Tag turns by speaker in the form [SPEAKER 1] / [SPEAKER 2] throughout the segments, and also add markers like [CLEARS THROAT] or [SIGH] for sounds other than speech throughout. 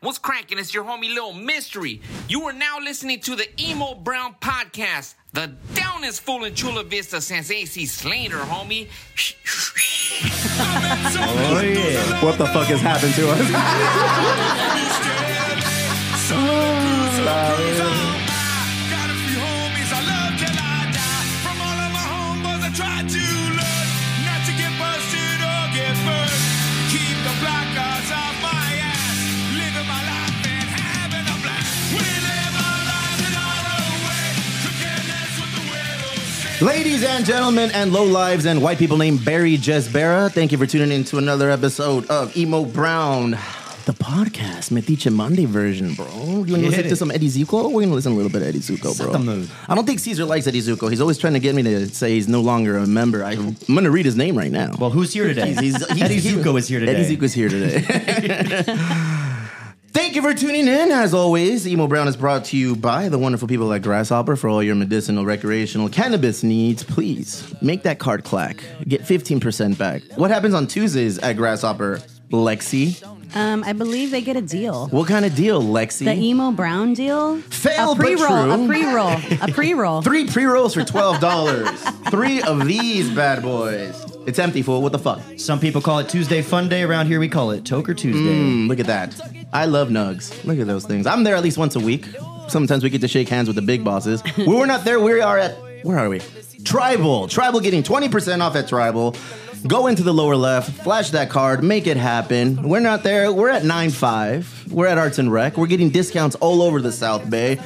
[SPEAKER 1] What's cracking? It's your homie Little Mystery. You are now listening to the Emo Brown Podcast, the downest fool in Chula Vista since AC Slater, homie.
[SPEAKER 2] Oh yeah. What the fuck has happened to us? [LAUGHS] Ladies and gentlemen, and low lives, and white people named Barry Jesbera, thank you for tuning in to another episode of Emo Brown, the podcast, Metiche Monday version, bro. You want to listen
[SPEAKER 3] it.
[SPEAKER 2] to some Eddie Zuko? We're going to listen to a little bit of Eddie Zuko,
[SPEAKER 3] Set
[SPEAKER 2] bro.
[SPEAKER 3] the mood.
[SPEAKER 2] I don't think Caesar likes Eddie Zuko. He's always trying to get me to say he's no longer a member. I, I'm going to read his name right now.
[SPEAKER 3] Well, who's here today? [LAUGHS] Eddie Zuko is here today.
[SPEAKER 2] Eddie Zuko is here today. [LAUGHS] Thank you for tuning in. As always, Emo Brown is brought to you by the wonderful people at Grasshopper for all your medicinal, recreational, cannabis needs. Please make that card clack. Get 15% back. What happens on Tuesdays at Grasshopper, Lexi?
[SPEAKER 4] Um, I believe they get a deal.
[SPEAKER 2] What kind of deal, Lexi?
[SPEAKER 4] The emo brown deal.
[SPEAKER 2] Fail,
[SPEAKER 4] a pre
[SPEAKER 2] but
[SPEAKER 4] roll.
[SPEAKER 2] true.
[SPEAKER 4] A pre roll. A pre roll.
[SPEAKER 2] Three pre rolls for $12. Three of these bad boys. It's empty, fool. What the fuck?
[SPEAKER 3] Some people call it Tuesday Fun Day. Around here, we call it Toker Tuesday.
[SPEAKER 2] Mm, look at that. I love nugs. Look at those things. I'm there at least once a week. Sometimes we get to shake hands with the big bosses. [LAUGHS] When we're not there, we are at where are we? Tribal. Tribal getting 20% off at Tribal. Go into the lower left, flash that card, make it happen. We're not there. We're at 9-5. We're at Arts and Rec. We're getting discounts all over the South Bay.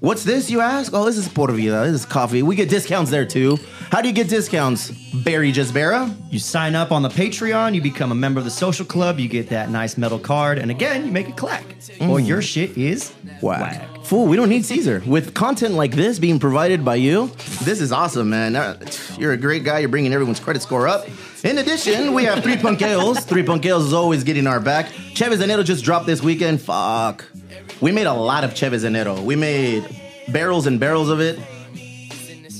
[SPEAKER 2] What's this, you ask? Oh, this is Por Vida. This is coffee. We get discounts there too. How do you get discounts? Barry Jesbera?
[SPEAKER 3] You sign up on the Patreon, you become a member of the social club, you get that nice metal card, and again, you make it clack. Or
[SPEAKER 2] Mm.
[SPEAKER 3] your shit is
[SPEAKER 2] Whack. Fool, we don't need Caesar. With content like this being provided by you, this is awesome, man. Uh, You're a great guy. You're bringing everyone's credit score up. In addition, we have Three
[SPEAKER 3] [LAUGHS]
[SPEAKER 2] Punkeos. Three Punkeos is always getting our back. Chavez Enero just dropped this weekend. Fuck. We made a lot of Chavez Enero. We made barrels and barrels of it.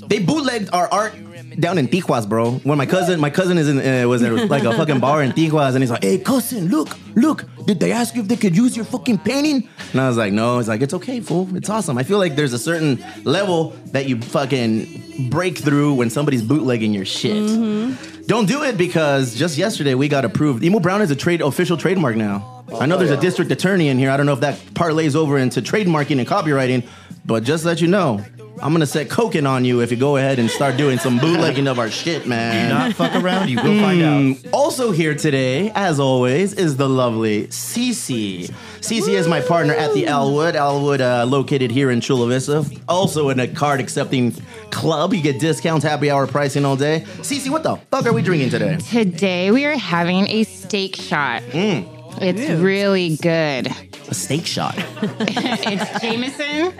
[SPEAKER 2] They bootlegged our art down in Tijuas, bro. When my cousin, my cousin is in, uh, was at like a fucking bar in Tijuas, and he's like, "Hey, cousin, look, look, did they ask you if they could use your fucking painting?" And I was like, "No." He's like, "It's okay, fool. It's awesome." I feel like there's a certain level that you fucking break through when somebody's bootlegging your shit.
[SPEAKER 1] Mm-hmm.
[SPEAKER 2] Don't do it because just yesterday we got approved. Emo Brown is a trade official trademark now. I know there's a district attorney in here. I don't know if that parlays over into trademarking and copywriting, but just let you know, I'm gonna set coking on you if you go ahead and start doing some bootlegging of our shit, man.
[SPEAKER 3] not fuck around, you will find out.
[SPEAKER 2] Hmm. Also here today, as always, is the lovely Cece. Cece is my partner at the Alwood. Alwood, uh, located here in Chula Vista, also in a card accepting club. You get discounts, happy hour pricing all day. Cece, what the fuck are we drinking today?
[SPEAKER 5] Today we are having a steak shot.
[SPEAKER 2] Mm.
[SPEAKER 5] It's really
[SPEAKER 2] [LAUGHS]
[SPEAKER 5] good.
[SPEAKER 2] A steak shot.
[SPEAKER 5] It's Jameson.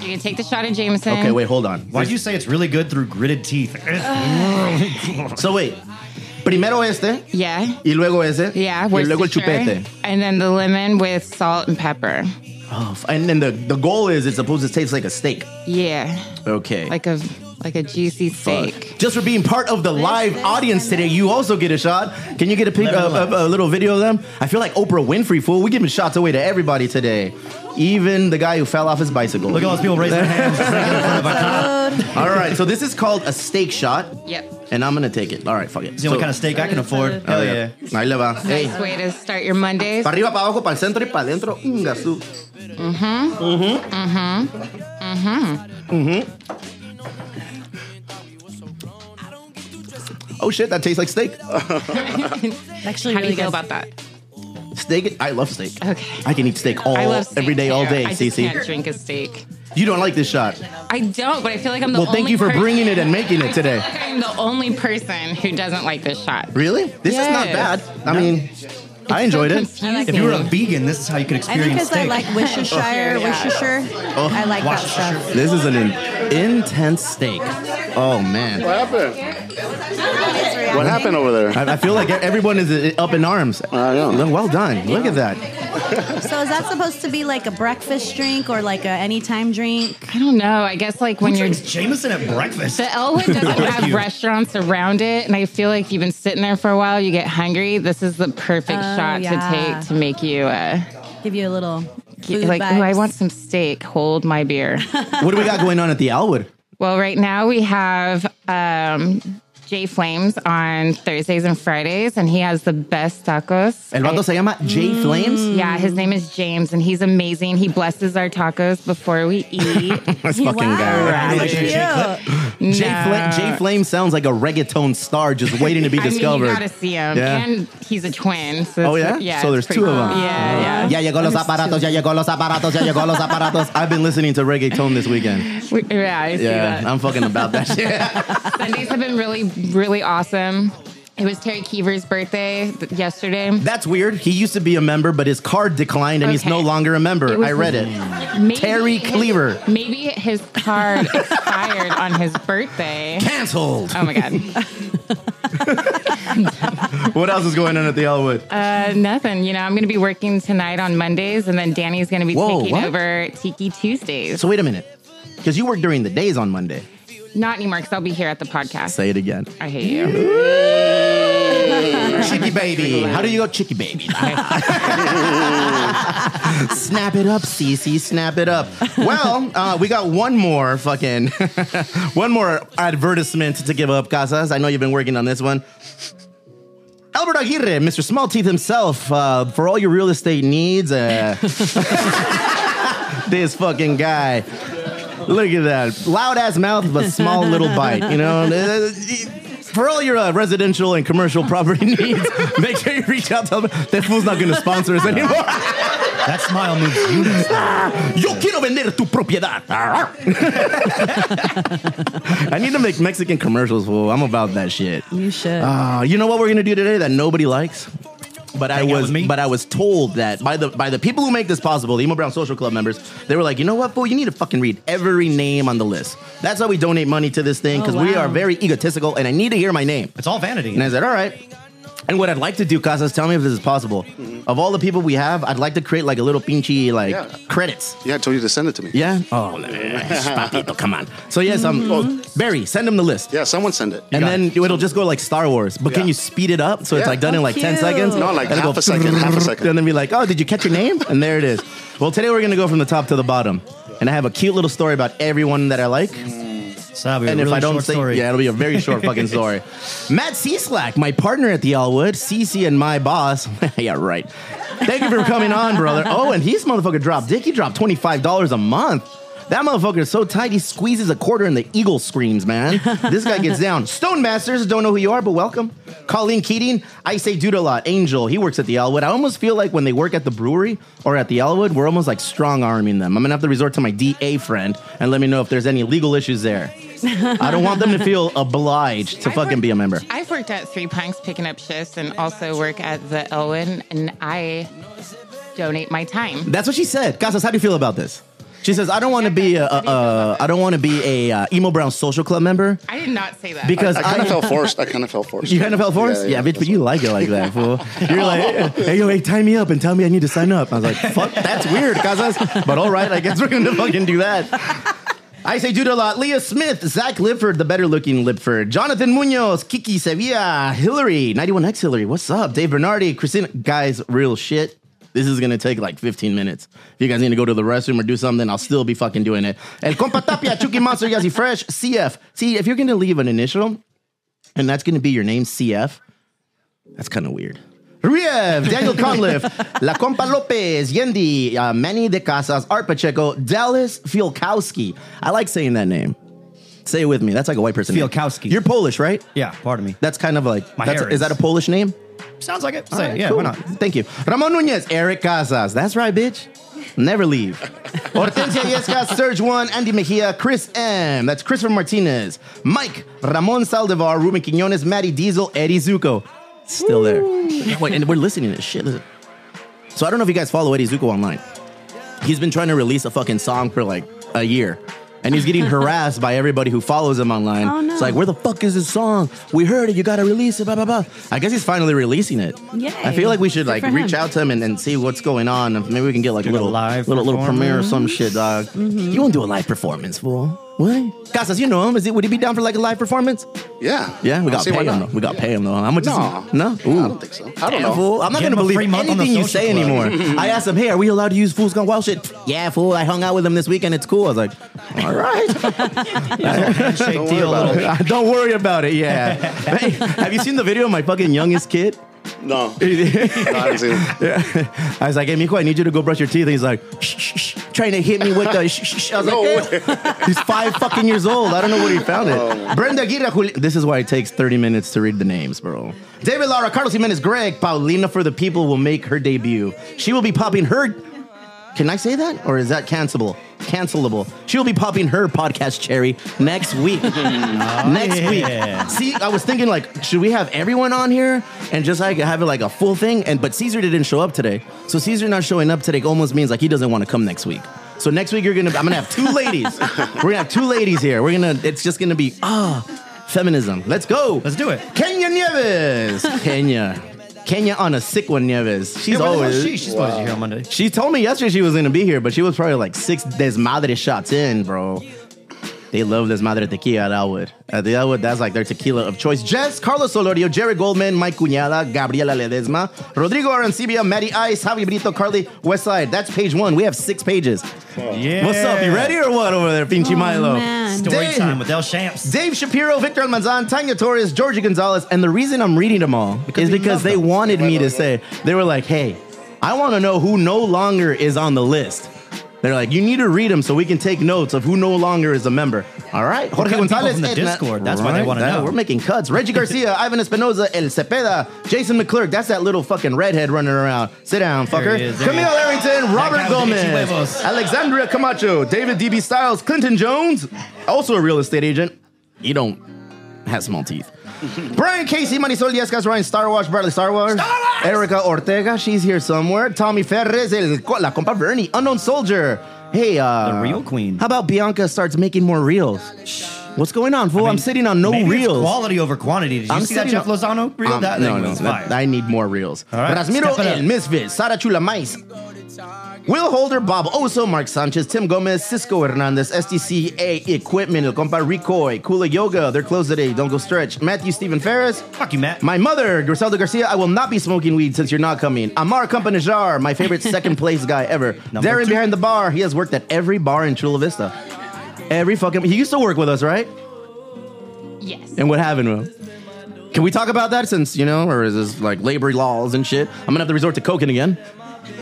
[SPEAKER 5] You can take the shot of Jameson.
[SPEAKER 2] Okay, wait, hold on.
[SPEAKER 3] Why'd you say it's really good through gritted teeth?
[SPEAKER 2] [LAUGHS] So wait. Primero este,
[SPEAKER 5] Yeah.
[SPEAKER 2] y luego ese,
[SPEAKER 5] Yeah.
[SPEAKER 2] y luego el
[SPEAKER 5] Worcestershire.
[SPEAKER 2] chupete.
[SPEAKER 5] And then the lemon with salt and pepper.
[SPEAKER 2] Oh, f- and then the, the goal is it's supposed to taste like a steak.
[SPEAKER 5] Yeah.
[SPEAKER 2] Okay.
[SPEAKER 5] Like a like a juicy steak.
[SPEAKER 2] Just for being part of the live
[SPEAKER 4] this,
[SPEAKER 2] audience
[SPEAKER 4] and
[SPEAKER 2] today,
[SPEAKER 4] this.
[SPEAKER 2] you also get a shot. Can you get a, pic,
[SPEAKER 3] Lemon
[SPEAKER 2] a, a, a little video of them? I feel like Oprah Winfrey, fool. We're giving shots away to everybody today. Even the guy who fell off his bicycle.
[SPEAKER 3] Look at all those people raising their hands right in front of a cop.
[SPEAKER 2] [LAUGHS] all [LAUGHS] right, so this is called a steak shot,
[SPEAKER 5] Yep.
[SPEAKER 2] and I'm going to take it. All right, fuck it.
[SPEAKER 3] It's the only kind of steak I can afford. Hell yeah.
[SPEAKER 2] Ahí le va. Hey.
[SPEAKER 5] Nice way to start your Mondays.
[SPEAKER 2] Para arriba, para abajo, para el centro y para adentro. Inga su.
[SPEAKER 5] Mm-hmm.
[SPEAKER 2] Mm-hmm. Oh shit, that tastes like steak.
[SPEAKER 4] [LAUGHS]
[SPEAKER 2] [LAUGHS]
[SPEAKER 4] Actually,
[SPEAKER 5] How do
[SPEAKER 4] really
[SPEAKER 5] you feel
[SPEAKER 4] good.
[SPEAKER 5] about that?
[SPEAKER 2] Steak, I love steak.
[SPEAKER 5] Okay.
[SPEAKER 2] I can eat steak all
[SPEAKER 5] I love steak
[SPEAKER 2] every day, all
[SPEAKER 5] too.
[SPEAKER 2] day,
[SPEAKER 5] I just
[SPEAKER 2] Cece.
[SPEAKER 5] can't drink a steak.
[SPEAKER 2] You don't like this shot.
[SPEAKER 5] I don't, but I feel like I'm the
[SPEAKER 2] Well,
[SPEAKER 5] only
[SPEAKER 2] thank you for
[SPEAKER 5] person-
[SPEAKER 2] bringing it and making
[SPEAKER 5] I
[SPEAKER 2] it
[SPEAKER 5] feel
[SPEAKER 2] today.
[SPEAKER 5] like I'm the only person who doesn't like this shot.
[SPEAKER 2] Really? This is not bad.
[SPEAKER 5] Yes.
[SPEAKER 2] I mean, I enjoyed it.
[SPEAKER 3] If you were a vegan, this is how you could
[SPEAKER 4] I think
[SPEAKER 3] experience
[SPEAKER 4] because I like
[SPEAKER 3] steak.
[SPEAKER 2] [LAUGHS] Oh,
[SPEAKER 4] Worcestershire, Worcestershire. I like that
[SPEAKER 3] Worcestershire.
[SPEAKER 4] stuff.
[SPEAKER 2] This is an in- intense steak. Oh man.
[SPEAKER 6] What happened? What happened over there?
[SPEAKER 2] I I feel like everyone is uh, up in arms.
[SPEAKER 6] I know.
[SPEAKER 2] Well done. Look at that.
[SPEAKER 4] So is that supposed to be like a breakfast drink or like a anytime drink?
[SPEAKER 5] I don't know. I guess like when
[SPEAKER 3] Who
[SPEAKER 5] you're
[SPEAKER 3] drinks Jameson at breakfast?
[SPEAKER 5] the Elwood doesn't
[SPEAKER 3] Thank
[SPEAKER 5] have
[SPEAKER 3] you.
[SPEAKER 5] restaurants around it, and I feel like you've been sitting there for a while. You get hungry. This is the perfect shot
[SPEAKER 4] Oh, yeah.
[SPEAKER 5] to take to make you. Uh,
[SPEAKER 4] give you a little food
[SPEAKER 5] like,
[SPEAKER 4] vibes.
[SPEAKER 5] oh, I want some steak. Hold my
[SPEAKER 4] [LAUGHS]
[SPEAKER 5] beer.
[SPEAKER 2] What do we got going on at the Alwood?
[SPEAKER 5] well, right now we have um, Jay Flames on Thursdays and Fridays, and he has the best tacos.
[SPEAKER 2] El vato se llama Jay
[SPEAKER 4] Mm.
[SPEAKER 2] Flames.
[SPEAKER 5] Yeah, his name is James, and he's amazing. He blesses our tacos before we
[SPEAKER 2] [LAUGHS]
[SPEAKER 5] eat.
[SPEAKER 2] This fucking guy.
[SPEAKER 4] Wow,
[SPEAKER 2] Like,
[SPEAKER 4] look at you.
[SPEAKER 2] Jay, Fla- Jay Flames sounds like a reggaeton star just waiting to be
[SPEAKER 5] [LAUGHS] I mean, you
[SPEAKER 2] discovered.
[SPEAKER 5] gotta see him,
[SPEAKER 2] Yeah.
[SPEAKER 5] and he's a twin. So
[SPEAKER 2] Oh,
[SPEAKER 5] it's-
[SPEAKER 2] yeah? So
[SPEAKER 5] it's
[SPEAKER 2] there's
[SPEAKER 5] pretty
[SPEAKER 2] two of
[SPEAKER 5] cool.
[SPEAKER 2] them. Oh.
[SPEAKER 5] Yeah, yeah.
[SPEAKER 2] Ya llegó los aparatos, ya llegó los aparatos, ya llegó los aparatos. I've been listening to reggaeton this weekend.
[SPEAKER 5] We- Yeah, [LAUGHS] I see
[SPEAKER 2] Yeah,
[SPEAKER 5] that.
[SPEAKER 2] I'm fucking
[SPEAKER 5] [LAUGHS]
[SPEAKER 2] about that shit. [LAUGHS]
[SPEAKER 5] Sundays have been really, really awesome. It was Terry Keever's birthday th- yesterday.
[SPEAKER 2] That's weird. He used to be a member, but his card declined and he's
[SPEAKER 5] Okay.
[SPEAKER 2] no longer a member.
[SPEAKER 5] was
[SPEAKER 2] I read
[SPEAKER 5] his-
[SPEAKER 2] it.
[SPEAKER 5] Maybe
[SPEAKER 2] Terry
[SPEAKER 5] his-
[SPEAKER 2] Cleaver.
[SPEAKER 5] Maybe his
[SPEAKER 2] [LAUGHS]
[SPEAKER 5] card expired on his birthday.
[SPEAKER 2] Cancelled.
[SPEAKER 5] Oh my god.
[SPEAKER 2] [LAUGHS]
[SPEAKER 5] [LAUGHS]
[SPEAKER 2] What else is going on at the Elwood?
[SPEAKER 5] Uh, nothing. You know, I'm going to be working tonight on Mondays, and then Danny's going to be
[SPEAKER 2] Whoa,
[SPEAKER 5] taking
[SPEAKER 2] what?
[SPEAKER 5] over Tiki Tuesdays.
[SPEAKER 2] so wait a minute. Because you work during the days on Monday.
[SPEAKER 5] Not anymore, because I'll be here at the podcast.
[SPEAKER 2] Say it again.
[SPEAKER 5] I hate you.
[SPEAKER 2] Chicky baby. How do you go chicky
[SPEAKER 5] [LAUGHS]
[SPEAKER 2] baby? [LAUGHS] snap it up, Cece. Snap it up. Well, uh, we got one more fucking, [LAUGHS] one more advertisement to give up, Casas. I know you've been working on this one. Albert Aguirre, Mr. Small Teeth himself, uh, for all your real estate needs.
[SPEAKER 5] [LAUGHS]
[SPEAKER 2] Uh, this fucking guy. Look at that. Loud ass mouth, but small little bite. You know, Uh, for all your uh, residential and commercial property [LAUGHS] needs, make sure you reach out to Albert. That fool's not going to sponsor us anymore.
[SPEAKER 3] That smile moves you.
[SPEAKER 2] Yo quiero vender tu propiedad. [LAUGHS] I need to make Mexican commercials, fool. I'm about that shit.
[SPEAKER 4] You should.
[SPEAKER 2] Uh, you know what we're gonna do today that nobody likes? But I
[SPEAKER 3] Hang out
[SPEAKER 2] was
[SPEAKER 3] with me?
[SPEAKER 2] but I was told that by the by the people who make this possible, the Emo Brown Social Club members, they were like, you know what, fool, you need to fucking read every name on the list. That's how we donate money to this thing,
[SPEAKER 4] Oh,
[SPEAKER 2] because we
[SPEAKER 4] wow.
[SPEAKER 2] are very egotistical and I need to hear my name.
[SPEAKER 3] It's all vanity.
[SPEAKER 2] And I said, all right. And what I'd like to do, Casas, tell me if this is possible.
[SPEAKER 4] Mm-hmm.
[SPEAKER 2] Of all the people we have, I'd like to create like a little pinchy like
[SPEAKER 6] Yeah.
[SPEAKER 2] credits.
[SPEAKER 6] Yeah, I told you to send it to me.
[SPEAKER 2] Yeah. Oh, la- la- la- papito, come on. So yes, um, oh, Barry, send him the list,
[SPEAKER 6] Mm-hmm. Yeah, someone send it.
[SPEAKER 2] and then it'll just go like Star Wars. But can
[SPEAKER 6] Yeah.
[SPEAKER 2] you speed it up so it's
[SPEAKER 6] Yeah.
[SPEAKER 2] like done in
[SPEAKER 4] Oh,
[SPEAKER 2] like ten
[SPEAKER 4] cute.
[SPEAKER 2] seconds?
[SPEAKER 6] No, like
[SPEAKER 2] It'll
[SPEAKER 6] half a second, half a second.
[SPEAKER 2] [LAUGHS] And then be like, oh, did you catch your name? And there it is. Well, today we're gonna go from the top to the bottom, and I have a cute little story about everyone that I like.
[SPEAKER 6] Mm.
[SPEAKER 3] Sabi, a
[SPEAKER 2] And if
[SPEAKER 3] really
[SPEAKER 2] I don't
[SPEAKER 3] short
[SPEAKER 2] say,
[SPEAKER 3] story.
[SPEAKER 2] yeah, it'll be a very short fucking
[SPEAKER 6] [LAUGHS]
[SPEAKER 2] story. Matt Cieslak, my partner at the Allwood, Cece and my boss. [LAUGHS] yeah, right. Thank you for coming on, brother. Oh, and he's motherfucker dropped. Dickie dropped twenty five dollars a month. That motherfucker is so tight, he squeezes a quarter and the eagle screams, man. This guy gets down. Stone Masters, don't know who you are, but welcome. Colleen Keating, I say dude a lot. Angel, he works at the Alwood. I almost feel like when they work at the brewery or at the Alwood, we're almost like strong arming them. I'm gonna have to resort to my DA friend and let me know if there's any legal issues there. I don't want them to feel obliged to
[SPEAKER 5] I've
[SPEAKER 2] fucking
[SPEAKER 5] worked-
[SPEAKER 2] be a member.
[SPEAKER 5] I've worked at Three Punks picking up shifts and also work at the Elwyn, and I donate my time.
[SPEAKER 2] That's what she said. Casas, how do you feel about this? She says, I don't want to be a, a, a I don't want to be a uh, emo brown social club member
[SPEAKER 5] I did not say that.
[SPEAKER 2] because
[SPEAKER 6] I kind
[SPEAKER 2] I.
[SPEAKER 6] of felt forced. I kind of felt forced.
[SPEAKER 2] you kind of felt forced? Yeah, bitch, but you like it like that, [LAUGHS] fool. You're like, hey, yo, hey, tie me up and tell me I need to sign up. I was like, fuck, that's weird, Casas. But all right, I guess we're going to fucking do that. I say dude a lot. Leah Smith, Zach Lipford, the better looking Lipford, Jonathan Munoz, Kiki Sevilla, Hillary, 91X Hillary, what's up? Dave Bernardi, Christina. Guys, real shit. This is gonna take like 15 minutes. If you guys need to go to the restroom or do something, I'll still be fucking doing it. El Compa Tapia, Chucky Monster, Yazi Fresh, CF. See, if you're gonna leave an initial and that's gonna be your name, CF, that's kind of weird. Riev, Daniel
[SPEAKER 3] [LAUGHS]
[SPEAKER 2] Conliff, La Compa Lopez, Yendi, uh, Manny De Casas, Art Pacheco, Dallas Fielkowski. I like saying that name. Say it with me. That's like a white person. name.
[SPEAKER 3] Fielkowski.
[SPEAKER 2] You're Polish, right?
[SPEAKER 3] Yeah, pardon me.
[SPEAKER 2] That's kind of like.
[SPEAKER 3] My
[SPEAKER 2] that's,
[SPEAKER 3] hair
[SPEAKER 2] is that a
[SPEAKER 3] is.
[SPEAKER 2] Polish name?
[SPEAKER 3] Sounds like it.
[SPEAKER 2] All
[SPEAKER 3] Say it.
[SPEAKER 2] right,
[SPEAKER 3] yeah,
[SPEAKER 2] cool.
[SPEAKER 3] why not?
[SPEAKER 2] Thank you. Ramon Nunez, Eric Casas. That's right, bitch. Never leave. [LAUGHS] Hortensia Yescas, Serge One, Andy Mejia, Chris M. That's Christopher Martinez, Mike, Ramon Saldivar, Ruben Quinones, Maddie Diesel, Eddie Zuko. Still there. Wait, and we're listening to shit. Listen. So I don't know if you guys follow Eddie Zuko online. He's been trying to release a fucking song for like a year. And he's [LAUGHS] getting harassed by everybody who follows him online.
[SPEAKER 4] Oh, no.
[SPEAKER 2] It's like, where the fuck is this song? We heard it. You gotta release it. Blah blah blah. I guess he's finally releasing it.
[SPEAKER 4] Yay.
[SPEAKER 2] I feel like we should
[SPEAKER 4] Good
[SPEAKER 2] like
[SPEAKER 4] for him.
[SPEAKER 2] reach out to him and, and see what's going on. Maybe we can get like a
[SPEAKER 3] Do a
[SPEAKER 2] little
[SPEAKER 3] live
[SPEAKER 2] little little
[SPEAKER 3] performance.
[SPEAKER 4] Mm-hmm.
[SPEAKER 2] premiere or some shit, dog. You won't do a live performance, fool. What? Casas, you know him. Is it? Would he be down for like a live performance?
[SPEAKER 6] Yeah.
[SPEAKER 2] Yeah, we
[SPEAKER 6] I'll
[SPEAKER 2] got
[SPEAKER 6] see
[SPEAKER 2] pay
[SPEAKER 6] why
[SPEAKER 2] him. Though.
[SPEAKER 6] not.
[SPEAKER 2] We got pay him though. How much?
[SPEAKER 6] No.
[SPEAKER 2] Is he? No. Ooh.
[SPEAKER 6] I don't think so. I don't
[SPEAKER 2] Damn,
[SPEAKER 6] know.
[SPEAKER 2] fool. I'm not going to
[SPEAKER 3] Give him a
[SPEAKER 2] believe
[SPEAKER 3] free month on the
[SPEAKER 2] anything you
[SPEAKER 3] social
[SPEAKER 2] say
[SPEAKER 3] club.
[SPEAKER 6] [LAUGHS]
[SPEAKER 3] [LAUGHS]
[SPEAKER 2] anymore. I asked him, hey, are we allowed to use Fools Gone Wild shit? Yeah, fool. I hung out with him this weekend. It's cool. I was like, all
[SPEAKER 4] [LAUGHS]
[SPEAKER 2] right.
[SPEAKER 3] handshake
[SPEAKER 6] worry
[SPEAKER 3] deal.
[SPEAKER 6] about
[SPEAKER 2] [LAUGHS]
[SPEAKER 3] little-
[SPEAKER 2] Don't worry about it.
[SPEAKER 3] [LAUGHS]
[SPEAKER 2] Yeah. Hey, have you seen the video of my fucking youngest kid? [LAUGHS]
[SPEAKER 6] No. no, I haven't seen it.
[SPEAKER 2] I was like, hey, Miko, I need you to go brush your teeth. And he's like, shh, shh, shh, trying to hit me with the shh, shh, shh. I was
[SPEAKER 6] No
[SPEAKER 2] like, "Eh." [LAUGHS] he's five fucking years old. I don't know where he found it. Brenda Aguirre, Juli- this is why it takes 30 minutes to read the names, bro. David Lara, Carlos Jimenez, Greg, Paulina for the People will make her debut. She will be popping her. Can I say that? Or is that cancelable? Cancelable. She'll be popping her podcast cherry next week.
[SPEAKER 4] [LAUGHS]
[SPEAKER 2] [LAUGHS] next
[SPEAKER 3] yeah.
[SPEAKER 2] week. See, I was thinking like, should we have everyone on here and just like have it like a full thing? And but Caesar didn't show up today, so Caesar not showing up today almost means like he doesn't want to come next week. So next week you're gonna, I'm gonna have two
[SPEAKER 3] [LAUGHS]
[SPEAKER 2] ladies. We're gonna have two ladies here. We're gonna, it's just gonna be ah, feminism. Let's go.
[SPEAKER 3] Let's do it.
[SPEAKER 2] Kenya
[SPEAKER 3] [LAUGHS]
[SPEAKER 2] Nieves. Kenya. Kenya on a sick one, Nieves. She's
[SPEAKER 3] Yeah, where the hell
[SPEAKER 2] always.
[SPEAKER 3] is she? She's supposed to be here on Monday.
[SPEAKER 2] She told me yesterday she was gonna be here, but she was probably like six desmadre shots in, bro. They love desmadre tequila at Elwood. At the Elwood, that's like their tequila of choice. Jess, Carlos Solorio, Jared Goldman, Mike Cuñada, Gabriela Ledesma, Rodrigo Arancibia, Maddie Ice, Javi Brito, Carly Westside. That's page one. We have six pages.
[SPEAKER 3] Yeah.
[SPEAKER 2] What's up? You ready or what over there, Pinchy Milo?
[SPEAKER 4] Oh, man.
[SPEAKER 3] Story
[SPEAKER 2] Dang.
[SPEAKER 3] time with El Shamps.
[SPEAKER 2] Dave Shapiro, Victor Almanzan, Tanya Torres, Georgie Gonzalez, and the reason I'm reading them all is
[SPEAKER 3] we
[SPEAKER 2] because
[SPEAKER 3] love
[SPEAKER 2] they
[SPEAKER 3] them.
[SPEAKER 2] wanted me to say they were like, "Hey, I want to know who no longer is on the list." They're like, "You need to read them so we can take notes of who no longer is a member." All right, Jorge
[SPEAKER 3] cutting people
[SPEAKER 2] Gonzalez
[SPEAKER 3] from the
[SPEAKER 2] Edna-
[SPEAKER 3] Discord. That's why they wanna
[SPEAKER 2] that-
[SPEAKER 3] know.
[SPEAKER 2] We're making cuts. Reggie
[SPEAKER 3] [LAUGHS]
[SPEAKER 2] Garcia, Ivan Espinoza, El Cepeda, Jason McClurk. That's that little fucking redhead running around. Sit down,
[SPEAKER 3] There
[SPEAKER 2] fucker.
[SPEAKER 3] he is, there he
[SPEAKER 2] Camille Arrington, Robert
[SPEAKER 3] guy with the itchy
[SPEAKER 2] Gomez,
[SPEAKER 3] huevos.
[SPEAKER 2] Alexandria
[SPEAKER 3] [LAUGHS]
[SPEAKER 2] Camacho, David DB Styles, Clinton Jones, also a real estate agent. You don't have small
[SPEAKER 3] [LAUGHS]
[SPEAKER 2] teeth. Brian Casey, Marisol Diaz, Cas Ryan, Star Wars, Bradley Star Wars, Erica Ortega, she's here somewhere. Tommy Ferres, El, Co- La Compa Bernie, Unknown Soldier. Hey, uh,
[SPEAKER 3] The real queen.
[SPEAKER 2] How about Bianca starts making more reels? What's going on, fool? I
[SPEAKER 3] mean,
[SPEAKER 2] am sitting on no
[SPEAKER 3] maybe it's
[SPEAKER 2] reels.
[SPEAKER 3] quality over quantity. Did you
[SPEAKER 2] I'm
[SPEAKER 3] see that
[SPEAKER 2] sitting
[SPEAKER 3] Jeff
[SPEAKER 2] on-
[SPEAKER 3] Lozano reel?
[SPEAKER 2] Um,
[SPEAKER 3] that thing was fire.
[SPEAKER 2] that- I need more reels.
[SPEAKER 3] All right,
[SPEAKER 2] Rasmiro
[SPEAKER 3] step it up.
[SPEAKER 2] El Misfit, Sara Chula Mais, Will Holder, Bob Oso, Mark Sanchez, Tim Gomez, Cisco Hernandez, STCA Equipment, El Compa Ricoy, Kula Yoga, they're closed today, don't go stretch, Matthew Stephen Ferris,
[SPEAKER 3] Fuck you, Matt.
[SPEAKER 2] my mother, Griselda Garcia, I will not be smoking weed since you're not coming. Amar Campanajar, my
[SPEAKER 3] [LAUGHS]
[SPEAKER 2] favorite second place guy ever.
[SPEAKER 3] Number
[SPEAKER 2] Darren
[SPEAKER 3] two.
[SPEAKER 2] behind the bar, he has worked at every bar in Chula Vista. Every fucking, he used to work with us, right?
[SPEAKER 5] Yes.
[SPEAKER 2] And what happened to him? Can we talk about that since, you know, or is this like labor laws and shit? I'm gonna have to resort to coking again.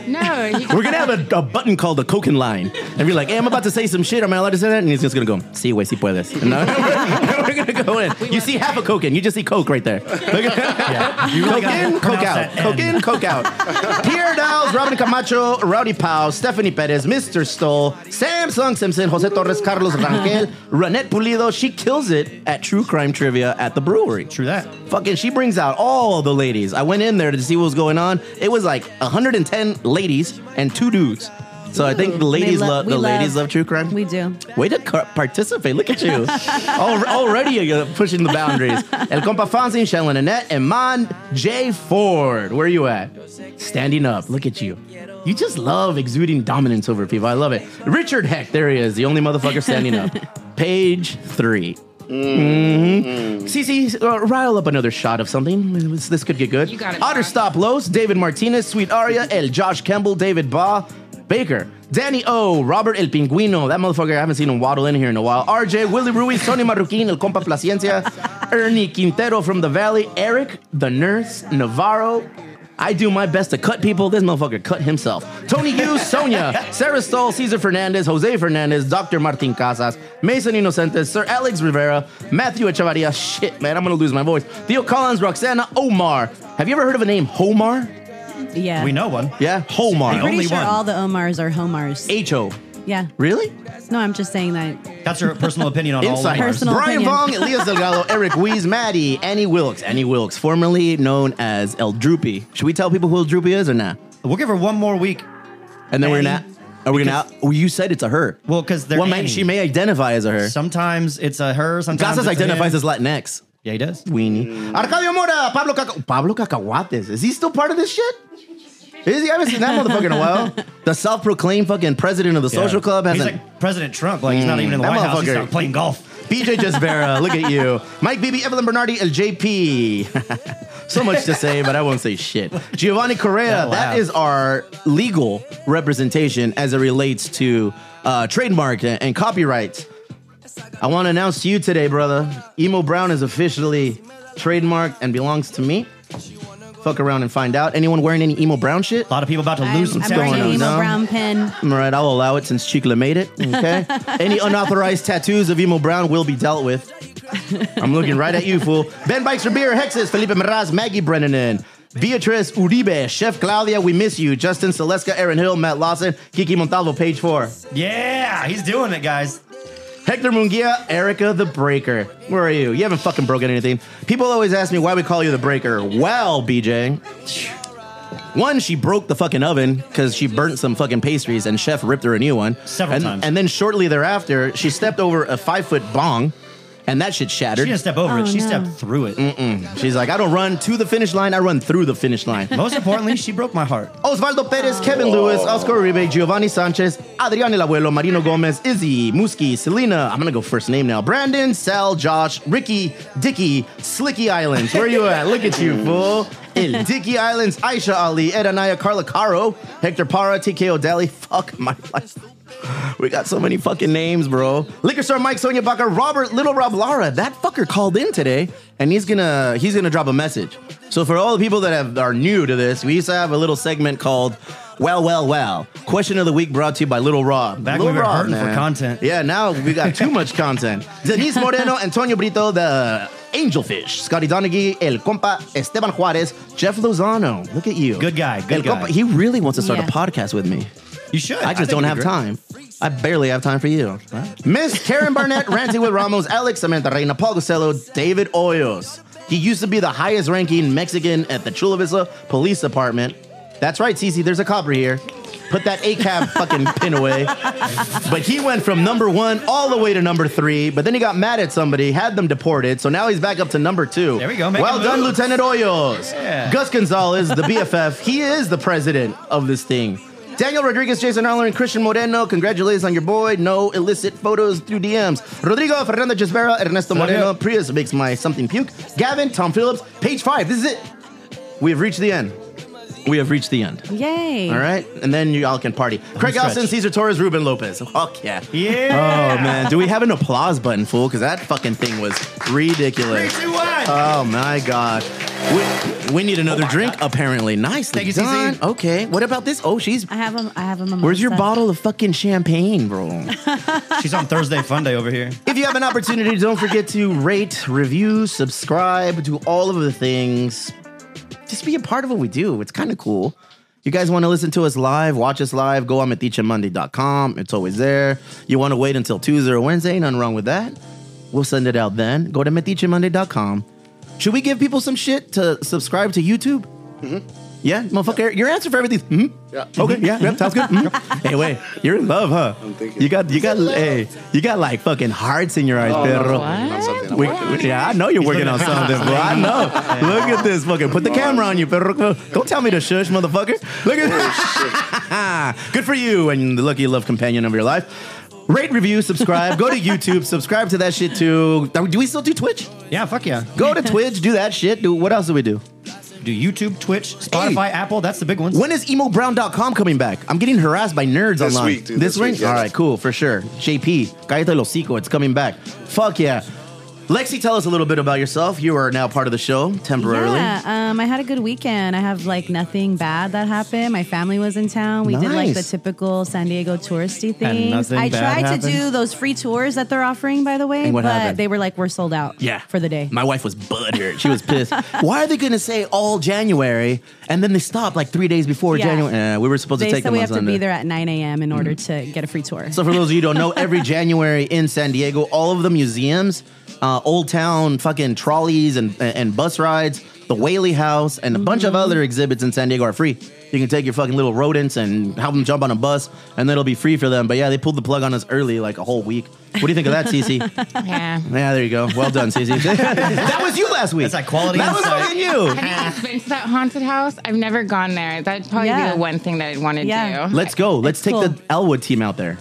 [SPEAKER 5] No.
[SPEAKER 2] [LAUGHS]
[SPEAKER 5] You
[SPEAKER 2] We're gonna have a, a button called the coking line. And be like, hey, I'm about to say some shit. Am I allowed to say that? And he's just gonna go, see, way, si puedes. [LAUGHS] And then- we're gonna go in. You see half a coking. You just see coke right there.
[SPEAKER 3] You
[SPEAKER 2] Coke
[SPEAKER 3] gotta
[SPEAKER 2] in, coke
[SPEAKER 3] pronounce
[SPEAKER 2] out.
[SPEAKER 3] that
[SPEAKER 2] Coke
[SPEAKER 3] N.
[SPEAKER 2] in, coke out. Pierre Dowles, Robin Camacho, Rowdy Powell, Stephanie Perez, Mr. Stoll, Samsung Simpson, Jose Torres, Carlos Rangel, Renette Pulido. She kills it at True Crime Trivia at the brewery.
[SPEAKER 3] True that.
[SPEAKER 2] Fucking, she brings out all the ladies. I went in there to see what was going on. It was like 110 ladies and two dudes. So I think the ladies
[SPEAKER 4] lo-
[SPEAKER 2] love
[SPEAKER 4] we
[SPEAKER 2] the ladies
[SPEAKER 4] love-
[SPEAKER 2] love true crime.
[SPEAKER 4] We do.
[SPEAKER 2] Way to car- participate. Look at you. [LAUGHS] Al- already you're pushing the [LAUGHS] boundaries. El Compa Fonzie, Shanlin Annette, and Mon J. Ford. Where are you at? Standing up. Look at you. You just love exuding dominance over people. I love it. Richard Heck, there he is, the only motherfucker standing up. Page three. Mhm. Cece, uh, rile up another shot of something. This, this could get good.
[SPEAKER 5] You got it,
[SPEAKER 2] Otter
[SPEAKER 5] Doc.
[SPEAKER 2] Stop Los, David Martinez, Sweet Aria, El Josh Kemble, David Ba, Baker, Danny O, Robert El Pinguino. That motherfucker, I haven't seen him waddle in here in a while. RJ, Willie Ruiz, Tony Marroquin, El Compa Placiencia, Ernie Quintero from the Valley, Eric, the Nurse, Navarro. I do my best to cut people. This motherfucker cut himself. Tony
[SPEAKER 3] [LAUGHS]
[SPEAKER 2] Hughes, Sonia, Sarah Stoll, Cesar Fernandez, Jose Fernandez, Dr. Martin Casas, Mason Inocentes, Sir Alex Rivera, Matthew Echavarria. Shit, man, I'm gonna lose my voice. Theo Collins, Roxana, Omar. Have you ever heard of a name Homar?
[SPEAKER 4] Yeah.
[SPEAKER 3] We know one.
[SPEAKER 2] Yeah, Homar.
[SPEAKER 4] Pretty
[SPEAKER 3] Only
[SPEAKER 4] sure
[SPEAKER 3] one.
[SPEAKER 4] all the Omars are Homars.
[SPEAKER 2] H O.
[SPEAKER 4] Yeah.
[SPEAKER 2] Really?
[SPEAKER 4] No, I'm just saying that.
[SPEAKER 3] That's your personal opinion on
[SPEAKER 2] Insight.
[SPEAKER 3] all of
[SPEAKER 4] Personal
[SPEAKER 2] Brian
[SPEAKER 4] opinion.
[SPEAKER 2] Vong,
[SPEAKER 4] [LAUGHS]
[SPEAKER 2] Elias Delgado, Eric Weiss, Maddie, Annie Wilkes. Annie Wilkes, formerly known as El Droopy. Should we tell people who El Droopy is or not?
[SPEAKER 3] We'll give her one more week.
[SPEAKER 2] And then we're gonna.
[SPEAKER 3] Annie.
[SPEAKER 2] Are we gonna? Well, you said it's a her.
[SPEAKER 3] Well, 'cause they're
[SPEAKER 2] Well, may-
[SPEAKER 3] Annie.
[SPEAKER 2] she may identify as a her.
[SPEAKER 3] Sometimes it's a her. Sometimes
[SPEAKER 2] Casas
[SPEAKER 3] it's a him.
[SPEAKER 2] identifies as Latinx.
[SPEAKER 3] Yeah, he does.
[SPEAKER 2] Weenie. Arcadio Mora, Pablo Caca- Pablo Cacahuates. Is he still part of this shit? Is he? I haven't seen that motherfucker in a while. The self-proclaimed fucking president of the social club
[SPEAKER 3] He's
[SPEAKER 2] hasn't.
[SPEAKER 3] like President Trump. Like he's not even in the
[SPEAKER 2] that
[SPEAKER 3] White House. He's
[SPEAKER 2] motherfucker.
[SPEAKER 3] out playing golf.
[SPEAKER 2] BJ
[SPEAKER 3] [LAUGHS]
[SPEAKER 2] Jasvera, uh, look at you. Mike Beebe, Evelyn Bernardi, and JP. [LAUGHS] so much to say, but I won't say shit. Giovanni Correa,
[SPEAKER 3] That
[SPEAKER 2] that
[SPEAKER 3] laugh.
[SPEAKER 2] is our legal representation as it relates to uh, trademark and, and copyright. I want to announce to you today, brother, Emo Brown is officially trademarked and belongs to me. Fuck around and find out. Anyone wearing any Emo Brown shit?
[SPEAKER 3] A lot of people about to lose
[SPEAKER 4] I'm,
[SPEAKER 3] some
[SPEAKER 4] I'm wearing
[SPEAKER 2] going
[SPEAKER 4] an
[SPEAKER 2] on,
[SPEAKER 4] emo
[SPEAKER 2] no?
[SPEAKER 4] brown pin.
[SPEAKER 2] All right, I'll allow it since Chicla made it. Okay. Any unauthorized tattoos of Emo Brown will be dealt with. I'm looking right at you, fool. Ben Bikes for Beer, Hexes, Felipe Meraz, Maggie Brennanen, Beatrice Uribe, Chef Claudia, we miss you. Justin Seleska, Aaron Hill, Matt Lawson, Kiki Montalvo, page four.
[SPEAKER 3] Yeah, he's doing it, guys.
[SPEAKER 2] Hector Mungia, Erica the Breaker. Where are you? You haven't fucking broken anything. People always ask me why we call you the Breaker. Well, BJ. One, she broke the fucking oven because she burnt some fucking pastries and Chef ripped her a new one.
[SPEAKER 3] Several
[SPEAKER 2] and,
[SPEAKER 3] times.
[SPEAKER 2] And then shortly thereafter, she stepped over a five foot bong and that shit
[SPEAKER 3] She
[SPEAKER 2] shattered.
[SPEAKER 3] didn't step over
[SPEAKER 4] Oh,
[SPEAKER 3] it. She
[SPEAKER 4] no.
[SPEAKER 3] stepped through it.
[SPEAKER 2] She's like, I don't run to the finish line, I run through the finish line. [LAUGHS]
[SPEAKER 3] Most importantly, she broke my heart.
[SPEAKER 2] Osvaldo Perez, Kevin Lewis, Oscar Uribe, Giovanni Sanchez, Adrián El Abuelo, Marino Gomez, Izzy, Muski, Selena. I'm gonna go first name now. Brandon, Sal, Josh, Ricky, Dicky, Slicky Islands. Where you at? Look at you, fool. El Dicky Islands, Aisha Ali, Ed Anaya, Carla Caro, Hector Para, TK O'Dally. Fuck my life. We got so many fucking names, bro. Liquor store Mike, Sonia Baca, Robert, Little Rob Lara. That fucker called in today, and he's gonna he's gonna drop a message. So for all the people that have, are new to this, we used to have a little segment called "Well, Well, Well." Question of the week brought to you by Little Rob.
[SPEAKER 3] Back
[SPEAKER 2] Little
[SPEAKER 3] when we were
[SPEAKER 2] Rob,
[SPEAKER 3] hurting for content.
[SPEAKER 2] Yeah, now we got too much
[SPEAKER 3] [LAUGHS]
[SPEAKER 2] content. Denise Moreno, Antonio Brito, the Angelfish, Scotty Donaghy, El Compa, Esteban Juarez, Jeff Lozano. Look at you,
[SPEAKER 3] Good guy, good
[SPEAKER 2] El Compa-
[SPEAKER 3] guy.
[SPEAKER 2] he really wants to start
[SPEAKER 4] Yeah.
[SPEAKER 2] a podcast with me.
[SPEAKER 3] You should.
[SPEAKER 2] I just
[SPEAKER 3] think
[SPEAKER 2] don't
[SPEAKER 3] you'd
[SPEAKER 2] have
[SPEAKER 3] be great.
[SPEAKER 2] time. I barely have time for you. Miss Karen
[SPEAKER 3] [LAUGHS]
[SPEAKER 2] Barnett, Ranting with Ramos, Alex Samantha Reina, Paul Gosello, David Hoyos. He used to be the highest ranking Mexican at the Chula Vista Police Department. That's right, Cece, there's a copper here. Put that
[SPEAKER 3] [LAUGHS]
[SPEAKER 2] ACAB fucking pin away. But he went from number one all the way to number three, but then he got mad at somebody, had them deported, so now he's back up to number two.
[SPEAKER 3] There we go, making
[SPEAKER 2] Well done,
[SPEAKER 3] moves.
[SPEAKER 2] Lieutenant Hoyos.
[SPEAKER 3] Yeah.
[SPEAKER 2] Gus Gonzalez, the BFF, he is the president of this thing. Daniel Rodriguez, Jason Arler, and Christian Moreno, congratulations on your boy. No illicit photos through DMs. Rodrigo, Fernando Gisbera, Ernesto Moreno, Prius makes my something puke. Gavin, Tom Phillips, page five. This is it. We have reached the end. We have reached the end.
[SPEAKER 4] Yay.
[SPEAKER 2] All right? And then you all can party. Craig
[SPEAKER 3] stretch.
[SPEAKER 2] Austin, Cesar Torres, Ruben Lopez. Fuck yeah.
[SPEAKER 3] Yeah.
[SPEAKER 2] Oh, man. Do we have an applause button, fool? Because that fucking thing was ridiculous.
[SPEAKER 3] Three, two, one.
[SPEAKER 2] Oh my god. We, we need
[SPEAKER 4] Oh,
[SPEAKER 2] another drink, apparently. Nicely
[SPEAKER 3] Thank you,
[SPEAKER 2] done.
[SPEAKER 3] CC.
[SPEAKER 2] Okay. What about this? Oh, she's.
[SPEAKER 4] I have a I have a mimosa.
[SPEAKER 2] Where's your bottle of fucking champagne, bro?
[SPEAKER 3] [LAUGHS] She's on Thursday Fun Day over here.
[SPEAKER 2] if you have an opportunity, don't forget to rate, review, subscribe, do all of the things. Just be a part of what we do. It's kind of cool. You guys want to listen to us live, watch us live, go on metichamonday.com. It's always there. You want to wait until Tuesday or Wednesday, nothing wrong with that. We'll send it out then. Go to metichamonday.com. Should we give people some shit to subscribe to YouTube? Yeah, motherfucker, your answer for everything. Mm?
[SPEAKER 6] Yeah.
[SPEAKER 2] Okay. Yeah. Yep. Sounds good. Mm. [LAUGHS]
[SPEAKER 3] Mm-hmm.
[SPEAKER 2] hey, wait. You're in love, huh?
[SPEAKER 6] I'm thinking.
[SPEAKER 2] You got you got hey, you got like fucking hearts in your
[SPEAKER 6] Oh,
[SPEAKER 2] eyes, perro.
[SPEAKER 6] Not something I'm
[SPEAKER 2] We-
[SPEAKER 6] working on.
[SPEAKER 2] we- yeah, I know you're working
[SPEAKER 3] looking
[SPEAKER 2] on
[SPEAKER 3] at
[SPEAKER 2] something, bro. I
[SPEAKER 6] [LAUGHS]
[SPEAKER 2] know. Look at this fucking. Put the camera on you, perro. Don't tell me to shush, motherfucker. Look at [LAUGHS] this. Good for you and the lucky love companion of your life. Rate, review, subscribe. Go to YouTube. Subscribe to that shit too. Do we still do Twitch?
[SPEAKER 3] Yeah, fuck yeah.
[SPEAKER 2] Go to Twitch. Do that shit. Do what else do we do?
[SPEAKER 3] Do YouTube, Twitch, Spotify, Apple. That's the big ones.
[SPEAKER 2] When is emobrown.com coming back? I'm getting harassed by nerds
[SPEAKER 6] This
[SPEAKER 2] online.
[SPEAKER 6] week, dude, this week, yes.
[SPEAKER 2] All right, cool, for sure. JP, Galleta del Hocico, it's coming back. Fuck yeah. Lexi, tell us a little bit about yourself. You are now part of the show temporarily.
[SPEAKER 4] Yeah, um, I had a good weekend. I have like nothing bad that happened. My family was in town. We did like the
[SPEAKER 2] Nice.
[SPEAKER 4] typical San Diego touristy things.
[SPEAKER 3] nothing
[SPEAKER 4] I
[SPEAKER 3] bad
[SPEAKER 4] tried
[SPEAKER 3] happened?
[SPEAKER 4] to do those free tours that they're offering, by the way,
[SPEAKER 2] And what
[SPEAKER 4] but
[SPEAKER 2] happened?
[SPEAKER 4] they were like we're sold out.
[SPEAKER 2] Yeah.
[SPEAKER 4] for the day.
[SPEAKER 2] My wife was butthurt. She
[SPEAKER 4] [LAUGHS]
[SPEAKER 2] was pissed. Why are they going to say all January and then they stop like three days before
[SPEAKER 4] Yeah.
[SPEAKER 2] January? Eh, we were supposed
[SPEAKER 4] they
[SPEAKER 2] to take
[SPEAKER 4] said
[SPEAKER 2] them
[SPEAKER 4] we
[SPEAKER 2] on
[SPEAKER 4] have
[SPEAKER 2] Sunday.
[SPEAKER 4] to be there at 9 a.m. in order to get a free tour.
[SPEAKER 2] So for those of you who don't know, every January in San Diego, all of the museums, uh, Old Town, fucking trolleys and and bus rides, the Whaley House, and a bunch
[SPEAKER 3] Mm-hmm.
[SPEAKER 2] of other exhibits in San Diego are free. You can take your fucking little rodents and help them jump on a bus, and it'll be free for them. But yeah, they pulled the plug on us early, like a whole week. What do you think of that,
[SPEAKER 3] [LAUGHS]
[SPEAKER 2] Cece?
[SPEAKER 5] Yeah.
[SPEAKER 2] Yeah, there you go. Well done, Cece. that was you last week.
[SPEAKER 3] That's like quality
[SPEAKER 2] That was
[SPEAKER 3] insight.
[SPEAKER 2] fucking you.
[SPEAKER 5] Have you been to that haunted house? I've never gone there. That'd probably
[SPEAKER 4] Yeah.
[SPEAKER 5] be the one thing that I'd want to
[SPEAKER 4] Yeah.
[SPEAKER 3] [LAUGHS]
[SPEAKER 5] do.
[SPEAKER 2] Let's go. Let's take
[SPEAKER 4] It's
[SPEAKER 2] the Elwood team out there.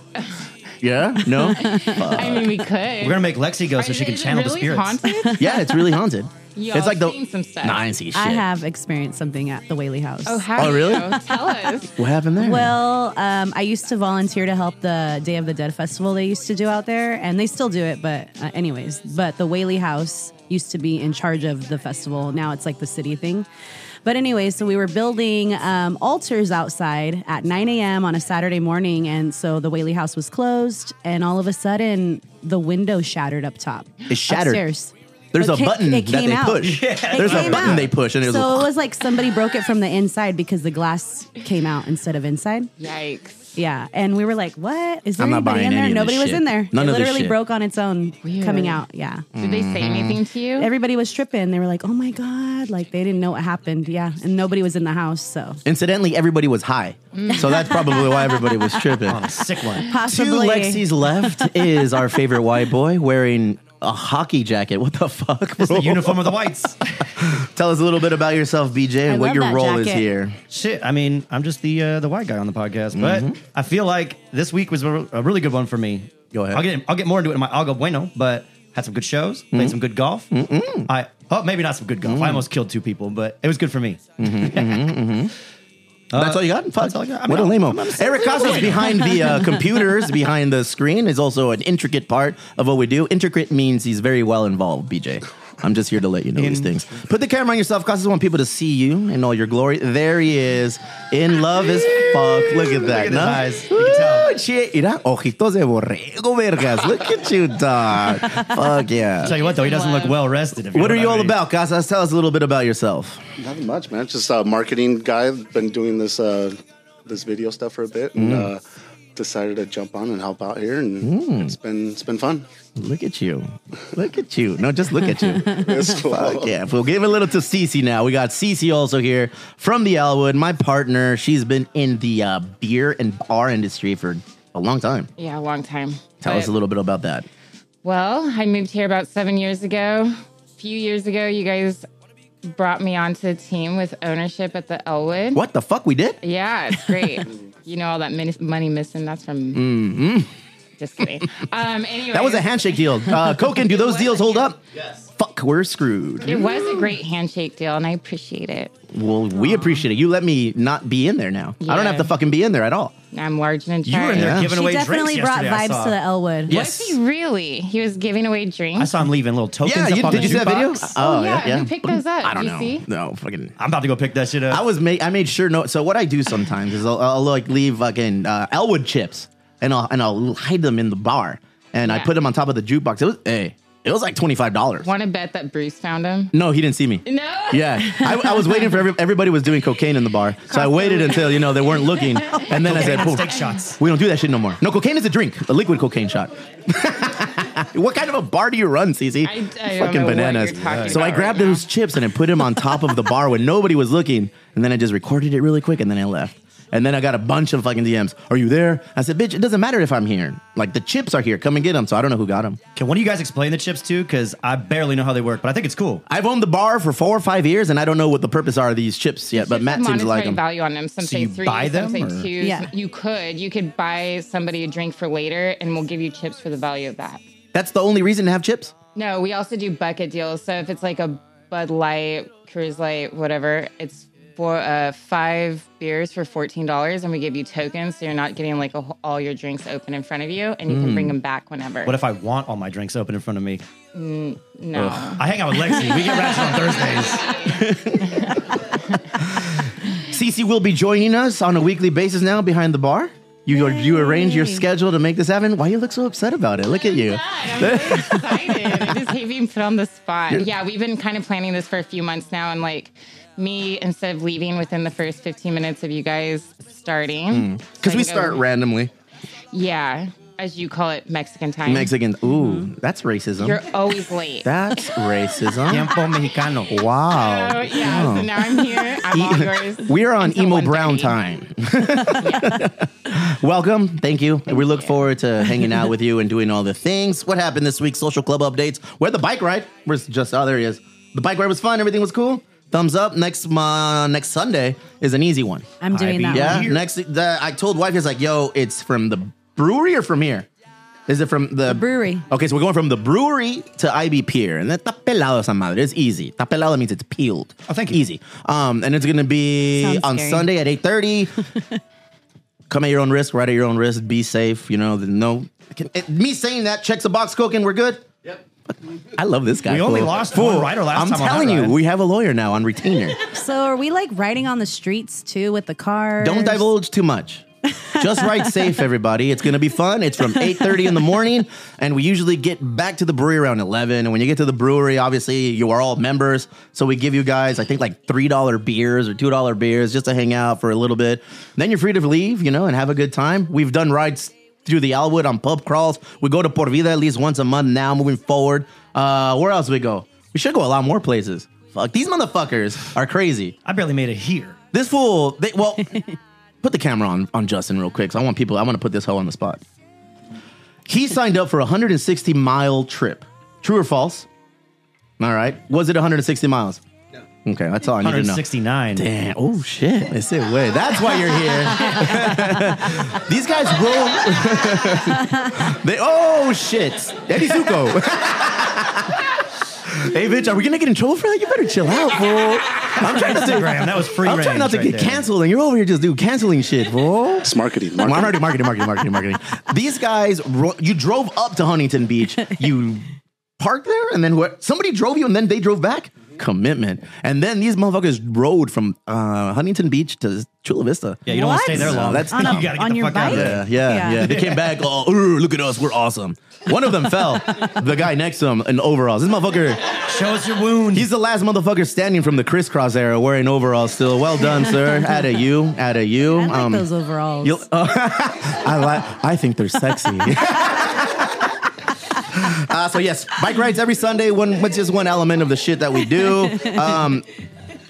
[SPEAKER 2] Yeah?
[SPEAKER 3] [LAUGHS]
[SPEAKER 2] No?
[SPEAKER 5] I mean, we could.
[SPEAKER 3] We're gonna make Lexi go so she can channel
[SPEAKER 5] really
[SPEAKER 3] the spirits. [LAUGHS]
[SPEAKER 5] Haunted?
[SPEAKER 2] yeah, it's
[SPEAKER 5] [LAUGHS]
[SPEAKER 2] really haunted.
[SPEAKER 5] [LAUGHS] Y'all
[SPEAKER 2] it's like the.
[SPEAKER 5] seen some stuff.
[SPEAKER 2] Nah, I ain't seen shit.
[SPEAKER 4] I have experienced something at the Whaley House.
[SPEAKER 5] Oh, have
[SPEAKER 2] Oh, really?
[SPEAKER 5] you?
[SPEAKER 4] [LAUGHS]
[SPEAKER 5] Tell us.
[SPEAKER 2] What happened there?
[SPEAKER 4] Well, um, I used to volunteer to help the Day of the Dead festival they used to do out there, and they still do it. But uh, anyways, but the Whaley House used to be in charge of the festival. Now it's like the city thing. But anyway, so we were building um, altars outside at 9 a.m. on a Saturday morning, and so the Whaley House was closed, and all of a sudden the window shattered up top.
[SPEAKER 2] It shattered.
[SPEAKER 4] Upstairs.
[SPEAKER 2] There's
[SPEAKER 4] It
[SPEAKER 2] a
[SPEAKER 4] ca-
[SPEAKER 2] button
[SPEAKER 4] it
[SPEAKER 2] that
[SPEAKER 4] came
[SPEAKER 2] they
[SPEAKER 4] out.
[SPEAKER 2] push.
[SPEAKER 4] It
[SPEAKER 2] There's a
[SPEAKER 4] came
[SPEAKER 2] button
[SPEAKER 4] out.
[SPEAKER 2] they push, and it was
[SPEAKER 4] so
[SPEAKER 2] like-
[SPEAKER 4] it was like somebody broke it from the inside because the glass came out instead of inside.
[SPEAKER 5] Yikes.
[SPEAKER 4] Yeah, and we were like, "What is there
[SPEAKER 2] I'm not
[SPEAKER 4] anybody
[SPEAKER 2] buying
[SPEAKER 4] in there?"
[SPEAKER 2] any of
[SPEAKER 4] Nobody
[SPEAKER 2] this
[SPEAKER 4] was
[SPEAKER 2] shit.
[SPEAKER 4] in there.
[SPEAKER 2] None
[SPEAKER 4] it
[SPEAKER 2] of this
[SPEAKER 4] literally
[SPEAKER 2] shit. Mm-hmm.
[SPEAKER 4] broke on its own,
[SPEAKER 5] Weird.
[SPEAKER 4] coming out. Yeah,
[SPEAKER 5] Did they say anything to you?
[SPEAKER 4] everybody was tripping. They were like, "Oh my god!" Like they didn't know what happened. Yeah, and nobody was in the house, so
[SPEAKER 2] Incidentally, everybody was high.
[SPEAKER 4] Mm.
[SPEAKER 2] So that's probably why everybody was [LAUGHS] tripping.
[SPEAKER 3] On a sick one.
[SPEAKER 2] Two
[SPEAKER 4] possibly.
[SPEAKER 2] Lexi's left is our favorite white boy wearing a hockey jacket. What the fuck,
[SPEAKER 3] It's
[SPEAKER 2] bro?
[SPEAKER 3] the uniform of the whites.
[SPEAKER 2] Tell us a little bit about yourself, BJ, and
[SPEAKER 4] I
[SPEAKER 2] what
[SPEAKER 4] love
[SPEAKER 2] your
[SPEAKER 4] that
[SPEAKER 2] role is
[SPEAKER 4] jacket.
[SPEAKER 2] here.
[SPEAKER 3] Shit, I mean, I'm just the uh, the white guy on the podcast, but
[SPEAKER 2] Mm-hmm.
[SPEAKER 3] I feel like this week was a a really good one for me.
[SPEAKER 2] Go ahead.
[SPEAKER 3] I'll get I'll get more into it in my I'll go bueno, but had some good shows,
[SPEAKER 2] Mm-hmm.
[SPEAKER 3] played some good golf. I oh maybe not some good golf. I almost killed two people, but it was good for me.
[SPEAKER 2] Mm-hmm,
[SPEAKER 3] [LAUGHS]
[SPEAKER 2] that's all you got? Fuck.
[SPEAKER 3] all I got. I
[SPEAKER 2] What a
[SPEAKER 3] mean,
[SPEAKER 2] lame Eric Costa's behind the uh, computers, [LAUGHS] behind the screen, is also an intricate part of what we do. Intricate means he's very well involved, BJ. I'm just here to let you know these things. Put the camera on yourself. Costas want people to see you in all your glory. There he is. In love as fuck. Look at that.
[SPEAKER 3] his
[SPEAKER 2] no?
[SPEAKER 3] eyes. You can tell.
[SPEAKER 2] Ooh, shit. Mira, ojitos de borrego, vergas. Look at you,
[SPEAKER 3] [LAUGHS]
[SPEAKER 2] dog. fuck
[SPEAKER 3] Tell
[SPEAKER 2] yeah.
[SPEAKER 3] you what though, he doesn't look well rested. if
[SPEAKER 2] What
[SPEAKER 3] know
[SPEAKER 2] are you
[SPEAKER 3] I
[SPEAKER 2] all
[SPEAKER 3] mean.
[SPEAKER 2] about, Costas? Tell us a little bit about yourself.
[SPEAKER 6] Nothing much, man. Just a marketing guy. Been doing this uh, this video stuff for a bit, and
[SPEAKER 2] Mm.
[SPEAKER 6] uh, decided to jump on and help out here, and it's been it's been fun.
[SPEAKER 2] Look at you. Look at you. No, just look at you.
[SPEAKER 6] It's cool.
[SPEAKER 2] Fuck yeah. We'll give a little to Cece now. We got Cece also here from the Elwood, my partner. She's been in the uh, beer and bar industry for a long time.
[SPEAKER 5] Yeah, a long time.
[SPEAKER 2] Tell us
[SPEAKER 5] But-
[SPEAKER 2] a little bit about that.
[SPEAKER 5] Well, I moved here about seven years ago. A few years ago, you guys brought me onto the team with ownership at the Elwood.
[SPEAKER 2] What the fuck we did?
[SPEAKER 5] Yeah, it's
[SPEAKER 3] [LAUGHS]
[SPEAKER 5] great. you know all that min- money missing? That's from.
[SPEAKER 3] Mm.
[SPEAKER 5] Just kidding. Um, anyway,
[SPEAKER 2] Mm-hmm. That was a handshake deal.
[SPEAKER 5] [LAUGHS]
[SPEAKER 2] Uh, Koken, do those deals hold up? Yes. Fuck, we're screwed.
[SPEAKER 5] It was a great handshake deal, and I appreciate it.
[SPEAKER 2] Well, we appreciate it. You let me not be in there now. I don't
[SPEAKER 5] Yeah.
[SPEAKER 2] have to fucking be in there at all.
[SPEAKER 5] I'm large and in
[SPEAKER 3] You were
[SPEAKER 5] charge.
[SPEAKER 3] in there
[SPEAKER 2] Yeah.
[SPEAKER 3] giving
[SPEAKER 4] She
[SPEAKER 3] away
[SPEAKER 4] definitely
[SPEAKER 3] drinks
[SPEAKER 4] brought
[SPEAKER 3] yesterday, I
[SPEAKER 4] vibes
[SPEAKER 3] saw.
[SPEAKER 4] to the Elwood.
[SPEAKER 3] Yes.
[SPEAKER 5] Was he really? He was giving away drinks.
[SPEAKER 3] I saw him leaving little tokens.
[SPEAKER 2] Yeah,
[SPEAKER 3] up
[SPEAKER 2] you,
[SPEAKER 3] on
[SPEAKER 2] did
[SPEAKER 3] the
[SPEAKER 2] you see that video?
[SPEAKER 3] jukebox.
[SPEAKER 5] Oh, yeah, who picked those up?
[SPEAKER 2] I don't
[SPEAKER 5] You
[SPEAKER 2] know.
[SPEAKER 5] see?
[SPEAKER 2] No, fucking.
[SPEAKER 3] I'm about to go pick that shit up.
[SPEAKER 2] I was made. I made sure. No. So what I do sometimes is I'll, I'll like leave fucking uh, Elwood chips and I'll and I'll hide them in the bar and I
[SPEAKER 5] Yeah.
[SPEAKER 2] put them on top of the jukebox. It was hey, it was like twenty five dollars.
[SPEAKER 5] Want to bet that Bruce found him?
[SPEAKER 2] No, he didn't see me.
[SPEAKER 5] No.
[SPEAKER 2] Yeah, I, I was waiting for every, everybody was doing cocaine in the bar, so I waited until you know they weren't
[SPEAKER 5] [LAUGHS]
[SPEAKER 2] looking, and then I said, "Boom."
[SPEAKER 3] Steak shots.
[SPEAKER 2] "We don't do that shit no more." No, cocaine is a drink, a liquid cocaine shot. [LAUGHS] what kind of a bar do you run, Cece?
[SPEAKER 5] I- I don't know what you're talking
[SPEAKER 2] so I
[SPEAKER 5] about
[SPEAKER 2] grabbed
[SPEAKER 5] right now.
[SPEAKER 2] those chips and I put them on top of the bar when nobody was looking, and then I just recorded it really quick, and then I left. And then I got a bunch of fucking DMs. Are you there? I said, bitch, it doesn't matter if I'm here. Like the chips are here. Come and get them. So I don't know who got them.
[SPEAKER 3] Can one of you guys explain the chips too? Because I barely know how they work, but I think it's cool.
[SPEAKER 2] I've owned the bar for four or five years, and I don't know what the purpose are of these chips yet. But Matt seems
[SPEAKER 5] monetary
[SPEAKER 2] to like them.
[SPEAKER 5] value on them. Some say
[SPEAKER 3] you
[SPEAKER 5] three,
[SPEAKER 3] buy
[SPEAKER 5] some
[SPEAKER 3] them,
[SPEAKER 5] say
[SPEAKER 3] or-
[SPEAKER 5] two.
[SPEAKER 4] Yeah.
[SPEAKER 5] You could, you could buy somebody a drink for later, and we'll give you chips for the value of that.
[SPEAKER 2] That's the only reason to have chips.
[SPEAKER 5] No, we also do bucket deals. So if it's like a Bud Light, Cruise Light, whatever, it's for uh, five beers for fourteen dollars, and we give you tokens, so you're not getting like a, wh- all your drinks open in front of you, and you can bring them back whenever.
[SPEAKER 3] Hmm. What if I want all my drinks open in front of me?
[SPEAKER 5] no,
[SPEAKER 3] I hang out with Lexi. We get ratchet on
[SPEAKER 4] [LAUGHS]
[SPEAKER 3] Thursdays.
[SPEAKER 2] Cece will be joining us on a weekly basis now behind the bar. You you arrange your schedule to make this happen. Why you look so upset about it? Look at you.
[SPEAKER 5] I'm really excited. [LAUGHS] I just hate being put on the spot. Yeah, we've been kind of planning this for a few months now, and like me, instead of leaving within the first 15 minutes of you guys starting, so I
[SPEAKER 2] Because Hmm. Mm. we
[SPEAKER 5] can go-
[SPEAKER 2] start randomly.
[SPEAKER 5] Yeah. as you call it, Mexican time. Mm-hmm.
[SPEAKER 2] Mexican. Ooh, that's racism.
[SPEAKER 5] You're always late. [LAUGHS]
[SPEAKER 2] that's racism.
[SPEAKER 3] Tiempo
[SPEAKER 2] [LAUGHS]
[SPEAKER 3] Mexicano.
[SPEAKER 2] Wow.
[SPEAKER 5] so, Oh, yeah, so now I'm here.
[SPEAKER 2] [LAUGHS]
[SPEAKER 5] I'm all yours.
[SPEAKER 2] We are on
[SPEAKER 5] until
[SPEAKER 2] emo brown
[SPEAKER 5] 1:30. [LAUGHS]
[SPEAKER 2] time. Welcome. Thank you. we look forward to
[SPEAKER 5] [LAUGHS]
[SPEAKER 2] hanging out with you and doing all the things. What happened this week? Social club updates. Where the bike ride? Where's just oh there he is. The bike ride was fun. Everything was cool. Thumbs up. Next uh, next Sunday is an easy one.
[SPEAKER 4] I'm doing that
[SPEAKER 2] Yeah.
[SPEAKER 4] one.
[SPEAKER 2] Next, the, I told wife is like, yo, it's from the brewery or from here. Is it from the,
[SPEAKER 4] brewery.
[SPEAKER 2] Okay, so we're going from the brewery to IB Pier, and that está pelado esa madre. It's easy. Está pelado means it's peeled.
[SPEAKER 3] Oh, thank you.
[SPEAKER 2] Easy. Um, and it's gonna be
[SPEAKER 4] Sounds
[SPEAKER 2] on
[SPEAKER 4] scary.
[SPEAKER 2] Sunday at eight thirty. [LAUGHS] Come at your own risk. Ride at your own risk. Be safe. You know, the- no. Can, it- me saying that checks the box. Cooking. We're good. Yep. I love this guy.
[SPEAKER 3] We only
[SPEAKER 2] fool.
[SPEAKER 3] lost one
[SPEAKER 2] Fool.
[SPEAKER 3] rider last
[SPEAKER 2] I'm
[SPEAKER 3] time on that
[SPEAKER 2] telling you,
[SPEAKER 3] ride.
[SPEAKER 2] we have a lawyer now on retainer.
[SPEAKER 4] So are we like riding on the streets too with the car?
[SPEAKER 2] Don't divulge too much.
[SPEAKER 4] [LAUGHS]
[SPEAKER 2] Just ride safe, everybody. It's gonna be fun. It's from 8:30 in the morning, and we usually get back to the brewery around 11. And when you get to the brewery, obviously you are all members, so we give you guys, I think, like three dollar beers or two dollar beers just to hang out for a little bit. Then you're free to leave, you know, and have a good time. We've done rides through the Alwood on pub crawls. We go to Por Vida at least once a month now. Moving forward, uh, where else we go? We should go a lot more places. Fuck, these motherfuckers are crazy.
[SPEAKER 3] I barely made it here.
[SPEAKER 2] This fool. They, well, put the camera on on Justin real quick. 'cause I want people. I want to put this hoe on the spot. He signed up for a 160 mile trip. True or false? All right. Was it 160 miles? No. Okay, that's all I need to know.
[SPEAKER 3] 169.
[SPEAKER 2] Damn. Oh shit. It's it way. That's why you're here. [LAUGHS] These guys roll. [LAUGHS] they oh shit. Eddie Zuko. [LAUGHS] hey bitch, are we gonna get in trouble for that? You better chill out, fool. I'm trying not to
[SPEAKER 3] Instagram, that was free
[SPEAKER 2] I'm trying
[SPEAKER 3] range
[SPEAKER 2] not to
[SPEAKER 3] right
[SPEAKER 2] get
[SPEAKER 3] there.
[SPEAKER 2] canceled, and you're over here just dude canceling shit, fool.
[SPEAKER 6] It's marketing.
[SPEAKER 2] Well, I'm
[SPEAKER 6] marketing.
[SPEAKER 2] already marketing, marketing, marketing, marketing. These guys, ro- you drove up to Huntington Beach, you parked there, and then what? Somebody drove you, and then they drove back. Commitment. And then these motherfuckers rode from uh, Huntington Beach to Chula Vista.
[SPEAKER 3] Yeah, you don't want to
[SPEAKER 4] What?
[SPEAKER 3] stay there
[SPEAKER 2] No,
[SPEAKER 3] long.
[SPEAKER 2] that's
[SPEAKER 4] on, a,
[SPEAKER 2] dumb.
[SPEAKER 3] you gotta get
[SPEAKER 4] on
[SPEAKER 3] the
[SPEAKER 4] your
[SPEAKER 3] fuck out
[SPEAKER 4] bike.
[SPEAKER 3] of there.
[SPEAKER 2] Yeah, yeah, yeah,
[SPEAKER 4] Yeah.
[SPEAKER 2] They came back. Oh, "Ooh, look at us, we're awesome. One of them fell. The guy next to him in overalls. This motherfucker.
[SPEAKER 3] Show us your wound.
[SPEAKER 2] He's the last motherfucker standing from the crisscross era wearing overalls still. Well done, sir. At a you, at a you.
[SPEAKER 4] I like those overalls.
[SPEAKER 2] You'll- [LAUGHS] oh, I like. I think they're sexy. Uh, so yes, bike rides every Sunday. One, which is one element of the shit that we do. Um,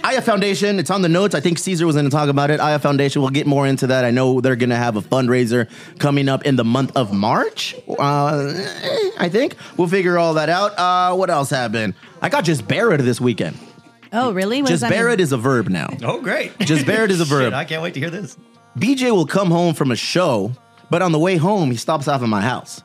[SPEAKER 2] Aya Foundation, it's on the notes. I think Caesar was going to talk about it. Aya Foundation, we'll get more into that. I know they're going to have a fundraiser coming up in the month of March. Uh, eh, I think we'll figure all that out. Uh, what else happened? I got just Barrett this weekend.
[SPEAKER 4] oh, really? What does
[SPEAKER 2] Just
[SPEAKER 4] that mean?
[SPEAKER 2] Barrett is a verb now.
[SPEAKER 3] oh, great.
[SPEAKER 2] Just Barrett is a verb.
[SPEAKER 3] [LAUGHS] Shit, I can't wait to hear this.
[SPEAKER 2] BJ will come home from a show, but on the way home, he stops off at my house.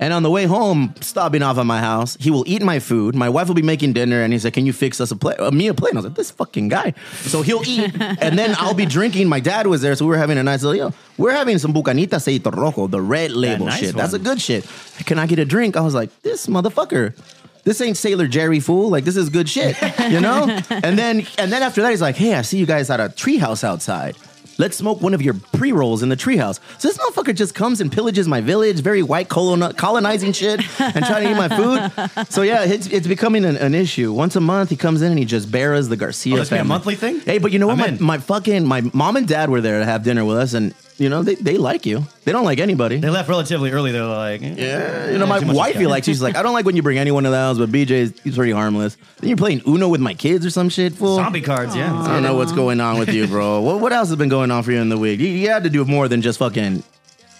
[SPEAKER 2] And on the way home, stopping off at my house, he will eat my food. My wife will be making dinner, and he's like, "Can you fix us a, play- a me a plate?" And I was like, "This fucking guy." So he'll
[SPEAKER 3] [LAUGHS]
[SPEAKER 2] eat, and then I'll be drinking. My dad was there, so we were having a nice little. Yo, we're having some bucanita aceite rojo, the red label
[SPEAKER 3] nice
[SPEAKER 2] shit. That's a
[SPEAKER 3] one.
[SPEAKER 2] good shit. Can I get a drink? I was like, "This motherfucker." This ain't Sailor Jerry fool. Like this is good
[SPEAKER 3] [LAUGHS]
[SPEAKER 2] shit, you know. and then and then after that, he's like, "Hey, I see you guys at a treehouse outside." Let's smoke one of your pre rolls in the treehouse. So this motherfucker just comes and pillages my village, very white colon- colonizing shit, and trying to
[SPEAKER 3] [LAUGHS]
[SPEAKER 2] eat my
[SPEAKER 3] Oh,
[SPEAKER 2] food. So yeah, it's, it's becoming an, an issue. Once a month, he comes in and he just bears the Garcia
[SPEAKER 3] Oh, this be a
[SPEAKER 2] family.
[SPEAKER 3] monthly thing?
[SPEAKER 2] Hey, but you know what?
[SPEAKER 3] I'm
[SPEAKER 2] My,
[SPEAKER 3] in.
[SPEAKER 2] my fucking my mom and dad were there to have dinner with us, and you know they, they like you. They don't like anybody.
[SPEAKER 3] They left relatively early. They're like, yeah.
[SPEAKER 2] You know, my
[SPEAKER 3] too much
[SPEAKER 2] wifey
[SPEAKER 3] discussion.
[SPEAKER 2] likes
[SPEAKER 3] [LAUGHS]
[SPEAKER 2] you. She's like, I don't like when you bring anyone to the house, but BJ's he's pretty harmless. Then you're playing Uno with my kids or some shit, fool.
[SPEAKER 3] zombie cards. Yeah,
[SPEAKER 2] I don't know what's going on with you, [LAUGHS] bro. what, what else has been going on for you in the week? You, you had to do more than just fucking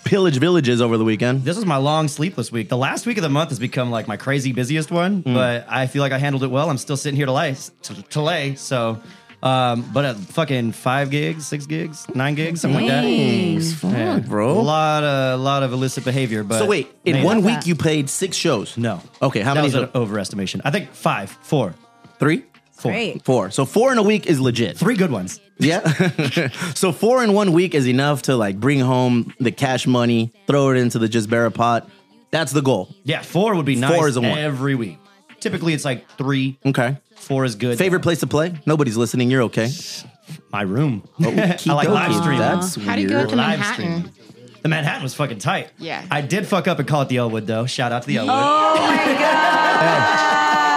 [SPEAKER 2] pillage villages over the weekend.
[SPEAKER 3] this was my long sleepless week. The last week of the month has become like my crazy busiest one,
[SPEAKER 2] Mm.
[SPEAKER 3] but I feel like I handled it well. I'm still sitting here to lay, to, to lay so. Um, but at fucking five gigs, six gigs, nine gigs, something like
[SPEAKER 4] Dang.
[SPEAKER 2] It's fun,
[SPEAKER 3] that. A
[SPEAKER 2] bro.
[SPEAKER 3] lot, of, lot of illicit behavior. But
[SPEAKER 2] So wait, in
[SPEAKER 3] man,
[SPEAKER 2] one
[SPEAKER 4] that.
[SPEAKER 2] week you played six shows?
[SPEAKER 3] no,
[SPEAKER 2] Okay, how
[SPEAKER 3] that
[SPEAKER 2] many?
[SPEAKER 3] was an
[SPEAKER 2] shows?
[SPEAKER 3] overestimation. I think five, four,
[SPEAKER 2] Three,
[SPEAKER 3] four,
[SPEAKER 4] Great.
[SPEAKER 2] four. So four in a week is legit.
[SPEAKER 3] three good ones.
[SPEAKER 2] Yeah. [LAUGHS] so four in one week is enough to like bring home the cash money, throw it into the just bear pot. That's the goal.
[SPEAKER 3] Yeah, four would be nice
[SPEAKER 2] Four is a one.
[SPEAKER 3] every week. Typically, it's like three.
[SPEAKER 2] Okay.
[SPEAKER 3] Four is good.
[SPEAKER 2] Favorite place to play? Nobody's listening. You're okay.
[SPEAKER 3] [SIGHS] my room. [LAUGHS] I like live
[SPEAKER 2] Okey-dokey.
[SPEAKER 3] stream.
[SPEAKER 2] That's
[SPEAKER 5] How'd it
[SPEAKER 2] weird.
[SPEAKER 5] go with the
[SPEAKER 3] Live
[SPEAKER 5] Manhattan?
[SPEAKER 3] stream. The Manhattan was fucking tight.
[SPEAKER 5] Yeah.
[SPEAKER 3] I did fuck up and call it the Elwood though. Shout out to the Elwood.
[SPEAKER 4] Oh
[SPEAKER 2] [LAUGHS]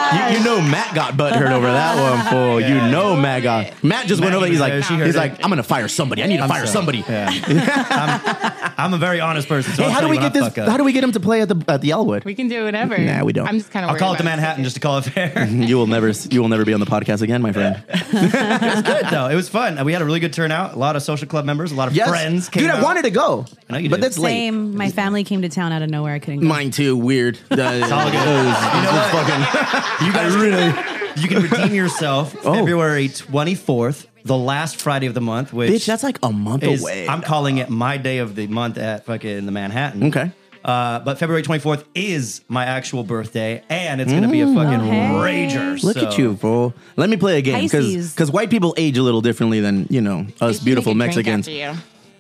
[SPEAKER 2] You, you know Matt got butthurt over that one,
[SPEAKER 3] [LAUGHS]
[SPEAKER 2] fool. You know Matt got. Matt just went
[SPEAKER 3] Matt
[SPEAKER 2] over.
[SPEAKER 3] was
[SPEAKER 2] He's
[SPEAKER 3] there,
[SPEAKER 2] like,
[SPEAKER 3] she heard
[SPEAKER 2] he's
[SPEAKER 3] it.
[SPEAKER 2] like, I'm gonna fire somebody. I need to
[SPEAKER 3] I'm
[SPEAKER 2] fire
[SPEAKER 3] sorry.
[SPEAKER 2] somebody.
[SPEAKER 3] Yeah. [LAUGHS] I'm a very honest person. So
[SPEAKER 2] Hey,
[SPEAKER 3] I'll
[SPEAKER 2] how
[SPEAKER 3] tell
[SPEAKER 2] do
[SPEAKER 3] you
[SPEAKER 2] we
[SPEAKER 3] when I
[SPEAKER 2] get this?
[SPEAKER 3] fuck up.
[SPEAKER 2] How do we get him to play at the at the Elwood?
[SPEAKER 5] We can do whatever.
[SPEAKER 2] Nah, we don't.
[SPEAKER 5] I'm just kind of.
[SPEAKER 3] I'll call it the Manhattan just to call it fair.
[SPEAKER 2] [LAUGHS] You will never you will never be on the podcast again, my
[SPEAKER 3] [LAUGHS]
[SPEAKER 2] friend.
[SPEAKER 3] good though. It was fun. We had a really good turnout. A lot of social club members, a lot of
[SPEAKER 2] Yes,
[SPEAKER 3] friends. Came
[SPEAKER 2] dude, I
[SPEAKER 3] out.
[SPEAKER 2] wanted to go,
[SPEAKER 3] I know you
[SPEAKER 2] but
[SPEAKER 3] did.
[SPEAKER 2] that's late.
[SPEAKER 4] Same. My family came to town out of nowhere. I couldn't go.
[SPEAKER 2] Mine too.
[SPEAKER 3] [LAUGHS]
[SPEAKER 2] Weird. Uh,
[SPEAKER 3] all good.
[SPEAKER 2] it was-
[SPEAKER 3] You know what? [LAUGHS] You guys really. [LAUGHS] You can redeem yourself
[SPEAKER 2] Oh.
[SPEAKER 3] February 24th, the last Friday of the month, which
[SPEAKER 2] Bitch, that's like a month
[SPEAKER 3] is,
[SPEAKER 2] away.
[SPEAKER 3] I'm calling it my day of the month at fucking the Manhattan.
[SPEAKER 2] Okay.
[SPEAKER 3] Uh, but February 24th is my actual birthday, and it's gonna be a fucking
[SPEAKER 4] Oh, hey.
[SPEAKER 3] rager.
[SPEAKER 2] Mm. Look
[SPEAKER 3] so-
[SPEAKER 2] at you, bro. Let me play a game because
[SPEAKER 4] Pisces.
[SPEAKER 2] because white people age a little differently than you know us beautiful Mexicans.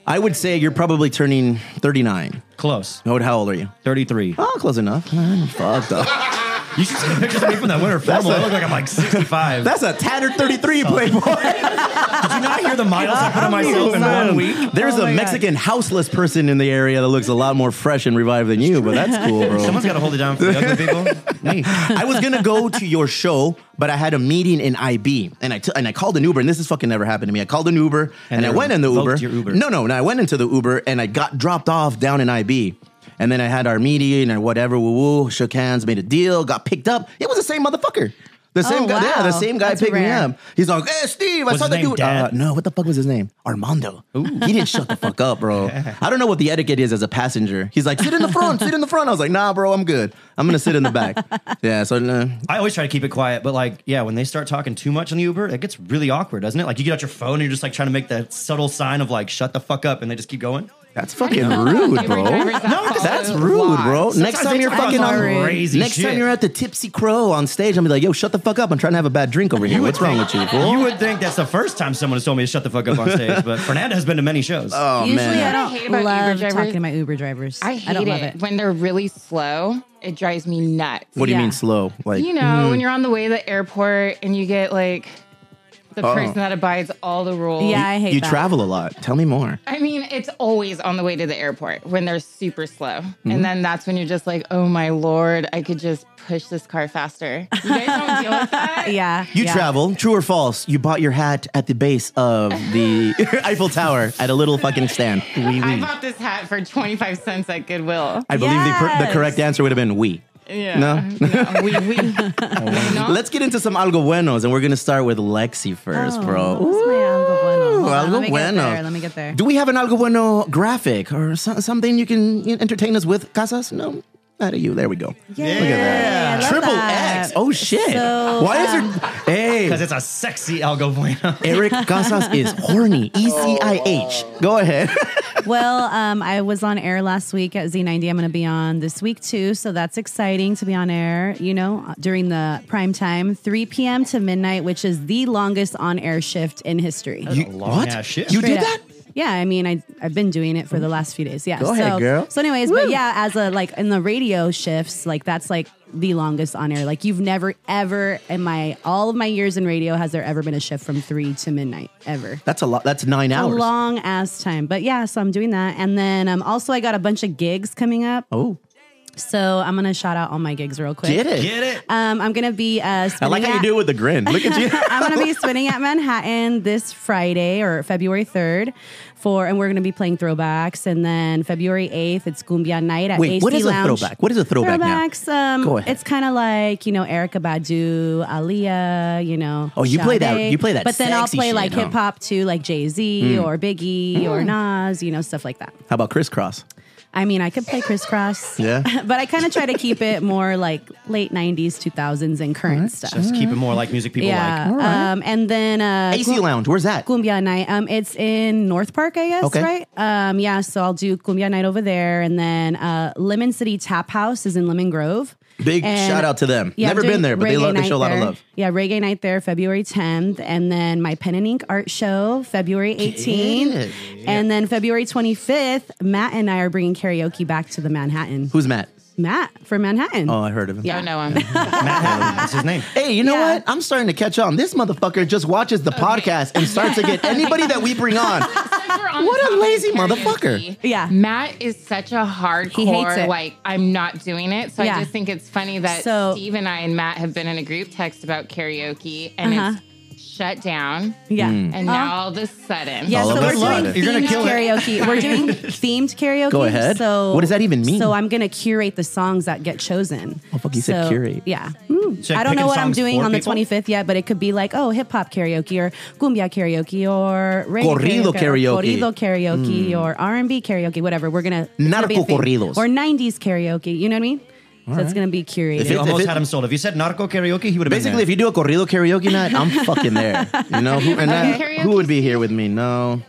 [SPEAKER 2] I would say you're probably turning 39.
[SPEAKER 3] Close.
[SPEAKER 2] How how old are you?
[SPEAKER 3] 33.
[SPEAKER 2] Oh, close enough. I'm fucked up.
[SPEAKER 3] You should see the pictures of me from that winter formal. I look like I'm like
[SPEAKER 2] [LAUGHS]
[SPEAKER 3] 65.
[SPEAKER 2] That's a tattered 33 playboy.
[SPEAKER 3] [LAUGHS] Did you not hear the [LAUGHS] miles I put on myself in one week? Oh
[SPEAKER 2] There's
[SPEAKER 4] Oh
[SPEAKER 2] a Mexican houseless person in the area that looks a lot more fresh and revived than you, but that's cool, bro.
[SPEAKER 3] Someone's got to hold it down for the
[SPEAKER 2] [LAUGHS]
[SPEAKER 3] ugly people. Me.
[SPEAKER 2] I was gonna go to your show, but I had a meeting in IB, and I t- and I called an Uber, and this has fucking never happened to me. I called an Uber, and,
[SPEAKER 3] they
[SPEAKER 2] I went in the Uber.
[SPEAKER 3] revoked your Uber.
[SPEAKER 2] No, no, no. I went into the Uber, and I got dropped off down in IB, and then I had our meeting and whatever. Woo woo. Shook hands, made a deal, got picked up. It was the same motherfucker. The same guy, yeah, the
[SPEAKER 4] Oh, wow.
[SPEAKER 2] same guy
[SPEAKER 4] That's
[SPEAKER 2] picked me
[SPEAKER 4] rare.
[SPEAKER 2] up. He's like, "Hey, Steve, I
[SPEAKER 3] Was
[SPEAKER 2] saw
[SPEAKER 3] his
[SPEAKER 2] the
[SPEAKER 3] name
[SPEAKER 2] dude."
[SPEAKER 3] Dan?
[SPEAKER 2] Uh, no, what the fuck was his name? Armando. He didn't shut the fuck up, bro. I don't know what the etiquette is as a passenger. He's like, "Sit in the front, sit in the front." I was like, "Nah, bro, I'm good. I'm gonna sit in the back." yeah, so uh,
[SPEAKER 3] I always try to keep it quiet, but like, yeah, when they start talking too much on the Uber, it gets really awkward, doesn't it? Like, you get out your phone and you're just like trying to make that subtle sign of like, shut the fuck up, and they just keep going.
[SPEAKER 2] That's fucking rude, bro.
[SPEAKER 5] No,
[SPEAKER 2] That's rude, bro. next time
[SPEAKER 3] they
[SPEAKER 2] you're
[SPEAKER 3] talk
[SPEAKER 2] fucking
[SPEAKER 3] about
[SPEAKER 2] on
[SPEAKER 3] crazy
[SPEAKER 2] next time
[SPEAKER 3] shit.
[SPEAKER 2] you're at the Tipsy Crow on stage, I'm be like, "Yo, shut the fuck up! I'm trying to have a bad drink over here. What's wrong with you, fool?"
[SPEAKER 3] You would think that's the first time someone has told me to shut the fuck up on stage,
[SPEAKER 2] [LAUGHS]
[SPEAKER 3] but Fernanda has been to many shows. Oh,
[SPEAKER 4] Usually,
[SPEAKER 2] man.
[SPEAKER 5] What I
[SPEAKER 4] I
[SPEAKER 5] hate
[SPEAKER 4] don't
[SPEAKER 5] about
[SPEAKER 4] love
[SPEAKER 5] Uber drivers-
[SPEAKER 4] talking to my Uber drivers.
[SPEAKER 5] I hate
[SPEAKER 4] don't
[SPEAKER 5] it,
[SPEAKER 4] love it.
[SPEAKER 5] when they're really slow. It drives me nuts.
[SPEAKER 2] What do you
[SPEAKER 4] Yeah.
[SPEAKER 2] mean slow? Like, hmm. mm.
[SPEAKER 5] You know, when you're on the way to the airport and you get like the person that abides all the rules.
[SPEAKER 4] Yeah, I hate
[SPEAKER 2] you
[SPEAKER 4] that.
[SPEAKER 2] travel a lot. Tell me more.
[SPEAKER 5] I mean, it's always on the way to the airport when they're super slow.
[SPEAKER 2] Mm-hmm.
[SPEAKER 5] And then that's when you're just like, oh my lord, I could just push this car faster. You guys don't deal with that?
[SPEAKER 4] [LAUGHS] Yeah,
[SPEAKER 2] You
[SPEAKER 4] yeah.
[SPEAKER 2] travel. True or false? You bought your hat at the base of
[SPEAKER 4] [LAUGHS]
[SPEAKER 2] the [LAUGHS] Eiffel Tower at a little fucking stand. Oui,
[SPEAKER 5] I
[SPEAKER 2] oui.
[SPEAKER 4] um,
[SPEAKER 5] bought this hat for 25 cents at Goodwill.
[SPEAKER 2] I believe the, per- the
[SPEAKER 4] Yes.
[SPEAKER 2] correct answer would have been we.
[SPEAKER 5] Yeah.
[SPEAKER 4] [LAUGHS]
[SPEAKER 2] No?
[SPEAKER 5] No, we,
[SPEAKER 2] [LAUGHS]
[SPEAKER 5] we, no.
[SPEAKER 2] Let's get into some algo buenos, and we're gonna start with Lexi first, bro.
[SPEAKER 4] What's Oh, my algo bueno? Hold on,
[SPEAKER 2] algo
[SPEAKER 4] let me
[SPEAKER 2] bueno.
[SPEAKER 4] Get there. Let me get there.
[SPEAKER 2] Do we have an algo bueno graphic or so- something you can you know, entertain us with, Casas? No, not you. There we go.
[SPEAKER 4] Yay,
[SPEAKER 2] Look
[SPEAKER 4] I
[SPEAKER 2] at that.
[SPEAKER 4] love
[SPEAKER 2] Triple
[SPEAKER 4] that.
[SPEAKER 2] X. Oh shit.
[SPEAKER 4] So um,
[SPEAKER 2] Why is there?
[SPEAKER 3] because
[SPEAKER 2] Hey,
[SPEAKER 3] it's a sexy Algo Bueno.
[SPEAKER 2] [LAUGHS] Eric Casas is horny. E C I H. Go ahead.
[SPEAKER 4] well, um, I was on air last week at Z90. I'm going to be on this week too, so that's exciting to be on air. You know, during the prime time, 3 p.m. to midnight, which is the longest on-air shift in history.
[SPEAKER 2] You-
[SPEAKER 3] long ass shift.
[SPEAKER 2] You
[SPEAKER 4] Straight
[SPEAKER 2] did that?
[SPEAKER 4] up. Yeah, I mean, I I've been doing it for the last few days. Yeah.
[SPEAKER 2] Go
[SPEAKER 4] so,
[SPEAKER 2] ahead, girl.
[SPEAKER 4] So, anyways, but yeah, as a like in the radio shifts, like that's like the longest on air. Like you've never ever in my all of my years in radio has there ever been a shift from three to midnight ever.
[SPEAKER 2] That's a lot. That's nine
[SPEAKER 4] A
[SPEAKER 2] hours.
[SPEAKER 4] long ass time, but yeah. So I'm doing that, and then um, also I got a bunch of gigs coming up.
[SPEAKER 2] oh,
[SPEAKER 4] So I'm gonna shout out all my gigs real quick.
[SPEAKER 2] get it.
[SPEAKER 3] Get it?
[SPEAKER 4] Um, I'm gonna be uh,
[SPEAKER 2] I like
[SPEAKER 4] spinning
[SPEAKER 2] how you
[SPEAKER 4] at-
[SPEAKER 2] do it with the grin. Look at [LAUGHS] you.
[SPEAKER 4] [LAUGHS] I'm going to be spinning at Manhattan this Friday or February 3rd for, and we're going to be playing throwbacks. And then February 8th, it's Cumbia Night at
[SPEAKER 2] Wait,
[SPEAKER 4] AC
[SPEAKER 2] what is
[SPEAKER 4] Lounge.
[SPEAKER 2] a throwback? What is a throwback now?
[SPEAKER 4] Throwbacks. Um,
[SPEAKER 2] Go ahead.
[SPEAKER 4] It's kind of like you know Erica Badu, Aaliyah. You know.
[SPEAKER 2] Oh, you play that-
[SPEAKER 4] Sade.
[SPEAKER 2] you play that
[SPEAKER 4] But then I'll
[SPEAKER 2] sexy
[SPEAKER 4] play
[SPEAKER 2] shit,
[SPEAKER 4] like
[SPEAKER 2] huh? Mm.
[SPEAKER 4] hip hop too, like Jay Z or Biggie or Nas. You know stuff like that.
[SPEAKER 2] How about crisscross?
[SPEAKER 4] I mean, I could play crisscross.
[SPEAKER 2] Yeah.
[SPEAKER 4] [LAUGHS] but I kind of try to keep it more like late '90s, 2000s, and current stuff.
[SPEAKER 3] Just keep it more like music people
[SPEAKER 4] yeah.
[SPEAKER 3] like.
[SPEAKER 4] Um, and then uh,
[SPEAKER 2] AC Lounge. Where's that?
[SPEAKER 4] Cumbia night. Um, it's in North Park, I guess,
[SPEAKER 2] Okay.
[SPEAKER 4] right? Um, yeah. So I'll do Cumbia night over there, and then uh, Lemon City Tap House is in Lemon Grove.
[SPEAKER 2] Big
[SPEAKER 4] And-
[SPEAKER 2] shout out to them.
[SPEAKER 4] Yeah, I'm
[SPEAKER 2] Never been
[SPEAKER 4] doing
[SPEAKER 2] there, but they
[SPEAKER 4] reggae
[SPEAKER 2] love. They show a
[SPEAKER 4] night
[SPEAKER 2] lot of
[SPEAKER 4] there.
[SPEAKER 2] love.
[SPEAKER 4] Yeah, reggae night there, February 10th, and then my pen and ink art show, February 18th, and then February 25th. Matt and I are bringing karaoke back to the Manhattan.
[SPEAKER 2] Who's Matt?
[SPEAKER 4] Matt from Manhattan.
[SPEAKER 2] Oh, I heard of him.
[SPEAKER 5] Don't know him.
[SPEAKER 3] Matt, that's his name.
[SPEAKER 2] Hey, you know
[SPEAKER 4] Yeah.
[SPEAKER 2] what? I'm starting to catch on. This motherfucker just watches the podcast and starts to get anybody that we
[SPEAKER 4] [LAUGHS]
[SPEAKER 2] bring on.
[SPEAKER 5] what
[SPEAKER 2] a lazy motherfucker.
[SPEAKER 4] Yeah.
[SPEAKER 5] Matt is such a
[SPEAKER 4] hates
[SPEAKER 5] hardcore,
[SPEAKER 4] it.
[SPEAKER 5] like, I'm not doing it. So
[SPEAKER 4] Yeah.
[SPEAKER 5] I just think it's funny that
[SPEAKER 4] So-
[SPEAKER 5] Steve and I and Matt have been in a group text about karaoke and it's shut down,
[SPEAKER 4] Uh-huh. Yeah. Uh-huh.
[SPEAKER 5] and now all of a sudden,
[SPEAKER 4] Yeah,
[SPEAKER 2] Hmm. All
[SPEAKER 4] so
[SPEAKER 2] of
[SPEAKER 4] we're
[SPEAKER 2] us love
[SPEAKER 4] doing
[SPEAKER 2] it.
[SPEAKER 3] You're gonna
[SPEAKER 4] themed
[SPEAKER 3] kill it.
[SPEAKER 4] karaoke. We're
[SPEAKER 2] [LAUGHS]
[SPEAKER 4] doing themed karaoke.
[SPEAKER 2] Go ahead.
[SPEAKER 4] So
[SPEAKER 2] What does that even mean?
[SPEAKER 4] So I'm gonna curate the songs that get chosen. Oh
[SPEAKER 2] fuck, you said curate.
[SPEAKER 4] Yeah. Mm.
[SPEAKER 3] So you're
[SPEAKER 4] I don't
[SPEAKER 3] picking
[SPEAKER 4] know what I'm
[SPEAKER 3] songs
[SPEAKER 4] doing
[SPEAKER 3] for
[SPEAKER 4] on the
[SPEAKER 3] people?
[SPEAKER 4] 25th yet, but it could be like oh hip hop karaoke or cumbia karaoke or reggae
[SPEAKER 2] Corrido karaoke. Hmm.
[SPEAKER 4] corrido karaoke or R&B karaoke, whatever. We're gonna it's gonna be a
[SPEAKER 2] Narco
[SPEAKER 4] thing.
[SPEAKER 2] corridos.
[SPEAKER 4] or 90s karaoke. You know what I mean? so it's gonna be curated.
[SPEAKER 2] If
[SPEAKER 3] You
[SPEAKER 2] it-
[SPEAKER 3] almost
[SPEAKER 2] it-
[SPEAKER 3] had him sold. If you said narco karaoke, he would have
[SPEAKER 2] Basically, if you do a corrido karaoke night, I'm fucking
[SPEAKER 4] [LAUGHS]
[SPEAKER 2] there. You know, who, and
[SPEAKER 5] done
[SPEAKER 2] that,
[SPEAKER 5] karaoke?
[SPEAKER 2] who would be here with me? No,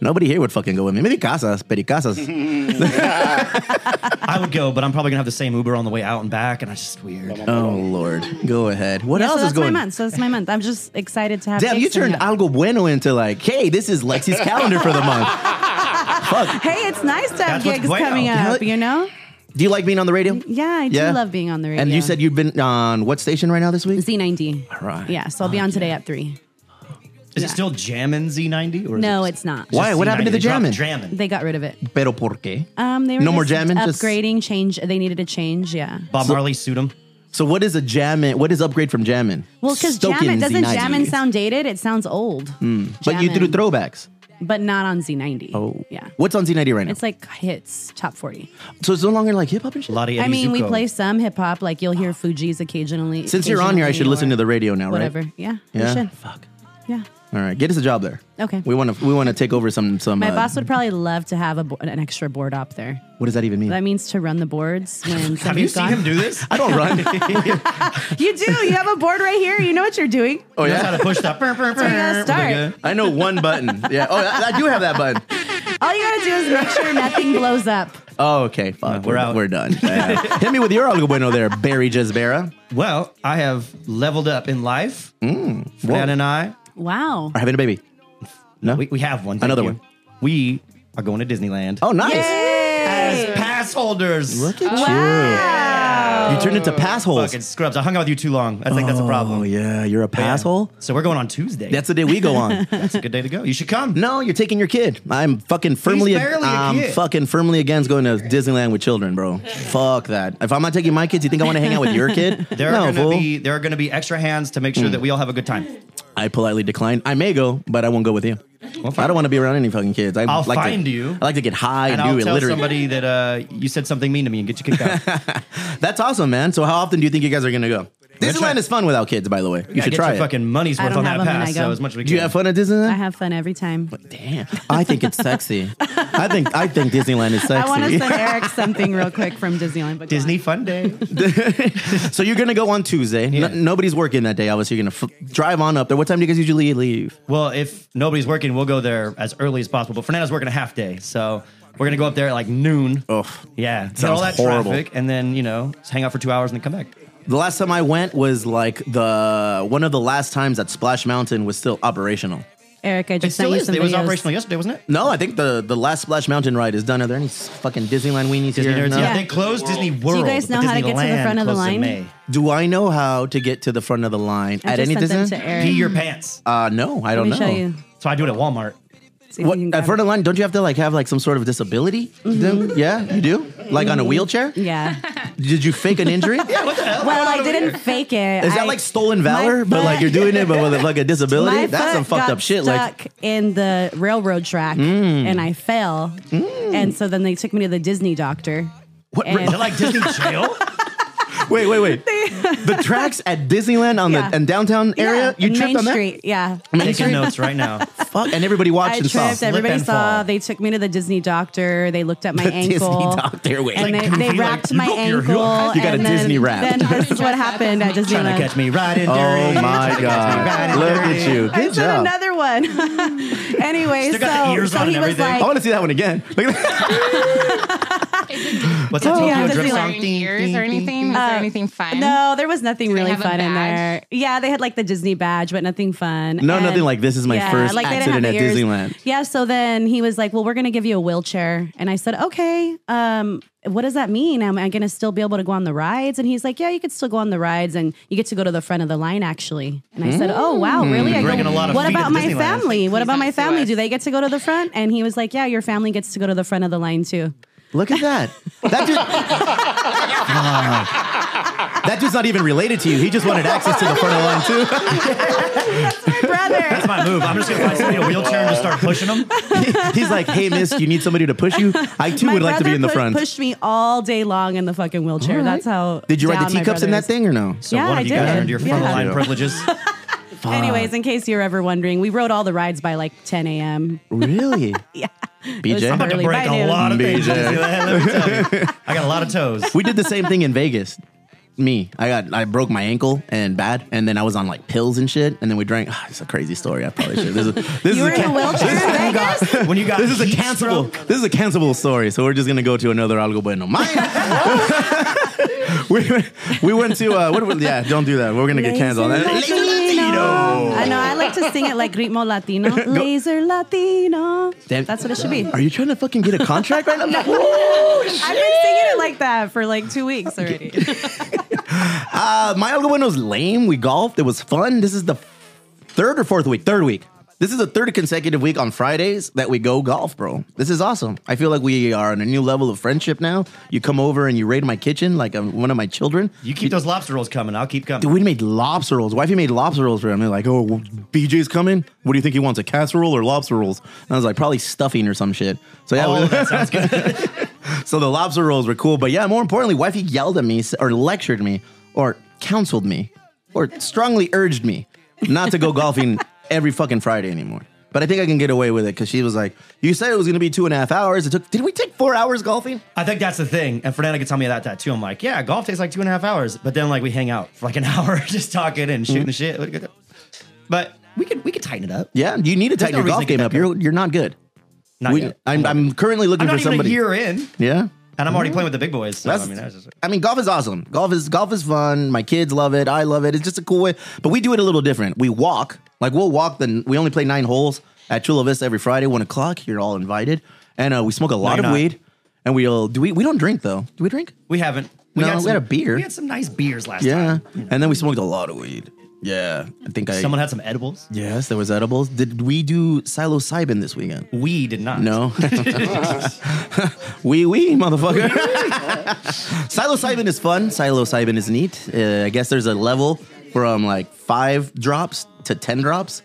[SPEAKER 2] nobody here would fucking go with me. Maybe Casas, Pericasas.
[SPEAKER 3] [LAUGHS] I would go, but I'm probably gonna have the same Uber on the way out and back, and I just weird.
[SPEAKER 2] Oh Lord, go ahead. What
[SPEAKER 4] Yeah, so
[SPEAKER 2] else is
[SPEAKER 4] that's
[SPEAKER 2] going?
[SPEAKER 4] my month. So that's my month. I'm just excited to have.
[SPEAKER 2] Damn, you
[SPEAKER 4] gigs coming
[SPEAKER 2] turned
[SPEAKER 4] up.
[SPEAKER 2] algo bueno into like, hey, this is Lexi's calendar for
[SPEAKER 4] [LAUGHS]
[SPEAKER 2] the month. Fuck.
[SPEAKER 4] Hey, it's nice to have
[SPEAKER 3] That's what's
[SPEAKER 4] gigs
[SPEAKER 3] bueno.
[SPEAKER 4] coming
[SPEAKER 2] Yeah.
[SPEAKER 4] up. You know?
[SPEAKER 2] Do you like being on the radio?
[SPEAKER 4] Yeah, I do love being on the radio.
[SPEAKER 2] And you said you've been on what station right now this week?
[SPEAKER 4] Z90.
[SPEAKER 2] All [LAUGHS] right.
[SPEAKER 4] Yeah, so
[SPEAKER 2] Oh,
[SPEAKER 4] I'll be on today at three.
[SPEAKER 3] Is
[SPEAKER 4] Yeah.
[SPEAKER 3] it still jamming Z90? Or is
[SPEAKER 4] No,
[SPEAKER 3] it
[SPEAKER 4] it's not.
[SPEAKER 2] Why? What happened to the jamming?
[SPEAKER 3] Jamming.
[SPEAKER 4] They got rid of it.
[SPEAKER 2] Pero por qué?
[SPEAKER 4] Um, they were
[SPEAKER 2] No more
[SPEAKER 4] just
[SPEAKER 2] jamming, just-
[SPEAKER 4] Upgrading, change. They needed a change. Yeah.
[SPEAKER 3] Bob Marley sued him.
[SPEAKER 2] so what is a jammin'? What is upgrade from jammin'?
[SPEAKER 4] Well, because
[SPEAKER 2] Stoking
[SPEAKER 4] jammin doesn't
[SPEAKER 2] Z90.
[SPEAKER 4] jammin sound dated. It sounds old.
[SPEAKER 2] But you
[SPEAKER 4] Jammin',
[SPEAKER 2] threw throwbacks.
[SPEAKER 4] but not on Z90.
[SPEAKER 2] Oh.
[SPEAKER 4] yeah.
[SPEAKER 2] What's on Z90 right now?
[SPEAKER 4] It's like hits top forty.
[SPEAKER 2] so it's no longer like hip hop and shit.
[SPEAKER 3] Lottie
[SPEAKER 4] I mean, we
[SPEAKER 3] Zuko.
[SPEAKER 4] play some hip hop. Like you'll hear Fuji's occasionally.
[SPEAKER 2] Since you're on here, I should
[SPEAKER 4] occasionally
[SPEAKER 2] listen
[SPEAKER 4] or
[SPEAKER 2] to the radio now,
[SPEAKER 4] whatever.
[SPEAKER 2] right?
[SPEAKER 4] Yeah. we
[SPEAKER 2] Yeah.
[SPEAKER 4] should.
[SPEAKER 2] Fuck.
[SPEAKER 4] Yeah.
[SPEAKER 2] All right, get us a job there.
[SPEAKER 4] Okay.
[SPEAKER 2] We want to we want to take over some some.
[SPEAKER 4] My
[SPEAKER 2] uh,
[SPEAKER 4] boss would probably love to have a bo- an extra board op there.
[SPEAKER 2] What does that even mean?
[SPEAKER 4] That means to run the boards when somebody's
[SPEAKER 3] Have you seen
[SPEAKER 4] gone.
[SPEAKER 3] him do this?
[SPEAKER 2] [LAUGHS] I don't
[SPEAKER 3] [LAUGHS]
[SPEAKER 2] run. Oh,
[SPEAKER 4] [LAUGHS] You do. You have a board right here. You know what you're doing.
[SPEAKER 2] oh
[SPEAKER 3] Knows how
[SPEAKER 2] yeah.
[SPEAKER 3] to push that. Burr, burr,
[SPEAKER 4] you gotta
[SPEAKER 3] burr.
[SPEAKER 4] start.
[SPEAKER 3] [LAUGHS] Like, uh,
[SPEAKER 2] I know one button. Yeah. Oh, I, I do have that button.
[SPEAKER 4] All you gotta do is make sure nothing blows up.
[SPEAKER 2] Oh, okay. Fuck.
[SPEAKER 3] we're out.
[SPEAKER 2] We're done. Yeah. Hit me with your algo bueno there, Barry Jesbera.
[SPEAKER 3] Well, I have leveled up in life.
[SPEAKER 2] Mm,
[SPEAKER 3] Fran and I,
[SPEAKER 4] Wow.
[SPEAKER 2] Or having a baby. No.
[SPEAKER 3] we, we have one. thank
[SPEAKER 2] Another
[SPEAKER 3] you.
[SPEAKER 2] one.
[SPEAKER 3] We are going to Disneyland.
[SPEAKER 2] oh, nice.
[SPEAKER 4] Yay!
[SPEAKER 3] pass holders.
[SPEAKER 2] Look at
[SPEAKER 4] Wow.
[SPEAKER 2] you. You turned into pass holes.
[SPEAKER 3] Fucking scrubs. I hung out with you too long. I think that's a problem.
[SPEAKER 2] Oh yeah, you're a pass hole.
[SPEAKER 3] So we're going on Tuesday.
[SPEAKER 2] That's the day we go on.
[SPEAKER 3] [LAUGHS] That's a good day to go. You should come.
[SPEAKER 2] No, you're taking your kid. I'm fucking firmly.
[SPEAKER 3] barely a
[SPEAKER 2] I'm
[SPEAKER 3] kid.
[SPEAKER 2] fucking firmly against going to Disneyland with children, bro. Fuck that. If I'm not taking my kids, you think I want to hang out with your kid?
[SPEAKER 3] [LAUGHS] There are
[SPEAKER 2] no,
[SPEAKER 3] gonna
[SPEAKER 2] fool. Hmm.
[SPEAKER 3] be there are gonna be extra hands to make sure that we all have a good time.
[SPEAKER 2] I politely declined. I may go, but I won't go with you. I don't want to be around any fucking kids. I
[SPEAKER 3] I'll
[SPEAKER 2] like
[SPEAKER 3] find
[SPEAKER 2] to,
[SPEAKER 3] you.
[SPEAKER 2] I like to get high and,
[SPEAKER 3] And I'll
[SPEAKER 2] do it
[SPEAKER 3] tell
[SPEAKER 2] literally.
[SPEAKER 3] somebody that uh, you said something mean to me and get you kicked out.
[SPEAKER 2] [LAUGHS] That's awesome, man. So how often do you think you guys are gonna go?
[SPEAKER 3] try.
[SPEAKER 2] Disneyland is fun without kids, by the way. You
[SPEAKER 3] Yeah,
[SPEAKER 2] should
[SPEAKER 3] get
[SPEAKER 2] try
[SPEAKER 3] your
[SPEAKER 2] it.
[SPEAKER 3] fucking money's
[SPEAKER 4] I
[SPEAKER 3] worth
[SPEAKER 4] don't
[SPEAKER 3] on
[SPEAKER 4] have
[SPEAKER 3] that
[SPEAKER 4] them and I
[SPEAKER 3] pass.
[SPEAKER 4] go.
[SPEAKER 3] So as much as we
[SPEAKER 2] do you
[SPEAKER 3] can.
[SPEAKER 2] have fun at Disneyland?
[SPEAKER 4] I have fun every time. [LAUGHS]
[SPEAKER 2] Damn, [LAUGHS] I think it's
[SPEAKER 3] [LAUGHS]
[SPEAKER 2] sexy. I think I think Disneyland is
[SPEAKER 4] I want to
[SPEAKER 2] sexy. [LAUGHS]
[SPEAKER 4] send Eric something real quick from Disneyland. But go
[SPEAKER 3] Disney
[SPEAKER 4] on.
[SPEAKER 3] Fun Day.
[SPEAKER 2] so you're gonna go on Tuesday. No-
[SPEAKER 3] Yeah.
[SPEAKER 2] nobody's working that day. Obviously, you're gonna f- drive on up there. What time do you guys usually leave?
[SPEAKER 3] well, if nobody's working, we'll go there as early as possible. But Fernando's working a half day, so we're gonna go up there at like noon.
[SPEAKER 2] Oh,
[SPEAKER 3] Yeah, hit
[SPEAKER 2] sounds
[SPEAKER 3] all that
[SPEAKER 2] horrible.
[SPEAKER 3] traffic, and then you know just hang out for two hours and then come back.
[SPEAKER 2] the last time I went was like the one of the last times that Splash Mountain was still operational.
[SPEAKER 4] [LAUGHS] Eric, I
[SPEAKER 3] It
[SPEAKER 4] just sent
[SPEAKER 3] still
[SPEAKER 4] you
[SPEAKER 3] is.
[SPEAKER 4] some
[SPEAKER 3] It was
[SPEAKER 4] videos.
[SPEAKER 3] operational yesterday, wasn't it?
[SPEAKER 2] No, I think the the last Splash Mountain ride is done. Are there any s- fucking Disneyland weenies
[SPEAKER 3] Disney
[SPEAKER 2] here?
[SPEAKER 3] Nerds.
[SPEAKER 2] No?
[SPEAKER 3] Yeah, they closed Disney World.
[SPEAKER 4] guys
[SPEAKER 3] but
[SPEAKER 4] know how to get to the
[SPEAKER 3] Disneyland
[SPEAKER 4] front of the
[SPEAKER 3] closed in
[SPEAKER 4] line?
[SPEAKER 3] May.
[SPEAKER 2] Do I know how to get to the front of the line
[SPEAKER 4] I
[SPEAKER 2] at
[SPEAKER 4] just
[SPEAKER 2] any
[SPEAKER 4] sent them
[SPEAKER 2] Disney?
[SPEAKER 4] to Eric.
[SPEAKER 3] Pee your pants.
[SPEAKER 2] Uh, no, I
[SPEAKER 4] Let
[SPEAKER 2] don't
[SPEAKER 4] me
[SPEAKER 2] know.
[SPEAKER 4] show you.
[SPEAKER 3] So I do it at Walmart.
[SPEAKER 4] See if
[SPEAKER 2] What
[SPEAKER 4] you can
[SPEAKER 2] at
[SPEAKER 4] grab it.
[SPEAKER 2] front
[SPEAKER 4] Mm-hmm.
[SPEAKER 2] of the line? Don't you have to like have like some sort of disability? Then- Yeah, you do. Like on a wheelchair?
[SPEAKER 3] [LAUGHS]
[SPEAKER 4] Yeah.
[SPEAKER 2] Did you fake an
[SPEAKER 4] [LAUGHS]
[SPEAKER 2] injury? yeah. What the hell?
[SPEAKER 4] Well, I didn't fake it.
[SPEAKER 2] Is that
[SPEAKER 4] I-
[SPEAKER 2] like stolen
[SPEAKER 4] my
[SPEAKER 2] valor? But like
[SPEAKER 4] foot-
[SPEAKER 2] you're doing it, but with a, like a disability.
[SPEAKER 4] [LAUGHS] My
[SPEAKER 2] That's
[SPEAKER 4] foot
[SPEAKER 2] some fucked
[SPEAKER 4] got
[SPEAKER 2] up shit. Like Mm.
[SPEAKER 4] stuck in the railroad track, and I fell, and so then they took me to the Disney doctor.
[SPEAKER 2] what?
[SPEAKER 4] and-
[SPEAKER 3] Is it like Disney jail?
[SPEAKER 2] [LAUGHS] Wait, wait,
[SPEAKER 4] [LAUGHS]
[SPEAKER 2] wait. the tracks at Disneyland on
[SPEAKER 4] Yeah.
[SPEAKER 2] the and downtown area.
[SPEAKER 4] Yeah,
[SPEAKER 2] you tripped
[SPEAKER 4] Main
[SPEAKER 2] on that.
[SPEAKER 4] Street. Yeah,
[SPEAKER 3] Taking notes right now.
[SPEAKER 2] [LAUGHS] Fuck, and everybody watched
[SPEAKER 4] I
[SPEAKER 2] and
[SPEAKER 4] tripped.
[SPEAKER 2] saw.
[SPEAKER 3] and
[SPEAKER 4] Everybody saw.
[SPEAKER 3] fall.
[SPEAKER 4] They took me to the Disney doctor. They
[SPEAKER 2] [LAUGHS]
[SPEAKER 4] looked at my
[SPEAKER 2] The Disney
[SPEAKER 4] ankle.
[SPEAKER 2] doctor, wait.
[SPEAKER 4] and
[SPEAKER 3] Like
[SPEAKER 4] they,
[SPEAKER 2] [LAUGHS]
[SPEAKER 3] goofy,
[SPEAKER 4] they
[SPEAKER 3] like,
[SPEAKER 4] wrapped
[SPEAKER 3] you
[SPEAKER 4] my
[SPEAKER 3] hook your
[SPEAKER 4] ankle.
[SPEAKER 3] hook.
[SPEAKER 2] You got a
[SPEAKER 4] and then-
[SPEAKER 2] Disney wrap. [LAUGHS]
[SPEAKER 4] Then this is what happened at
[SPEAKER 3] Trying to
[SPEAKER 4] Disneyland.
[SPEAKER 3] catch me right in
[SPEAKER 2] Oh
[SPEAKER 3] dirty.
[SPEAKER 2] my
[SPEAKER 3] Right
[SPEAKER 2] god!
[SPEAKER 3] in
[SPEAKER 2] Look
[SPEAKER 3] dirty.
[SPEAKER 2] at you.
[SPEAKER 4] I
[SPEAKER 2] Good
[SPEAKER 4] did
[SPEAKER 2] job.
[SPEAKER 4] another one. [LAUGHS] anyway,
[SPEAKER 3] Still got the
[SPEAKER 4] so,
[SPEAKER 3] ears
[SPEAKER 4] so
[SPEAKER 3] on
[SPEAKER 4] he
[SPEAKER 3] and
[SPEAKER 4] was
[SPEAKER 3] everything.
[SPEAKER 2] I
[SPEAKER 4] like,
[SPEAKER 2] want to see that one again. Look at that.
[SPEAKER 3] [LAUGHS] What's that
[SPEAKER 4] Oh, yeah,
[SPEAKER 3] Tokyo
[SPEAKER 4] Disneyland.
[SPEAKER 3] Drift song?
[SPEAKER 5] Wearing ears or anything? Was there anything fun?
[SPEAKER 4] no, there was nothing
[SPEAKER 5] they
[SPEAKER 4] really
[SPEAKER 5] have a
[SPEAKER 4] fun in there.
[SPEAKER 5] badge?
[SPEAKER 4] Yeah, they had like the Disney badge, but nothing fun.
[SPEAKER 2] No,
[SPEAKER 4] And-
[SPEAKER 2] nothing like this is my first
[SPEAKER 4] they didn't
[SPEAKER 2] accident
[SPEAKER 4] have
[SPEAKER 2] at
[SPEAKER 4] ears.
[SPEAKER 2] Disneyland.
[SPEAKER 4] Yeah, so then he was like, "Well, we're going to give you a wheelchair," and I said, "Okay, um, what does that mean? Am I going to still be able to go on the rides?" And he's like, "Yeah, you could still go on the rides, and you get to go to the front of the line actually." And I said, "Oh wow, really? I
[SPEAKER 3] Hmm. Bringing
[SPEAKER 4] go,
[SPEAKER 3] a lot of
[SPEAKER 4] what
[SPEAKER 3] feet
[SPEAKER 4] about
[SPEAKER 3] to
[SPEAKER 4] my
[SPEAKER 3] Disneyland."
[SPEAKER 4] family? What
[SPEAKER 5] Please
[SPEAKER 4] about
[SPEAKER 5] don't
[SPEAKER 4] my
[SPEAKER 5] sue
[SPEAKER 4] family?
[SPEAKER 5] us.
[SPEAKER 4] Do they get to go to the front?" And he was like, "Yeah, your family gets to go to the front of the line too."
[SPEAKER 2] Look at that. That dude. that dude's not even related to you. He just wanted access to the front of the line too.
[SPEAKER 4] brother.
[SPEAKER 3] That's my move. I'm just gonna find somebody in a wheelchair and just start pushing them.
[SPEAKER 2] He's like, "Hey, miss, you need somebody to push you? I too
[SPEAKER 4] My
[SPEAKER 2] would like to
[SPEAKER 4] brother
[SPEAKER 2] be in the
[SPEAKER 4] pu-
[SPEAKER 2] front."
[SPEAKER 4] pushed me all day long in the fucking wheelchair. That's how.
[SPEAKER 2] Did you ride
[SPEAKER 4] down
[SPEAKER 2] the
[SPEAKER 4] my
[SPEAKER 2] teacups in
[SPEAKER 4] brother
[SPEAKER 2] that
[SPEAKER 4] is.
[SPEAKER 2] thing or no?
[SPEAKER 3] So
[SPEAKER 4] Yeah,
[SPEAKER 3] one
[SPEAKER 4] I
[SPEAKER 3] of you
[SPEAKER 4] did.
[SPEAKER 3] guys earned your front
[SPEAKER 4] Yeah.
[SPEAKER 3] line privileges.
[SPEAKER 4] [LAUGHS] Anyways, in case you were ever wondering, we rode all the rides by like 10 a.m.
[SPEAKER 2] Really?
[SPEAKER 4] [LAUGHS] Yeah.
[SPEAKER 2] BJ?
[SPEAKER 4] I'm
[SPEAKER 3] I'm about to
[SPEAKER 4] Early
[SPEAKER 3] break
[SPEAKER 4] by
[SPEAKER 3] a
[SPEAKER 4] noon.
[SPEAKER 3] lot of things.
[SPEAKER 2] BJ.
[SPEAKER 3] Let me tell you. I got a lot of toes.
[SPEAKER 2] we did the same thing in Vegas. Me, I got, I broke my ankle and bad, and then I was on like pills and shit, and then we drank. ah, it's a crazy story. I probably should.
[SPEAKER 4] [LAUGHS]
[SPEAKER 2] This is, [LAUGHS] this
[SPEAKER 4] You were
[SPEAKER 2] is
[SPEAKER 4] in a wheelchair in Vegas?
[SPEAKER 3] When you got
[SPEAKER 2] This is a
[SPEAKER 3] heat
[SPEAKER 2] cancelable.
[SPEAKER 3] stroke,
[SPEAKER 2] This is a cancelable story. So we're just gonna go to another algo
[SPEAKER 4] [LAUGHS]
[SPEAKER 2] bueno. Mine. [LAUGHS] we, we went to uh, what? were- Yeah, don't do that. We're gonna get canceled.
[SPEAKER 4] Laser Latino. I know. I like to sing it like ritmo
[SPEAKER 2] [LAUGHS]
[SPEAKER 4] Latino. Laser Latino.
[SPEAKER 2] Damn.
[SPEAKER 4] That's what it should be.
[SPEAKER 2] Are you trying to fucking get a
[SPEAKER 4] [LAUGHS]
[SPEAKER 2] contract right now?
[SPEAKER 4] I've been singing it like that for like two weeks already.
[SPEAKER 2] Uh, my algo bueno was lame. We golfed. It was fun. This is the third or fourth week. Third week. This is the third consecutive week on Fridays that we go golf, bro. This is awesome. I feel like we are on a new level of friendship now. You come over and you raid my kitchen like I'm one of my children.
[SPEAKER 3] you keep those lobster rolls coming. I'll keep coming.
[SPEAKER 2] Dude, we made lobster rolls. Wifey made lobster rolls for him. They're like, oh, well, BJ's coming. What do you think he wants, a casserole or lobster rolls? And I was like, probably stuffing or some shit. So yeah,
[SPEAKER 3] Oh,
[SPEAKER 2] we- [LAUGHS]
[SPEAKER 3] that sounds good.
[SPEAKER 5] [LAUGHS]
[SPEAKER 2] so the lobster rolls were cool. But yeah, more importantly, wifey yelled at me or lectured me or counseled me or strongly urged me not to
[SPEAKER 3] [LAUGHS]
[SPEAKER 2] go golfing every fucking Friday anymore. But I think I can get away with it because she was like, you said it was going to be two and a half hours. It took, did we take four hours golfing?
[SPEAKER 3] I think that's the thing. And Fernanda could tell me that that too. I'm like, yeah, golf takes like two and a half hours, but then like we hang out for like an [LAUGHS] hour just talking and shooting the shit. But we could we could tighten it up.
[SPEAKER 2] Yeah, you need to tighten
[SPEAKER 3] no
[SPEAKER 2] your
[SPEAKER 3] reason
[SPEAKER 2] golf
[SPEAKER 3] to get
[SPEAKER 2] game
[SPEAKER 3] that
[SPEAKER 2] up.
[SPEAKER 3] good.
[SPEAKER 2] You're, you're not good.
[SPEAKER 3] Not
[SPEAKER 2] We-
[SPEAKER 3] yet.
[SPEAKER 2] I'm, I'm currently
[SPEAKER 3] I'm
[SPEAKER 2] looking
[SPEAKER 3] not
[SPEAKER 2] for
[SPEAKER 3] even
[SPEAKER 2] somebody.
[SPEAKER 3] a year in,
[SPEAKER 2] Yeah. Mm-hmm.
[SPEAKER 3] and I'm already playing with the big boys. So, I mean, that's just,
[SPEAKER 2] I mean, golf is awesome. Golf is golf is fun. My kids love it. I love it. It's just a cool way. But we do it a little different. We walk. Like we'll walk. Then we only play nine holes at Chula Vista every Friday, one o'clock. You're all invited, and uh, we smoke a lot
[SPEAKER 3] you're
[SPEAKER 2] of
[SPEAKER 3] not.
[SPEAKER 2] weed. And we'll do we we don't drink though. Do we drink?
[SPEAKER 3] we haven't.
[SPEAKER 2] No, we had a beer.
[SPEAKER 3] We had some nice beers last
[SPEAKER 2] Yeah.
[SPEAKER 3] time.
[SPEAKER 2] And then we smoked a lot of weed. Yeah, I think I.
[SPEAKER 3] Someone had some edibles.
[SPEAKER 2] yes, there was edibles. Did we do psilocybin this weekend?
[SPEAKER 3] We did not. [LAUGHS]
[SPEAKER 2] No. wee wee, motherfucker. [LAUGHS] Psilocybin is fun. Psilocybin is neat. Uh, I guess there's a level from like five drops to 10 drops.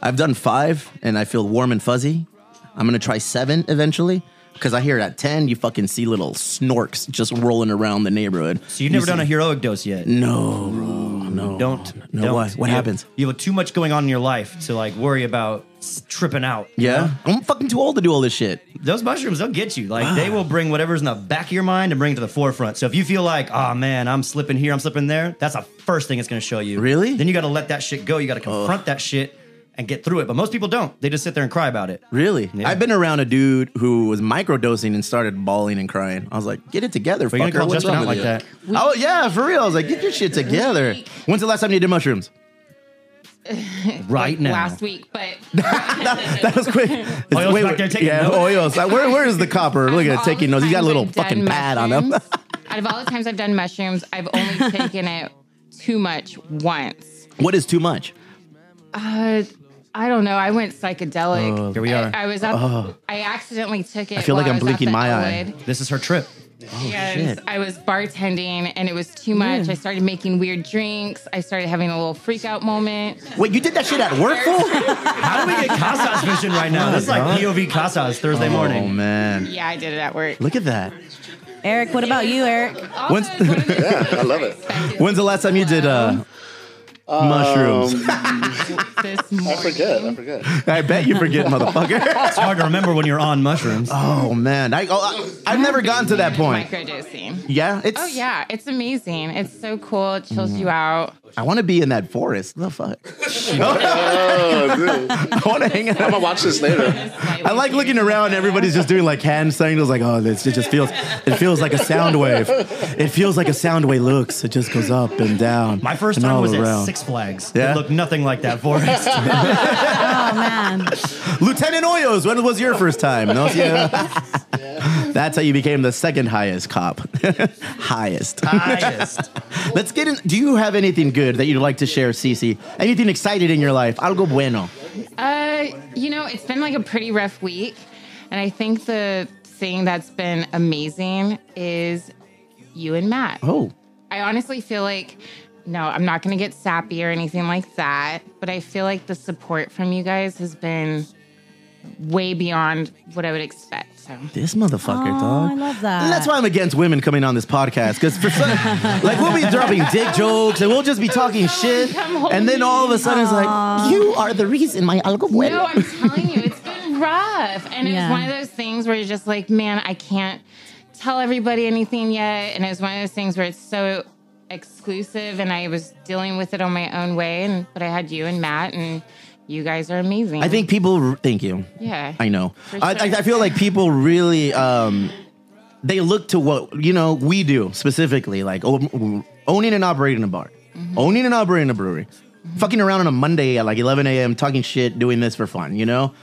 [SPEAKER 2] I've done five and I feel warm and fuzzy. I'm going to try seven eventually because I hear at 10, you fucking see little snorks just rolling around the neighborhood.
[SPEAKER 3] So you've never
[SPEAKER 2] You
[SPEAKER 3] done
[SPEAKER 2] see-
[SPEAKER 3] a heroic dose yet.
[SPEAKER 2] No, bro, no.
[SPEAKER 3] Don't.
[SPEAKER 2] No,
[SPEAKER 3] don't.
[SPEAKER 2] why? What
[SPEAKER 3] You have-
[SPEAKER 2] happens?
[SPEAKER 3] You have too much going on in your life to like worry about s- tripping out.
[SPEAKER 2] Yeah. I'm fucking too old to do all this shit. Ah.
[SPEAKER 3] those mushrooms they'll get you like they will bring whatever's in the back of your mind and bring it to the forefront so if you feel like oh man i'm slipping here i'm slipping there that's the first thing it's going to show you
[SPEAKER 2] Really?
[SPEAKER 3] then you got to let that shit go you got to confront that shit and get through it but most people don't they just sit there and cry about it
[SPEAKER 2] Really?
[SPEAKER 3] Yeah.
[SPEAKER 2] I've been around a dude who was microdosing and started bawling and crying. I was like, get it together,
[SPEAKER 3] Are you gonna
[SPEAKER 2] fucker.
[SPEAKER 3] call
[SPEAKER 2] What's
[SPEAKER 3] Justin
[SPEAKER 2] wrong
[SPEAKER 3] out
[SPEAKER 2] with
[SPEAKER 3] like
[SPEAKER 2] you? Oh, yeah, for real. I was like, get your shit together. When's the last time you did mushrooms?
[SPEAKER 5] [LAUGHS]
[SPEAKER 3] right now
[SPEAKER 5] last week, but
[SPEAKER 2] That was quick. It's-
[SPEAKER 3] Oyo's back there taking
[SPEAKER 2] yeah,
[SPEAKER 3] notes.
[SPEAKER 2] Oyo's. Uh, Where, where is the copper?
[SPEAKER 5] Out of
[SPEAKER 2] Look at it,
[SPEAKER 5] all
[SPEAKER 2] taking
[SPEAKER 5] the
[SPEAKER 2] notes. He's got
[SPEAKER 5] times
[SPEAKER 2] a little
[SPEAKER 5] I've done
[SPEAKER 2] fucking pad on him.
[SPEAKER 5] mushrooms- out of all the times I've done mushrooms, I've only
[SPEAKER 4] [LAUGHS]
[SPEAKER 5] taken it too much once.
[SPEAKER 2] [LAUGHS] what is too much?
[SPEAKER 5] Uh, I don't know. I went psychedelic.
[SPEAKER 2] Oh,
[SPEAKER 3] here we are.
[SPEAKER 5] I, I was up. I accidentally took it.
[SPEAKER 2] feel like
[SPEAKER 5] while
[SPEAKER 2] I'm
[SPEAKER 5] I was up
[SPEAKER 2] blinking
[SPEAKER 5] at
[SPEAKER 2] my eye. Oh,
[SPEAKER 5] Elwood.
[SPEAKER 3] this is her trip
[SPEAKER 5] And
[SPEAKER 2] shit.
[SPEAKER 5] I was bartending and it was too much. I started making weird drinks. I started having a little freak out moment.
[SPEAKER 2] Wait, you did that shit at work,
[SPEAKER 3] [LAUGHS]
[SPEAKER 2] fool?
[SPEAKER 3] how do
[SPEAKER 5] [LAUGHS]
[SPEAKER 3] we get casas vision right now this is like pov casas thursday
[SPEAKER 2] Oh,
[SPEAKER 3] morning
[SPEAKER 2] man.
[SPEAKER 5] Yeah, I did it at work.
[SPEAKER 2] Look at that.
[SPEAKER 4] Eric, what about you, Eric?
[SPEAKER 5] Also,
[SPEAKER 2] When's-
[SPEAKER 5] it's one
[SPEAKER 4] [LAUGHS]
[SPEAKER 5] of the
[SPEAKER 6] Yeah, I
[SPEAKER 5] things
[SPEAKER 6] love it.
[SPEAKER 5] expected
[SPEAKER 2] [LAUGHS] When's the last time you did uh, mushrooms?
[SPEAKER 6] Um,
[SPEAKER 5] This
[SPEAKER 6] I
[SPEAKER 5] morning.
[SPEAKER 6] forget.
[SPEAKER 5] [LAUGHS]
[SPEAKER 6] I forget.
[SPEAKER 2] [LAUGHS] I bet you
[SPEAKER 3] [LAUGHS]
[SPEAKER 2] forget, motherfucker.
[SPEAKER 3] it's hard to remember when you're on mushrooms
[SPEAKER 2] Oh, man. I, oh, I, I've never gotten to that point.
[SPEAKER 5] Microdosing.
[SPEAKER 2] Yeah, it's. Mm-hmm.
[SPEAKER 5] Oh yeah, it's amazing. It's so cool. It chills you out.
[SPEAKER 2] I want to be in that forest. The fuck. [LAUGHS]
[SPEAKER 6] Oh, dude. I'm
[SPEAKER 2] I want to hang out.
[SPEAKER 6] gonna watch this later.
[SPEAKER 2] I like looking around. and Everybody's just doing like hand signals. Like, oh, this it just feels. It feels like a sound wave. It feels like a sound wave looks. It just goes up and down.
[SPEAKER 3] my first
[SPEAKER 2] and
[SPEAKER 3] time
[SPEAKER 2] all
[SPEAKER 3] was
[SPEAKER 2] around.
[SPEAKER 3] at six flags
[SPEAKER 2] Yeah?
[SPEAKER 3] it looked nothing like
[SPEAKER 4] [LAUGHS]
[SPEAKER 3] that forest
[SPEAKER 4] Oh man,
[SPEAKER 2] Lieutenant Oyos, when was your first time? No, yeah. That's how you became the second highest cop. [LAUGHS] highest.
[SPEAKER 3] highest
[SPEAKER 2] [LAUGHS] Let's get in. Do you have anything good that you'd like to share, Cece? Anything excited in your life? Algo bueno.
[SPEAKER 5] Uh, you know, it's been like a pretty rough week, and I think the thing that's been amazing is you and Matt.
[SPEAKER 2] Oh,
[SPEAKER 5] I honestly feel like, no, I'm not going to get sappy or anything like that, but I feel like the support from you guys has been way beyond what I would expect. So
[SPEAKER 2] this motherfucker,
[SPEAKER 4] Aw,
[SPEAKER 2] dog.
[SPEAKER 4] I love that.
[SPEAKER 2] And that's why I'm against women coming on this podcast because
[SPEAKER 4] [LAUGHS]
[SPEAKER 2] for some, like we'll be dropping dick jokes and we'll just
[SPEAKER 4] Oh,
[SPEAKER 2] be talking shit,
[SPEAKER 5] come hold
[SPEAKER 2] and then
[SPEAKER 5] me.
[SPEAKER 2] all of a sudden it's like you are the reason my algo went.
[SPEAKER 5] No, I'm telling you, it's been rough. And it
[SPEAKER 4] Yeah.
[SPEAKER 5] was one of those things where you're just like, man, I can't tell everybody anything yet. And it was one of those things where it's so exclusive and I was dealing with it on my own way. And but I had you and Matt and you guys are amazing.
[SPEAKER 2] I think people. Thank you.
[SPEAKER 5] Yeah.
[SPEAKER 2] I know.
[SPEAKER 5] For
[SPEAKER 2] I, I,
[SPEAKER 5] sure.
[SPEAKER 2] I feel like people really um, they look to what you know we do specifically, like o- owning and operating a bar,
[SPEAKER 5] Mm-hmm.
[SPEAKER 2] owning and operating a brewery, fucking around on a Monday at like 11 a.m. talking shit, doing this for fun, you know.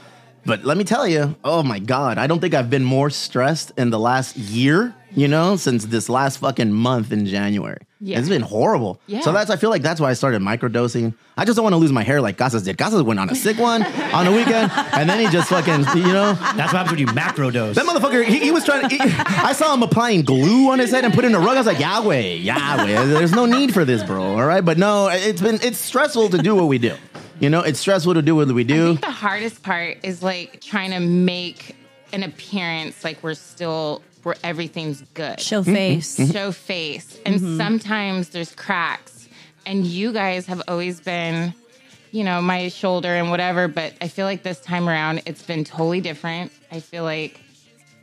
[SPEAKER 2] But let me tell you, oh my god, I don't think I've been more stressed in the last year, you know, since this last fucking month in January.
[SPEAKER 5] Yeah.
[SPEAKER 2] It's been horrible.
[SPEAKER 5] Yeah.
[SPEAKER 2] So that's I feel like that's why I started microdosing. I just don't want to lose my hair like Casas did. Casas went on a sick one on a weekend, and then he just fucking you know
[SPEAKER 3] That's what happens when you macro dose.
[SPEAKER 2] that motherfucker. He, he was trying. To, he- I saw him applying glue on his head and putting a rug. I was like Yahweh, Yahweh. There's no need for this, bro. All right, but no, it's been it's stressful to do what we do. You know, it's stressful to do what we
[SPEAKER 5] I
[SPEAKER 2] do.
[SPEAKER 5] think the hardest part is like trying to make an appearance like we're still where everything's good.
[SPEAKER 4] Show face. Mm-hmm.
[SPEAKER 5] show face. And sometimes there's cracks. And you guys have always been, you know, my shoulder and whatever. But I feel like this time around, it's been totally different. I feel like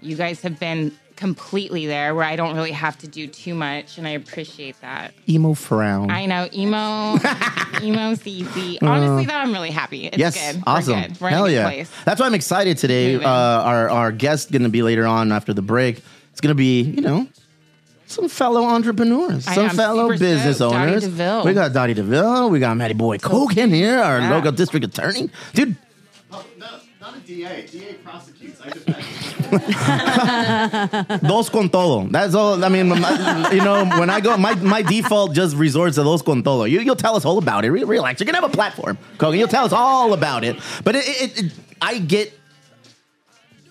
[SPEAKER 5] you guys have been completely there where I don't really have to do too much. And I appreciate that.
[SPEAKER 2] Emo frown.
[SPEAKER 5] I know
[SPEAKER 2] [LAUGHS]
[SPEAKER 5] emo, emo CC. Honestly, though, I'm really happy. It's
[SPEAKER 2] yes,
[SPEAKER 5] good.
[SPEAKER 2] awesome.
[SPEAKER 5] We're good. We're
[SPEAKER 2] Hell
[SPEAKER 5] in a good
[SPEAKER 2] yeah.
[SPEAKER 5] place.
[SPEAKER 2] That's why I'm excited today. Uh,
[SPEAKER 5] Moving.
[SPEAKER 2] our our guest going to be later on after the break. It's going to be you know. Some fellow entrepreneurs,
[SPEAKER 5] I
[SPEAKER 2] some
[SPEAKER 5] am
[SPEAKER 2] fellow
[SPEAKER 5] super
[SPEAKER 2] business
[SPEAKER 5] stoked. Dottie
[SPEAKER 2] owners.
[SPEAKER 5] DeVille.
[SPEAKER 2] We got Dottie DeVille. We got Matty Boy Coke in here, our
[SPEAKER 5] Yeah.
[SPEAKER 2] local district attorney. Dude,
[SPEAKER 7] Not, not a DA. DA prosecutes. I just
[SPEAKER 2] Dos con todo. That's all. I mean, my- you know, when I go, my, my default just resorts to dos con todo. You, you'll tell us all about it. Re- Relax. You're going to have a platform, Kogan. You'll tell us all about it. But it, it, it, I get.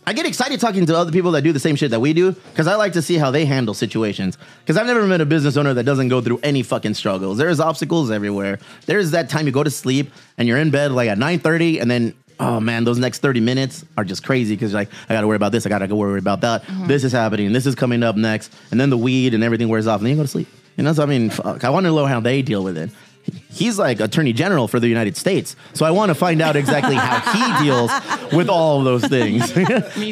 [SPEAKER 2] I get excited talking to other people that do the same shit that we do because I like to see how they handle situations. Because I've never met a business owner that doesn't go through any fucking struggles. There's obstacles everywhere. There's that time you go to sleep and you're in bed like at 9:30, and then oh man, those next 30 minutes are just crazy because like I gotta worry about this, I gotta go worry about that. This is happening, this is coming up next, and then the weed and everything wears off, and then you go to sleep. You know, so I mean, fuck, I want to know how they deal with it. He's like attorney general for the United States, so I want to find out exactly how he deals with all of those things.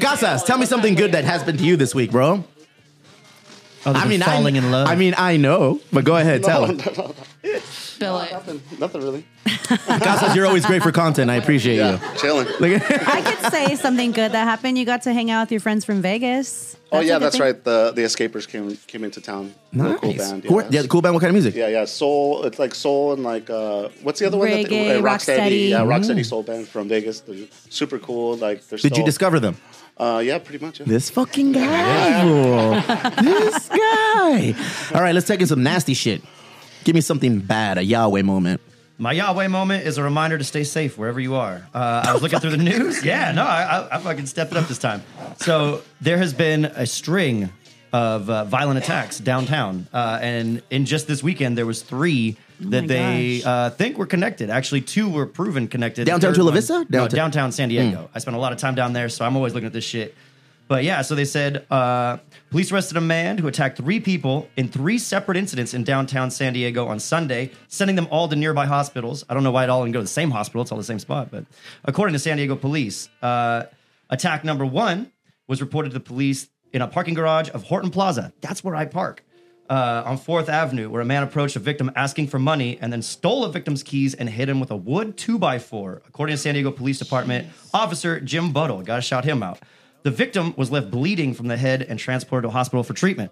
[SPEAKER 2] [LAUGHS] Casas, tell me something good that happened to you this week, bro.
[SPEAKER 3] Other
[SPEAKER 2] I
[SPEAKER 3] than
[SPEAKER 2] mean, I-
[SPEAKER 3] falling in love.
[SPEAKER 2] I mean, I know, but
[SPEAKER 6] [LAUGHS]
[SPEAKER 2] go ahead, tell him.
[SPEAKER 5] Spill it.
[SPEAKER 6] Nothing, nothing really.
[SPEAKER 2] Casas, you're always great for content. I appreciate you.
[SPEAKER 6] Chilling.
[SPEAKER 2] Like,
[SPEAKER 4] I could say something good that happened. You got to hang out with your friends from Vegas.
[SPEAKER 6] oh
[SPEAKER 4] a
[SPEAKER 6] yeah,
[SPEAKER 4] good
[SPEAKER 6] that's
[SPEAKER 4] thing.
[SPEAKER 6] right. The the Escapers came came into town. The cool band.
[SPEAKER 2] Cool- yeah, cool band. What kind of music?
[SPEAKER 6] Yeah, yeah, soul. It's like soul and like uh, what's the other one?
[SPEAKER 4] Reggae, Rocksteady.
[SPEAKER 6] Yeah, Rocksteady soul band from Vegas. They're super cool. Like, they're
[SPEAKER 2] Mm. Did you
[SPEAKER 6] still-
[SPEAKER 2] discover them?
[SPEAKER 6] Uh, yeah, pretty much. Yeah.
[SPEAKER 2] [LAUGHS] This fucking guy. bro. this guy. All right, let's take in some nasty shit. Give me something bad, a Yahweh moment.
[SPEAKER 3] My Yahweh moment is a reminder to stay safe wherever you are. Uh, I was looking through the news. [LAUGHS] Yeah, no, I, I, I fucking stepped it up this time. So there has been a string of uh, violent attacks downtown, uh, and in just this weekend there was three that
[SPEAKER 4] Oh my
[SPEAKER 3] they
[SPEAKER 4] gosh.
[SPEAKER 3] uh, think were connected. Actually, two were proven connected. The
[SPEAKER 2] Downtown
[SPEAKER 3] third
[SPEAKER 2] Chula
[SPEAKER 3] one-
[SPEAKER 2] Vista?
[SPEAKER 3] No,
[SPEAKER 2] Downtown- Hmm.
[SPEAKER 3] downtown San Diego. I spent a lot of time down there, so I'm always looking at this shit. But yeah, so they said uh, police arrested a man who attacked three people in three separate incidents in downtown San Diego on Sunday, sending them all to nearby hospitals. I don't know why it all didn't go to the same hospital; it's all the same spot. But according to San Diego police, uh, attack number one was reported to the police in a parking garage of Horton Plaza. That's where I park uh, on Fourth Avenue, where a man approached a victim asking for money and then stole a victim's keys and hit him with a wood two by four. According to San Diego Police Department, Officer Jim Buttle got to shout him out. The victim was left bleeding from the head and transported to a hospital for treatment.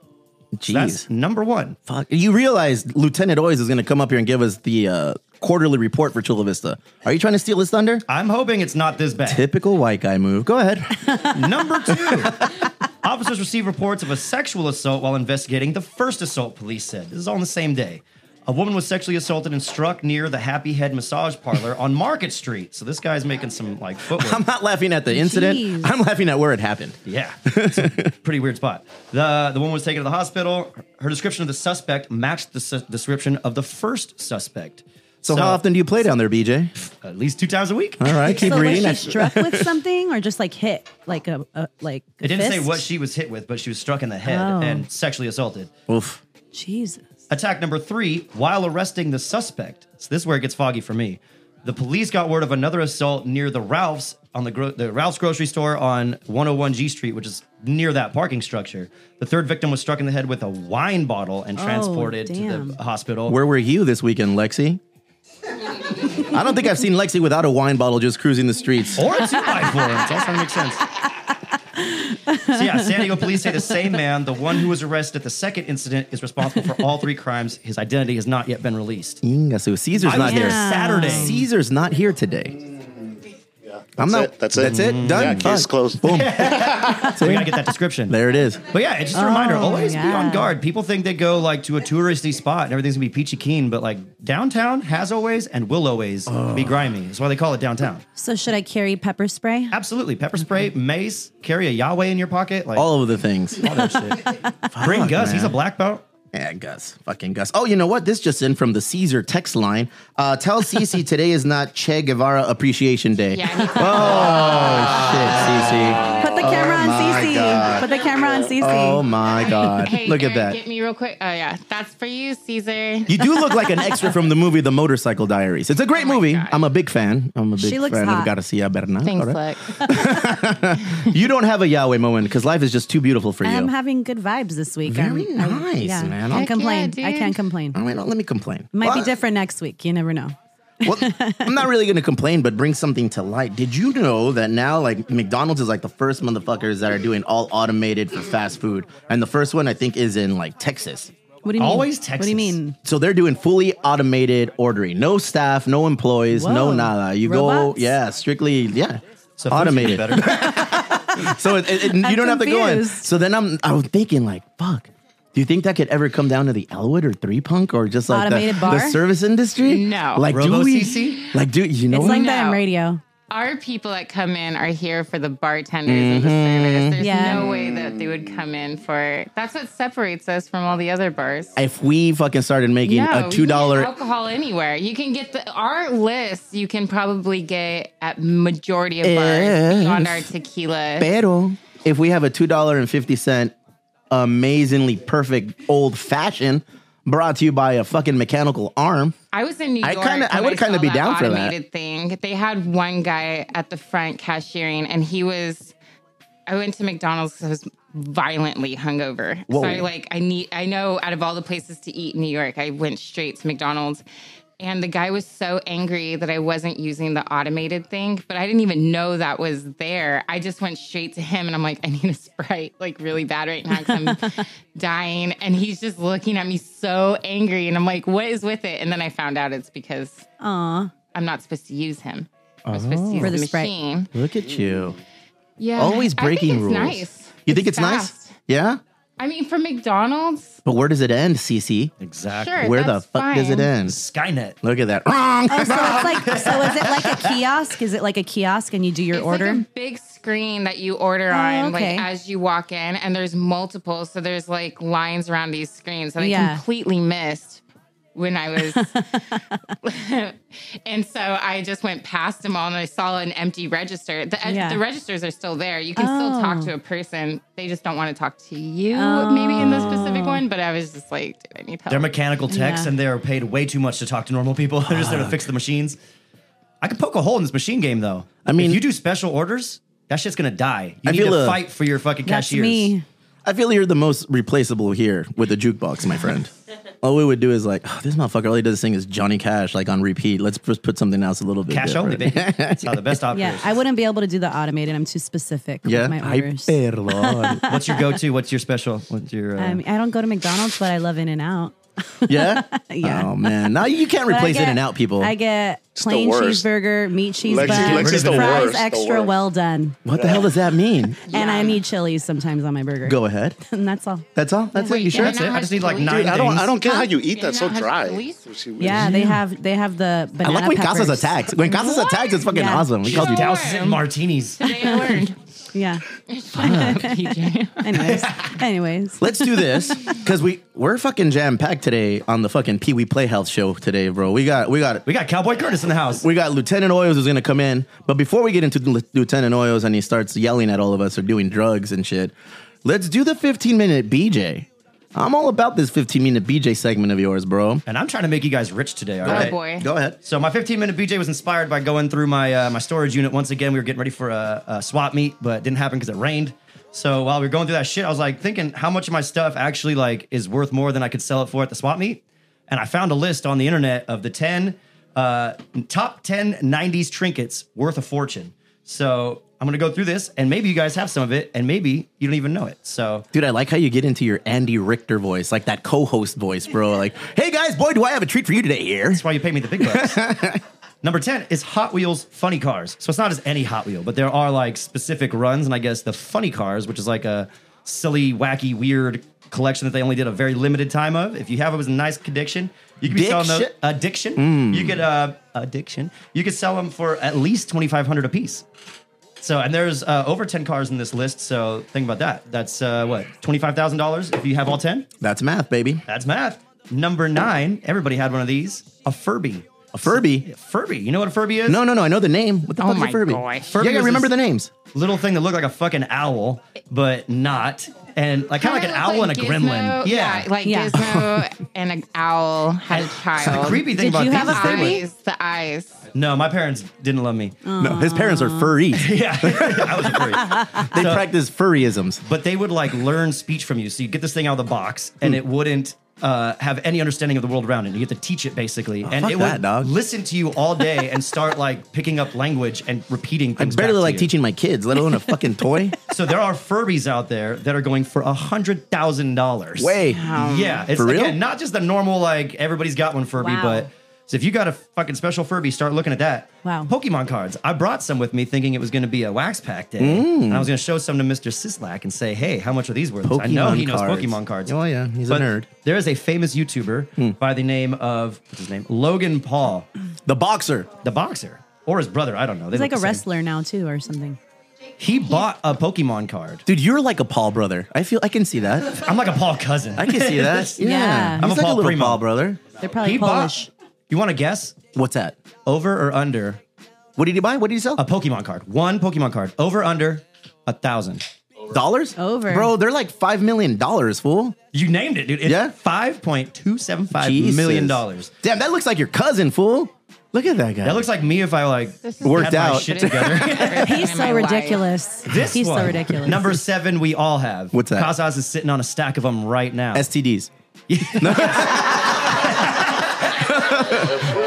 [SPEAKER 2] Jeez.
[SPEAKER 3] That's number one.
[SPEAKER 2] Fuck. You realize Lieutenant Oyes is going to come up here and give us the uh, quarterly report for Chula Vista. Are you trying to steal his thunder?
[SPEAKER 3] I'm hoping it's not this bad.
[SPEAKER 2] Typical white guy move. Go
[SPEAKER 3] [LAUGHS]
[SPEAKER 2] ahead.
[SPEAKER 3] Number
[SPEAKER 2] [LAUGHS]
[SPEAKER 3] two. Officers received reports of a sexual assault while investigating the first assault, police said. This is all on the same day. A woman was sexually assaulted and struck near the Happy Head Massage Parlor on Market Street. So this guy's making some like
[SPEAKER 2] [LAUGHS]
[SPEAKER 3] footwork.
[SPEAKER 2] I'm not laughing at the incident.
[SPEAKER 4] Jeez.
[SPEAKER 2] I'm laughing at where it happened.
[SPEAKER 3] Yeah, it's a pretty weird spot. The the woman was taken to the hospital. Her description of the suspect matched the su- description of the first suspect.
[SPEAKER 2] So, how often do you play down there, BJ?
[SPEAKER 3] At least two times a week.
[SPEAKER 2] All right, keep
[SPEAKER 4] so
[SPEAKER 2] reading.
[SPEAKER 4] was she struck with something or just like hit like a, a like?
[SPEAKER 3] It didn't say
[SPEAKER 4] fist?
[SPEAKER 3] what she was hit with, but she was struck in the head
[SPEAKER 4] Oh.
[SPEAKER 3] and sexually assaulted.
[SPEAKER 2] Oof.
[SPEAKER 4] Jesus.
[SPEAKER 3] Attack number three, while arresting the suspect. So this is where it gets foggy for me. The police got word of another assault near the Ralph's on the, gro- the Ralph's grocery store on 101 G Street, which is near that parking structure. The third victim was struck in the head with a wine bottle and transported to
[SPEAKER 4] Oh, damn.
[SPEAKER 3] the hospital.
[SPEAKER 2] Where were you this weekend, Lexi? I don't think I've seen Lexi without a wine bottle just cruising the streets.
[SPEAKER 3] or a two by four. It's also gonna make sense. So yeah, San Diego police say the same man, the one who was arrested at the second incident, is responsible for all three crimes. His identity has not yet been released.
[SPEAKER 2] Inga, so Caesar's
[SPEAKER 3] I
[SPEAKER 2] not
[SPEAKER 3] was there
[SPEAKER 2] here.
[SPEAKER 3] Saturday.
[SPEAKER 2] Caesar's not here today. I'm not.
[SPEAKER 6] it, that's it. Mm-hmm.
[SPEAKER 2] That's it. Done.
[SPEAKER 6] Yeah, case
[SPEAKER 2] Fuck.
[SPEAKER 6] closed.
[SPEAKER 3] [LAUGHS]
[SPEAKER 2] Boom.
[SPEAKER 3] So we gotta get that description.
[SPEAKER 2] there it is.
[SPEAKER 3] But yeah, it's just a reminder.
[SPEAKER 4] Oh,
[SPEAKER 3] Always be on
[SPEAKER 4] yeah.
[SPEAKER 3] guard. People think they go like to a touristy spot and everything's gonna be peachy keen, but like downtown has always and will always be grimy. That's why they call it downtown.
[SPEAKER 4] So should I carry pepper spray?
[SPEAKER 3] Absolutely, pepper spray, mace, carry a Yahweh in your pocket, like
[SPEAKER 2] All of the things.
[SPEAKER 3] all that shit. Bring Gus. He's a black belt.
[SPEAKER 2] Yeah, Gus. Fucking Gus. Oh, you know what? This just in from the Caesar text line. Uh, tell
[SPEAKER 3] [LAUGHS]
[SPEAKER 2] Cece today is not Che Guevara Appreciation Day.
[SPEAKER 5] Yeah, I need to-
[SPEAKER 2] Oh, shit, Cece.
[SPEAKER 4] Put the camera on
[SPEAKER 2] my
[SPEAKER 4] Cece.
[SPEAKER 2] God.
[SPEAKER 4] Put the camera on Cece.
[SPEAKER 2] Oh, my God.
[SPEAKER 5] Hey,
[SPEAKER 2] Look
[SPEAKER 5] Eric,
[SPEAKER 2] at that.
[SPEAKER 5] Get me real quick. Oh yeah, that's for you, Caesar.
[SPEAKER 2] You do look like an extra from the movie The Motorcycle Diaries. It's a great movie.
[SPEAKER 5] Oh, God.
[SPEAKER 2] I'm a big fan. I'm a big
[SPEAKER 4] She looks
[SPEAKER 2] fan of
[SPEAKER 4] hot.
[SPEAKER 2] Garcia Bernal.
[SPEAKER 5] Thanks,
[SPEAKER 2] All right.
[SPEAKER 5] Lex.
[SPEAKER 2] You don't have a Yahweh moment because life is just too beautiful for you.
[SPEAKER 5] Um,
[SPEAKER 4] I'm having good vibes this week.
[SPEAKER 2] Very
[SPEAKER 4] I'm- I'm-
[SPEAKER 2] nice,
[SPEAKER 4] yeah.
[SPEAKER 2] man.
[SPEAKER 4] Can't
[SPEAKER 2] Heck
[SPEAKER 5] yeah,
[SPEAKER 4] complain. I
[SPEAKER 5] dude.
[SPEAKER 4] can't complain.
[SPEAKER 2] I mean, don't let me complain.
[SPEAKER 4] Might be
[SPEAKER 2] Well,
[SPEAKER 4] different next week. You never know.
[SPEAKER 2] Well, I'm not really going to complain, but bring something to light. Did you know that now, like McDonald's is like the first motherfuckers that are doing all automated for fast food, and the first one I think is in like Texas.
[SPEAKER 4] What do you mean?
[SPEAKER 3] Always
[SPEAKER 4] What do
[SPEAKER 3] Texas.
[SPEAKER 4] you mean?
[SPEAKER 2] So they're doing fully automated ordering, no staff, no employees, no
[SPEAKER 4] Whoa.
[SPEAKER 2] nada. You
[SPEAKER 4] Robots?
[SPEAKER 2] go, yeah, strictly, yeah.
[SPEAKER 3] So food's
[SPEAKER 2] automated.
[SPEAKER 3] gonna be better.
[SPEAKER 2] [LAUGHS] So it, it, it- you
[SPEAKER 4] I'm
[SPEAKER 2] don't have to go in.
[SPEAKER 4] confused.
[SPEAKER 2] So then I'm I was thinking like, fuck. Do you think that could ever come down to the Elwood or Three Punk or just like the,
[SPEAKER 4] Automated bar?
[SPEAKER 2] the service industry?
[SPEAKER 5] No.
[SPEAKER 2] Like do
[SPEAKER 3] Robo
[SPEAKER 2] we?
[SPEAKER 3] CC?
[SPEAKER 2] Like do you
[SPEAKER 4] [LAUGHS]
[SPEAKER 2] know?
[SPEAKER 4] It's
[SPEAKER 2] what?
[SPEAKER 4] like that on
[SPEAKER 5] No.
[SPEAKER 4] radio.
[SPEAKER 5] Our people that come in are here for the bartenders and the
[SPEAKER 2] Mm-hmm.
[SPEAKER 5] service. There's
[SPEAKER 4] Yeah.
[SPEAKER 5] no way that they would come in for. That's what separates us from all the other bars.
[SPEAKER 2] if we fucking started making
[SPEAKER 5] No,
[SPEAKER 2] a
[SPEAKER 5] you
[SPEAKER 2] two
[SPEAKER 5] can get
[SPEAKER 2] dollar
[SPEAKER 5] alcohol anywhere. You can get the our list. You can probably get at majority of
[SPEAKER 2] If-
[SPEAKER 5] bars beyond our tequila.
[SPEAKER 2] pero, if we have a two dollar and fifty cent amazingly perfect old fashioned brought to you by a fucking mechanical arm.
[SPEAKER 5] I was in New
[SPEAKER 2] I
[SPEAKER 5] York.
[SPEAKER 2] kinda- I
[SPEAKER 5] when
[SPEAKER 2] would kinda
[SPEAKER 5] saw
[SPEAKER 2] be down for that.
[SPEAKER 5] automated Thing they had one guy at the front cashiering, and he was. I went to McDonald's because I was violently hungover.
[SPEAKER 2] Whoa.
[SPEAKER 5] So I like I need I know out of all the places to eat in New York, I went straight to McDonald's. And the guy was so angry that I wasn't using the automated thing, but I didn't even know that was there. I just went straight to him and I'm like, I need a sprite, like really bad right now because I'm dying. And he's just looking at me so angry. And I'm like, what is with it? And then I found out it's because
[SPEAKER 4] Aw. Oh.
[SPEAKER 5] I'm not supposed to use him. I'm supposed to use
[SPEAKER 4] For
[SPEAKER 5] Oh. the,
[SPEAKER 4] the Sprite.
[SPEAKER 5] machine.
[SPEAKER 2] Oh. Look at you.
[SPEAKER 5] Yeah.
[SPEAKER 2] Always
[SPEAKER 5] I think
[SPEAKER 2] breaking
[SPEAKER 5] it's
[SPEAKER 2] rules.
[SPEAKER 5] Nice.
[SPEAKER 2] You think it's
[SPEAKER 5] fast.
[SPEAKER 2] nice? Yeah?
[SPEAKER 5] I mean, for McDonald's,
[SPEAKER 2] But where does it end, CC?
[SPEAKER 3] exactly.
[SPEAKER 5] sure.
[SPEAKER 2] Where the
[SPEAKER 5] that's
[SPEAKER 2] fuck does it
[SPEAKER 5] fine.
[SPEAKER 2] end?
[SPEAKER 3] Skynet.
[SPEAKER 2] Look at that. Wrong.
[SPEAKER 4] Oh, so it's like so is it
[SPEAKER 2] [LAUGHS]
[SPEAKER 4] like a kiosk? Is it like a kiosk and you do your
[SPEAKER 5] It's
[SPEAKER 4] order? Oh,
[SPEAKER 5] like a big screen that you order on,
[SPEAKER 4] okay.
[SPEAKER 5] like as you walk in, and there's multiple, so there's like lines around these screens that I
[SPEAKER 4] Yeah.
[SPEAKER 5] completely missed when I was,
[SPEAKER 4] [LAUGHS]
[SPEAKER 5] [LAUGHS] and so I just went past them all, and I saw an empty register. The uh,
[SPEAKER 4] Yeah.
[SPEAKER 5] the registers are still there. You can still talk
[SPEAKER 4] Oh.
[SPEAKER 5] to a person. They just don't want to talk to you, maybe in the specific one. But I was just like, did I need help?
[SPEAKER 3] They're mechanical techs
[SPEAKER 4] Oh. Yeah.
[SPEAKER 3] and they're paid way too much to talk to normal people. [LAUGHS] They're just there to fix the machines. I could poke a hole in this machine game though. I
[SPEAKER 2] mean-
[SPEAKER 3] if you do special orders, that shit's gonna die. You
[SPEAKER 2] I
[SPEAKER 3] need
[SPEAKER 2] feel
[SPEAKER 3] to
[SPEAKER 2] a-
[SPEAKER 3] fight for your fucking
[SPEAKER 4] That's
[SPEAKER 3] cashiers.
[SPEAKER 4] me.
[SPEAKER 2] I feel you're the most replaceable here with the jukebox, my
[SPEAKER 4] [LAUGHS]
[SPEAKER 2] friend. All we would do is like, oh, this motherfucker, all he does sing is Johnny Cash, like on repeat. Let's just put something else a little bit.
[SPEAKER 3] Cash only,
[SPEAKER 2] different.
[SPEAKER 3] baby. That's how
[SPEAKER 2] [LAUGHS]
[SPEAKER 3] the best
[SPEAKER 4] Yeah,
[SPEAKER 3] operators.
[SPEAKER 4] I wouldn't be able to do the automated. I'm too specific
[SPEAKER 2] Yeah.
[SPEAKER 4] with my
[SPEAKER 2] Ay,
[SPEAKER 4] orders.
[SPEAKER 2] perdón.
[SPEAKER 3] [LAUGHS] What's your go-to? What's your special? What's your? Uh,
[SPEAKER 4] I, mean, I don't go to McDonald's, but I love In and Out.
[SPEAKER 2] Yeah.
[SPEAKER 4] [LAUGHS] Yeah.
[SPEAKER 2] Oh man, now
[SPEAKER 4] [LAUGHS]
[SPEAKER 2] you can't
[SPEAKER 4] But I
[SPEAKER 2] replace
[SPEAKER 4] get-
[SPEAKER 2] In and Out people.
[SPEAKER 4] I get
[SPEAKER 6] the
[SPEAKER 4] plain
[SPEAKER 6] worst.
[SPEAKER 4] cheeseburger, meat cheese
[SPEAKER 6] Lex-
[SPEAKER 4] bun,
[SPEAKER 6] Lex
[SPEAKER 3] is the
[SPEAKER 4] fries
[SPEAKER 6] worst, the
[SPEAKER 4] extra
[SPEAKER 6] worst.
[SPEAKER 4] well done,
[SPEAKER 2] what the hell does that
[SPEAKER 4] [LAUGHS]
[SPEAKER 2] mean?
[SPEAKER 4] and I need chilies sometimes on my burger.
[SPEAKER 2] Go ahead.
[SPEAKER 4] [LAUGHS] and that's all.
[SPEAKER 2] That's all. That's it. You sure?
[SPEAKER 3] That's it. I just need like nine
[SPEAKER 6] Dude, I don't, I
[SPEAKER 3] things.
[SPEAKER 6] don't get how you eat
[SPEAKER 5] Yeah,
[SPEAKER 6] that so
[SPEAKER 5] not
[SPEAKER 6] dry.
[SPEAKER 5] police.
[SPEAKER 6] She was-
[SPEAKER 4] Yeah, they have they have the
[SPEAKER 2] I
[SPEAKER 4] banana
[SPEAKER 2] like when
[SPEAKER 4] peppers.
[SPEAKER 2] Casas attacks. When Casas attacks, it's fucking
[SPEAKER 4] Yeah.
[SPEAKER 2] awesome. We called you.
[SPEAKER 3] Douse it in martinis.
[SPEAKER 5] Today I learned.
[SPEAKER 4] [LAUGHS] Yeah.
[SPEAKER 5] [LAUGHS]
[SPEAKER 4] [LAUGHS]
[SPEAKER 5] PJ.
[SPEAKER 4] Anyways, anyways,
[SPEAKER 2] Let's do
[SPEAKER 3] [LAUGHS]
[SPEAKER 2] this because we we're fucking jam packed today on the fucking Pee Wee Playhouse show today, bro. We got we got
[SPEAKER 3] We got Cowboy Curtis in the house.
[SPEAKER 2] we got Lieutenant Oyos who's gonna come in. But before we get into L- Lieutenant Oyos and he starts yelling at all of us or doing drugs and shit, let's do the 15 minute BJ. I'm all about this 15 minute BJ segment of yours, bro.
[SPEAKER 3] And I'm trying to make you guys rich today, all
[SPEAKER 5] Oh,
[SPEAKER 3] right?
[SPEAKER 5] boy.
[SPEAKER 2] Go ahead.
[SPEAKER 3] So my 15 minute BJ was inspired by going through my uh, my storage unit once again. We were getting ready for a, a swap meet, but it didn't happen because it rained. So while we were going through that shit, I was like thinking how much of my stuff actually like is worth more than I could sell it for at the swap meet. And I found a list on the internet of the 10 uh, top 10 90s trinkets worth a fortune. So I'm gonna go through this, and maybe you guys have some of it, and maybe you don't even know it. So
[SPEAKER 2] Dude, I like how you get into your Andy Richter voice, like that co-host voice, bro. Like, hey guys, boy, do I have a treat for you today here.
[SPEAKER 3] That's why you pay me the big bucks. Number 10 is Hot Wheels funny cars. So it's not just any Hot Wheel, but there are like specific runs. And I guess the funny cars, which is like a silly, wacky, weird collection that they only did a very limited time of. If you have it was a nice condition, you could be selling those
[SPEAKER 2] Diction?
[SPEAKER 3] addiction. You could uh addiction. You could sell them for at least 2500 a piece. So and there's uh, over 10 cars in this list, so think about that. That's uh, what? $25,000 if you have all 10?
[SPEAKER 2] That's math, baby.
[SPEAKER 3] That's math. Number nine, everybody had one of these. A Furby.
[SPEAKER 2] A Furby.
[SPEAKER 3] Furby. You know what a Furby is?
[SPEAKER 2] No, no, no. I know the name. What the
[SPEAKER 5] Oh
[SPEAKER 2] fuck is
[SPEAKER 5] my
[SPEAKER 2] a Furby?
[SPEAKER 5] gosh.
[SPEAKER 2] Furby yeah, I
[SPEAKER 3] was
[SPEAKER 2] remember
[SPEAKER 3] this-
[SPEAKER 2] the names.
[SPEAKER 3] Little thing that looked like a fucking owl, but not. And like kind of like an owl and a gremlin. Yeah.
[SPEAKER 5] like
[SPEAKER 4] Yeah.
[SPEAKER 5] Gizmo [LAUGHS] and an owl had a
[SPEAKER 3] the
[SPEAKER 5] child.
[SPEAKER 3] creepy thing
[SPEAKER 4] Did
[SPEAKER 3] about
[SPEAKER 4] you
[SPEAKER 3] these
[SPEAKER 4] have a
[SPEAKER 3] is
[SPEAKER 5] The
[SPEAKER 3] they
[SPEAKER 4] Furby?
[SPEAKER 3] would-
[SPEAKER 5] eyes, the eyes.
[SPEAKER 3] No, my parents didn't love me.
[SPEAKER 2] No, his parents are furry. they
[SPEAKER 3] [LAUGHS] Yeah, I was a Furby.
[SPEAKER 2] practice furryisms.
[SPEAKER 3] But they would like learn speech from you. So you get this thing out of the box,
[SPEAKER 2] Hmm.
[SPEAKER 3] and it wouldn't uh, have any understanding of the world around it. You get to teach it basically, and
[SPEAKER 2] Oh, fuck
[SPEAKER 3] it
[SPEAKER 2] that,
[SPEAKER 3] would
[SPEAKER 2] dog.
[SPEAKER 3] listen to you all day and start like picking up language and repeating
[SPEAKER 2] I
[SPEAKER 3] things. back
[SPEAKER 2] barely
[SPEAKER 3] to
[SPEAKER 2] like
[SPEAKER 3] you.
[SPEAKER 2] teaching my kids, let
[SPEAKER 3] [LAUGHS]
[SPEAKER 2] alone a fucking toy.
[SPEAKER 3] So there are Furbies out there that are going for a hundred thousand dollars.
[SPEAKER 2] Way.
[SPEAKER 3] yeah, it's
[SPEAKER 2] For real?
[SPEAKER 3] again not just the normal like everybody's got one Furby,
[SPEAKER 4] Wow.
[SPEAKER 3] but so if you got a fucking special Furby, start looking at that.
[SPEAKER 4] Wow.
[SPEAKER 3] Pokemon cards. I brought some with me, thinking it was going to be a wax pack day,
[SPEAKER 2] Mm.
[SPEAKER 3] and I was going to show some to Mister Sislak and say, "Hey, how much are these worth?" I know
[SPEAKER 2] Pokemon
[SPEAKER 3] he knows
[SPEAKER 2] cards.
[SPEAKER 3] Pokemon cards.
[SPEAKER 2] Oh, yeah, he's a nerd. Hmm.
[SPEAKER 3] There is a famous YouTuber by the name of what's his name, Logan Paul,
[SPEAKER 2] The boxer.
[SPEAKER 3] the boxer, or his brother. I don't know. They
[SPEAKER 4] he's like
[SPEAKER 3] look
[SPEAKER 4] a
[SPEAKER 3] the same.
[SPEAKER 4] wrestler now too, or something.
[SPEAKER 3] He bought a Pokemon card.
[SPEAKER 2] Dude, you're like a Paul brother. I feel I can see that.
[SPEAKER 3] I'm like a Paul cousin.
[SPEAKER 2] I can see
[SPEAKER 3] [LAUGHS]
[SPEAKER 2] that. Yeah.
[SPEAKER 4] Yeah.
[SPEAKER 2] He's
[SPEAKER 4] I'm a
[SPEAKER 2] like a
[SPEAKER 3] Paul
[SPEAKER 2] little
[SPEAKER 3] Primo.
[SPEAKER 2] Paul brother.
[SPEAKER 4] They're probably
[SPEAKER 3] He bought-
[SPEAKER 4] Polish.
[SPEAKER 3] You want to guess?
[SPEAKER 2] What's that?
[SPEAKER 3] Over or under
[SPEAKER 2] What did he buy? What did he sell?
[SPEAKER 3] a Pokemon card? One Pokemon card. Over under a thousand.
[SPEAKER 2] dollars?
[SPEAKER 4] Over.
[SPEAKER 2] Bro, they're like five million dollars, fool.
[SPEAKER 3] You named it, dude. It's
[SPEAKER 2] Yeah.
[SPEAKER 3] five point two seven five
[SPEAKER 2] Jesus.
[SPEAKER 3] million dollars.
[SPEAKER 2] Damn, that looks like your cousin, fool. Look at that guy.
[SPEAKER 3] That looks like me if I like
[SPEAKER 5] This is
[SPEAKER 2] Worked
[SPEAKER 3] had my
[SPEAKER 2] out.
[SPEAKER 3] shit
[SPEAKER 5] [LAUGHS]
[SPEAKER 3] together. [LAUGHS]
[SPEAKER 4] He's
[SPEAKER 5] In my life.
[SPEAKER 4] so ridiculous.
[SPEAKER 3] this
[SPEAKER 4] He's
[SPEAKER 3] one,
[SPEAKER 4] so ridiculous.
[SPEAKER 3] Number seven, we all have.
[SPEAKER 2] What's that?
[SPEAKER 3] Kazaz is sitting on a stack of them right now. [LAUGHS]
[SPEAKER 2] [LAUGHS] STDs.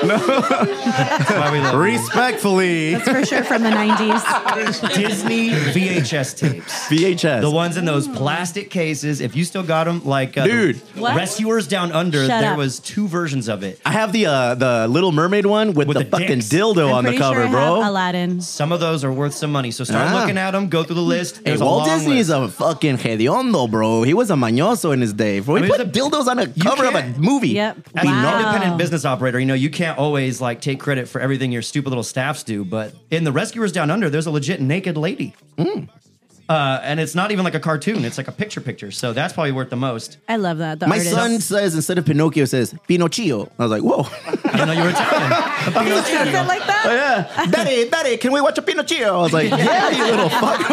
[SPEAKER 3] That's why we love you.
[SPEAKER 2] Respectfully,
[SPEAKER 4] That's for sure from the '90s.
[SPEAKER 3] Disney
[SPEAKER 2] [LAUGHS]
[SPEAKER 3] VHS tapes.
[SPEAKER 2] VHS.
[SPEAKER 3] The ones in those plastic cases, if you still got them, like uh, the
[SPEAKER 2] Dude.
[SPEAKER 4] What?
[SPEAKER 3] Rescuers Down Under,
[SPEAKER 4] Shut
[SPEAKER 3] there
[SPEAKER 4] up.
[SPEAKER 3] was two versions of it.
[SPEAKER 2] I have the uh, the Little Mermaid one with,
[SPEAKER 3] With
[SPEAKER 2] the,
[SPEAKER 3] the
[SPEAKER 2] fucking
[SPEAKER 3] dicks.
[SPEAKER 2] dildo on
[SPEAKER 4] I'm
[SPEAKER 2] the
[SPEAKER 4] pretty sure
[SPEAKER 2] cover,
[SPEAKER 4] I
[SPEAKER 2] bro.
[SPEAKER 4] have um, Aladdin.
[SPEAKER 3] Some of those are worth some money, so start
[SPEAKER 2] Ah.
[SPEAKER 3] looking at them. Go through the list.
[SPEAKER 2] Hey,
[SPEAKER 3] There's a
[SPEAKER 2] Walt
[SPEAKER 3] long
[SPEAKER 2] Disney is
[SPEAKER 3] list.
[SPEAKER 2] a fucking hediondo, bro. He was a mañoso in his day. Bro, he
[SPEAKER 3] mean,
[SPEAKER 2] put
[SPEAKER 3] it's a-
[SPEAKER 2] dildos on a cover of a
[SPEAKER 3] can't-
[SPEAKER 2] movie.
[SPEAKER 4] Yep.
[SPEAKER 3] As an
[SPEAKER 4] Wow.
[SPEAKER 3] independent business operator, you know you can't always like take credit for everything your stupid little staffs do. But in the Rescuers Down Under, there's a legit naked lady, uh, and it's not even like a cartoon; it's like a picture picture. So that's probably worth the most.
[SPEAKER 4] I love that. The
[SPEAKER 2] My
[SPEAKER 4] artist.
[SPEAKER 2] son says instead of Pinocchio says Pinocchio. I was like,
[SPEAKER 3] [LAUGHS]
[SPEAKER 2] whoa,
[SPEAKER 3] I don't know you were Italian.
[SPEAKER 4] Is it like
[SPEAKER 3] Oh,
[SPEAKER 4] that?
[SPEAKER 2] [LAUGHS] Betty, Betty, can we watch a Pinocchio? I was
[SPEAKER 3] [LAUGHS]
[SPEAKER 2] like, yeah, you little fuck,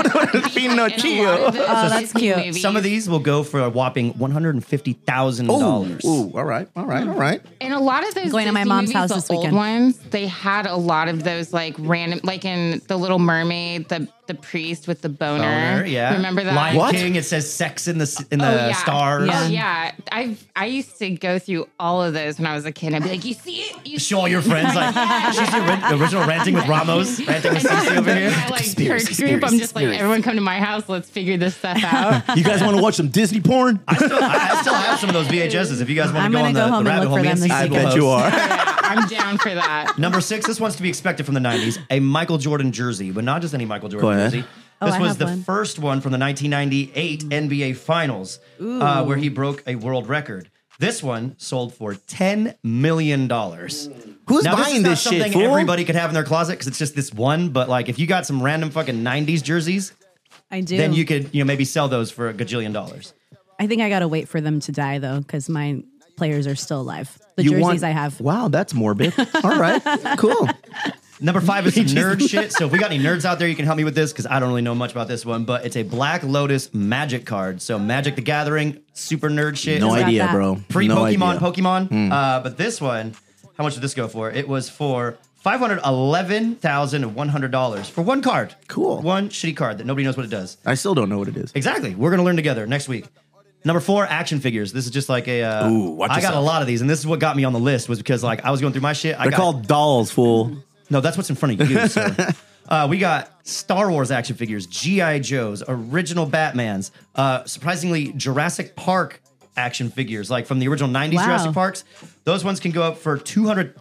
[SPEAKER 2] Pinocchio.
[SPEAKER 4] Oh, that's cute.
[SPEAKER 3] Some of these will go for a whopping one hundred and fifty thousand
[SPEAKER 2] Ooh,
[SPEAKER 3] dollars.
[SPEAKER 2] ooh, all right, all right, all right.
[SPEAKER 5] And a lot of those
[SPEAKER 4] Going to my
[SPEAKER 5] Disney
[SPEAKER 4] mom's
[SPEAKER 5] movies,
[SPEAKER 4] house
[SPEAKER 5] the
[SPEAKER 4] this
[SPEAKER 5] old
[SPEAKER 4] weekend.
[SPEAKER 5] ones, they had a lot of those like random, like in The Little Mermaid, the the priest with the boner, Runner.
[SPEAKER 3] Yeah.
[SPEAKER 5] Remember that?
[SPEAKER 3] Lion
[SPEAKER 2] What?
[SPEAKER 3] King. It says sex in the s- in the stars.
[SPEAKER 5] Oh
[SPEAKER 4] Yeah.
[SPEAKER 5] yeah, I've I used to go through all of those when I was a kid. I'd be like, "You see it? You
[SPEAKER 3] Show all your
[SPEAKER 5] [LAUGHS]
[SPEAKER 3] friends like she's the ori- original ranting with Ramos, ranting with Cece over here.
[SPEAKER 5] I, like
[SPEAKER 2] Conspiracy,
[SPEAKER 5] church group. I'm
[SPEAKER 2] conspiracy,
[SPEAKER 5] just
[SPEAKER 2] conspiracy.
[SPEAKER 5] like, everyone come to my house. Let's figure this stuff out.
[SPEAKER 3] [LAUGHS]
[SPEAKER 2] You guys want to watch some Disney porn? [LAUGHS]
[SPEAKER 3] I still, I I still have some of those VHSs. If you guys want
[SPEAKER 4] I'm
[SPEAKER 3] to go
[SPEAKER 4] gonna
[SPEAKER 3] on
[SPEAKER 4] go
[SPEAKER 3] the,
[SPEAKER 4] home
[SPEAKER 3] the
[SPEAKER 4] and
[SPEAKER 3] rabbit
[SPEAKER 4] look
[SPEAKER 3] hole,
[SPEAKER 4] for
[SPEAKER 3] me and
[SPEAKER 4] them this
[SPEAKER 3] Cece
[SPEAKER 2] I
[SPEAKER 3] will
[SPEAKER 2] bet
[SPEAKER 3] host.
[SPEAKER 2] you
[SPEAKER 3] [LAUGHS]
[SPEAKER 2] are.
[SPEAKER 5] I'm down for that.
[SPEAKER 3] Number six, this one's to be expected from the 90s. A Michael Jordan jersey, but not just any Michael
[SPEAKER 2] Go
[SPEAKER 3] Jordan
[SPEAKER 2] ahead.
[SPEAKER 3] jersey.
[SPEAKER 4] Oh,
[SPEAKER 3] This
[SPEAKER 4] I
[SPEAKER 3] was
[SPEAKER 4] have
[SPEAKER 3] the
[SPEAKER 4] one.
[SPEAKER 3] first one from the 1998 NBA Finals, uh, where he broke a world record. This one sold for $10 million.
[SPEAKER 2] Who's
[SPEAKER 3] Now, this is
[SPEAKER 2] buying
[SPEAKER 3] not
[SPEAKER 2] this,
[SPEAKER 3] something
[SPEAKER 2] shit? Fool?
[SPEAKER 3] everybody could have in their closet because it's just this one, but like if you got some random fucking 90s jerseys,
[SPEAKER 4] I do.
[SPEAKER 3] then you could, you know, maybe sell those for a gajillion dollars.
[SPEAKER 4] I think I gotta wait for them to die though, because my players are still alive. The
[SPEAKER 2] You
[SPEAKER 4] jerseys
[SPEAKER 2] want-
[SPEAKER 4] I have.
[SPEAKER 2] Wow, that's morbid. All right, cool.
[SPEAKER 3] Number five is some nerd shit. So if we got any nerds out there, you can help me with this because I don't really know much about this one. But it's a Black Lotus Magic card. So Magic the Gathering, super nerd shit.
[SPEAKER 2] No
[SPEAKER 4] Is that
[SPEAKER 2] idea,
[SPEAKER 4] that?
[SPEAKER 2] bro.
[SPEAKER 3] Pre
[SPEAKER 2] no
[SPEAKER 3] Pokemon,
[SPEAKER 2] idea. Hmm.
[SPEAKER 3] Pokemon. Uh, but this one, how much did this go for? It was for five hundred eleven thousand one hundred dollars for one card.
[SPEAKER 2] Cool.
[SPEAKER 3] One shitty card that nobody knows what it does.
[SPEAKER 2] I still don't know what it is.
[SPEAKER 3] Exactly. We're gonna learn together next week. Number four, action figures. This is just like a. Uh,
[SPEAKER 2] Ooh, watch
[SPEAKER 3] I got
[SPEAKER 2] yourself.
[SPEAKER 3] a lot of these, and this is what got me on the list was because like I was going through my shit. I
[SPEAKER 2] They're
[SPEAKER 3] got,
[SPEAKER 2] called dolls, fool.
[SPEAKER 3] no, that's what's in front of
[SPEAKER 4] [LAUGHS]
[SPEAKER 3] you, sir. Uh, we got Star Wars action figures, G.I. Joes, original Batmans, uh, surprisingly, Jurassic Park action figures, like from the original 90s
[SPEAKER 4] Wow.
[SPEAKER 3] Jurassic Parks. Those ones can go up for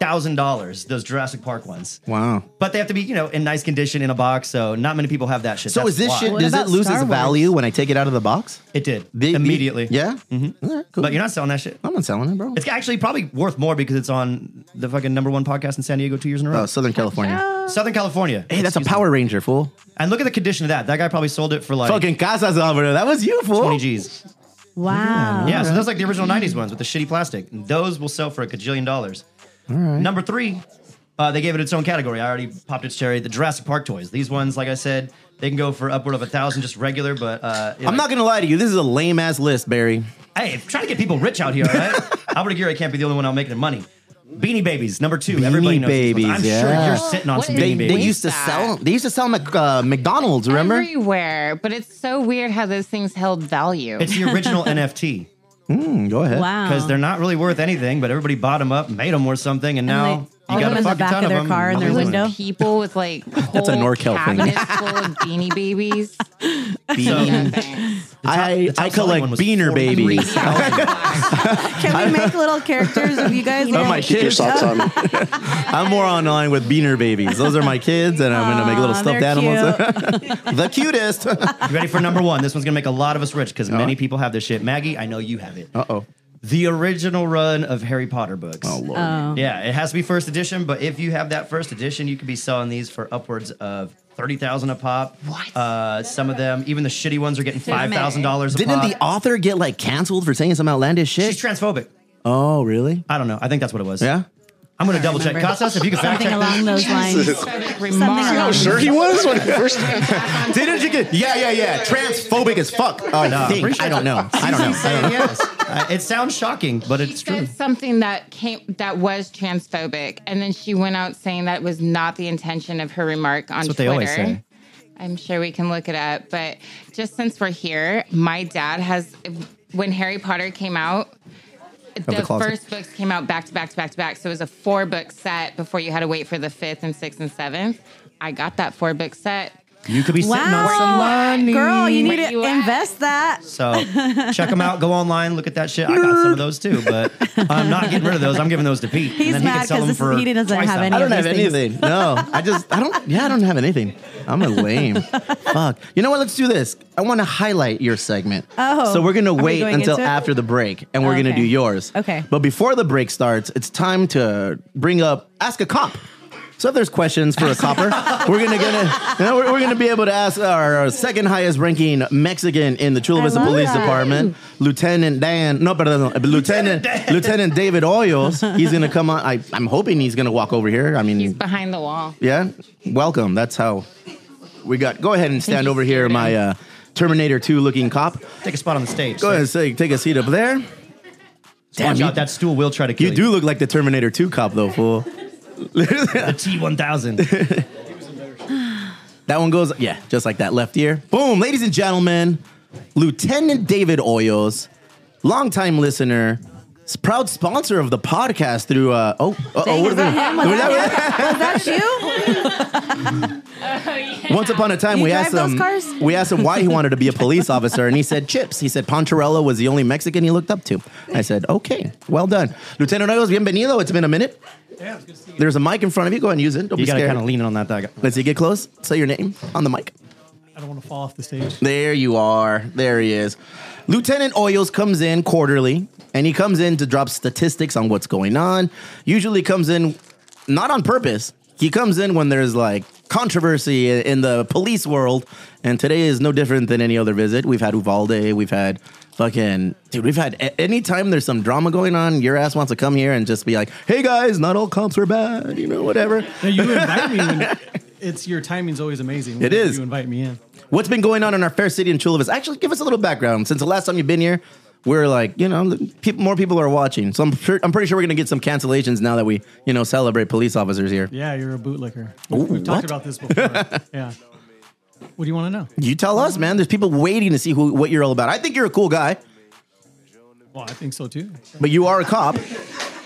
[SPEAKER 3] $200,000, those Jurassic Park ones.
[SPEAKER 2] [LAUGHS] Wow.
[SPEAKER 3] But they have to be, you know, in nice condition in a box, so not many people have that shit.
[SPEAKER 2] So
[SPEAKER 3] That's
[SPEAKER 2] is this
[SPEAKER 3] why.
[SPEAKER 2] shit?
[SPEAKER 4] What
[SPEAKER 2] Does it
[SPEAKER 4] about
[SPEAKER 2] lose
[SPEAKER 4] Star
[SPEAKER 2] its
[SPEAKER 4] Wars?
[SPEAKER 2] value when I take it out of the box?
[SPEAKER 3] It did.
[SPEAKER 2] The-
[SPEAKER 3] immediately.
[SPEAKER 2] Yeah. Mm-hmm. cool.
[SPEAKER 3] But you're not selling that shit.
[SPEAKER 2] I'm not selling it, bro.
[SPEAKER 3] It's actually probably worth more because it's on the fucking number one podcast in San Diego two years in a row.
[SPEAKER 2] Oh, Southern
[SPEAKER 5] Uh,
[SPEAKER 2] California.
[SPEAKER 3] Southern California.
[SPEAKER 2] Hey, that's a Power Ranger, fool.
[SPEAKER 3] And look at the condition of that. That guy probably sold it for like
[SPEAKER 2] Fucking Casas over there. That was you, fool.
[SPEAKER 3] 20 G's.
[SPEAKER 4] [LAUGHS]
[SPEAKER 5] Uh,
[SPEAKER 4] Wow.
[SPEAKER 3] Yeah, so those like the original '90s ones with the shitty plastic. Those will sell for a gajillion dollars. Number three, uh, they gave it its own category. I already popped its cherry. The Jurassic Park toys. These ones, like I said, they can go for upward of a thousand, just regular. But uh,
[SPEAKER 2] I'm not gonna lie to you. This is a lame ass list, Barry.
[SPEAKER 3] gonna. Hey, trying to get people rich out here, all
[SPEAKER 2] [LAUGHS]
[SPEAKER 3] right? Albert Aguirre can't be the only one out making money. Beanie Babies, number two. Everybody knows. these ones.
[SPEAKER 2] Babies,
[SPEAKER 3] I'm
[SPEAKER 2] yeah.
[SPEAKER 3] sure you're sitting on
[SPEAKER 5] What
[SPEAKER 3] some
[SPEAKER 5] is-
[SPEAKER 2] They,
[SPEAKER 3] Beanie
[SPEAKER 5] Baby.
[SPEAKER 2] they
[SPEAKER 3] Babies.
[SPEAKER 2] used to sell. They used to sell them at uh, McDonald's. Remember?
[SPEAKER 5] Everywhere, but it's so weird how those things held value.
[SPEAKER 3] it's the
[SPEAKER 5] [LAUGHS]
[SPEAKER 4] [LAUGHS]
[SPEAKER 3] original NFT
[SPEAKER 2] Mm, Go ahead.
[SPEAKER 4] Wow.
[SPEAKER 3] because they're not really worth anything, but everybody bought them up, made them worth something, and
[SPEAKER 4] they-
[SPEAKER 3] now
[SPEAKER 4] all
[SPEAKER 3] you got
[SPEAKER 4] them
[SPEAKER 3] a
[SPEAKER 4] in the
[SPEAKER 3] fucking
[SPEAKER 4] back
[SPEAKER 3] ton
[SPEAKER 4] of their
[SPEAKER 3] them.
[SPEAKER 4] car in their
[SPEAKER 5] Those
[SPEAKER 3] Amazing.
[SPEAKER 4] window.
[SPEAKER 5] people with
[SPEAKER 2] [LAUGHS]
[SPEAKER 5] like that's
[SPEAKER 2] a NorCal thing.
[SPEAKER 5] full of beanie babies.
[SPEAKER 2] Bean. I
[SPEAKER 3] the top
[SPEAKER 2] I
[SPEAKER 3] selling
[SPEAKER 2] collect
[SPEAKER 3] one was
[SPEAKER 2] beaner
[SPEAKER 3] 40.
[SPEAKER 2] babies. [LAUGHS]
[SPEAKER 4] Can we make little characters of you guys?
[SPEAKER 2] my
[SPEAKER 4] little-
[SPEAKER 2] kids.
[SPEAKER 6] Keep your socks on.
[SPEAKER 2] [LAUGHS] I'm more online with beaner babies. Those are my kids, and I'm gonna make little
[SPEAKER 4] Aw,
[SPEAKER 2] stuffed
[SPEAKER 4] they're
[SPEAKER 2] [LAUGHS] animals. the cutest. Uh-huh.
[SPEAKER 3] You ready for number one? This one's gonna make a lot of us rich because many people have this shit. Maggie, I know you have it.
[SPEAKER 2] Uh oh.
[SPEAKER 3] The original run of Harry Potter books.
[SPEAKER 2] Oh lord.
[SPEAKER 3] Yeah, it has to be first edition, but if you have that first edition, you could be selling these for upwards of thirty thousand a pop. What? Uh, some of them, even the shitty ones, are getting five thousand dollars a
[SPEAKER 2] Didn't
[SPEAKER 3] pop.
[SPEAKER 2] the author get like canceled for saying some outlandish shit?
[SPEAKER 3] She's transphobic.
[SPEAKER 2] oh really?
[SPEAKER 3] I don't know. I think that's what it was.
[SPEAKER 2] Yeah.
[SPEAKER 3] I'm gonna double check.
[SPEAKER 4] remember.
[SPEAKER 3] Casas, if you can fact
[SPEAKER 4] Something
[SPEAKER 3] check
[SPEAKER 4] along
[SPEAKER 3] this.
[SPEAKER 4] those lines. Something
[SPEAKER 6] How
[SPEAKER 4] along.
[SPEAKER 6] sure he was when he
[SPEAKER 4] [LAUGHS]
[SPEAKER 6] first.
[SPEAKER 2] Didn't you get? Yeah, yeah, yeah. Transphobic as fuck. I
[SPEAKER 3] No, I'm pretty
[SPEAKER 2] think.
[SPEAKER 3] sure
[SPEAKER 2] I don't know. I don't know. I don't know.
[SPEAKER 3] Uh, Yes. Uh, it sounds shocking, but
[SPEAKER 5] She
[SPEAKER 3] it's true.
[SPEAKER 5] said something that came that was transphobic, and then she went out saying that was not the intention of her remark on
[SPEAKER 3] That's what they
[SPEAKER 5] Twitter.
[SPEAKER 3] always say.
[SPEAKER 5] I'm sure we can look it up, but just since we're here, my dad has when Harry Potter came out. The,
[SPEAKER 2] closet.
[SPEAKER 5] first books came out back to back to back to back. So it was a four book set before you had to wait for the fifth and sixth and seventh. I got that four book set.
[SPEAKER 3] You could be sitting on some
[SPEAKER 4] Wow.
[SPEAKER 3] money.
[SPEAKER 4] Girl, you need
[SPEAKER 5] Where
[SPEAKER 4] to
[SPEAKER 5] you at?
[SPEAKER 4] invest that.
[SPEAKER 3] So check them out. Go online, look at that shit. I got some of those too, but I'm not getting rid of those. I'm giving those to Pete.
[SPEAKER 4] He's
[SPEAKER 3] and then he
[SPEAKER 4] mad
[SPEAKER 3] can sell
[SPEAKER 4] 'cause
[SPEAKER 3] them
[SPEAKER 4] this is-
[SPEAKER 3] for
[SPEAKER 4] he doesn't
[SPEAKER 3] twice
[SPEAKER 4] have
[SPEAKER 3] that
[SPEAKER 4] any
[SPEAKER 2] I
[SPEAKER 3] much.
[SPEAKER 2] don't
[SPEAKER 4] of
[SPEAKER 2] have
[SPEAKER 4] these things.
[SPEAKER 2] anything. No, I just I don't. Yeah, I don't have anything. I'm a
[SPEAKER 4] [LAUGHS]
[SPEAKER 2] lame. Fuck. You know what? Let's do this. I want to highlight your segment.
[SPEAKER 4] Oh.
[SPEAKER 2] So we're
[SPEAKER 4] Are
[SPEAKER 2] gonna
[SPEAKER 4] we
[SPEAKER 2] wait
[SPEAKER 4] going
[SPEAKER 2] until
[SPEAKER 4] into it?
[SPEAKER 2] after the break, and we're gonna
[SPEAKER 4] Okay.
[SPEAKER 2] do yours.
[SPEAKER 4] Okay.
[SPEAKER 2] But before the break starts, it's time to bring up ask a cop. So if there's questions
[SPEAKER 4] [LAUGHS]
[SPEAKER 2] for a copper, we're gonna gonna you know, we're, we're gonna be able to ask our, our second highest ranking Mexican in the Chula
[SPEAKER 4] I
[SPEAKER 2] Vista
[SPEAKER 4] love
[SPEAKER 2] Police
[SPEAKER 4] that.
[SPEAKER 2] Department, Lieutenant Dan. No, perdón, no, Lieutenant Lieutenant David Oyos. He's gonna come on. I, I'm hoping he's gonna walk over here. I mean,
[SPEAKER 5] He's behind the wall.
[SPEAKER 2] yeah, welcome. That's how we got. Go ahead and stand over here, my uh, Terminator Two looking cop.
[SPEAKER 3] Take a spot on the stage.
[SPEAKER 2] Go ahead and say, take a seat up there. Damn,
[SPEAKER 3] Watch
[SPEAKER 2] you,
[SPEAKER 3] out, that stool will try to kill
[SPEAKER 2] you
[SPEAKER 3] you.
[SPEAKER 2] do look like the Terminator Two cop though, fool.
[SPEAKER 3] The T1000.
[SPEAKER 2] [LAUGHS] That one goes, yeah, just like that left ear. Boom, ladies and gentlemen, Lieutenant David Oyos, longtime listener, s- proud sponsor of the podcast through, uh, oh, uh oh,
[SPEAKER 4] Dang, was that him? Was
[SPEAKER 2] [LAUGHS]
[SPEAKER 4] that you?
[SPEAKER 5] [LAUGHS]
[SPEAKER 2] Once upon a time,
[SPEAKER 4] You
[SPEAKER 2] we
[SPEAKER 4] drive
[SPEAKER 2] asked
[SPEAKER 4] those
[SPEAKER 2] him.
[SPEAKER 4] cars?
[SPEAKER 2] We asked him why
[SPEAKER 4] [LAUGHS]
[SPEAKER 2] he wanted to be a police officer, and he said chips. He said Poncherello was the only Mexican he looked up to. I said, okay, well done, Lieutenant Hoyos, bienvenido. It's been a minute. There's a mic in front of you. Go ahead and use it. Don't
[SPEAKER 3] You
[SPEAKER 2] be
[SPEAKER 3] gotta
[SPEAKER 2] scared.
[SPEAKER 3] kind of lean in on that. that guy.
[SPEAKER 2] Let's see. Get close. Say your name on the mic.
[SPEAKER 8] I don't want to fall off the stage.
[SPEAKER 2] There you are. There he is. Lieutenant Oyos comes in quarterly, and he comes in to drop statistics on what's going on. Usually comes in not on purpose. He comes in when there's like controversy i- in the police world, and today is no different than any other visit. We've had Uvalde, we've had fucking dude, we've had a- anytime there's some drama going on, your ass wants to come here and just be like, "Hey guys, not all cops are bad," you know, whatever.
[SPEAKER 8] No, you invite me. When, [LAUGHS] it's your timing's always amazing. when
[SPEAKER 2] It is.
[SPEAKER 8] You invite me in.
[SPEAKER 2] What's been going on in our fair city in Chula Vista? Actually, give us a little background. Since the last time you've been here, we're like, you know, peop more people are watching. So I'm, sure, I'm pretty sure we're going to get some cancellations now that we, you know, celebrate police officers here.
[SPEAKER 8] Yeah, you're a bootlicker.
[SPEAKER 2] Ooh,
[SPEAKER 8] We've
[SPEAKER 2] what?
[SPEAKER 8] talked about this before. yeah. What do you want to know?
[SPEAKER 2] You tell us, man. There's people waiting to see who, what you're all about. I think you're a cool guy,
[SPEAKER 8] Well, I think so too.
[SPEAKER 2] but you are a cop.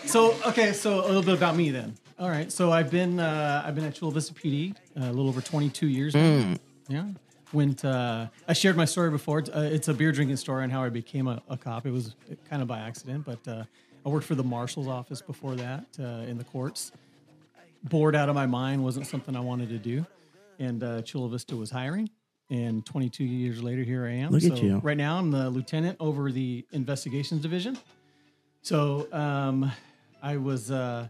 [SPEAKER 8] So okay, so a little bit about me then. All right, so I've been uh, I've been at Chula Vista PD uh, a little over 22 years. now. Yeah, went. Uh, I shared my story before. It's, Uh, it's a beer drinking story on how I became a, a cop. It was kind of by accident, but uh, I worked for the marshal's office before that uh, in the courts. Bored out of my mind, wasn't something I wanted to do, and uh, Chula Vista was hiring. And 22 years later, here I am.
[SPEAKER 2] Look
[SPEAKER 8] so
[SPEAKER 2] at you.
[SPEAKER 8] Right now, I'm the lieutenant over the investigations division. So um, I was uh,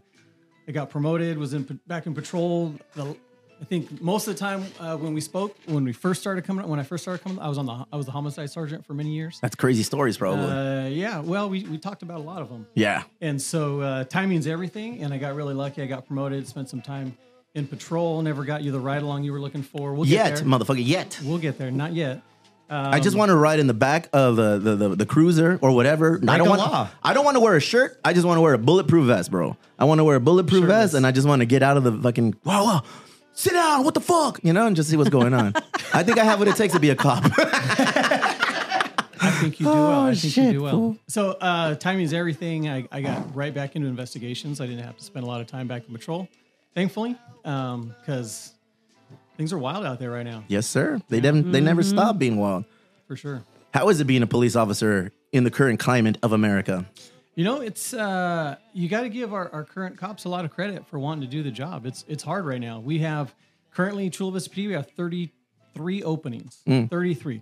[SPEAKER 8] I got promoted, was in back in patrol. The, I think most of the time uh, when we spoke, when we first started coming, when I first started coming, I was on the I was the homicide sergeant for many years.
[SPEAKER 2] That's crazy stories, probably.
[SPEAKER 8] Uh, yeah, well, we, we talked about a lot of them,
[SPEAKER 2] yeah.
[SPEAKER 8] and so uh, timing's everything. And I got really lucky. I got promoted, spent some time in patrol, never got you the ride along you were looking for. We'll get
[SPEAKER 2] Yet,
[SPEAKER 8] there.
[SPEAKER 2] motherfucker, yet.
[SPEAKER 8] we'll get there. Not yet. Um,
[SPEAKER 2] I just want to ride in the back of uh, the, the the cruiser or whatever. I don't
[SPEAKER 3] a
[SPEAKER 2] want.
[SPEAKER 3] law.
[SPEAKER 2] I don't want to wear a shirt. I just want to wear a bulletproof vest, bro. I want to wear a bulletproof vest, and I just want to get out of the fucking. Wow, wow. Sit down. What the fuck? You know, and just see what's going
[SPEAKER 8] [LAUGHS]
[SPEAKER 2] on. I think I have what it takes to be a cop. Oh,
[SPEAKER 8] I think you do well. I think you
[SPEAKER 2] shit,
[SPEAKER 8] do
[SPEAKER 2] fool.
[SPEAKER 8] well. So uh, timing is everything. I, I got right back into investigations. I didn't have to spend a lot of time back in patrol, thankfully, because things are wild out there right now,
[SPEAKER 2] yes, sir. They didn't. They
[SPEAKER 8] Mm-hmm.
[SPEAKER 2] never stop being wild.
[SPEAKER 8] for sure.
[SPEAKER 2] How is it being a police officer in the current climate of America?
[SPEAKER 8] You know, it's uh, you got to give our, our current cops a lot of credit for wanting to do the job. It's it's hard right now. We have currently Chula Vista PD. We have thirty three openings.
[SPEAKER 2] Mm.
[SPEAKER 8] Thirty three.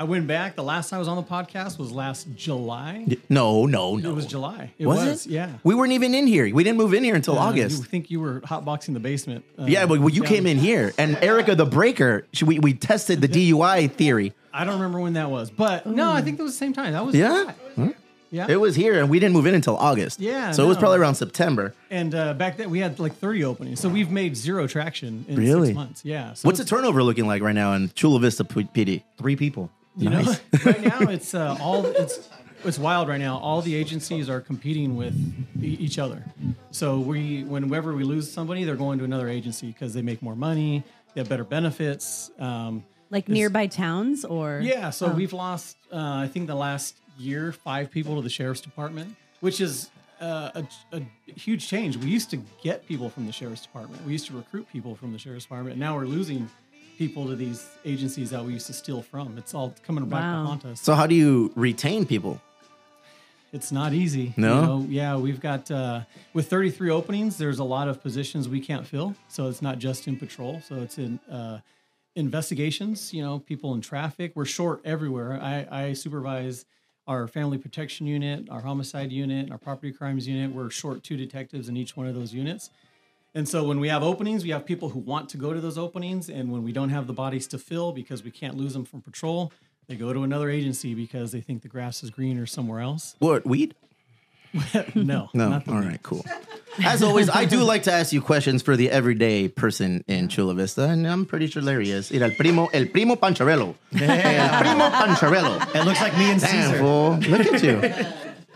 [SPEAKER 8] I went back. The last time I was on the podcast was last July.
[SPEAKER 2] No, no, no.
[SPEAKER 8] It was July. It
[SPEAKER 2] Was
[SPEAKER 8] was,
[SPEAKER 2] it?
[SPEAKER 8] Yeah.
[SPEAKER 2] We weren't even in here. We didn't move in here until
[SPEAKER 8] Uh,
[SPEAKER 2] August.
[SPEAKER 8] You think you were hotboxing the basement? uh,
[SPEAKER 2] yeah, but well, you
[SPEAKER 8] down-
[SPEAKER 2] came in here, and Erica the Breaker. she- We we tested the DUI theory.
[SPEAKER 8] I don't remember when that was, but no, I think it was the same time. That was
[SPEAKER 2] Yeah? Hmm?
[SPEAKER 8] yeah.
[SPEAKER 2] It was here, and we didn't move in until August.
[SPEAKER 8] Yeah,
[SPEAKER 2] so it was
[SPEAKER 8] no.
[SPEAKER 2] probably around September.
[SPEAKER 8] and uh, back then we had like thirty openings, so we've made zero traction in
[SPEAKER 2] Really?
[SPEAKER 8] six months. Yeah.
[SPEAKER 2] [LAUGHS]
[SPEAKER 8] So
[SPEAKER 2] What's the turnover looking like right now in Chula Vista P- PD?
[SPEAKER 3] Three people.
[SPEAKER 8] you know, [LAUGHS] right now it's uh, all it's it's wild right now. All the agencies are competing with e- each other. So we whenever we lose somebody, they're going to another agency because they make more money, they have better benefits. Um,
[SPEAKER 4] Like nearby towns or Oh.
[SPEAKER 8] Yeah, so
[SPEAKER 4] [LAUGHS]
[SPEAKER 8] we've lost, uh, I think, the last year, five people to the sheriff's department, which is uh, a, a huge change. We used to get people from the sheriff's department, we used to recruit people from the sheriff's department. Now we're losing people to these agencies that we used to steal from. It's all coming back
[SPEAKER 4] Wow.
[SPEAKER 8] to haunt us.
[SPEAKER 2] So how do you retain people?
[SPEAKER 8] It's not easy.
[SPEAKER 2] No?
[SPEAKER 8] You know, yeah, we've got uh, with 33 openings. There's a lot of positions we can't fill, so it's not just in patrol. So it's in uh, investigations. You know, people in traffic. We're short everywhere. I, I supervise our family protection unit, our homicide unit, and our property crimes unit. We're short two detectives in each one of those units. And so when we have openings, we have people who want to go to those openings. And when we don't have the bodies to fill because we can't lose them from patrol, they go to another agency because they think the grass is greener somewhere else.
[SPEAKER 2] What weed?
[SPEAKER 8] No,
[SPEAKER 2] No.
[SPEAKER 8] not the
[SPEAKER 2] All
[SPEAKER 8] weed.
[SPEAKER 2] right, cool. [LAUGHS] As always, I
[SPEAKER 3] [LAUGHS]
[SPEAKER 2] do like to ask you questions for the everyday person in Chula Vista, and I'm pretty sure there he is. Mira, el primo, el primo Pancharello. El primo Pancharello.
[SPEAKER 3] It looks like me and
[SPEAKER 2] Damn,
[SPEAKER 3] Caesar.
[SPEAKER 2] fool. Look at you.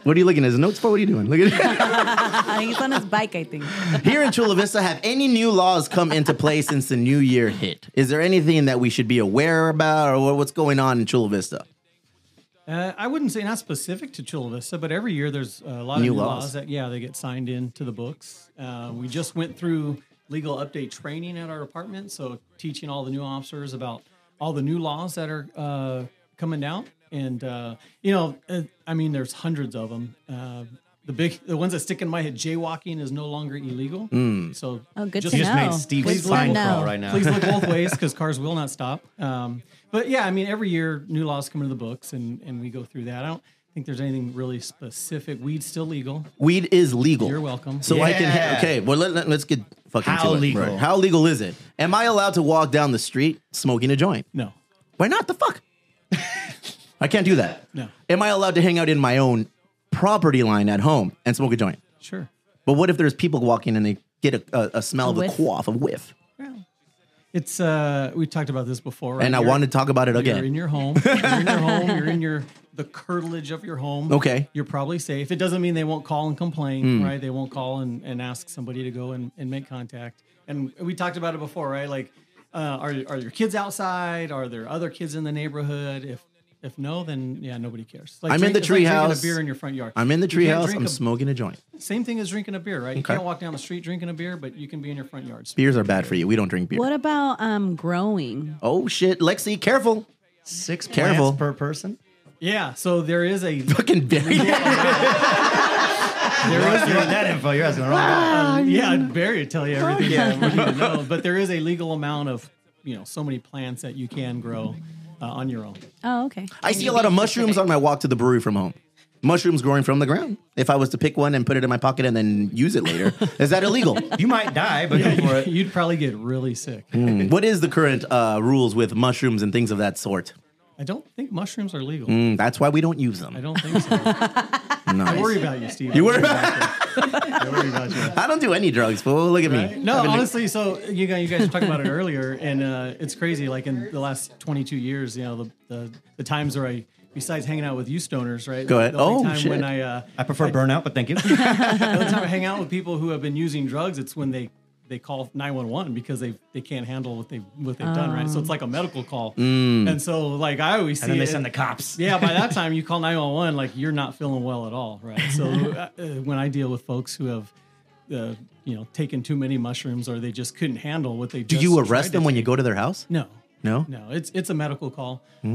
[SPEAKER 2] What are you looking at his notes for? What are you doing? Look at
[SPEAKER 4] He's on his bike, I think.
[SPEAKER 3] [LAUGHS]
[SPEAKER 2] Here in Chula Vista, have any new laws come into play since the new year hit? Is there anything that we should be aware about or what- what's going on in Chula Vista?
[SPEAKER 8] [LAUGHS] Uh, I wouldn't say not specific to Chula Vista, but every year there's a lot
[SPEAKER 2] New
[SPEAKER 8] of new
[SPEAKER 2] laws.
[SPEAKER 8] laws. that yeah they get signed into the books. Uh, we just went through legal update training at our department, so teaching all the new officers about all the new laws that are uh, coming out. And uh, you know, uh, I mean, there's hundreds of them. Uh, the big, the ones that stick in my head, jaywalking is no longer illegal.
[SPEAKER 2] Hmm.
[SPEAKER 8] So
[SPEAKER 4] Oh, good
[SPEAKER 8] just
[SPEAKER 4] to
[SPEAKER 3] You just
[SPEAKER 4] know.
[SPEAKER 3] made
[SPEAKER 4] Good
[SPEAKER 3] Steve's
[SPEAKER 4] to
[SPEAKER 3] spine
[SPEAKER 4] know.
[SPEAKER 3] crawl right
[SPEAKER 8] [LAUGHS]
[SPEAKER 3] now.
[SPEAKER 8] Please look both ways because cars will not stop. Um, but yeah, I mean, every year new laws come into the books, and and we go through that. I don't think there's anything really specific. Weed's still legal.
[SPEAKER 2] Weed is legal.
[SPEAKER 8] You're welcome.
[SPEAKER 2] So I can.
[SPEAKER 3] Yeah.
[SPEAKER 2] Okay, well, let, let, us get fucking
[SPEAKER 3] How
[SPEAKER 2] to it.
[SPEAKER 3] legal?
[SPEAKER 2] Right. How legal is it? Am I allowed to walk down the street smoking a joint?
[SPEAKER 8] No,
[SPEAKER 2] Why not? The fuck? [LAUGHS] I can't do that.
[SPEAKER 8] No.
[SPEAKER 2] Am I allowed to hang out in my own property line at home and smoke a joint?
[SPEAKER 8] sure.
[SPEAKER 2] But what if there's people walking and they get a, a, a smell
[SPEAKER 4] A
[SPEAKER 2] of
[SPEAKER 4] whiff?
[SPEAKER 2] a quaff, a whiff?
[SPEAKER 8] It's uh, we talked about this before, right?
[SPEAKER 2] and I
[SPEAKER 8] You're-
[SPEAKER 2] want to talk about it
[SPEAKER 8] You're in
[SPEAKER 2] again.
[SPEAKER 8] your home. You're
[SPEAKER 2] [LAUGHS]
[SPEAKER 8] in your home. You're in your the curtilage of your home.
[SPEAKER 2] Okay. Hmm.
[SPEAKER 8] You're probably safe. It doesn't mean they won't call and complain, right? They won't call and, and ask somebody to go and, and make contact. And we talked about it before, right? Like, uh, are are your kids outside? Are there other kids in the neighborhood? If if no, then yeah, nobody cares. Like
[SPEAKER 2] I'm in the
[SPEAKER 8] it's like drinking
[SPEAKER 2] treehouse.
[SPEAKER 8] a beer in your front yard.
[SPEAKER 2] I'm in the
[SPEAKER 8] You can't
[SPEAKER 2] treehouse.
[SPEAKER 8] drink
[SPEAKER 2] I'm
[SPEAKER 8] a-
[SPEAKER 2] smoking a joint.
[SPEAKER 8] Same thing as drinking a beer, right? You
[SPEAKER 2] Okay.
[SPEAKER 8] can't walk down the street drinking a beer, but you can be in your front yard.
[SPEAKER 2] Beers are bad for you. We don't drink beer.
[SPEAKER 4] What about um growing?
[SPEAKER 2] Oh shit, Lexi, careful.
[SPEAKER 3] Six
[SPEAKER 2] Careful.
[SPEAKER 3] plants per person.
[SPEAKER 8] Yeah. So there is a
[SPEAKER 2] [LAUGHS] Fucking bury it.
[SPEAKER 3] There is that info. You're asking the wrong guy.
[SPEAKER 8] Ah, yeah, Barry would tell you everything [LAUGHS] you need to know. But there is a legal amount of, you know, so many plants that you can grow uh, on your own.
[SPEAKER 4] Oh, okay.
[SPEAKER 2] I see a lot of mushrooms on my walk to the brewery from home. Mushrooms growing from the ground. If I was to pick one and put it in my pocket and then use it later, is that illegal?
[SPEAKER 3] [LAUGHS] You might die, but
[SPEAKER 8] [LAUGHS]
[SPEAKER 3] go for it.
[SPEAKER 8] You'd probably get really sick.
[SPEAKER 2] what is the current uh, rules with mushrooms and things of that sort?
[SPEAKER 8] I don't think mushrooms are legal.
[SPEAKER 2] Mm, that's why we don't use
[SPEAKER 8] I
[SPEAKER 2] them.
[SPEAKER 8] don't think so. I
[SPEAKER 2] [LAUGHS] Nice.
[SPEAKER 8] worry about you, Steve.
[SPEAKER 2] You worry [LAUGHS]
[SPEAKER 8] I worry about you.
[SPEAKER 2] I don't do any drugs, fool. Look at me.
[SPEAKER 8] No, honestly, so you guys, you guys were talking about it earlier, and uh, it's crazy. Like in the last 22 years, you know, the, the, the times where I, besides hanging out with you stoners, right?
[SPEAKER 2] Go ahead.
[SPEAKER 8] The only
[SPEAKER 2] Oh,
[SPEAKER 8] time
[SPEAKER 2] shit.
[SPEAKER 8] when I uh,
[SPEAKER 3] I prefer burnout, but
[SPEAKER 8] [LAUGHS]
[SPEAKER 3] thank you.
[SPEAKER 8] the only time I hang out with people who have been using drugs, it's when they they call 911 because they they can't handle what they what they've done, right? So
[SPEAKER 2] Oh.
[SPEAKER 8] it's like a medical call,
[SPEAKER 2] Mm.
[SPEAKER 8] and so like I always see
[SPEAKER 3] And then they
[SPEAKER 8] it-
[SPEAKER 3] send the cops.
[SPEAKER 8] yeah, by that time you call 911, like you're not feeling well at all, right?
[SPEAKER 2] [LAUGHS]
[SPEAKER 8] So uh, uh, when I deal with folks who have, uh, you know, taken too many mushrooms or they just couldn't handle what they
[SPEAKER 2] Do you arrest them when you go to their house?
[SPEAKER 8] No.
[SPEAKER 2] No? Hmm.
[SPEAKER 8] No, it's it's a medical call. Uh,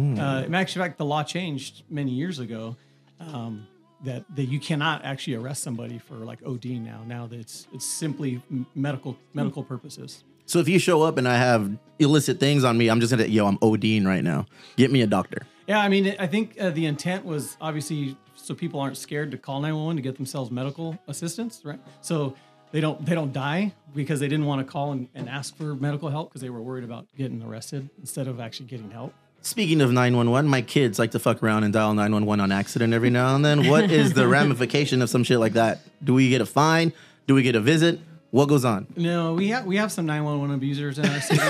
[SPEAKER 8] in actual fact, the law changed many years ago um, that that you cannot actually arrest somebody for like OD now. Now that it's it's simply m- medical medical purposes.
[SPEAKER 2] So if you show up and I have illicit things on me, I'm just gonna yo, I'm ODing right now. Get me a doctor.
[SPEAKER 8] Yeah, I mean, I think uh, the intent was obviously so people aren't scared to call 911 to get themselves medical assistance, right? So they don't they don't die because they didn't want to call and, and ask for medical help because they were worried about getting arrested instead of actually getting help.
[SPEAKER 2] Speaking of 911, my kids like to fuck around and dial 911 on accident every now and then. What
[SPEAKER 8] [LAUGHS]
[SPEAKER 2] is the ramification of some shit like that? Do we get a fine? Do we get a visit? What goes on?
[SPEAKER 8] No, we have we have some 911 abusers in our city,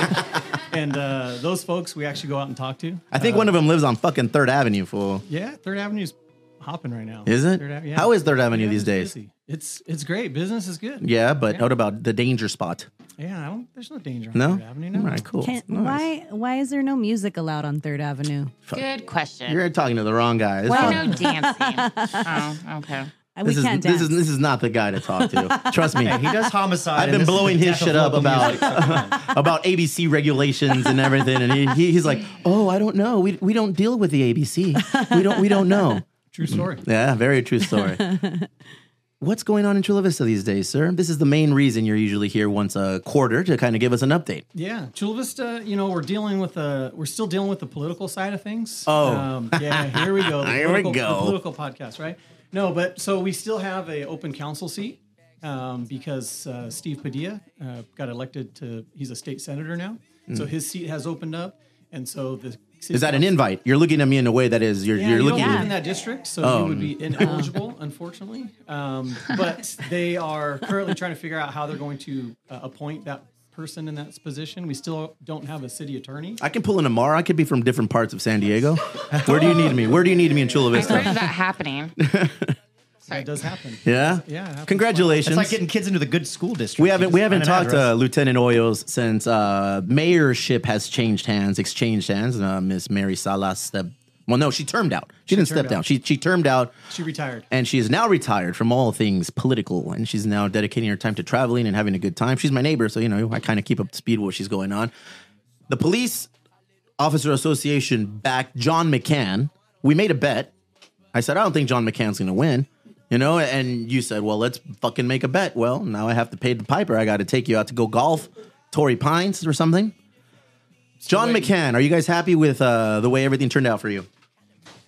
[SPEAKER 8] and uh, those folks we actually go out and talk to. Uh,
[SPEAKER 2] I think one of them lives on fucking Third Avenue, fool.
[SPEAKER 8] Yeah, Third Avenue's hopping right now.
[SPEAKER 2] Is it?
[SPEAKER 8] Third Ave-
[SPEAKER 2] How is Third Avenue these
[SPEAKER 8] Avenue's
[SPEAKER 2] days?
[SPEAKER 8] busy. It's it's great. Business is good.
[SPEAKER 2] Yeah, but what about the danger spot?
[SPEAKER 8] Yeah, I don't, there's no danger on
[SPEAKER 2] No?
[SPEAKER 8] Third Avenue. No.
[SPEAKER 2] All right, cool.
[SPEAKER 4] Can,
[SPEAKER 2] Nice.
[SPEAKER 4] Why why is there no music allowed on Third Avenue?
[SPEAKER 5] Good question.
[SPEAKER 2] You're talking to the wrong guy. It's
[SPEAKER 5] Why
[SPEAKER 2] fine.
[SPEAKER 5] no dancing? oh, okay.
[SPEAKER 4] Uh, We
[SPEAKER 2] This is,
[SPEAKER 4] can't
[SPEAKER 2] this
[SPEAKER 4] dance.
[SPEAKER 2] is this is not the guy to talk
[SPEAKER 4] [LAUGHS]
[SPEAKER 2] to. Trust
[SPEAKER 3] [LAUGHS]
[SPEAKER 2] me.
[SPEAKER 3] He does homicide.
[SPEAKER 2] I've
[SPEAKER 3] and
[SPEAKER 2] been
[SPEAKER 3] this is
[SPEAKER 2] blowing
[SPEAKER 3] the
[SPEAKER 2] his
[SPEAKER 3] death
[SPEAKER 2] shit
[SPEAKER 3] of
[SPEAKER 2] up
[SPEAKER 3] local
[SPEAKER 2] about [LAUGHS]
[SPEAKER 3] music.
[SPEAKER 2] about ABC regulations and everything, and he, he, he's like, "Oh, I don't know. We, we don't deal with the ABC. [LAUGHS] We don't we don't know."
[SPEAKER 8] True story.
[SPEAKER 2] Yeah, very
[SPEAKER 4] [LAUGHS]
[SPEAKER 2] true story.
[SPEAKER 8] [LAUGHS]
[SPEAKER 2] What's going on in Chula Vista these days, sir? This is the main reason you're usually here once a quarter to kind of give us an update.
[SPEAKER 8] Yeah, Chula Vista. You know, we're dealing with the we're still dealing with the political side of things. Um,
[SPEAKER 2] Oh.
[SPEAKER 8] yeah, here we
[SPEAKER 2] [LAUGHS]
[SPEAKER 8] go. The
[SPEAKER 2] Here we
[SPEAKER 8] political-
[SPEAKER 2] go.
[SPEAKER 8] The political podcast, right? No, but so we still have a open council seat um, because uh, Steve Padilla uh, got elected to. He's a state senator now, so his seat has opened up, and so the city
[SPEAKER 2] Mm-hmm. Is that an
[SPEAKER 8] council-
[SPEAKER 2] invite? You're looking at me in a way that is you're
[SPEAKER 8] yeah,
[SPEAKER 2] you're
[SPEAKER 8] you
[SPEAKER 2] looking. Oh.
[SPEAKER 8] don't
[SPEAKER 4] at
[SPEAKER 8] live
[SPEAKER 4] me.
[SPEAKER 8] in that district, so you would be
[SPEAKER 2] [LAUGHS]
[SPEAKER 8] ineligible, unfortunately. Um, but they are currently trying to figure out how they're going to uh, appoint that person in that position. We still don't have a city attorney.
[SPEAKER 2] I can pull an Amar. I could be
[SPEAKER 8] [LAUGHS]
[SPEAKER 2] from different parts of San Diego. Where do you need me? Where do you need me in Chula
[SPEAKER 5] I heard
[SPEAKER 8] [LAUGHS]
[SPEAKER 2] Vista?
[SPEAKER 5] of that happening. Sorry.
[SPEAKER 8] That does happen.
[SPEAKER 2] Yeah.
[SPEAKER 8] Yeah, it happens.
[SPEAKER 2] Congratulations.
[SPEAKER 3] It's like getting kids into the good school district.
[SPEAKER 2] we
[SPEAKER 3] You
[SPEAKER 2] haven't
[SPEAKER 3] just
[SPEAKER 2] we haven't
[SPEAKER 3] find an
[SPEAKER 2] talked to
[SPEAKER 3] address.
[SPEAKER 2] Lieutenant Oyos since uh, mayorship has changed hands, exchanged hands. Uh, Miss Mary Salas stepped. Well, no, she termed out. She, didn't
[SPEAKER 8] termed
[SPEAKER 2] step down.
[SPEAKER 8] out.
[SPEAKER 2] She she termed out,
[SPEAKER 8] She retired.
[SPEAKER 2] and she is now retired from all things political, and she's now dedicating her time to traveling and having a good time. She's my neighbor, so you know I kind of keep up to speed with what she's going on. The police officer association backed John McCann. We made a bet. I said I don't think John McCann's going to win. You know, and you said, "Well, let's fucking make a bet." Well, now I have to pay the piper. I got to take you out to go golf, Torrey Pines or something. John
[SPEAKER 8] waiting.
[SPEAKER 2] McCann, are you guys happy with uh, the way everything turned out for you?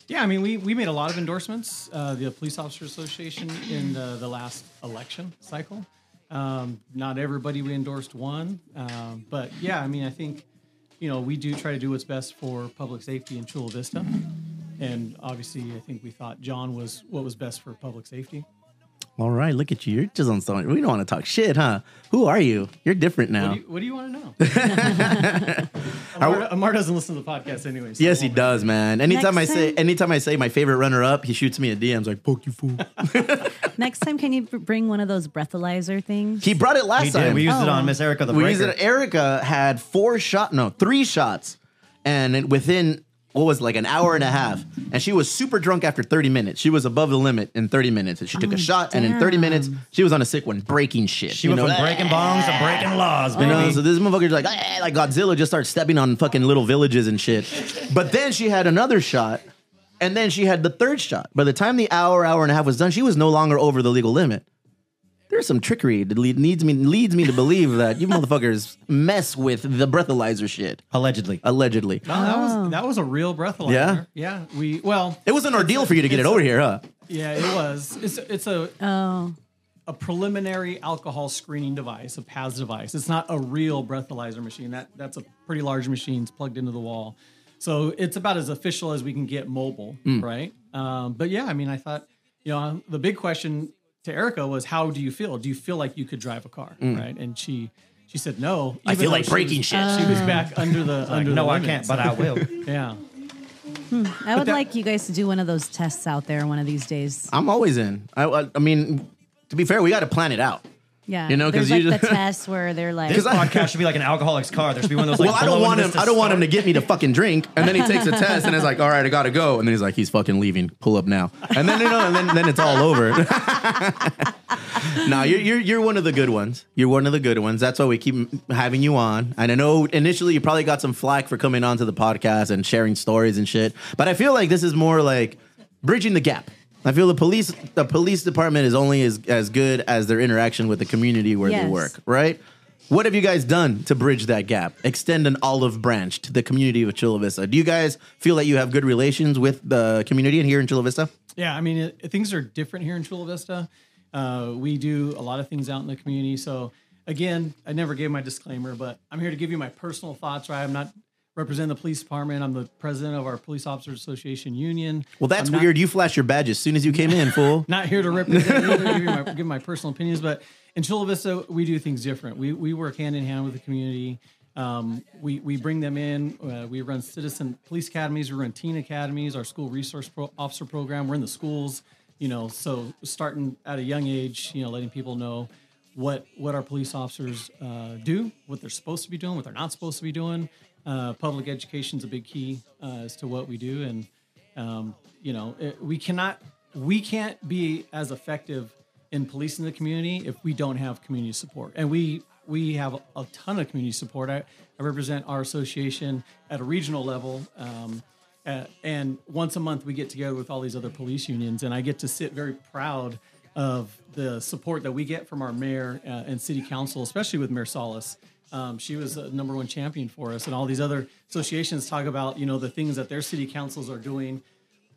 [SPEAKER 8] Yeah, I mean, we, we made a lot of endorsements, uh, the Police Officer Association in the, the last election cycle. Um, not everybody we endorsed won, um, but yeah, I mean, I think, you know, we do try to do what's best for public safety in Chula Vista. And obviously, I think we thought John was what was best for public safety.
[SPEAKER 2] All right, look at you. You're just on something. We don't want to talk shit, huh? Who are you? You're different
[SPEAKER 8] What
[SPEAKER 2] now.
[SPEAKER 8] do you, what do you want to
[SPEAKER 2] [LAUGHS]
[SPEAKER 8] know? [LAUGHS] Amar, Amar doesn't listen to the podcast anyway. so
[SPEAKER 2] yes,
[SPEAKER 8] it
[SPEAKER 2] he
[SPEAKER 8] won't
[SPEAKER 2] does, man. Anytime
[SPEAKER 4] Next
[SPEAKER 2] I say,
[SPEAKER 4] time-
[SPEAKER 2] anytime I say my favorite runner-up, he shoots me a DM's like, "Fuck you, fool."
[SPEAKER 4] [LAUGHS] Next time, can you b- bring one of those breathalyzer things?
[SPEAKER 2] He brought it last
[SPEAKER 3] We
[SPEAKER 2] time.
[SPEAKER 3] did. We used it
[SPEAKER 4] Oh.
[SPEAKER 3] on Miss Erica the
[SPEAKER 2] we
[SPEAKER 3] Breaker.
[SPEAKER 2] used it. Erica had four shot, no, three shots, and it- within what was it, like an hour and a half, and she was super drunk after thirty minutes. She was above the limit in thirty minutes, and she
[SPEAKER 4] Oh,
[SPEAKER 2] took a shot, and in thirty minutes, she was on a sick one, breaking shit.
[SPEAKER 3] She
[SPEAKER 2] you
[SPEAKER 3] went
[SPEAKER 2] know?
[SPEAKER 3] from breaking bongs to breaking laws, baby.
[SPEAKER 2] You know, so this motherfucker's like, "Ah," like Godzilla just starts stepping on fucking little villages and shit. But then she had another shot, and then she had the third shot. By the time the hour, hour and a half was done, she was no longer over the legal limit. There's some trickery that lead, needs me leads me to believe that you [LAUGHS] motherfuckers mess with the breathalyzer shit.
[SPEAKER 3] Allegedly.
[SPEAKER 2] Allegedly,
[SPEAKER 8] No, that was that was a real breathalyzer.
[SPEAKER 2] Yeah?
[SPEAKER 8] yeah. We well,
[SPEAKER 2] it was an ordeal for you to get it over here, huh?
[SPEAKER 8] yeah, it was. It's it's a
[SPEAKER 4] Oh,
[SPEAKER 8] a preliminary alcohol screening device, a PAS device. It's not a real breathalyzer machine. That that's a pretty large machine it's plugged into the wall. So it's about as official as we can get mobile,
[SPEAKER 3] Hmm.
[SPEAKER 8] right? Um, but yeah, I mean, I thought, you know, the big question to Erica was, how do you feel? Do you feel like you could drive a car,
[SPEAKER 3] Hmm.
[SPEAKER 8] right? And she she said no.
[SPEAKER 2] I
[SPEAKER 8] even
[SPEAKER 2] feel
[SPEAKER 8] though
[SPEAKER 2] like
[SPEAKER 8] she
[SPEAKER 2] breaking
[SPEAKER 8] was-
[SPEAKER 2] shit.
[SPEAKER 8] She was back under the
[SPEAKER 3] Like,
[SPEAKER 8] under.
[SPEAKER 3] no,
[SPEAKER 8] the
[SPEAKER 3] I
[SPEAKER 8] limits.
[SPEAKER 3] can't, but I will.
[SPEAKER 8] [LAUGHS] yeah.
[SPEAKER 4] Hmm, I would
[SPEAKER 8] that-
[SPEAKER 4] like you guys to do one of those tests out there one of these days.
[SPEAKER 2] I'm always in. I, I, I mean, to be fair, we got to plan it out.
[SPEAKER 4] Yeah,
[SPEAKER 2] You know, 'cause
[SPEAKER 4] there's like
[SPEAKER 2] [LAUGHS] you
[SPEAKER 4] the
[SPEAKER 2] just-
[SPEAKER 4] tests where they're like,
[SPEAKER 3] This podcast should be like an alcoholic's car. There should be one of those. Like,
[SPEAKER 2] Well, I don't
[SPEAKER 3] blowing
[SPEAKER 2] want him.
[SPEAKER 3] this
[SPEAKER 2] I don't want him to get me to fucking drink. [LAUGHS] And then he takes a test, and it's like, all right, I gotta go. And then he's like, he's fucking leaving. Pull up now. And then you know, and then, then it's all over. [LAUGHS] nah, you're, you're you're one of the good ones. You're one of the good ones. That's why we keep having you on. And I know initially you probably got some flack for coming onto the podcast and sharing stories and shit. But I feel like this is more like bridging the gap. I feel the police the police department is only as, as good as their interaction with the community where they
[SPEAKER 4] Yes.
[SPEAKER 2] work, right? What have you guys done to bridge that gap? Extend an olive branch to the community of Chula Vista. Do you guys feel that you have good relations with the community and here in Chula Vista?
[SPEAKER 8] Yeah, I mean, it, things are different here in Chula Vista. Uh, we do a lot of things out in the community. So, again, I never gave my disclaimer, but I'm here to give you my personal thoughts, right? I'm not representing the police department. I'm the president of our Police Officers Association Union.
[SPEAKER 2] Well, that's
[SPEAKER 8] I'm not-
[SPEAKER 2] weird. You flashed your badge as soon as you came in,
[SPEAKER 8] [LAUGHS]
[SPEAKER 2] fool.
[SPEAKER 8] not here to represent either, give, you my, give my personal opinions, but in Chula Vista, we do things different. We, we work hand in hand with the community. Um, we, we bring them in. Uh, we run citizen police academies. We run teen academies. Our school resource pro- officer program. We're in the schools. You know, so starting at a young age, you know, letting people know what what our police officers uh, do, what they're supposed to be doing, what they're not supposed to be doing. Uh, public education is a big key uh, as to what we do, and um, you know, it, we cannot we can't be as effective in policing the community if we don't have community support, and we we have a ton of community support. I, I represent our association at a regional level. Um, uh, and once a month, we get together with all these other police unions, and I get to sit very proud of the support that we get from our mayor uh, and city council, especially with Mayor Solis. Um, she was a number one champion for us, and all these other associations talk about you know the things that their city councils are doing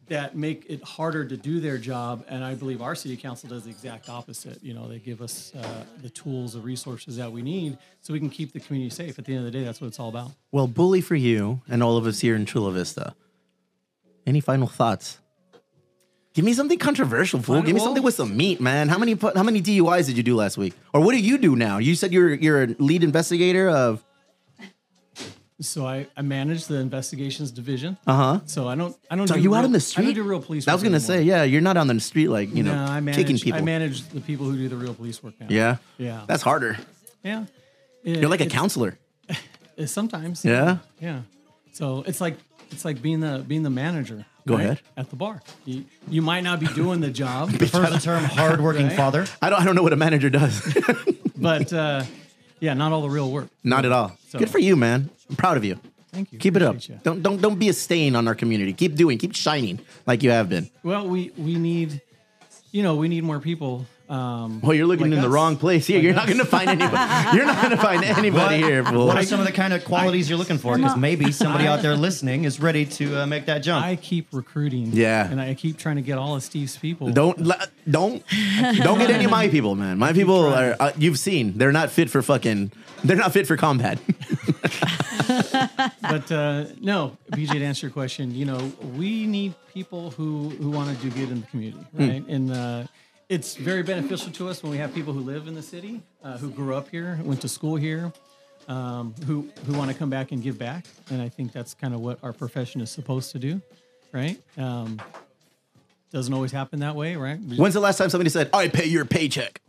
[SPEAKER 8] that make it harder to do their job. And I believe our city council does the exact opposite. You know, they give us uh, the tools, the resources that we need, so we can keep the community safe. At the end of the day, that's what it's all about.
[SPEAKER 2] Well, bully for you and all of us here in Chula Vista. Any final thoughts? Give me something controversial, fool. Give me
[SPEAKER 8] Well-
[SPEAKER 2] something with some meat, man. How many pu- how many DUIs did you do last week? Or what do you do now? You said you're you're a lead investigator of
[SPEAKER 8] So I, I manage the investigations division.
[SPEAKER 2] Uh-huh.
[SPEAKER 8] So I don't I don't.
[SPEAKER 2] So
[SPEAKER 8] do
[SPEAKER 2] you out
[SPEAKER 8] real-
[SPEAKER 2] on the street?
[SPEAKER 8] I don't do real police.
[SPEAKER 2] I was
[SPEAKER 8] work
[SPEAKER 2] gonna
[SPEAKER 8] anymore.
[SPEAKER 2] say, yeah, you're not on the street like you know
[SPEAKER 8] no, I manage,
[SPEAKER 2] kicking people.
[SPEAKER 8] I manage the people who do the real police work now.
[SPEAKER 2] yeah,
[SPEAKER 8] Yeah.
[SPEAKER 2] that's harder.
[SPEAKER 8] yeah.
[SPEAKER 2] You're like a
[SPEAKER 8] It's-
[SPEAKER 2] counselor.
[SPEAKER 8] [LAUGHS] it's Sometimes.
[SPEAKER 2] Yeah,
[SPEAKER 8] Yeah. So it's like it's like being the being the manager.
[SPEAKER 2] Go ahead.
[SPEAKER 8] At the bar, you, you might not be doing the job,
[SPEAKER 2] [LAUGHS]
[SPEAKER 3] Prefer the term hardworking
[SPEAKER 8] Right?
[SPEAKER 3] father.
[SPEAKER 2] I don't. I don't know what a manager does.
[SPEAKER 8] but uh, yeah, not all the real work.
[SPEAKER 2] not at all.
[SPEAKER 8] So-
[SPEAKER 2] Good for you, man. I'm proud of you.
[SPEAKER 8] Thank you.
[SPEAKER 2] Keep it up.
[SPEAKER 8] Appreciate ya.
[SPEAKER 2] Don't don't don't be a stain on our community. Keep doing. Keep shining like you have been.
[SPEAKER 8] Well, we we need, you know, we need more people. Um,
[SPEAKER 2] Well, you're looking
[SPEAKER 8] Like
[SPEAKER 2] in the
[SPEAKER 8] us.
[SPEAKER 2] wrong place here. You're not going to find anybody. You're not going to find anybody here. fool.
[SPEAKER 3] What are some of the kind of qualities you're looking for? Because maybe somebody out there listening is ready to uh, make that
[SPEAKER 8] [LAUGHS]
[SPEAKER 3] jump.
[SPEAKER 8] I keep recruiting.
[SPEAKER 2] Yeah.
[SPEAKER 8] And I keep trying to get all of Steve's people.
[SPEAKER 2] Don't la- don't don't get any of my people, man. My people are uh, you've seen they're not fit for fucking. They're not fit for
[SPEAKER 8] [LAUGHS]
[SPEAKER 2] combat.
[SPEAKER 8] But uh, no, BJ, to answer your question, you know, we need people who who want to do good in the community,
[SPEAKER 2] Hmm.
[SPEAKER 8] right? And uh, it's very beneficial to us when we have people who live in the city, uh, who grew up here, went to school here, um, who who want to come back and give back. And I think that's kind of what our profession is supposed to do, right? Um, doesn't always happen that way, right?
[SPEAKER 2] When's the last time somebody said, "I pay your paycheck"?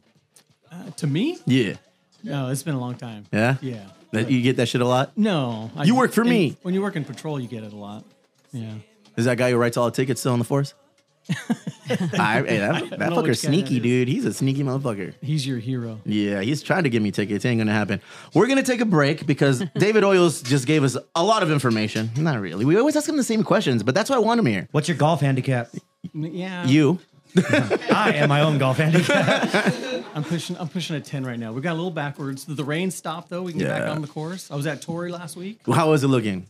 [SPEAKER 8] Uh, to me,
[SPEAKER 2] Yeah,
[SPEAKER 8] no, it's been a long time.
[SPEAKER 2] yeah,
[SPEAKER 8] yeah.
[SPEAKER 2] That, you get that shit a lot.
[SPEAKER 8] No, I-
[SPEAKER 2] You work for
[SPEAKER 8] in-
[SPEAKER 2] me.
[SPEAKER 8] When you work in patrol, you get it a lot. Yeah.
[SPEAKER 2] Is that guy who writes all the tickets still on the
[SPEAKER 8] [LAUGHS]
[SPEAKER 2] force? I, hey, that that
[SPEAKER 8] know which guy that
[SPEAKER 2] fucker's sneaky,
[SPEAKER 8] is.
[SPEAKER 2] dude. He's a sneaky motherfucker.
[SPEAKER 8] He's your hero.
[SPEAKER 2] Yeah, he's trying to give me tickets. It ain't gonna happen. We're gonna take a break because
[SPEAKER 8] [LAUGHS]
[SPEAKER 2] David Oyles just gave us a lot of information. Not really. We always ask him the same questions, but that's why I want him here. Uh,
[SPEAKER 3] What's your golf handicap?
[SPEAKER 8] Yeah.
[SPEAKER 2] Mm, You. [LAUGHS]
[SPEAKER 3] [LAUGHS] I am my own golf handicap.
[SPEAKER 8] [LAUGHS] I'm pushing. I'm pushing a ten right now. We got a little backwards. The rain stopped though. We can get
[SPEAKER 2] Yeah.
[SPEAKER 8] back on the course. I was at Torrey last week.
[SPEAKER 2] [LAUGHS] How was it looking?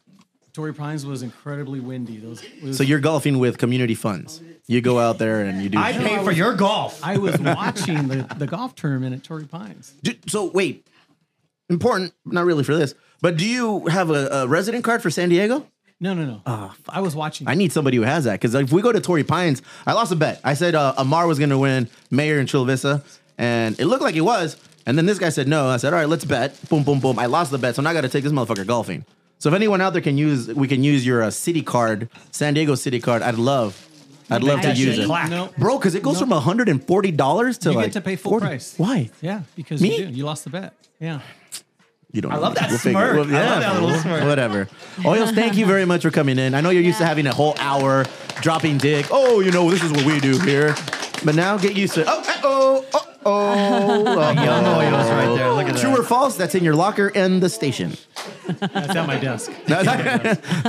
[SPEAKER 8] Torrey Pines was incredibly windy. Those. Was,
[SPEAKER 2] So you're golfing with community funds. You go out there and you do.
[SPEAKER 3] I pay for your golf.
[SPEAKER 8] I
[SPEAKER 2] [LAUGHS]
[SPEAKER 8] was watching the, the golf tournament at Torrey Pines.
[SPEAKER 2] Do- so wait, important. Not really for this, but do you have a, a resident card for San Diego?
[SPEAKER 8] No, no, no. I was watching.
[SPEAKER 2] I need somebody who has that because if we go to Torrey Pines, I lost a bet. I said uh, Amar was going to win Mayor in Chula Vista, and it looked like he was. And then this guy said no. I said, all right, let's bet. Boom, boom, boom. I lost the bet, so now I got to take this motherfucker golfing. So if anyone out there can use, we can use your uh, city card, San Diego city card. I'd love, I'd love to
[SPEAKER 3] that
[SPEAKER 2] use
[SPEAKER 3] shit
[SPEAKER 2] it,
[SPEAKER 3] clack.
[SPEAKER 8] No,
[SPEAKER 2] bro, because it goes from one hundred and forty dollars to
[SPEAKER 8] you
[SPEAKER 2] like
[SPEAKER 8] get to pay full
[SPEAKER 2] 40.
[SPEAKER 8] price.
[SPEAKER 2] Why?
[SPEAKER 8] Yeah, because
[SPEAKER 2] Me?
[SPEAKER 8] you do. You lost the bet. Yeah.
[SPEAKER 2] You don't.
[SPEAKER 3] I love that
[SPEAKER 2] figure-
[SPEAKER 3] smirk. I love that little
[SPEAKER 2] we'll-
[SPEAKER 3] smirk.
[SPEAKER 2] Whatever. Oyos, thank you very much for coming in. I know you're used to having a whole hour dropping dick. Oh, you know this is what we do here. But now get used to. Oh,
[SPEAKER 3] [LAUGHS]
[SPEAKER 2] oh, oh, oh.
[SPEAKER 3] Young
[SPEAKER 2] oh.
[SPEAKER 3] Oyo's right there. Look at
[SPEAKER 2] True
[SPEAKER 3] that.
[SPEAKER 2] or false? That's in your locker and the station. [LAUGHS]
[SPEAKER 8] That's at my desk.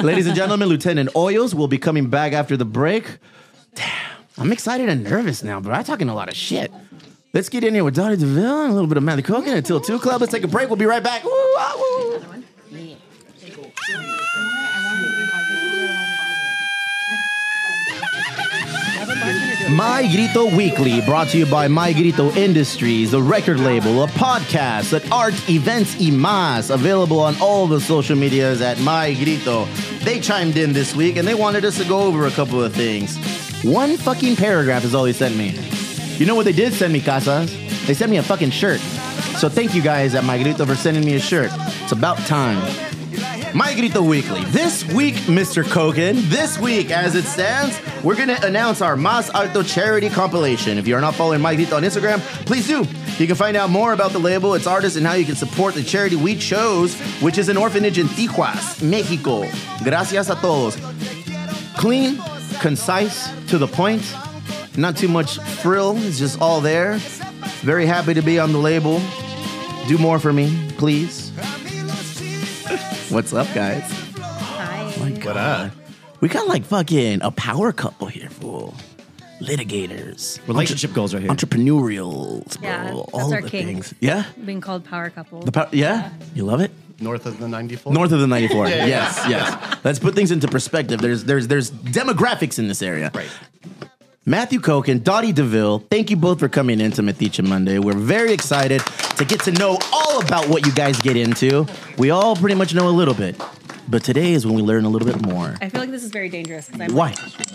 [SPEAKER 2] Ladies and gentlemen, Lieutenant Oyos will be coming back after the break. Damn, I'm excited and nervous now, bro. I'm talking a lot of shit. Let's get in here with Donnie DeVille and a little bit of Matty Coconut until 2 Club. Let's take a break. We'll be right back. Woo, ah, woo. My Grito Weekly, brought to you by My Grito Industries, a record label, a podcast, an art, events, y más, available on all the social medias at My Grito. They chimed in this week and they wanted us to go over a couple of things. One fucking paragraph is all they sent me. You know what they did send me, Casas? They sent me a fucking shirt. So thank you guys at My Grito for sending me a shirt. It's about time. My Grito Weekly. This week, Mr. Kogan, this week, as it stands, we're going to announce our Mas Alto charity compilation. If you're not following My Grito on Instagram, please do. You can find out more about the label, its artists, and how you can support the charity we chose, which is an orphanage in Tijuas, Mexico. Gracias a todos. Clean, concise, to the point, not too much frill, it's just all there. Very happy to be on the label. Do more for me, please. What's up, guys? Oh
[SPEAKER 9] What up?
[SPEAKER 2] We got like fucking a power couple here, fool. Litigators,
[SPEAKER 3] Relationship goals right here.
[SPEAKER 2] entrepreneurials, bro.
[SPEAKER 9] Yeah, that's
[SPEAKER 2] all
[SPEAKER 9] our
[SPEAKER 2] the
[SPEAKER 9] king.
[SPEAKER 2] things. Yeah,
[SPEAKER 9] Being called power couple.
[SPEAKER 2] the power. Yeah, you love it.
[SPEAKER 7] North of the 94.
[SPEAKER 2] North of the ninety
[SPEAKER 7] [LAUGHS]
[SPEAKER 2] four. yes, yes. Let's put things into perspective. There's there's there's demographics in this area.
[SPEAKER 7] Right.
[SPEAKER 2] Matthew Koch and Dottie DeVille, thank you both for coming into Methicha Monday. We're very excited to get to know all about what you guys get into. We all pretty much know a little bit, but today is when we learn a little bit more.
[SPEAKER 9] I feel like this is very dangerous because I'm
[SPEAKER 2] Why?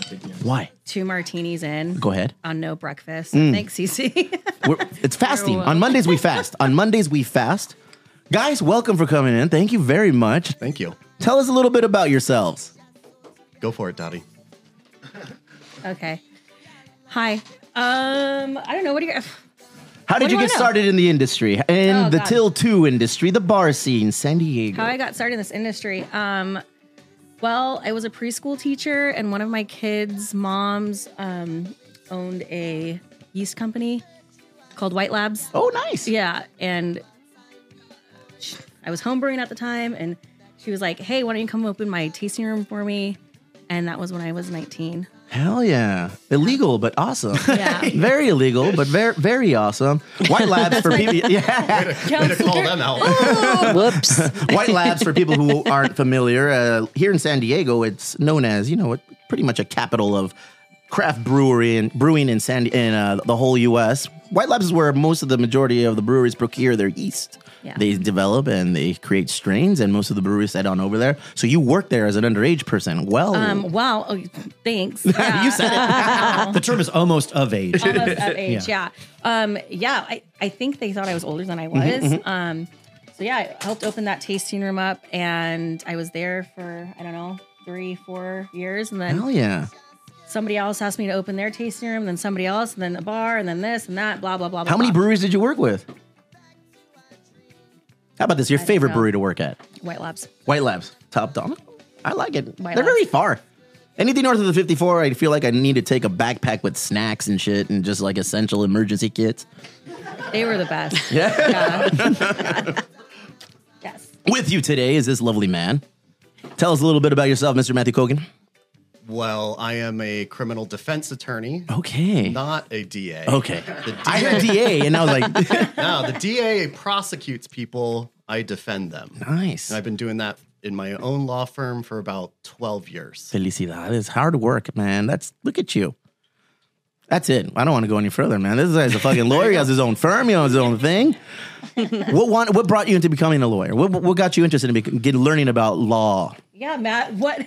[SPEAKER 9] like
[SPEAKER 2] Why?
[SPEAKER 9] two martinis in.
[SPEAKER 2] Go ahead. Mm.
[SPEAKER 9] On no breakfast. Thanks, Cece.
[SPEAKER 2] [LAUGHS] We're, it's fasting. On Mondays we fast. On Mondays we fast. Guys, welcome for coming in. Thank you very much.
[SPEAKER 7] Thank you.
[SPEAKER 2] Tell us a little bit about yourselves.
[SPEAKER 10] Go for it, Dottie.
[SPEAKER 9] okay. Hi. Um, I don't know. What do you? [SIGHS]
[SPEAKER 2] How did
[SPEAKER 9] What
[SPEAKER 2] you
[SPEAKER 9] do I
[SPEAKER 2] get
[SPEAKER 9] know?
[SPEAKER 2] started in the industry? In
[SPEAKER 9] Oh,
[SPEAKER 2] the
[SPEAKER 9] God.
[SPEAKER 2] Till 2 industry, the bar scene, San Diego.
[SPEAKER 9] how I got started in this industry. Um, well, I was a preschool teacher, and one of my kids' moms um, owned a yeast company called White Labs.
[SPEAKER 2] oh, nice.
[SPEAKER 9] Yeah, and sh I was homebrewing at the time, and she was like, "Hey, why don't you come open my tasting room for me?" And that was when I was 19.
[SPEAKER 2] Hell yeah. Illegal, but awesome.
[SPEAKER 9] Yeah.
[SPEAKER 2] [LAUGHS] very illegal, but very, very awesome. White labs
[SPEAKER 9] [LAUGHS]
[SPEAKER 2] for people. Yeah.
[SPEAKER 10] Way to call them out.
[SPEAKER 9] Oh,
[SPEAKER 4] Oh.
[SPEAKER 11] Whoops.
[SPEAKER 2] [LAUGHS] White labs for people who aren't familiar. Uh, here in San Diego, it's known as you know what, pretty much a capital of craft brewery and brewing in San in uh, the whole U.S. White labs is where most of the majority of the breweries procure their yeast.
[SPEAKER 9] Yeah.
[SPEAKER 2] They develop and they create strains, and most of the breweries head on over there. So you work there as an underage person. Well,
[SPEAKER 9] Um, wow. Oh, thanks. Yeah.
[SPEAKER 2] [LAUGHS] you said it.
[SPEAKER 3] The term is almost of age.
[SPEAKER 9] almost
[SPEAKER 2] [LAUGHS]
[SPEAKER 9] of age. Yeah. Um, yeah. I, I think they thought I was older than I was.
[SPEAKER 2] Mm-hmm,
[SPEAKER 9] Um, so yeah, I helped open that tasting room up, and I was there for I don't know three, four years, and then
[SPEAKER 2] Hell yeah.
[SPEAKER 9] somebody else asked me to open their tasting room, and then somebody else, and then a bar, and then this and that, blah blah blah.
[SPEAKER 2] How
[SPEAKER 9] blah,
[SPEAKER 2] many
[SPEAKER 9] blah.
[SPEAKER 2] breweries did you work with? How about this? Your favorite
[SPEAKER 9] know.
[SPEAKER 2] brewery to work at?
[SPEAKER 9] White Labs?
[SPEAKER 2] White Labs, top dog. I like it.
[SPEAKER 9] White
[SPEAKER 2] They're
[SPEAKER 9] Labs.
[SPEAKER 2] very far. Anything north of the 54, I feel like I need to take a backpack with snacks and shit and just like essential emergency kits.
[SPEAKER 9] They were the best. [LAUGHS]
[SPEAKER 2] [LAUGHS]
[SPEAKER 9] Yeah. yes.
[SPEAKER 2] With you today is this lovely man. Tell us a little bit about yourself, Mr. Matthew Kogan.
[SPEAKER 10] Well, I am a criminal defense attorney,
[SPEAKER 2] Okay.
[SPEAKER 10] not a DA.
[SPEAKER 2] Okay.
[SPEAKER 10] The
[SPEAKER 2] I had DA and I was
[SPEAKER 10] [LAUGHS]
[SPEAKER 2] like,
[SPEAKER 10] No, the DA prosecutes people, I defend them.
[SPEAKER 2] nice.
[SPEAKER 10] And I've been doing that in my own law firm for about 12 years.
[SPEAKER 2] Felicidades. Hard work, man. That's look at you. That's it. I don't want to go any further, man. This guy's a fucking lawyer. He has his own firm. He owns his own thing. what want, What brought you into becoming a lawyer? What, what got you interested in bec- get, learning about law?
[SPEAKER 9] Yeah, Matt. What?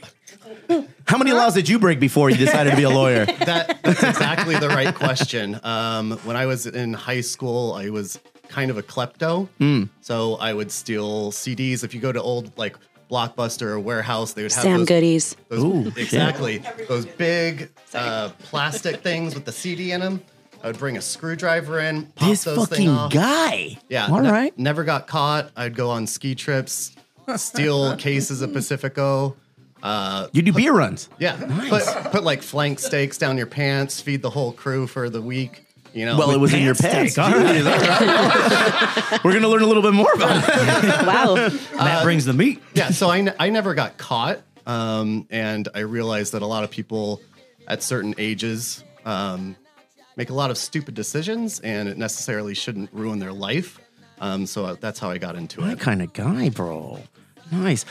[SPEAKER 2] How many laws did you break before you decided to be a [LAUGHS] lawyer?
[SPEAKER 10] That, that's exactly the right question. Um, when I was in high school, I was kind of a klepto.
[SPEAKER 2] Hmm,
[SPEAKER 10] So I would steal CDs. If you go to old, like, Blockbuster or warehouse, they would have
[SPEAKER 11] Sam
[SPEAKER 10] those,
[SPEAKER 11] goodies.
[SPEAKER 10] Those, exactly. Those big uh,
[SPEAKER 11] [LAUGHS]
[SPEAKER 10] plastic things with the CD in them. I would bring a screwdriver in, pop
[SPEAKER 2] this
[SPEAKER 10] those thing
[SPEAKER 2] fucking
[SPEAKER 10] off.
[SPEAKER 2] guy.
[SPEAKER 10] Yeah.
[SPEAKER 2] All
[SPEAKER 10] ne-
[SPEAKER 2] right.
[SPEAKER 10] Never got caught. I'd go on ski trips,
[SPEAKER 2] [LAUGHS]
[SPEAKER 10] steal cases of Pacifico. Uh,
[SPEAKER 2] You do beer runs.
[SPEAKER 10] yeah. Put, put like flank steaks down your pants, feed the whole crew for the week. You know,
[SPEAKER 2] Well, it was in your pants.
[SPEAKER 3] steak, all right.
[SPEAKER 2] Jeez, all right. [LAUGHS] We're going to learn a little bit more about it.
[SPEAKER 3] [LAUGHS]
[SPEAKER 11] Wow.
[SPEAKER 3] Matt brings the meat.
[SPEAKER 10] yeah. So I, ne- I never got caught. Um, and I realized that a lot of people at certain ages um, make a lot of stupid decisions and it necessarily shouldn't ruin their life. Um, so that's how I got into
[SPEAKER 2] My
[SPEAKER 10] it.
[SPEAKER 2] kind of guy, bro. Nice.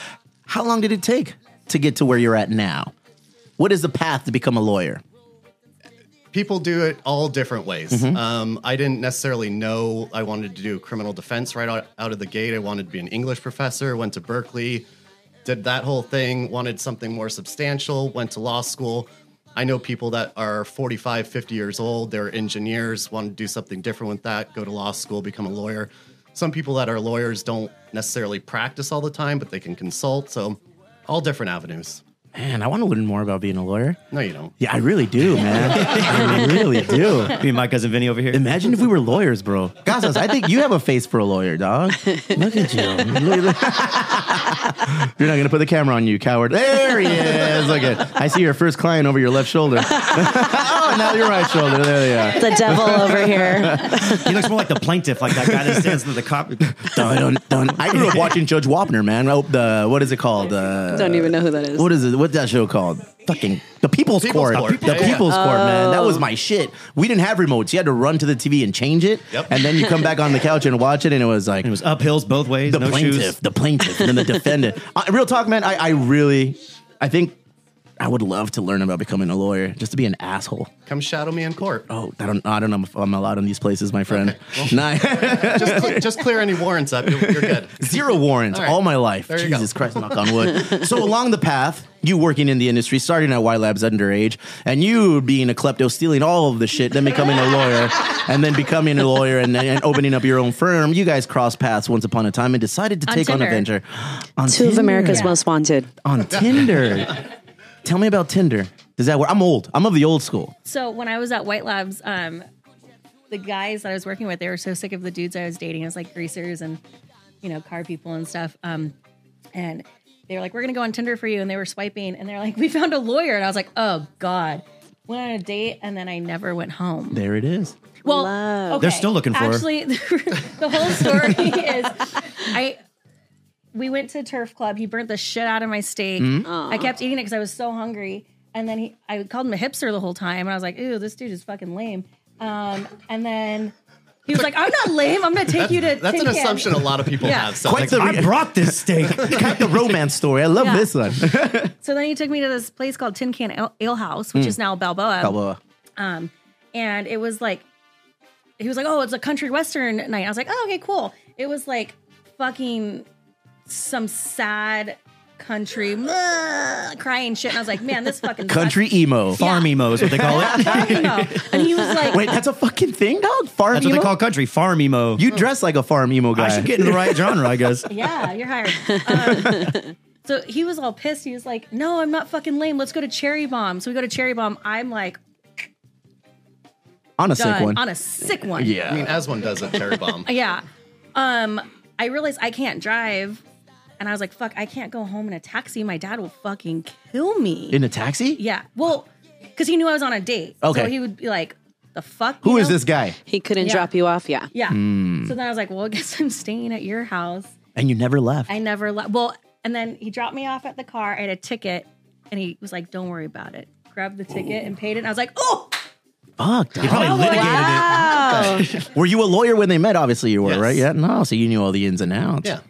[SPEAKER 2] How long did it take to get to where you're at now? What is the path to become a lawyer?
[SPEAKER 10] people do it all different ways.
[SPEAKER 2] Mm-hmm.
[SPEAKER 10] Um, I didn't necessarily know I wanted to do criminal defense right out, out of the gate. I wanted to be an English professor, went to Berkeley, did that whole thing, wanted something more substantial, went to law school. I know people that are 45, 50 years old, they're engineers, want to do something different with that, go to law school, become a lawyer. Some people that are lawyers don't necessarily practice all the time, but they can consult. So, all different avenues.
[SPEAKER 2] Man, I want to learn more about being a lawyer.
[SPEAKER 10] No, you don't.
[SPEAKER 2] Yeah, I really do, man. I really do.
[SPEAKER 3] Me and my cousin Vinny over here.
[SPEAKER 2] Imagine if we were lawyers, bro. Gazas, I think you have a face for a lawyer, dog. Look at [LAUGHS] you. You're not gonna put the camera on you, coward. There he is. Look at. I see your first client over your left shoulder. oh, now your right shoulder. There they are.
[SPEAKER 11] The devil over here.
[SPEAKER 3] He looks more like the plaintiff, like that guy that stands with
[SPEAKER 2] [LAUGHS]
[SPEAKER 3] the cop.
[SPEAKER 2] Dun, dun, dun. I grew up watching Judge Wapner, man. Oh, the what is it called? Uh,
[SPEAKER 11] Don't even know who that is.
[SPEAKER 2] what is it? What's that show called? Fucking the People's,
[SPEAKER 10] People's
[SPEAKER 2] Court.
[SPEAKER 10] Court.
[SPEAKER 2] The
[SPEAKER 10] Yeah, yeah.
[SPEAKER 2] People's Court, man. That
[SPEAKER 3] Oh.
[SPEAKER 11] Oh.
[SPEAKER 2] was my shit. We didn't have remotes. You had to run to the TV and change it,
[SPEAKER 10] Yep.
[SPEAKER 2] and then you come back on the couch and watch it, and it was like
[SPEAKER 3] It was up hills both ways.
[SPEAKER 2] the
[SPEAKER 3] no
[SPEAKER 2] plaintiff, [LAUGHS]
[SPEAKER 3] shoes.
[SPEAKER 2] the plaintiff, and then the defendant. Uh, real talk, man. I, I really, I think. I would love to learn about becoming a lawyer just to be an asshole.
[SPEAKER 10] Come shadow me in court.
[SPEAKER 2] Oh, I don't, I don't know if I'm allowed in these places, my friend. [LAUGHS] Nah.
[SPEAKER 10] just, cl- just clear any warrants up. You're, you're good.
[SPEAKER 2] Zero warrants
[SPEAKER 10] All
[SPEAKER 2] all,
[SPEAKER 10] right.
[SPEAKER 2] my life.
[SPEAKER 10] There you go.
[SPEAKER 2] Jesus Christ, knock on wood. so along the path, you working in the industry, starting at Y Labs underage, and you being a klepto, stealing all of the shit, then becoming a lawyer, and then becoming a lawyer and, then- and opening up your own firm. You guys crossed paths once upon a time and decided to
[SPEAKER 11] On
[SPEAKER 2] take on a
[SPEAKER 11] Tinder.
[SPEAKER 2] venture. [GASPS] On
[SPEAKER 11] Two of
[SPEAKER 2] Tinder.
[SPEAKER 11] America's most wanted.
[SPEAKER 2] On Tinder. Tell me about Tinder. Does that work? I'm old. I'm of the old school.
[SPEAKER 9] So when I was at White Labs, um, the guys that I was working with, they were so sick of the dudes I was dating. It was like greasers and you know car people and stuff. Um, and they were like, "We're gonna go on Tinder for you," and they were swiping, and they're like, "We found a lawyer," and I was like, "Oh God." Went on a date and then I never went home.
[SPEAKER 2] There it is.
[SPEAKER 9] Well, okay.
[SPEAKER 3] They're still looking for her.
[SPEAKER 9] Actually, [LAUGHS] the whole story is I we went to turf club. He burnt the shit out of my steak.
[SPEAKER 12] Mhm.
[SPEAKER 10] Mm-hmm.
[SPEAKER 9] I kept eating it because I was so hungry. And then he, I called him a hipster the whole time, and I was like, "Ew, this dude is fucking lame." Um, and then he was like, "I'm not lame. I'm gonna take you to."
[SPEAKER 10] That's an
[SPEAKER 9] Tin Can."
[SPEAKER 10] assumption a lot of people
[SPEAKER 9] Yeah.
[SPEAKER 10] have. So
[SPEAKER 2] Quite
[SPEAKER 10] like,
[SPEAKER 2] the
[SPEAKER 10] I
[SPEAKER 2] re-
[SPEAKER 10] brought
[SPEAKER 2] this steak. [LAUGHS] Quite the romance story. I love
[SPEAKER 9] Yeah. Oh,
[SPEAKER 2] this [LAUGHS] one.
[SPEAKER 9] So then he took me to this place called Tin Can Ale, Ale House, which
[SPEAKER 2] Mm.
[SPEAKER 9] is now Balboa.
[SPEAKER 2] Balboa.
[SPEAKER 9] Um, and it was like, he was like, "Oh, it's a country western night." I was like, "Oh, okay, cool." It was like fucking some sad country "Ugh," crying shit, and I was like, "Man, this fucking sucks."
[SPEAKER 2] Country emo.
[SPEAKER 3] Farm emo is what they call it.
[SPEAKER 9] And he was like,
[SPEAKER 2] Wait, that's a fucking thing, dog? Farm
[SPEAKER 3] That's
[SPEAKER 2] emo?
[SPEAKER 3] what they call country. Farm emo.
[SPEAKER 2] You dress like a farm emo guy.
[SPEAKER 3] I should get in the right genre, I guess.
[SPEAKER 9] "Yeah, you're hired." Um, so he was all pissed. He was like, "No, I'm not fucking lame. Let's go to Cherry Bomb." So we go to Cherry Bomb. I'm like,
[SPEAKER 2] On a
[SPEAKER 9] done.
[SPEAKER 2] sick one.
[SPEAKER 9] On a sick one.
[SPEAKER 10] I mean, as one does at Terry Bomb.
[SPEAKER 9] yeah. Um, I realized I can't drive, and I was like, "Fuck, I can't go home in a taxi. My dad will fucking kill me."
[SPEAKER 2] [LAUGHS] In a taxi?
[SPEAKER 9] Yeah. Well, because he knew I was on a date, so
[SPEAKER 2] Okay.
[SPEAKER 9] he would be like, "The fuck."
[SPEAKER 2] Who
[SPEAKER 9] you
[SPEAKER 2] is
[SPEAKER 9] know?
[SPEAKER 2] this guy?
[SPEAKER 11] He couldn't
[SPEAKER 9] Yeah.
[SPEAKER 11] drop you off. Yeah.
[SPEAKER 9] Yeah.
[SPEAKER 2] Hmm.
[SPEAKER 9] So then I was like, "Well, I guess I'm staying at your house."
[SPEAKER 2] And you never left.
[SPEAKER 9] I never left. Well, and then he dropped me off at the car. I had a ticket, and he was like, "Don't worry about it." Grabbed the ticket and paid it. And I was like, "Oh,
[SPEAKER 2] Fuck. dog. [LAUGHS]
[SPEAKER 9] wow!"
[SPEAKER 2] Were you a lawyer when they met? Obviously, you were, right? Yeah. No, so you knew all the ins and outs.
[SPEAKER 9] Yeah.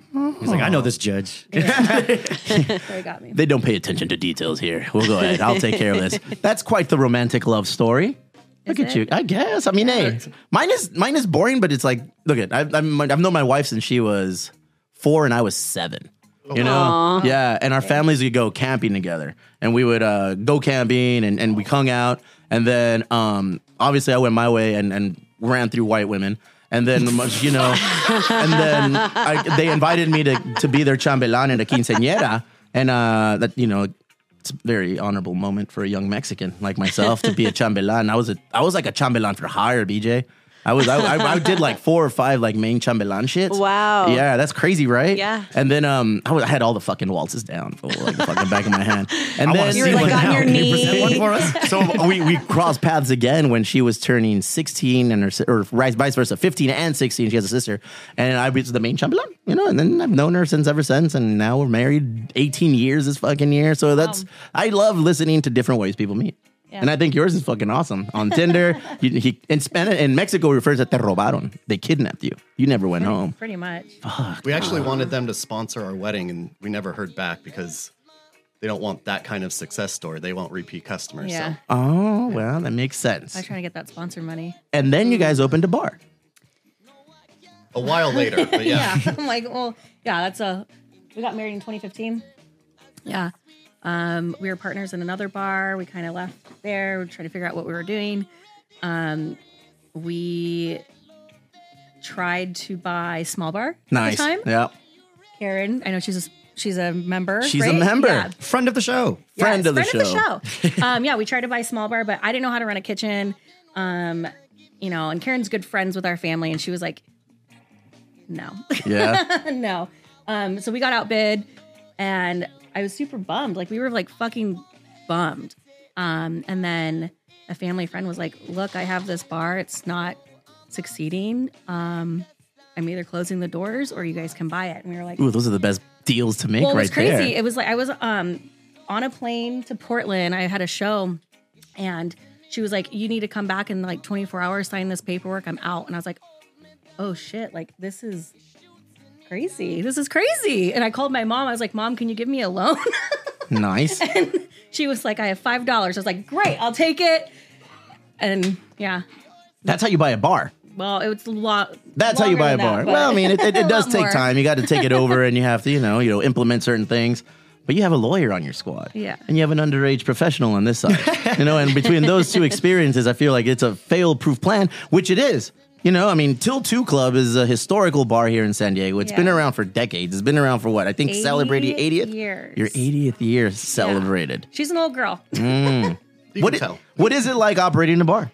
[SPEAKER 2] He's like, I know
[SPEAKER 9] [LAUGHS]
[SPEAKER 2] this judge. [LAUGHS]
[SPEAKER 9] so he got me.
[SPEAKER 2] They don't pay attention to details here. We'll go ahead. I'll take care of [LAUGHS] this. That's quite the romantic love story. Look
[SPEAKER 9] Is it?
[SPEAKER 2] at you. I guess. I mean, hey, mine is mine is boring, but it's like, look at. I've, I've I've known my wife since she was four, and I was seven. You know,
[SPEAKER 13] Aw.
[SPEAKER 2] yeah. And our families would go camping together, and we would uh, go camping, and, and we hung out, and then um, obviously I went my way and and ran through white women. And then, [LAUGHS] you know, and then I, they invited me to, to be their chambelán and a quinceañera. And uh, that, you know, it's a very honorable moment for a young Mexican like myself to be a chambelán. I was a, I was like a chambelán for hire, BJ. I was I, I, I did like four or five like main chambelán shits.
[SPEAKER 11] Wow.
[SPEAKER 2] Yeah, that's crazy, right?
[SPEAKER 11] Yeah.
[SPEAKER 2] And then um, I, was, I had all the fucking waltzes down, for, like the fucking back of my
[SPEAKER 3] [LAUGHS]
[SPEAKER 2] hand. And
[SPEAKER 3] I
[SPEAKER 2] then
[SPEAKER 3] wanna see You were, one like, on now. your Can you present one knee. for
[SPEAKER 2] us? So uh, we we crossed paths again when she was turning sixteen, and her si- or vice vice versa, fifteen and sixteen. She has a sister, and I was the main chambelán, you know. And then I've known her since ever since, and now we're married eighteen years this fucking year. So that's I love listening to different ways people meet.
[SPEAKER 9] Yeah.
[SPEAKER 2] And I think yours is fucking awesome. On Tinder,
[SPEAKER 3] [LAUGHS]
[SPEAKER 2] you, he, in Spanish, in Mexico, it refers to te robaron. They kidnapped you. You never went home.
[SPEAKER 9] Pretty much.
[SPEAKER 10] We actually
[SPEAKER 2] Aw.
[SPEAKER 10] wanted them to sponsor our wedding, and we never heard back because they don't want that kind of success story. They want repeat customers.
[SPEAKER 9] Yeah.
[SPEAKER 10] So.
[SPEAKER 2] Oh, well, that makes
[SPEAKER 9] I
[SPEAKER 2] sense.
[SPEAKER 9] was trying to get that sponsor money.
[SPEAKER 2] And then you guys opened a bar.
[SPEAKER 10] A while later,
[SPEAKER 9] [LAUGHS]
[SPEAKER 10] but yeah.
[SPEAKER 9] I'm like, well, yeah, that's a. We got married in 2015. Yeah. Um, we were partners in another bar. We kind of left there. We were trying to figure out what we were doing. Um, we tried to buy small bar
[SPEAKER 2] Nice.
[SPEAKER 9] at the time.
[SPEAKER 2] Yeah.
[SPEAKER 9] Karen, I know she's a, she's a member.
[SPEAKER 2] She's a
[SPEAKER 9] right?
[SPEAKER 2] member.
[SPEAKER 9] Yeah.
[SPEAKER 2] Friend of the show.
[SPEAKER 9] Yes,
[SPEAKER 2] Friend, of, the show.
[SPEAKER 9] show. um, yeah, we tried to buy small bar, but I didn't know how to run a kitchen. Um, you know, and Karen's good friends with our family, and she was like, "No,
[SPEAKER 12] Yeah.
[SPEAKER 9] [LAUGHS] no." Um, so we got outbid, and I was super bummed. Like we were like fucking bummed. Um, and then a family friend was like, "Look, I have this bar. It's not succeeding. Um, I'm either closing the doors or you guys can buy it." And we were like,
[SPEAKER 2] Ooh, those are the best deals to make
[SPEAKER 9] well, it
[SPEAKER 2] right
[SPEAKER 9] was crazy.
[SPEAKER 2] there.
[SPEAKER 9] It was like I was um on a plane to Portland. I had a show, and she was like, "You need to come back in like 24 hours, sign this paperwork. I'm out." And I was like, "Oh shit! Like this is [LAUGHS] crazy. This is crazy." And I called my mom. I was like, "Mom, can you give me a loan?"
[SPEAKER 2] nice.
[SPEAKER 9] and She was like, I have $5. I was like, great, I'll take it. And yeah,
[SPEAKER 2] That's how you buy a bar.
[SPEAKER 9] well, it was a lot.
[SPEAKER 2] That's how you
[SPEAKER 9] longer
[SPEAKER 2] buy a
[SPEAKER 9] than
[SPEAKER 2] bar.
[SPEAKER 9] that, but-
[SPEAKER 2] well, I mean, it,
[SPEAKER 9] [LAUGHS]
[SPEAKER 2] it,
[SPEAKER 9] a
[SPEAKER 2] it does
[SPEAKER 9] lot
[SPEAKER 2] take
[SPEAKER 9] more.
[SPEAKER 2] time. You got to take
[SPEAKER 9] [LAUGHS]
[SPEAKER 2] it over, and you have to, you know, you know, implement certain things. But you have a lawyer on your squad,
[SPEAKER 9] Yeah.
[SPEAKER 2] and you have an underage professional on this side, you know. And between
[SPEAKER 9] [LAUGHS]
[SPEAKER 2] those two experiences, I feel like it's a fail-proof plan, which it is. You know, I mean, Till Two Club is a historical bar here in San Diego. It's been
[SPEAKER 9] Yeah.
[SPEAKER 2] around for decades. It's been around for what I think celebrating
[SPEAKER 9] 80
[SPEAKER 2] 80th
[SPEAKER 9] years.
[SPEAKER 2] Your 80th
[SPEAKER 9] [LAUGHS]
[SPEAKER 2] year celebrated.
[SPEAKER 9] She's an old girl.
[SPEAKER 2] Mm. what, i- what is it like operating a bar?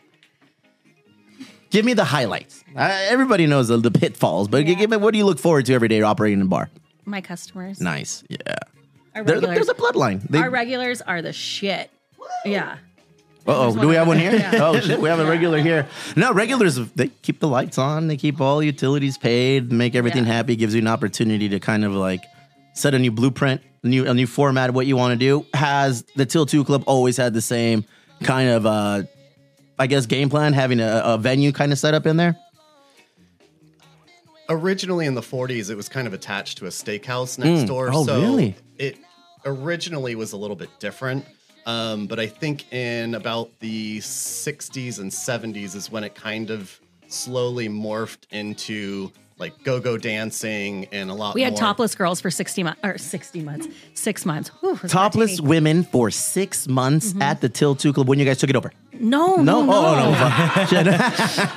[SPEAKER 2] Give me the highlights. I, everybody knows the, the pitfalls, but give me what do you look forward to every day operating a bar?
[SPEAKER 9] My customers.
[SPEAKER 2] Nice, yeah.
[SPEAKER 9] Our
[SPEAKER 2] There-
[SPEAKER 9] regulars.
[SPEAKER 2] there's a bloodline. They-
[SPEAKER 9] Our regulars are the shit. Yeah.
[SPEAKER 2] Uh oh, do we have one here?
[SPEAKER 9] Yeah.
[SPEAKER 2] Oh shit, we have a regular here. No, regulars they keep the lights on, they keep all utilities paid, make everything happy, gives you an opportunity to kind of like set a new blueprint, new a new format of what you want to do. Has the Till Two Club always had the same kind of uh I guess game plan, having a, a venue kind of set up in there?
[SPEAKER 10] originally in the 40s it was kind of attached to a steakhouse next
[SPEAKER 2] Mm.
[SPEAKER 10] door
[SPEAKER 2] Oh,
[SPEAKER 10] so
[SPEAKER 2] really?
[SPEAKER 10] it originally was a little bit different um, but i think in about the 60s and 70s is when it kind of slowly morphed into like go-go dancing and a
[SPEAKER 2] Uh,
[SPEAKER 10] lot
[SPEAKER 9] We had
[SPEAKER 10] more-
[SPEAKER 9] topless girls for 60 months, or 60 months, six months. Whew, it was
[SPEAKER 2] Topless
[SPEAKER 9] martini.
[SPEAKER 2] women for six months
[SPEAKER 9] Mhm.
[SPEAKER 2] at the Till Two Club when you guys took it over.
[SPEAKER 9] No, no, no.
[SPEAKER 2] Oh, oh,
[SPEAKER 9] [LAUGHS]
[SPEAKER 2] no. fuck.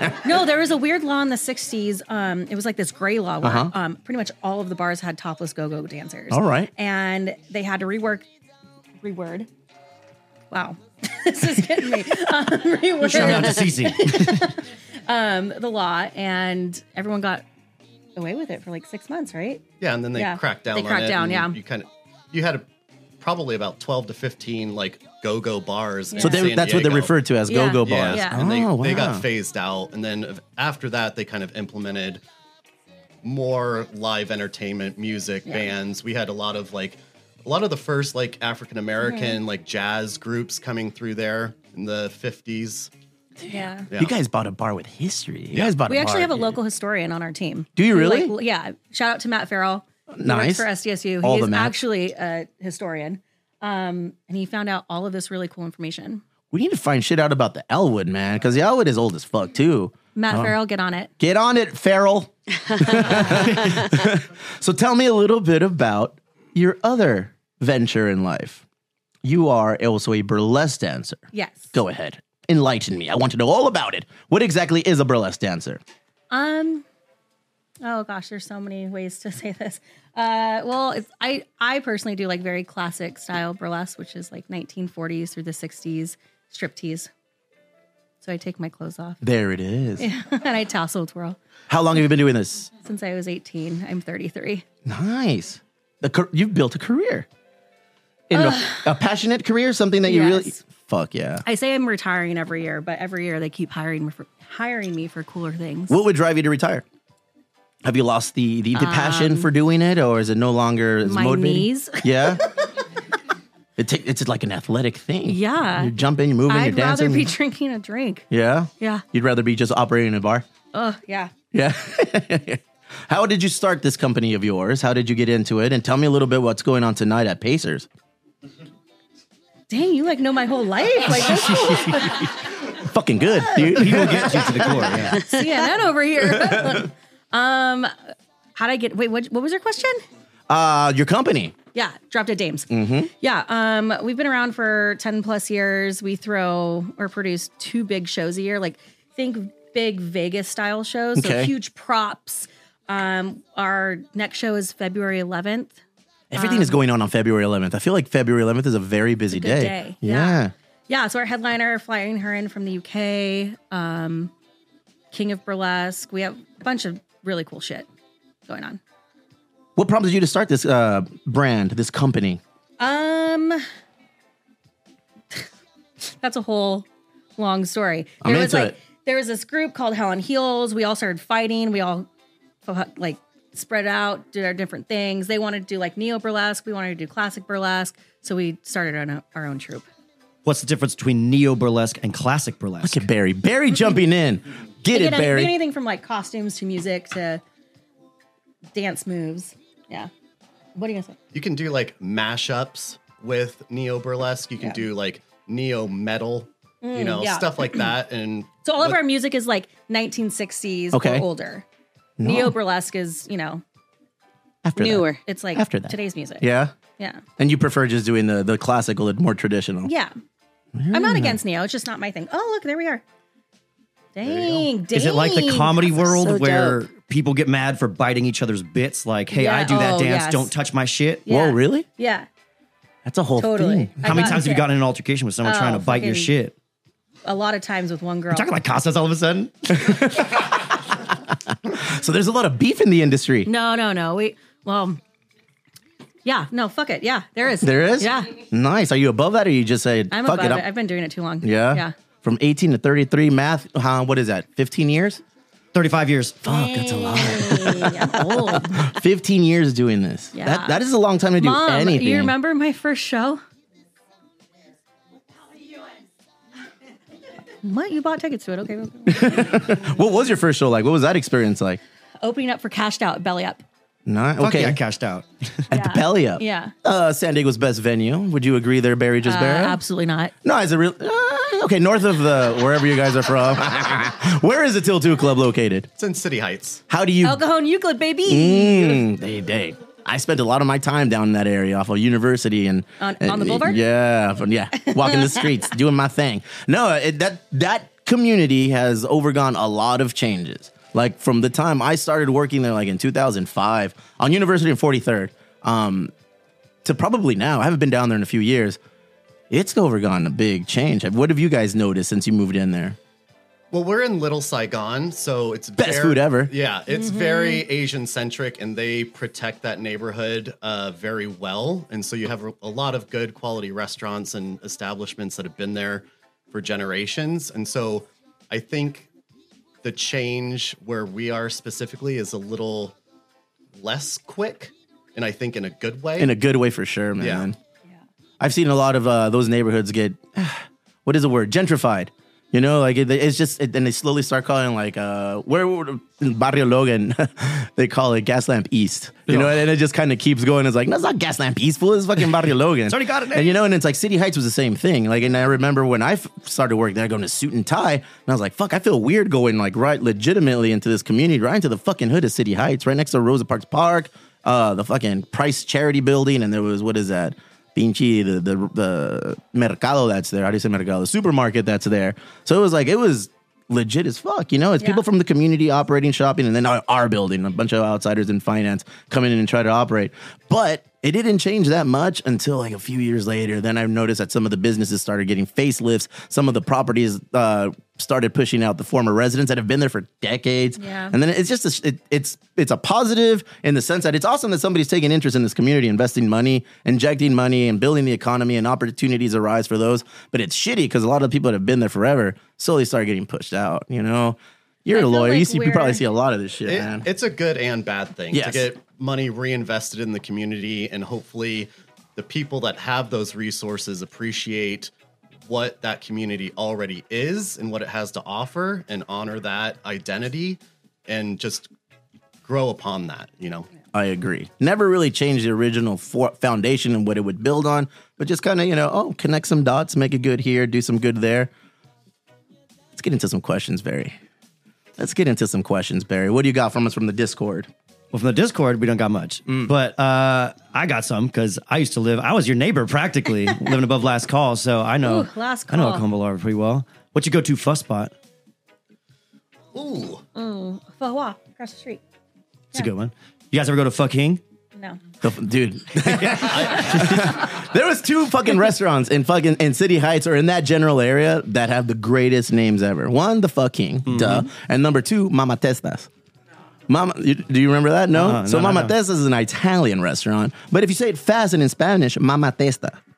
[SPEAKER 2] Shit.
[SPEAKER 9] No, there was a weird law in the 60s. Um, it was like this gray law where
[SPEAKER 2] Uh-huh.
[SPEAKER 9] um, pretty much all of the bars had topless go go dancers.
[SPEAKER 2] All right.
[SPEAKER 9] And they had to rework, reword. Wow. [LAUGHS] this is getting me. Um, [LAUGHS] reword.
[SPEAKER 3] Shout out to Cece.
[SPEAKER 9] [LAUGHS] um, the law, and everyone got away with it for like six months, right?
[SPEAKER 10] yeah and then they
[SPEAKER 9] Yeah.
[SPEAKER 10] cracked down
[SPEAKER 9] They
[SPEAKER 10] on
[SPEAKER 9] cracked
[SPEAKER 10] it
[SPEAKER 9] down,
[SPEAKER 10] and
[SPEAKER 9] yeah.
[SPEAKER 10] you kind of you had a, probably about 12 to 15 like go-go bars
[SPEAKER 2] So
[SPEAKER 10] in
[SPEAKER 2] they-
[SPEAKER 10] San
[SPEAKER 2] that's what they're
[SPEAKER 10] Diego.
[SPEAKER 2] referred to as Yeah. go-go
[SPEAKER 10] Yeah,
[SPEAKER 2] bars. Yeah.
[SPEAKER 10] and they,
[SPEAKER 2] Oh,
[SPEAKER 10] they
[SPEAKER 2] wow.
[SPEAKER 10] got phased out and then of- after that they kind of implemented more live entertainment music
[SPEAKER 9] Yeah.
[SPEAKER 10] bands we had a lot of like a lot of the first like african american
[SPEAKER 9] Mhm.
[SPEAKER 10] like jazz groups coming through there in the 50s
[SPEAKER 9] Yeah.
[SPEAKER 10] Yeah.
[SPEAKER 2] You guys bought a bar with history. You guys bought
[SPEAKER 9] We
[SPEAKER 2] a
[SPEAKER 9] actually
[SPEAKER 2] bar.
[SPEAKER 9] have a local historian on our team.
[SPEAKER 2] Do you
[SPEAKER 9] Who,
[SPEAKER 2] really?
[SPEAKER 9] like, yeah. Shout out to Matt Farrell. He
[SPEAKER 2] Nice.
[SPEAKER 9] Works for SDSU.
[SPEAKER 2] All
[SPEAKER 9] he
[SPEAKER 2] the
[SPEAKER 9] is
[SPEAKER 2] Matts.
[SPEAKER 9] actually a historian. Um, and he found out all of this really cool information.
[SPEAKER 2] We need to find shit out about the Elwood, man, because the Elwood is old as fuck too.
[SPEAKER 9] Matt
[SPEAKER 2] Oh.
[SPEAKER 9] Farrell, get on it.
[SPEAKER 2] Get on it, [LAUGHS] Farrell. so tell me a little bit about your other venture in life. You are also a burlesque dancer.
[SPEAKER 9] Yes.
[SPEAKER 2] Go ahead. Enlighten me. I want to know all about it. What exactly is a burlesque dancer?
[SPEAKER 9] Um. Oh gosh, there's so many ways to [LAUGHS] say this. Uh, well, it's, I I personally do like very classic style burlesque, which is like 1940s through the 60s striptease. So I take my clothes off
[SPEAKER 2] There it
[SPEAKER 9] [LAUGHS]
[SPEAKER 2] is.
[SPEAKER 9] and I tassel twirl.
[SPEAKER 2] How long have you been doing this?
[SPEAKER 9] Since I was 18, I'm 33.
[SPEAKER 2] Nice. The car- you've built a career. In a, a passionate career, something that you really
[SPEAKER 9] Yes.
[SPEAKER 2] fuck yeah.
[SPEAKER 9] I say I'm retiring every year, but every year they keep hiring me for hiring me for cooler things.
[SPEAKER 2] What would drive you to retire? Have you lost the the, the passion
[SPEAKER 9] Um,
[SPEAKER 2] for doing it, or is it no longer as
[SPEAKER 9] my
[SPEAKER 2] motivating?
[SPEAKER 9] knees.
[SPEAKER 2] [LAUGHS] Yeah, it take, it's like an athletic thing.
[SPEAKER 9] Yeah.
[SPEAKER 2] you're jumping, you're moving,
[SPEAKER 9] I'd
[SPEAKER 2] you're dancing.
[SPEAKER 9] rather be drinking a drink.
[SPEAKER 2] yeah,
[SPEAKER 9] Yeah.
[SPEAKER 2] You'd rather be just operating in a bar.
[SPEAKER 9] Oh yeah.
[SPEAKER 2] Yeah. How did you start this company of yours? How did you get into it? And tell me a little bit what's going on tonight at Pacers.
[SPEAKER 9] Dang, you like know my whole life. Like
[SPEAKER 2] [LAUGHS]
[SPEAKER 9] this
[SPEAKER 2] Fucking good, dude.
[SPEAKER 3] He will get you to the core, yeah.
[SPEAKER 9] CNN over here.
[SPEAKER 2] [LAUGHS]
[SPEAKER 9] um, how did I get? Wait, what, what was your question?
[SPEAKER 2] Uh, your company.
[SPEAKER 9] Yeah, drop dead dames.
[SPEAKER 2] Mm-hmm.
[SPEAKER 9] Yeah, um, we've been around for ten plus years. We throw or produce two big shows a year. Like think big Vegas style shows. So
[SPEAKER 2] Okay.
[SPEAKER 9] huge props. Um, our next show is February 11th.
[SPEAKER 2] Everything
[SPEAKER 9] Um,
[SPEAKER 2] is going on on February 11th. I feel like February 11th is a very busy
[SPEAKER 9] good
[SPEAKER 2] day.
[SPEAKER 9] day.
[SPEAKER 2] Yeah.
[SPEAKER 9] Yeah, so our headliner flying her in from the UK. Um, King of Burlesque. We have a bunch of really cool shit going on.
[SPEAKER 2] What prompted you to start this uh, brand, this company?
[SPEAKER 9] Um, [LAUGHS] that's a whole long story.
[SPEAKER 2] I'm
[SPEAKER 9] was
[SPEAKER 2] into
[SPEAKER 9] like
[SPEAKER 2] it.
[SPEAKER 9] there was this group called Hell on Heels. We all started fighting. We all fu- like spread out, did our different things. They wanted to do like neo burlesque. We wanted to do classic burlesque. So we started our, own- our own troupe.
[SPEAKER 3] What's the difference between neo burlesque and classic burlesque?
[SPEAKER 2] Look at Barry. Barry jumping in. Get
[SPEAKER 9] They
[SPEAKER 2] it,
[SPEAKER 9] could any-
[SPEAKER 2] Barry.
[SPEAKER 9] Anything from like costumes to music to dance moves. Yeah. What are you gonna say?
[SPEAKER 10] you can do like mashups with neo burlesque. You can do like neo metal, you
[SPEAKER 9] Mm,
[SPEAKER 10] know,
[SPEAKER 9] yeah. [CLEARS THROAT]
[SPEAKER 10] stuff like that. And
[SPEAKER 9] So all of our music is like 1960s
[SPEAKER 10] Okay.
[SPEAKER 9] or older.
[SPEAKER 10] No.
[SPEAKER 9] Neo burlesque is, you know,
[SPEAKER 2] After that. Newer.
[SPEAKER 9] It's like
[SPEAKER 2] After that.
[SPEAKER 9] today's music.
[SPEAKER 2] Yeah.
[SPEAKER 9] Yeah.
[SPEAKER 2] And you prefer just doing the the classical, the more
[SPEAKER 3] Oh.
[SPEAKER 2] traditional.
[SPEAKER 9] Yeah. I'm not against Neo. It's just not my thing. Oh, look, there we are. Dang, dang.
[SPEAKER 3] Is it like the comedy world
[SPEAKER 9] so
[SPEAKER 3] where people get mad for biting each other's bits? Like, hey,
[SPEAKER 9] Yeah.
[SPEAKER 3] I do that
[SPEAKER 9] Oh,
[SPEAKER 3] dance.
[SPEAKER 9] yes.
[SPEAKER 3] Don't touch my shit.
[SPEAKER 9] Yeah.
[SPEAKER 3] Whoa, really?
[SPEAKER 9] Yeah.
[SPEAKER 3] That's a whole
[SPEAKER 9] Totally.
[SPEAKER 3] thing.
[SPEAKER 9] I
[SPEAKER 3] How many
[SPEAKER 9] got
[SPEAKER 3] times have you
[SPEAKER 9] into-
[SPEAKER 3] gotten in an altercation with someone
[SPEAKER 9] Oh,
[SPEAKER 3] trying to bite your
[SPEAKER 9] fucking-
[SPEAKER 3] shit?
[SPEAKER 9] A lot of times with one girl.
[SPEAKER 3] You're talking like Costas all of a sudden.
[SPEAKER 2] So there's a lot of beef in the industry.
[SPEAKER 9] No, no, no. We well, yeah, no, fuck it. Yeah, there is.
[SPEAKER 2] There is?
[SPEAKER 9] Yeah,
[SPEAKER 2] Nice. Are you above that or you just say,
[SPEAKER 9] I'm
[SPEAKER 2] fuck
[SPEAKER 9] above
[SPEAKER 2] it?
[SPEAKER 9] it.
[SPEAKER 2] I'm-
[SPEAKER 9] I've been doing it too long.
[SPEAKER 2] Yeah.
[SPEAKER 9] yeah.
[SPEAKER 2] From 18 to 33, math, huh, what is that? 15 years?
[SPEAKER 3] 35 years.
[SPEAKER 2] Fuck, that's a
[SPEAKER 9] lot.
[SPEAKER 2] [LAUGHS] 15 years doing this.
[SPEAKER 9] Yeah.
[SPEAKER 2] That, that is a long time to do
[SPEAKER 9] Mom,
[SPEAKER 2] anything.
[SPEAKER 9] you remember my first show? [LAUGHS] What you bought tickets to it? Okay, okay.
[SPEAKER 2] what was your first show like? What was that experience like?
[SPEAKER 9] opening up for Cashed Out, Belly Up.
[SPEAKER 2] Not,
[SPEAKER 3] Fuck
[SPEAKER 2] okay.
[SPEAKER 3] yeah, cashed out.
[SPEAKER 2] At the Belly Up.
[SPEAKER 9] Yeah,
[SPEAKER 2] Uh, San Diego's best venue. Would you agree there, Barry Just
[SPEAKER 9] Uh,
[SPEAKER 2] Barry?
[SPEAKER 9] absolutely not.
[SPEAKER 2] No, is it real? Uh, okay, north of the wherever you guys are from. [LAUGHS] Where is the Till Two Club located?
[SPEAKER 10] It's in City Heights.
[SPEAKER 2] How do you?
[SPEAKER 9] El Cajon Euclid, baby.
[SPEAKER 2] Mm, they day. I spent a lot of my time down in that area off of university and
[SPEAKER 9] On- on the
[SPEAKER 2] and-
[SPEAKER 9] boulevard?
[SPEAKER 2] Yeah, from- yeah, walking
[SPEAKER 9] [LAUGHS]
[SPEAKER 2] the streets, doing my thing. No, it, that that community has overgone a lot of changes. Like from the time I started working there, like in 2005, on University and 43rd, um, to probably now. I haven't been down there in a few years. It's overgone a big change. What have you guys noticed since you moved in there?
[SPEAKER 10] Well, we're in Little Saigon, so it's
[SPEAKER 2] Best food ever.
[SPEAKER 10] Yeah, it's
[SPEAKER 2] Mhm.
[SPEAKER 10] very Asian centric, and they protect that neighborhood uh, very well. And so you have a lot of good quality restaurants and establishments that have been there for generations. And so I think the change where we are specifically is a little less quick, and I think in a good way.
[SPEAKER 2] in a good way for sure, man.
[SPEAKER 10] Yeah.
[SPEAKER 2] I've seen a lot of uh, those neighborhoods get [SIGHS] what is the word gentrified. You know, like it, it's just, it, and they slowly start calling like uh, where would- in Barrio Logan, [LAUGHS] they call it Gas Lamp East. You know, and it just kind of keeps going. It's like that's not Gas Lamp East, fool. It's fucking Barrio Logan.
[SPEAKER 3] It's already got a name.
[SPEAKER 2] And you know, and it's like City Heights was the same thing. Like, and I remember when I f- started work there, going to suit and tie, and I was like, fuck, I feel weird going like right legitimately into this community, right into the fucking hood of City Heights, right next to Rosa Parks Park, uh, the fucking Price Charity Building, and there was what is that? Pinchi, the, the the mercado that's there. How do you say mercado? The supermarket that's there. So it was like it was legit as fuck. You know, it's people from the community operating shopping, and then our, our building, a bunch of outsiders in finance come in and try to operate. But it didn't change that much until like a few years later. Then I've noticed that some of the businesses started getting facelifts. Some of the properties uh, started pushing out the former residents that have been there for decades.
[SPEAKER 12] Yeah.
[SPEAKER 2] And then it's just a, it, it's it's a positive in the sense that it's awesome that somebody's taking interest in this community, investing money, injecting money, and building the economy, and opportunities arise for those. But it's shitty because a lot of people that have been there forever slowly start getting pushed out. You know, you're a lawyer, you,
[SPEAKER 10] like
[SPEAKER 2] see, you probably
[SPEAKER 10] we're-
[SPEAKER 2] see a lot of this shit,
[SPEAKER 10] It-
[SPEAKER 2] man.
[SPEAKER 10] It's a good and bad thing to
[SPEAKER 2] Yes.
[SPEAKER 10] get money reinvested in the community, and hopefully, the people that have those resources appreciate what that community already is and what it has to offer, and honor that identity, and just grow upon that. You
[SPEAKER 2] [LAUGHS]
[SPEAKER 10] know,
[SPEAKER 2] I agree. Never really changed the original for- foundation and what it would build on, but just kind of, you know, oh, connect some dots, make it good here, do some good there. Let's get into some questions, Barry. Let's get into some questions, Barry. What do you got from us from the Discord?
[SPEAKER 3] Well, from the Discord, we don't got much, but uh, I got some because I used to live. I was your
[SPEAKER 9] [LAUGHS]
[SPEAKER 3] neighbor practically, living above Last Call, so I know.
[SPEAKER 9] Ooh, Last
[SPEAKER 3] I know
[SPEAKER 9] Call.
[SPEAKER 3] Combalara pretty well. What's your go-to fuss spot?
[SPEAKER 10] Ooh.
[SPEAKER 9] Mm, Fa Hua, across the street.
[SPEAKER 3] It's a good one. You guys ever go to fucking?
[SPEAKER 2] [LAUGHS]
[SPEAKER 9] No.
[SPEAKER 2] Dude, there was two fucking restaurants in fucking in City Heights or in that general area that have the greatest names ever. One, the fucking
[SPEAKER 3] Mm-hmm.
[SPEAKER 2] duh, and number two, Mama Testas. Mama, you, do you remember that? No.
[SPEAKER 3] Uh-uh,
[SPEAKER 2] so
[SPEAKER 3] no, no,
[SPEAKER 2] Mama
[SPEAKER 3] no.
[SPEAKER 2] Testas is an Italian restaurant, but if you say it fast and in Spanish, Mama Testa.
[SPEAKER 3] [LAUGHS]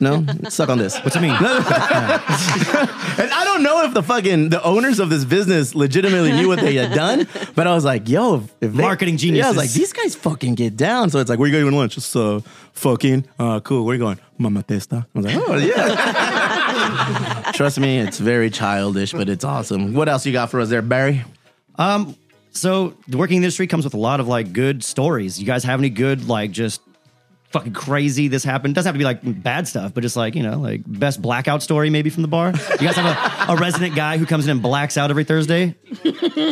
[SPEAKER 2] No, suck on this. What's
[SPEAKER 3] it
[SPEAKER 2] [LAUGHS]
[SPEAKER 3] mean?
[SPEAKER 2] and I don't know if the fucking the owners of this business legitimately knew what they had done, [LAUGHS] but I was like, yo, if, if they-
[SPEAKER 3] Marketing
[SPEAKER 2] Yeah, I was
[SPEAKER 3] geniuses.
[SPEAKER 2] like, these guys fucking get down. So it's like, where you going to lunch? Just uh, fucking uh, cool. Where you going? Mama Testa. I was like, oh yeah. Trust me, it's very childish, but it's awesome. What else you got for us there, Barry?
[SPEAKER 3] Um, so the working industry comes with a lot of like good stories. You guys have any good like just fucking crazy this happened. Doesn't have to be like bad stuff, but just like, you know, like best blackout story maybe from the bar. You guys have a, a resident guy who comes in and blacks out every Thursday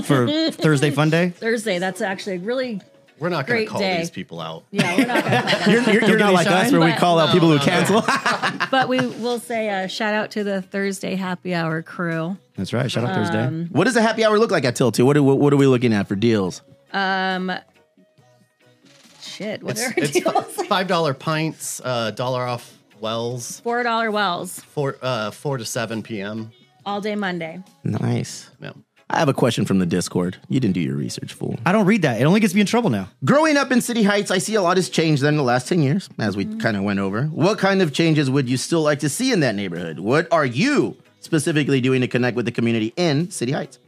[SPEAKER 3] for Thursday fun day?
[SPEAKER 9] [LAUGHS] Thursday. That's actually a really
[SPEAKER 10] We're not going
[SPEAKER 9] Great
[SPEAKER 10] to call
[SPEAKER 9] day.
[SPEAKER 10] these people out.
[SPEAKER 9] Yeah, we're not gonna call that. But- [LAUGHS] but we will say uh, shout out to the Thursday happy hour crew.
[SPEAKER 2] That's right.
[SPEAKER 9] shout out Thursday. Um,
[SPEAKER 2] what does a happy hour look like at Tilted? What, are- what what are we looking at for deals?
[SPEAKER 9] Um,
[SPEAKER 2] [LAUGHS]
[SPEAKER 9] shit, what
[SPEAKER 10] It's,
[SPEAKER 9] are
[SPEAKER 10] it's five dollar pints, uh, dollar off
[SPEAKER 9] [LAUGHS]
[SPEAKER 10] wells,
[SPEAKER 9] four dollar wells
[SPEAKER 10] four uh, four to seven p.m.
[SPEAKER 9] all day Monday?
[SPEAKER 2] Nice.
[SPEAKER 10] No.
[SPEAKER 2] I have a question from the Discord. You didn't do your research, fool.
[SPEAKER 3] I don't read that. It only gets me in trouble now.
[SPEAKER 2] Growing up in City Heights, I see a lot has changed there in the last 10 years, as we
[SPEAKER 9] Mm.
[SPEAKER 2] kind of went over. What kind of changes would you still like to see in that neighborhood? What are you specifically doing to connect with the community in City Heights?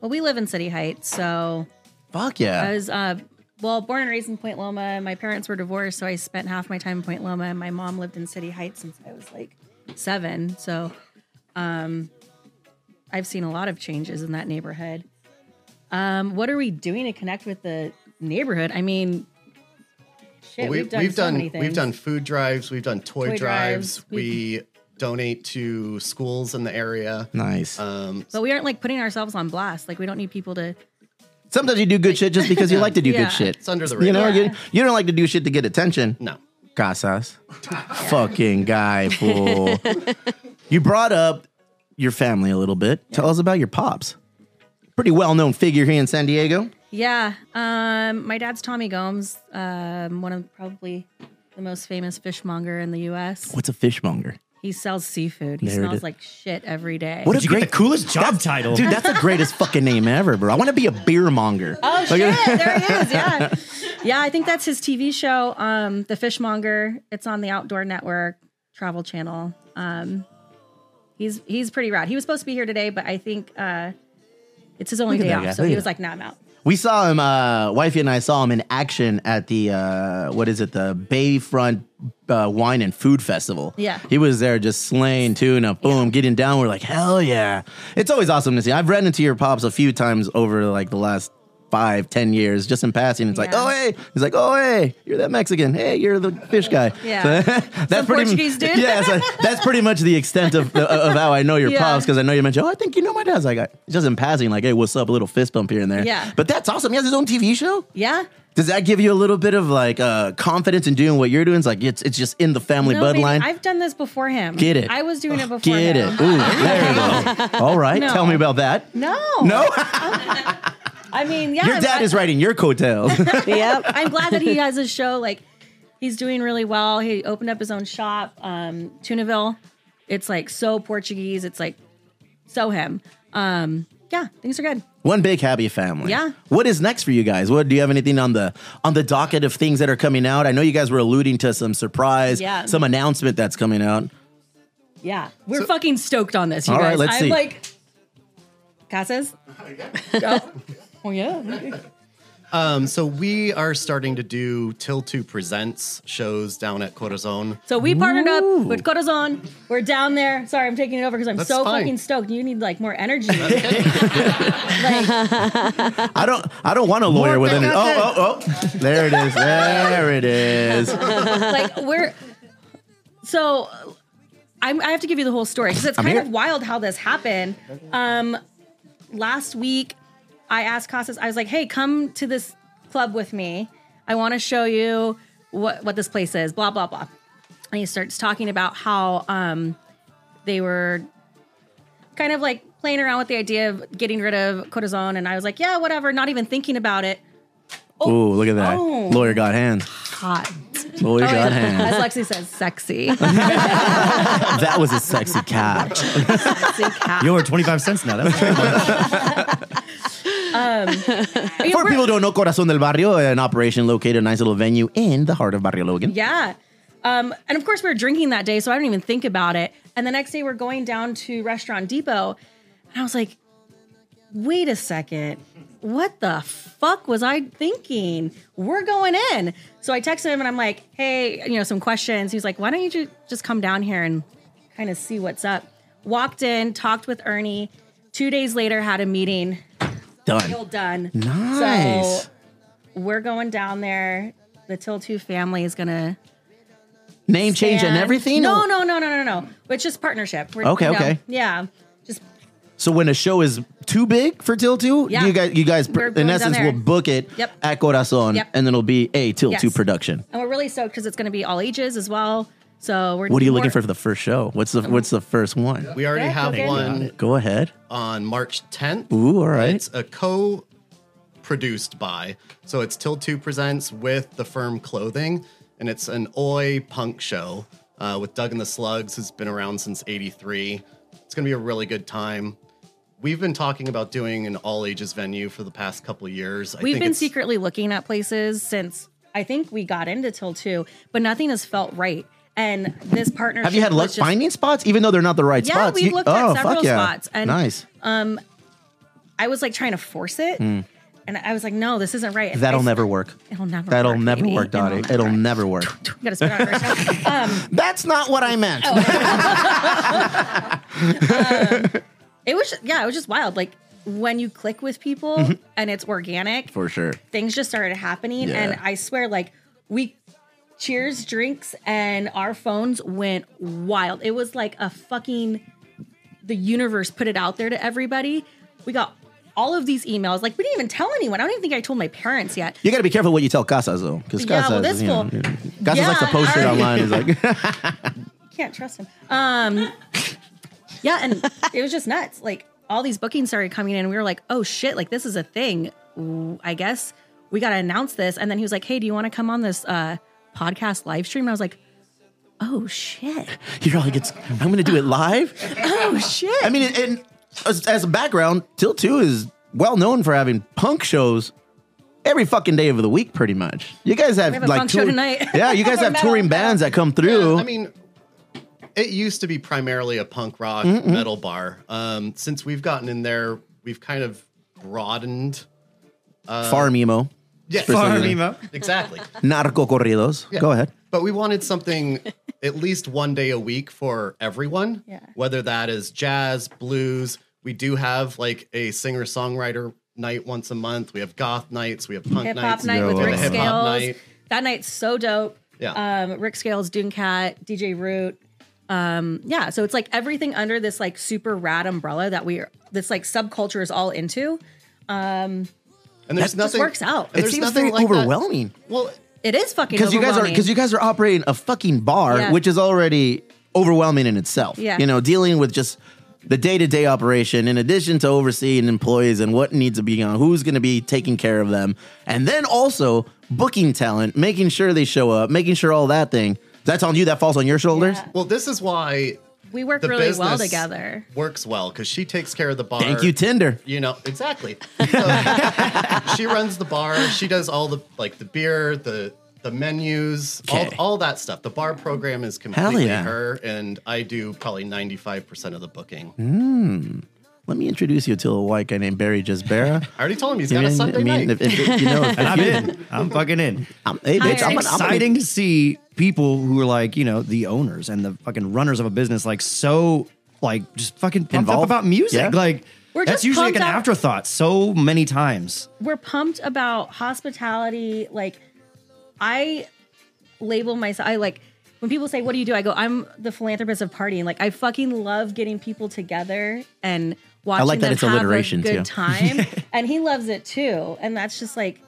[SPEAKER 9] Well, we live in City Heights, so
[SPEAKER 2] Fuck yeah.
[SPEAKER 9] I was uh, well born and raised in Point Loma. My parents were divorced, so I spent half my time in Point Loma, and my mom lived in City Heights since I was like seven. So, um, I've seen a lot of changes in that neighborhood. Um, what are we doing to connect with the neighborhood? I mean, shit,
[SPEAKER 10] Well,
[SPEAKER 9] we, have done so many things.
[SPEAKER 10] we've done food drives, we've done toy,
[SPEAKER 9] Toy
[SPEAKER 10] drives,
[SPEAKER 9] drives,
[SPEAKER 10] we donate to schools in the area.
[SPEAKER 2] Nice.
[SPEAKER 10] Um,
[SPEAKER 9] but we aren't like putting ourselves on blast. Like we don't need people to.
[SPEAKER 2] Sometimes you do good shit just because you
[SPEAKER 9] Yeah.
[SPEAKER 2] like to
[SPEAKER 9] [LAUGHS]
[SPEAKER 2] do
[SPEAKER 9] Yeah.
[SPEAKER 2] good shit.
[SPEAKER 9] It's under the
[SPEAKER 2] You know,
[SPEAKER 9] radar.
[SPEAKER 2] you, you don't like to do shit to get attention.
[SPEAKER 10] No.
[SPEAKER 9] [LAUGHS]
[SPEAKER 2] Casas. Fucking
[SPEAKER 4] [LAUGHS]
[SPEAKER 2] guy, fool. you brought up your family a little bit. Tell us about your pops. Pretty well known figure here in San Diego.
[SPEAKER 9] Yeah. Um, my dad's Tommy Gomes, um, one of probably the most famous fishmonger in the U.S.
[SPEAKER 2] What's a fishmonger?
[SPEAKER 9] He sells seafood. He
[SPEAKER 2] There it is.
[SPEAKER 9] smells like shit every day.
[SPEAKER 2] What a great
[SPEAKER 3] coolest job title,
[SPEAKER 2] dude! That's the greatest fucking name ever, bro. I want to be a beer monger.
[SPEAKER 9] Oh
[SPEAKER 2] Like-
[SPEAKER 9] shit! there it is.
[SPEAKER 2] [LAUGHS]
[SPEAKER 9] Yeah, yeah. I think that's his TV show, um, The Fishmonger. It's on the Outdoor Network, Travel Channel. Um, he's he's pretty rad. He was supposed to be here today, but I think uh, it's his only
[SPEAKER 2] Look at
[SPEAKER 9] day
[SPEAKER 2] that
[SPEAKER 9] off,
[SPEAKER 2] guy.
[SPEAKER 9] so
[SPEAKER 2] Look
[SPEAKER 9] he
[SPEAKER 2] at
[SPEAKER 9] was
[SPEAKER 2] that.
[SPEAKER 9] like, "Nah, I'm out."
[SPEAKER 2] We saw him, uh, wifey and I saw him in action at the uh, what is it, the Bayfront uh, Wine and Food Festival.
[SPEAKER 9] Yeah.
[SPEAKER 2] he was there just slaying tuna, boom, getting down. We're like, hell yeah! It's always awesome to see. I've ran into your pops a few times over like the last five, ten years, just in passing. It's like,
[SPEAKER 9] Yeah.
[SPEAKER 2] oh hey, he's like, oh hey, you're that Mexican. Hey, you're the fish guy.
[SPEAKER 9] Yeah.
[SPEAKER 2] [LAUGHS] that's
[SPEAKER 9] Some
[SPEAKER 2] pretty.
[SPEAKER 9] Portuguese
[SPEAKER 2] [LAUGHS]
[SPEAKER 9] dude.
[SPEAKER 2] Yeah, so that's pretty much the extent of uh, of how I know your
[SPEAKER 9] Yeah.
[SPEAKER 2] pops because I know you mentioned. Oh, I think you know my dad's like I- just in passing, like, hey, what's up? A little fist bump here and there.
[SPEAKER 9] Yeah.
[SPEAKER 2] But that's awesome. He has his own TV show.
[SPEAKER 9] Yeah.
[SPEAKER 2] Does that give you a little bit of like uh, confidence in doing what you're doing? It's like it's it's just in the family
[SPEAKER 9] No, baby,
[SPEAKER 2] bloodline.
[SPEAKER 9] I've done this before him.
[SPEAKER 2] Get it.
[SPEAKER 9] I was doing it before.
[SPEAKER 2] Get
[SPEAKER 9] him.
[SPEAKER 2] it. Ooh, there you
[SPEAKER 9] [LAUGHS]
[SPEAKER 2] go. All right.
[SPEAKER 9] No.
[SPEAKER 2] Tell me about that.
[SPEAKER 9] No.
[SPEAKER 2] No?
[SPEAKER 9] I mean, [LAUGHS] yeah.
[SPEAKER 2] your
[SPEAKER 9] I'm-
[SPEAKER 2] dad
[SPEAKER 9] I-
[SPEAKER 2] is writing your coattails.
[SPEAKER 9] [LAUGHS]
[SPEAKER 2] [LAUGHS]
[SPEAKER 9] yep. I'm glad that he has a show. Like, he's doing really well. He opened up his own shop, um, Tunaville. It's like so Portuguese. It's like so him. Um, yeah, things are good.
[SPEAKER 2] One big happy family.
[SPEAKER 9] Yeah.
[SPEAKER 2] What is next for you guys? What do you have anything on the on the docket of things that are coming out? I know you guys were alluding to some surprise,
[SPEAKER 9] Yeah.
[SPEAKER 2] some announcement that's coming out.
[SPEAKER 9] Yeah, we're fucking stoked on this. You
[SPEAKER 2] All
[SPEAKER 9] guys.
[SPEAKER 2] right, let's
[SPEAKER 9] I'm
[SPEAKER 2] see.
[SPEAKER 9] like, Casas. oh, oh yeah.
[SPEAKER 10] Um, so we are starting to do Till Two Presents shows down at Corazon.
[SPEAKER 9] So we partnered up with Corazon. We're down there. Sorry, I'm taking it over because I'm
[SPEAKER 10] That's
[SPEAKER 9] so
[SPEAKER 10] fine.
[SPEAKER 9] fucking stoked. You need like more energy. [LAUGHS]
[SPEAKER 2] I don't I don't want a lawyer with an oh oh oh. There it is. There
[SPEAKER 9] [LAUGHS]
[SPEAKER 2] it is.
[SPEAKER 9] like we're so I'm, I have to give you the whole story because it's
[SPEAKER 2] I'm
[SPEAKER 9] kind
[SPEAKER 2] here.
[SPEAKER 9] of wild how this happened. Um, last week, I asked Casas. I was like, "Hey, come to this club with me. I want to show you what what this place is." Blah blah blah. And he starts talking about how um, they were kind of like playing around with the idea of getting rid of cortisone, and I was like, "Yeah, whatever." Not even thinking about it.
[SPEAKER 2] Ooh, look at that.
[SPEAKER 9] Oh.
[SPEAKER 2] Lawyer got hands.
[SPEAKER 9] Hot.
[SPEAKER 2] Lawyer
[SPEAKER 9] Oh, as
[SPEAKER 2] got hands.
[SPEAKER 9] Lexi says, sexy. Um,
[SPEAKER 2] that was a sexy
[SPEAKER 9] [LAUGHS]
[SPEAKER 2] catch.
[SPEAKER 3] You're 25 cents now. That's
[SPEAKER 9] um,
[SPEAKER 2] For people who don't know, Corazon del Barrio, an operation located a nice little venue in the heart of Barrio Logan.
[SPEAKER 9] Yeah. Um, and of course, we were drinking that day, so I didn't even think about it. And the next day, we're going down to Restaurant Depot. And I was like, wait a second. What the fuck was I thinking? We're going in. So I texted him and I'm like, hey, you know, some questions. He's like, why don't you ju- just come down here and kind of see what's up? Walked in, talked with Ernie. Two days later, had a meeting.
[SPEAKER 2] Done.
[SPEAKER 9] Deal done.
[SPEAKER 2] Nice.
[SPEAKER 9] So we're going down there the Till Two family is gonna
[SPEAKER 2] Name change and
[SPEAKER 9] stand-
[SPEAKER 2] everything?
[SPEAKER 9] No, no, no, no, no, no. It's just partnership. We're-
[SPEAKER 2] Okay,
[SPEAKER 9] no,
[SPEAKER 2] okay.
[SPEAKER 9] Yeah, just
[SPEAKER 2] So when a show is too big for Till Two,
[SPEAKER 9] Yeah.
[SPEAKER 2] you guys, you guys, pr-
[SPEAKER 9] We're going
[SPEAKER 2] in
[SPEAKER 9] down
[SPEAKER 2] essence,
[SPEAKER 9] there.
[SPEAKER 2] will book it
[SPEAKER 9] Yep.
[SPEAKER 2] at Corazon,
[SPEAKER 9] Yep.
[SPEAKER 2] and then it'll be a Till
[SPEAKER 9] Yes.
[SPEAKER 2] Two production.
[SPEAKER 9] and we're really stoked because it's gonna be all ages as well. So we're
[SPEAKER 2] What are you
[SPEAKER 9] we're-
[SPEAKER 2] looking for for the first show? What's the What's the first one?
[SPEAKER 10] We already
[SPEAKER 9] Yeah,
[SPEAKER 10] have
[SPEAKER 9] okay.
[SPEAKER 10] one
[SPEAKER 2] Go ahead.
[SPEAKER 10] on March 10th.
[SPEAKER 2] Ooh, all right.
[SPEAKER 10] It's a co produced by. So it's Till 2 Presents with the firm clothing. And it's an oi punk show uh, with Doug and the Slugs, who's been around since 83. It's going to be a really good time. We've been talking about doing an all ages venue for the past couple years. I
[SPEAKER 9] We've
[SPEAKER 10] think
[SPEAKER 9] been
[SPEAKER 10] it's-
[SPEAKER 9] secretly looking at places since I think we got into Till Two, but nothing has felt right. And this partnership.
[SPEAKER 2] Have you had luck
[SPEAKER 9] was just-
[SPEAKER 2] finding spots, even though they're not the right
[SPEAKER 9] Yeah,
[SPEAKER 2] spots?
[SPEAKER 9] we've
[SPEAKER 2] You-
[SPEAKER 9] looked at
[SPEAKER 2] oh,
[SPEAKER 9] several
[SPEAKER 2] fuck yeah.
[SPEAKER 9] spots, and-
[SPEAKER 2] nice.
[SPEAKER 9] Um, I was like trying to force it,
[SPEAKER 2] Mm.
[SPEAKER 9] and I was like, no, this isn't right.
[SPEAKER 2] That'll
[SPEAKER 9] I-
[SPEAKER 2] never work.
[SPEAKER 9] It'll never.
[SPEAKER 2] That'll
[SPEAKER 9] work,
[SPEAKER 2] never
[SPEAKER 9] baby.
[SPEAKER 2] work, Dottie. It'll, never work.
[SPEAKER 9] [LAUGHS] You [LAUGHS] gotta spit out it first. Um,
[SPEAKER 2] That's not what I meant.
[SPEAKER 9] Oh. Um, it was yeah, it was just wild. Like when you click with people
[SPEAKER 2] Mhm.
[SPEAKER 9] and it's organic,
[SPEAKER 2] For sure.
[SPEAKER 9] things just started happening,
[SPEAKER 2] Yeah.
[SPEAKER 9] and I swear, like we. Cheers, drinks, and our phones went wild. It was like a fucking the universe put it out there to everybody. We got all of these emails. Like we didn't even tell anyone. I don't even think I told my parents yet.
[SPEAKER 2] You got to be careful what you tell Casas though, because
[SPEAKER 9] Yeah,
[SPEAKER 2] Casas,
[SPEAKER 9] well, this
[SPEAKER 2] you know,
[SPEAKER 9] fool-
[SPEAKER 2] Casas likes to
[SPEAKER 9] Yeah,
[SPEAKER 2] post it
[SPEAKER 9] I-
[SPEAKER 2] online. He's like,
[SPEAKER 9] can't trust him. Um, [LAUGHS] yeah, and it was just nuts. Like all these bookings started coming in, and we were like, "Oh shit! Like this is a thing. Ooh, I guess we got to announce this." And then he was like, "Hey, do you want to come on this uh, podcast live stream?" And I was like, "Oh shit!
[SPEAKER 2] He probably gets. I'm going to do it live.
[SPEAKER 9] Oh shit!"
[SPEAKER 2] I mean, and- and as, as a background, Till Two is well known for having punk shows every fucking day of the week, pretty much. You guys have,
[SPEAKER 10] We have a
[SPEAKER 2] like
[SPEAKER 10] punk show
[SPEAKER 2] tour-
[SPEAKER 10] tonight.
[SPEAKER 2] Yeah,
[SPEAKER 10] [LAUGHS]
[SPEAKER 2] you guys have
[SPEAKER 10] Metal.
[SPEAKER 2] touring bands that come through.
[SPEAKER 10] I mean, it used to be primarily a punk rock
[SPEAKER 2] Mhm.
[SPEAKER 10] metal bar. Um, since we've gotten in there, we've kind of broadened. Uh,
[SPEAKER 2] Farm emo.
[SPEAKER 10] Yeah,
[SPEAKER 2] specifically.
[SPEAKER 9] [LAUGHS]
[SPEAKER 10] Exactly.
[SPEAKER 2] Narco corridos.
[SPEAKER 10] Yeah.
[SPEAKER 2] Go ahead.
[SPEAKER 10] But we wanted something at least one day a week for everyone.
[SPEAKER 9] Yeah.
[SPEAKER 10] Whether that is jazz, blues, we do have like a singer songwriter night once a month. We have goth nights. We have punk
[SPEAKER 9] Hip hop
[SPEAKER 10] nights.
[SPEAKER 9] night with
[SPEAKER 10] we have
[SPEAKER 9] Rick
[SPEAKER 10] a hip-hop
[SPEAKER 9] Scales.
[SPEAKER 10] night.
[SPEAKER 9] That night's so dope.
[SPEAKER 10] Yeah.
[SPEAKER 9] Um, Rick Scales, Dune Cat, DJ Root. Um, yeah. So it's like everything under this like super rad umbrella that we are, this like subculture is all into. Um,
[SPEAKER 10] And there's
[SPEAKER 9] that just
[SPEAKER 10] nothing
[SPEAKER 9] works out.
[SPEAKER 10] and
[SPEAKER 2] It
[SPEAKER 10] there's
[SPEAKER 2] seems
[SPEAKER 10] nothing
[SPEAKER 2] very
[SPEAKER 10] like that.
[SPEAKER 2] overwhelming.
[SPEAKER 10] Well,
[SPEAKER 9] it is fucking
[SPEAKER 2] because you guys are because you guys are operating a fucking bar,
[SPEAKER 9] Yeah.
[SPEAKER 2] which is already overwhelming in itself.
[SPEAKER 9] Yeah.
[SPEAKER 2] You know, dealing with just the day to day operation, in addition to overseeing employees and what needs to be on, who's going to be taking care of them, and then also booking talent, making sure they show up, making sure all that thing. That's on you. That falls on your shoulders.
[SPEAKER 10] Well, this is why
[SPEAKER 9] we work
[SPEAKER 10] the
[SPEAKER 9] really well
[SPEAKER 10] business
[SPEAKER 9] together.
[SPEAKER 10] Works well because she takes care of the bar.
[SPEAKER 2] Thank you, Tinder.
[SPEAKER 10] You know exactly. So, [LAUGHS] she runs the bar. She does all the like the beer, the the menus, all,
[SPEAKER 2] Okay.
[SPEAKER 10] all that stuff. The bar program is completely
[SPEAKER 2] yeah.
[SPEAKER 10] her, and I do probably ninety five percent of the booking.
[SPEAKER 2] Hmm. Let me introduce you to a white guy named
[SPEAKER 9] [LAUGHS]
[SPEAKER 2] Barry Jasbera.
[SPEAKER 10] I already told him he's got a Sunday night.
[SPEAKER 2] If, if- you
[SPEAKER 10] [LAUGHS]
[SPEAKER 2] know, if,
[SPEAKER 3] And I'm
[SPEAKER 2] you-
[SPEAKER 3] in. I'm fucking in.
[SPEAKER 2] I'm, hey, bitch,
[SPEAKER 3] it's
[SPEAKER 2] I'm, gonna- I'm gonna-
[SPEAKER 3] exciting to see people who are like, you know, the owners and the fucking runners of a business, like so, like just fucking pumped
[SPEAKER 2] Involved.
[SPEAKER 3] up about music.
[SPEAKER 2] Yeah.
[SPEAKER 3] Like
[SPEAKER 9] We're
[SPEAKER 3] that's
[SPEAKER 9] just
[SPEAKER 3] usually like an
[SPEAKER 9] pumped up.
[SPEAKER 3] afterthought. So many times.
[SPEAKER 9] we're pumped about hospitality. Like I label myself. I like when people say, "What do you do?" I go, "I'm the philanthropist of partying." Like I fucking love getting people together and watching
[SPEAKER 2] like that
[SPEAKER 9] them
[SPEAKER 2] it's
[SPEAKER 9] have
[SPEAKER 2] alliteration,
[SPEAKER 9] a good
[SPEAKER 2] too. [LAUGHS]
[SPEAKER 9] time. and he loves it too. And that's just like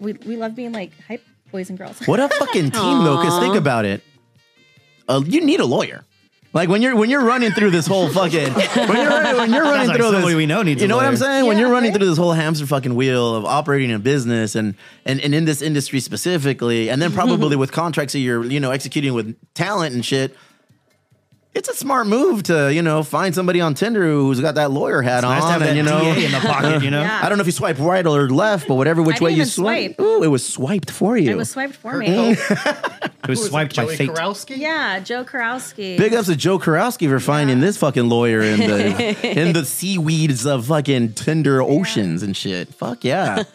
[SPEAKER 9] we we love being like hype boys and girls.
[SPEAKER 2] What
[SPEAKER 9] [LAUGHS]
[SPEAKER 2] a fucking team, though. Because think about it, uh, you need a lawyer. Like when you're when you're running through this whole fucking when you're running, when you're
[SPEAKER 3] Sounds
[SPEAKER 2] running
[SPEAKER 3] like
[SPEAKER 2] through
[SPEAKER 3] somebody
[SPEAKER 2] this,
[SPEAKER 3] we know needs
[SPEAKER 2] you
[SPEAKER 3] a
[SPEAKER 2] know what I'm
[SPEAKER 3] lawyer.
[SPEAKER 2] saying? when you're running through this whole hamster fucking wheel of operating a business and and, and in this industry specifically, and
[SPEAKER 9] [LAUGHS]
[SPEAKER 2] then probably with contracts that you're you know executing with talent and shit. It's a smart move to you know find somebody on Tinder who's got that lawyer hat
[SPEAKER 3] It's
[SPEAKER 2] on
[SPEAKER 3] nice to have
[SPEAKER 2] and
[SPEAKER 3] that
[SPEAKER 2] you know
[SPEAKER 3] DA in the
[SPEAKER 2] [LAUGHS]
[SPEAKER 3] pocket, you know? Yeah.
[SPEAKER 2] I don't know if you swipe right or left, but whatever which
[SPEAKER 9] didn't
[SPEAKER 2] way you
[SPEAKER 9] even
[SPEAKER 2] swipe,
[SPEAKER 9] swipe.
[SPEAKER 2] ooh, it was swiped for you. Mm-hmm.
[SPEAKER 9] It was swiped for
[SPEAKER 10] Her
[SPEAKER 2] [LAUGHS]
[SPEAKER 9] me.
[SPEAKER 10] coat.
[SPEAKER 3] It was [LAUGHS] swiped by fate.
[SPEAKER 10] Kurowski?
[SPEAKER 9] Yeah, Joe Kurowski.
[SPEAKER 2] Big ups to Joe Kurowski for finding this fucking lawyer in
[SPEAKER 4] [LAUGHS]
[SPEAKER 2] the in the seaweeds of
[SPEAKER 4] [LAUGHS]
[SPEAKER 2] fucking Tinder oceans and shit. Fuck yeah. [LAUGHS]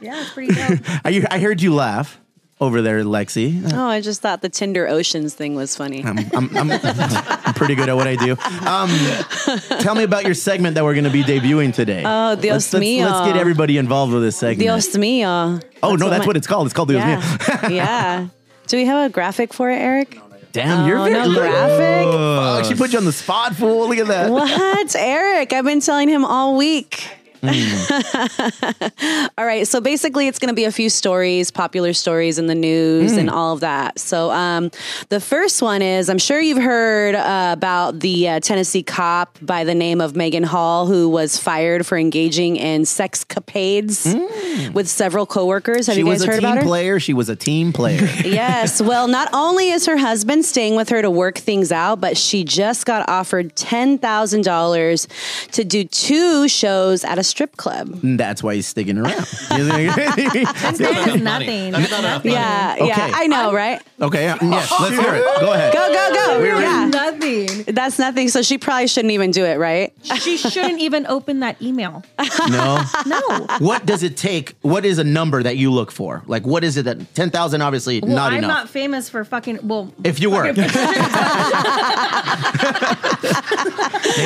[SPEAKER 9] yeah, it's pretty dope.
[SPEAKER 2] I, I heard you laugh. over there, Lexi. Uh,
[SPEAKER 4] Oh, I just thought the Tinder Oceans thing was funny.
[SPEAKER 2] I'm, I'm, I'm, I'm pretty good at what I do. Um, tell me about your segment that we're going to be debuting today.
[SPEAKER 4] Oh, Dios
[SPEAKER 2] let's, let's,
[SPEAKER 4] mío.
[SPEAKER 2] Let's get everybody involved with this segment.
[SPEAKER 4] Dios mío.
[SPEAKER 2] oh, no, that's
[SPEAKER 4] my-
[SPEAKER 2] what it's called. It's called Dios mío. [LAUGHS]
[SPEAKER 4] yeah. yeah. Do we have a graphic for it, Eric?
[SPEAKER 2] Damn, you're
[SPEAKER 4] Oh,
[SPEAKER 2] very
[SPEAKER 4] no
[SPEAKER 2] look-
[SPEAKER 4] graphic?
[SPEAKER 2] Fuck, she put you on the spot, fool. Look at that.
[SPEAKER 4] What? Eric, I've been telling him all week.
[SPEAKER 2] Mm.
[SPEAKER 4] [LAUGHS] all right. So basically, it's going to be a few stories, popular stories in the news
[SPEAKER 14] Mm.
[SPEAKER 4] and all of that. So um, the first one is I'm sure you've heard uh, about the uh, Tennessee cop by the name of Megan Hall, who was fired for engaging in sex capades with several coworkers. Have
[SPEAKER 2] Mm. she
[SPEAKER 4] you guys
[SPEAKER 2] was a
[SPEAKER 4] heard
[SPEAKER 2] team
[SPEAKER 4] about her?
[SPEAKER 2] player. She was a team player.
[SPEAKER 4] yes. Well, not only is her husband staying with her to work things out, but she just got offered $10,000 to do two shows at a strip club.
[SPEAKER 2] And Mm, That's why he's sticking around. [LAUGHS] That's
[SPEAKER 9] nothing.
[SPEAKER 4] [LAUGHS] Yeah, yeah.
[SPEAKER 2] Okay.
[SPEAKER 4] I know, right?
[SPEAKER 10] [LAUGHS]
[SPEAKER 2] Okay, yeah, yes, let's hear it. Go ahead.
[SPEAKER 4] Go, go, go.
[SPEAKER 2] We're ready.
[SPEAKER 4] yeah.
[SPEAKER 9] Nothing.
[SPEAKER 4] That's nothing. So she probably shouldn't even do it, right?
[SPEAKER 9] She shouldn't even open that
[SPEAKER 2] [LAUGHS]
[SPEAKER 9] email.
[SPEAKER 2] [LAUGHS] No.
[SPEAKER 9] No.
[SPEAKER 2] What does it take? What is a number that you look for? Like, what is it that 10,000 obviously
[SPEAKER 9] Well,
[SPEAKER 2] not
[SPEAKER 9] I'm
[SPEAKER 2] enough.
[SPEAKER 9] not famous for fucking. Well,
[SPEAKER 2] if you were,
[SPEAKER 3] [LAUGHS] Maybe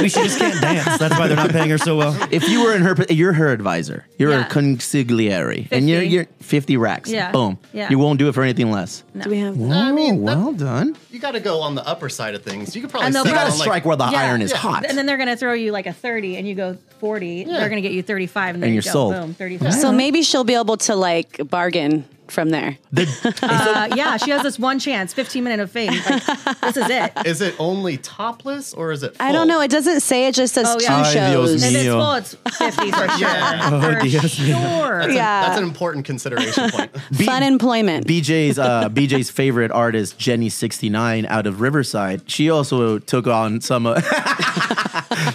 [SPEAKER 3] she just can't dance. That's why they're not paying her so well.
[SPEAKER 2] if you were in her, you're her advisor. You're
[SPEAKER 9] Yeah.
[SPEAKER 2] a consigliere, and you're
[SPEAKER 9] 50.
[SPEAKER 2] you're 50 racks.
[SPEAKER 10] Yeah.
[SPEAKER 2] Boom.
[SPEAKER 10] Yeah.
[SPEAKER 2] You won't do it for anything less.
[SPEAKER 10] Do we have?
[SPEAKER 2] Whoa, well done.
[SPEAKER 10] You got to go on the upper side of things. You could probably.
[SPEAKER 9] And they'll
[SPEAKER 10] settle
[SPEAKER 9] probably-
[SPEAKER 10] on,
[SPEAKER 2] strike where the
[SPEAKER 9] Yeah.
[SPEAKER 2] iron is
[SPEAKER 9] Yeah.
[SPEAKER 2] hot.
[SPEAKER 9] And then they're going to throw you like a 30 and you go 40. They're going to get you 35 and,
[SPEAKER 2] And
[SPEAKER 9] then
[SPEAKER 2] you're
[SPEAKER 9] you go,
[SPEAKER 2] sold.
[SPEAKER 9] boom, 35.
[SPEAKER 4] So maybe she'll be able to like bargain from there.
[SPEAKER 9] Uh, yeah, she has this one chance, 15 minute of fame. Like, this
[SPEAKER 2] [LAUGHS]
[SPEAKER 9] is it.
[SPEAKER 10] [LAUGHS] Is it only
[SPEAKER 4] [LAUGHS]
[SPEAKER 10] topless or is it? Full?
[SPEAKER 4] I don't know. It doesn't say. It just says
[SPEAKER 10] Oh,
[SPEAKER 4] two
[SPEAKER 10] yeah. Ay,
[SPEAKER 4] shows.
[SPEAKER 10] Dios
[SPEAKER 9] If it's
[SPEAKER 10] mío.
[SPEAKER 9] full, it's 50
[SPEAKER 2] [LAUGHS]
[SPEAKER 9] for sure.
[SPEAKER 2] Oh, Dios mío.
[SPEAKER 9] sure.
[SPEAKER 10] That's,
[SPEAKER 4] Yeah.
[SPEAKER 10] a, that's an important consideration
[SPEAKER 2] [LAUGHS]
[SPEAKER 10] point.
[SPEAKER 4] Fun employment. [LAUGHS]
[SPEAKER 2] BJ's uh, BJ's favorite artist Jenny 69 out of Riverside. She also took on some uh, [LAUGHS]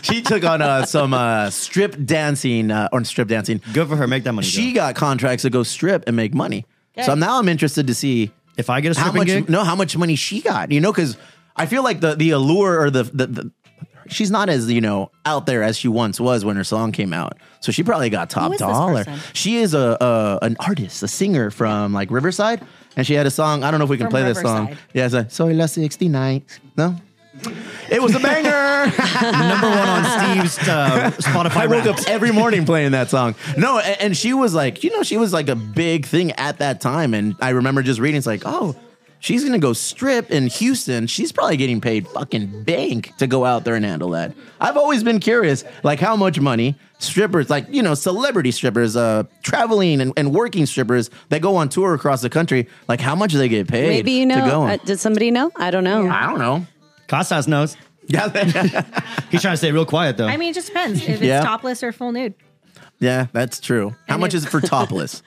[SPEAKER 2] she took on uh, some uh, strip dancing uh, or strip dancing.
[SPEAKER 3] Good for her. Make that money.
[SPEAKER 2] She got contracts to go strip and make money. So
[SPEAKER 3] Okay.
[SPEAKER 2] now I'm interested to see
[SPEAKER 3] if I get a
[SPEAKER 2] how
[SPEAKER 3] stripping
[SPEAKER 2] much
[SPEAKER 3] gig?
[SPEAKER 2] no how much money she got. You know cuz I feel like the the allure or the, the the She's not as you know out there as she once was when her song came out, so she probably got top
[SPEAKER 6] is this
[SPEAKER 2] dollar.
[SPEAKER 6] person?
[SPEAKER 2] She is a, a an artist, a singer from like Riverside, and she had a song. I don't know if we can
[SPEAKER 6] From
[SPEAKER 2] play this song.
[SPEAKER 6] Riverside.
[SPEAKER 2] Yeah, it's like, Soy la 69. No, it was a banger. [LAUGHS] Number one on Steve's uh, Spotify. I woke up every morning playing that song. No, a- and, she was like, you know, she was like a big thing at that time. And I remember just reading, it's like, oh, she's gonna go strip in Houston. She's probably getting paid fucking bank to go out there and handle that. I've always been curious, like how much money strippers, like you know, celebrity strippers, uh, traveling and, and working strippers that go on tour across the country, like how much do they get paid?
[SPEAKER 4] Maybe you
[SPEAKER 2] to go
[SPEAKER 4] know.
[SPEAKER 2] on?
[SPEAKER 4] Uh, did somebody know? I don't know.
[SPEAKER 2] I don't know.
[SPEAKER 3] Costas knows.
[SPEAKER 2] Yeah.
[SPEAKER 3] [LAUGHS] He's trying to stay real quiet though.
[SPEAKER 9] I mean, it just depends if it's
[SPEAKER 2] Yeah.
[SPEAKER 9] topless or full nude.
[SPEAKER 2] Yeah, that's true. How much is it for topless?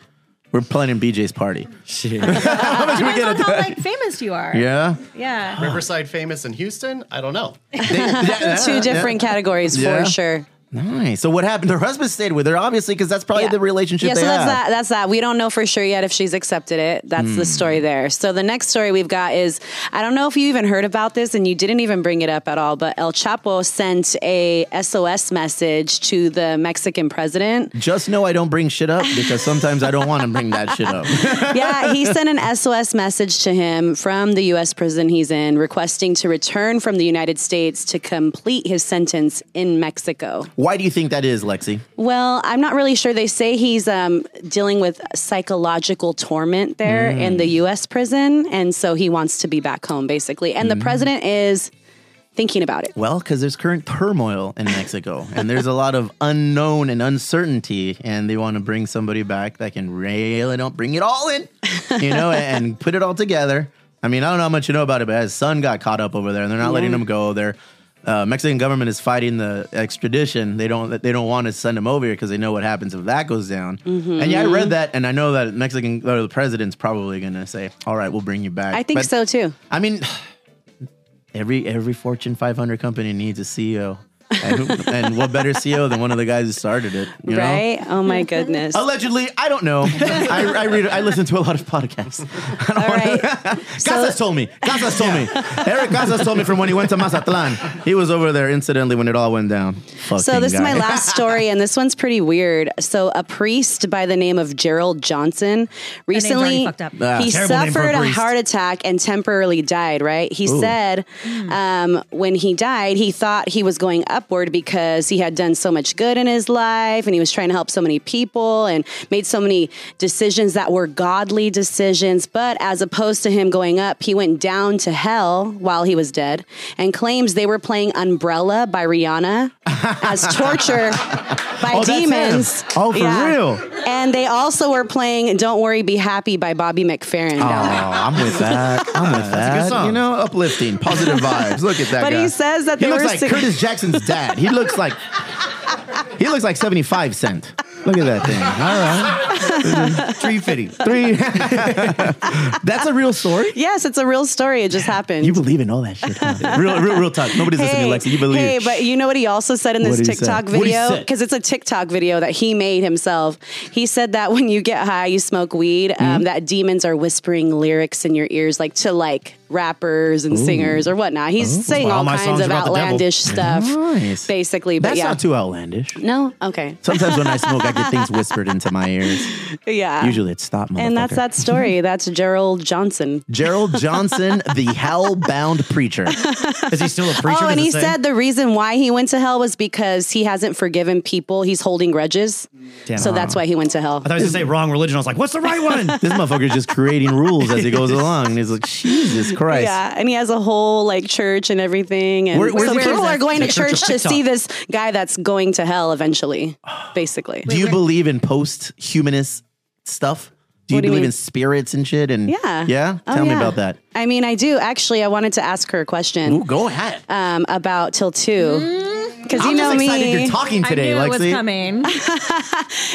[SPEAKER 2] We're planning BJ's party.
[SPEAKER 3] Shit.
[SPEAKER 2] How much we
[SPEAKER 9] Depends
[SPEAKER 2] get
[SPEAKER 9] on
[SPEAKER 2] [LAUGHS] at
[SPEAKER 9] how
[SPEAKER 2] that?
[SPEAKER 9] like famous you are.
[SPEAKER 2] Yeah.
[SPEAKER 9] Yeah.
[SPEAKER 10] Riverside famous in Houston? I don't know.
[SPEAKER 4] Two different categories
[SPEAKER 2] Yeah.
[SPEAKER 4] for sure.
[SPEAKER 2] Nice. So what happened? Her husband stayed with her, obviously, because that's probably the relationship
[SPEAKER 4] Yeah,
[SPEAKER 2] they
[SPEAKER 4] so that's
[SPEAKER 2] have.
[SPEAKER 4] that. That's that. We don't know for sure yet if she's accepted it. That's the
[SPEAKER 2] Mm.
[SPEAKER 4] story there. So the next story we've got is I don't know if you even heard about this and you didn't even bring it up at all, but El Chapo sent a SOS message to the Mexican
[SPEAKER 2] [LAUGHS]
[SPEAKER 4] president.
[SPEAKER 2] Just know I don't bring shit up because sometimes I don't want to bring that shit
[SPEAKER 4] [LAUGHS]
[SPEAKER 2] up.
[SPEAKER 4] yeah, he sent an SOS message to him from the U.S. prison he's in, requesting to return from the United States to complete his sentence in Mexico.
[SPEAKER 2] Why do you think that is, Lexi?
[SPEAKER 4] Well, I'm not really sure. They say he's um, dealing with psychological torment there
[SPEAKER 2] Mm.
[SPEAKER 4] in the U.S. prison, and so he wants to be back home, basically.
[SPEAKER 2] Hmm.
[SPEAKER 4] And the president is thinking about it.
[SPEAKER 2] Well, because there's current turmoil in Mexico, and there's a lot of unknown and uncertainty, and they want to bring somebody back that can really don't bring it all in,
[SPEAKER 4] [LAUGHS]
[SPEAKER 2] you know, and, and put it all together. I mean, I don't know how much you know about it, but his son got caught up over there, and they're not letting
[SPEAKER 6] Yeah.
[SPEAKER 2] him go. Their uh, Mexican government is fighting the extradition. They don't they don't want to send him over here because they know what happens if that goes down.
[SPEAKER 10] Mm-hmm.
[SPEAKER 2] And yeah, I
[SPEAKER 4] Mm-hmm.
[SPEAKER 2] read that, and I know that Mexican or the president's probably going to say, "All right, we'll bring you back."
[SPEAKER 4] I think
[SPEAKER 2] But-
[SPEAKER 4] so too.
[SPEAKER 2] [SIGHS] I mean, every every Fortune 500 company needs a CEO. and, and what better CEO than one of the guys who started it? You know?
[SPEAKER 4] right? Oh my goodness.
[SPEAKER 2] Allegedly, I don't know. I, I read. I listen to a lot of podcasts. I don't wanna- Casas told me. Casas told me. Eric Casas told me from when he went to Mazatlan. He was over there incidentally when it all went down.
[SPEAKER 4] So
[SPEAKER 2] Fucking
[SPEAKER 4] this is my
[SPEAKER 2] guy.
[SPEAKER 4] last story, and this one's pretty weird. So a priest by the name of Gerald Johnson
[SPEAKER 9] name's already
[SPEAKER 4] recently
[SPEAKER 9] fucked up.
[SPEAKER 2] Ah,
[SPEAKER 4] he
[SPEAKER 2] terrible name for a
[SPEAKER 4] suffered a
[SPEAKER 2] priest.
[SPEAKER 4] heart attack and temporarily died. Right? He
[SPEAKER 2] Ooh.
[SPEAKER 4] said um, when he died, he thought he was going upward because he had done so much good in his life, and he was trying to help so many people and made so many decisions that were godly decisions. But as opposed to him going up, he went down to hell while he was dead, and claims they were playing Umbrella by Rihanna as
[SPEAKER 2] [LAUGHS]
[SPEAKER 4] torture by
[SPEAKER 2] Oh, that's him.
[SPEAKER 4] demons.
[SPEAKER 2] Oh,
[SPEAKER 4] [LAUGHS]
[SPEAKER 2] for real?
[SPEAKER 4] And they also were playing "Don't Worry, Be Happy" by Bobby McFerrin.
[SPEAKER 2] Oh, I'm
[SPEAKER 4] [LAUGHS]
[SPEAKER 2] with that. I'm with
[SPEAKER 4] a good
[SPEAKER 2] that.
[SPEAKER 4] song.
[SPEAKER 2] You know, uplifting, positive vibes. Look at that
[SPEAKER 4] But
[SPEAKER 2] guy.
[SPEAKER 4] he says that
[SPEAKER 2] he
[SPEAKER 4] they
[SPEAKER 2] looks
[SPEAKER 4] were
[SPEAKER 2] like
[SPEAKER 4] sing-
[SPEAKER 2] Curtis Jackson's dad. He looks like he looks like seventy five cent. Look at that thing. All right, three fifty three.
[SPEAKER 4] [LAUGHS]
[SPEAKER 2] That's a real story.
[SPEAKER 4] Yes, it's a real story. It just happened.
[SPEAKER 2] You believe in all that shit. huh? Real, real, real talk. Nobody's listening, Lexi. You believe?
[SPEAKER 4] Hey, but you know what he also said in
[SPEAKER 2] What
[SPEAKER 4] this
[SPEAKER 2] did he say?
[SPEAKER 4] TikTok
[SPEAKER 2] What did he
[SPEAKER 4] video?
[SPEAKER 2] say?
[SPEAKER 4] Because it's a TikTok video that he made himself. He said that when you get high, you smoke weed, um,
[SPEAKER 2] Mm-hmm.
[SPEAKER 4] that demons are whispering lyrics in your ears, like to like rappers and
[SPEAKER 2] Ooh.
[SPEAKER 4] singers or whatnot. He's
[SPEAKER 2] Oh.
[SPEAKER 4] saying
[SPEAKER 2] Well,
[SPEAKER 4] all
[SPEAKER 2] all my
[SPEAKER 4] kinds
[SPEAKER 2] songs
[SPEAKER 4] of
[SPEAKER 2] about the devil.
[SPEAKER 4] outlandish stuff,
[SPEAKER 2] Nice.
[SPEAKER 4] basically. But
[SPEAKER 2] That's
[SPEAKER 4] yeah.
[SPEAKER 2] not too outlandish.
[SPEAKER 4] no? Okay.
[SPEAKER 2] Sometimes
[SPEAKER 4] [LAUGHS]
[SPEAKER 2] when I smoke, I get things whispered into my ears.
[SPEAKER 4] yeah.
[SPEAKER 2] Usually it's stop.
[SPEAKER 4] Ah. And that's
[SPEAKER 2] motherfucker.
[SPEAKER 4] that story. That's Gerald Johnson. [LAUGHS]
[SPEAKER 2] Gerald Johnson, the hell-bound preacher. Is he still a
[SPEAKER 4] oh, and he said the reason why he went to hell was because he hasn't forgiven people. He's holding grudges.
[SPEAKER 2] Damn.
[SPEAKER 4] So that's why he went to hell.
[SPEAKER 3] I thought I was gonna say wrong religion. I was like, what's the right
[SPEAKER 2] [LAUGHS]
[SPEAKER 3] one?
[SPEAKER 2] this motherfucker's just creating rules as he goes along. And he's like, Jesus Christ.
[SPEAKER 4] [LAUGHS] Yeah, and he has a whole like church and everything, and
[SPEAKER 2] Where- where's
[SPEAKER 4] so
[SPEAKER 2] the
[SPEAKER 4] people
[SPEAKER 2] church?
[SPEAKER 4] are going
[SPEAKER 2] The
[SPEAKER 4] to
[SPEAKER 2] church
[SPEAKER 4] church
[SPEAKER 2] of
[SPEAKER 4] to
[SPEAKER 2] TikTok.
[SPEAKER 4] see this guy that's going to hell eventually, basically.
[SPEAKER 2] Do you believe in post-humanist stuff? Do you
[SPEAKER 4] What do you
[SPEAKER 2] believe
[SPEAKER 4] mean?
[SPEAKER 2] in spirits and shit? And
[SPEAKER 4] Yeah.
[SPEAKER 2] Mm. yeah.
[SPEAKER 4] Oh,
[SPEAKER 2] Tell me
[SPEAKER 4] yeah.
[SPEAKER 2] about that.
[SPEAKER 4] I mean, I do actually. I wanted to ask her a question.
[SPEAKER 2] Ooh, go ahead.
[SPEAKER 4] Um, about till two, because you
[SPEAKER 2] I'm
[SPEAKER 4] know
[SPEAKER 2] just
[SPEAKER 4] me.
[SPEAKER 2] excited you're talking Mm. I today, knew it was Lexi.
[SPEAKER 9] coming.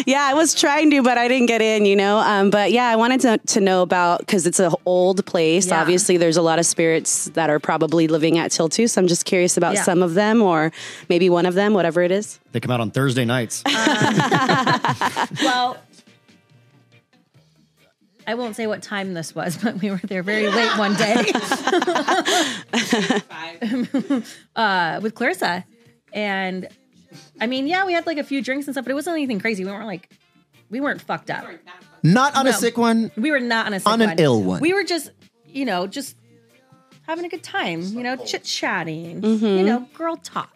[SPEAKER 4] yeah, I was trying to, but I didn't get in. You know, um, but yeah, I wanted to, to know about because it's an old place.
[SPEAKER 9] Yeah.
[SPEAKER 4] Obviously, there's a lot of spirits that are probably living at till two. So I'm just curious about
[SPEAKER 9] Yeah.
[SPEAKER 4] some of them, or maybe one of them, whatever it is.
[SPEAKER 3] They come out on Thursday nights.
[SPEAKER 9] well, I won't say what time this was, but we were there very late one day uh, with Clarissa. And I mean, yeah, we had like a few drinks and stuff, but it wasn't anything crazy. We weren't like, we weren't fucked up.
[SPEAKER 2] Not on a
[SPEAKER 9] No.
[SPEAKER 2] [LAUGHS] sick one.
[SPEAKER 9] We were not on a sick
[SPEAKER 2] On an
[SPEAKER 9] one.
[SPEAKER 2] ill one.
[SPEAKER 9] We were just, you know, just having a good time, you know, chit chatting,
[SPEAKER 4] Mhm.
[SPEAKER 9] you know, girl talk.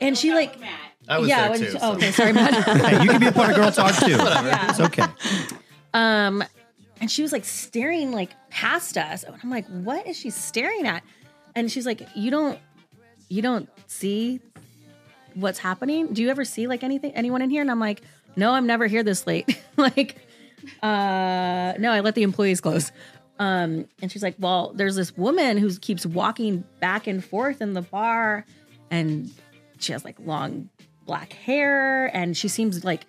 [SPEAKER 9] and she like,
[SPEAKER 10] I was
[SPEAKER 9] yeah,
[SPEAKER 10] there
[SPEAKER 9] when
[SPEAKER 10] too,
[SPEAKER 9] she-
[SPEAKER 4] oh,
[SPEAKER 10] so-
[SPEAKER 9] okay, sorry,
[SPEAKER 2] [LAUGHS]
[SPEAKER 3] [LAUGHS]
[SPEAKER 9] Matt.
[SPEAKER 3] hey, you can be a part of Girl Talk
[SPEAKER 4] [LAUGHS]
[SPEAKER 3] too.
[SPEAKER 10] Whatever.
[SPEAKER 3] It's okay.
[SPEAKER 9] Um, and she was like staring like past us, and I'm like, "What is she staring at?" And she's like, "You don't, you don't see what's happening. Do you ever see like anything, anyone in here?" And I'm like, "No, I'm never here this late. [LAUGHS] like, uh, no, I let the employees close." Um, and she's like, "Well, there's this woman who keeps walking back and forth in the bar, and she has like long black hair, and she seems like."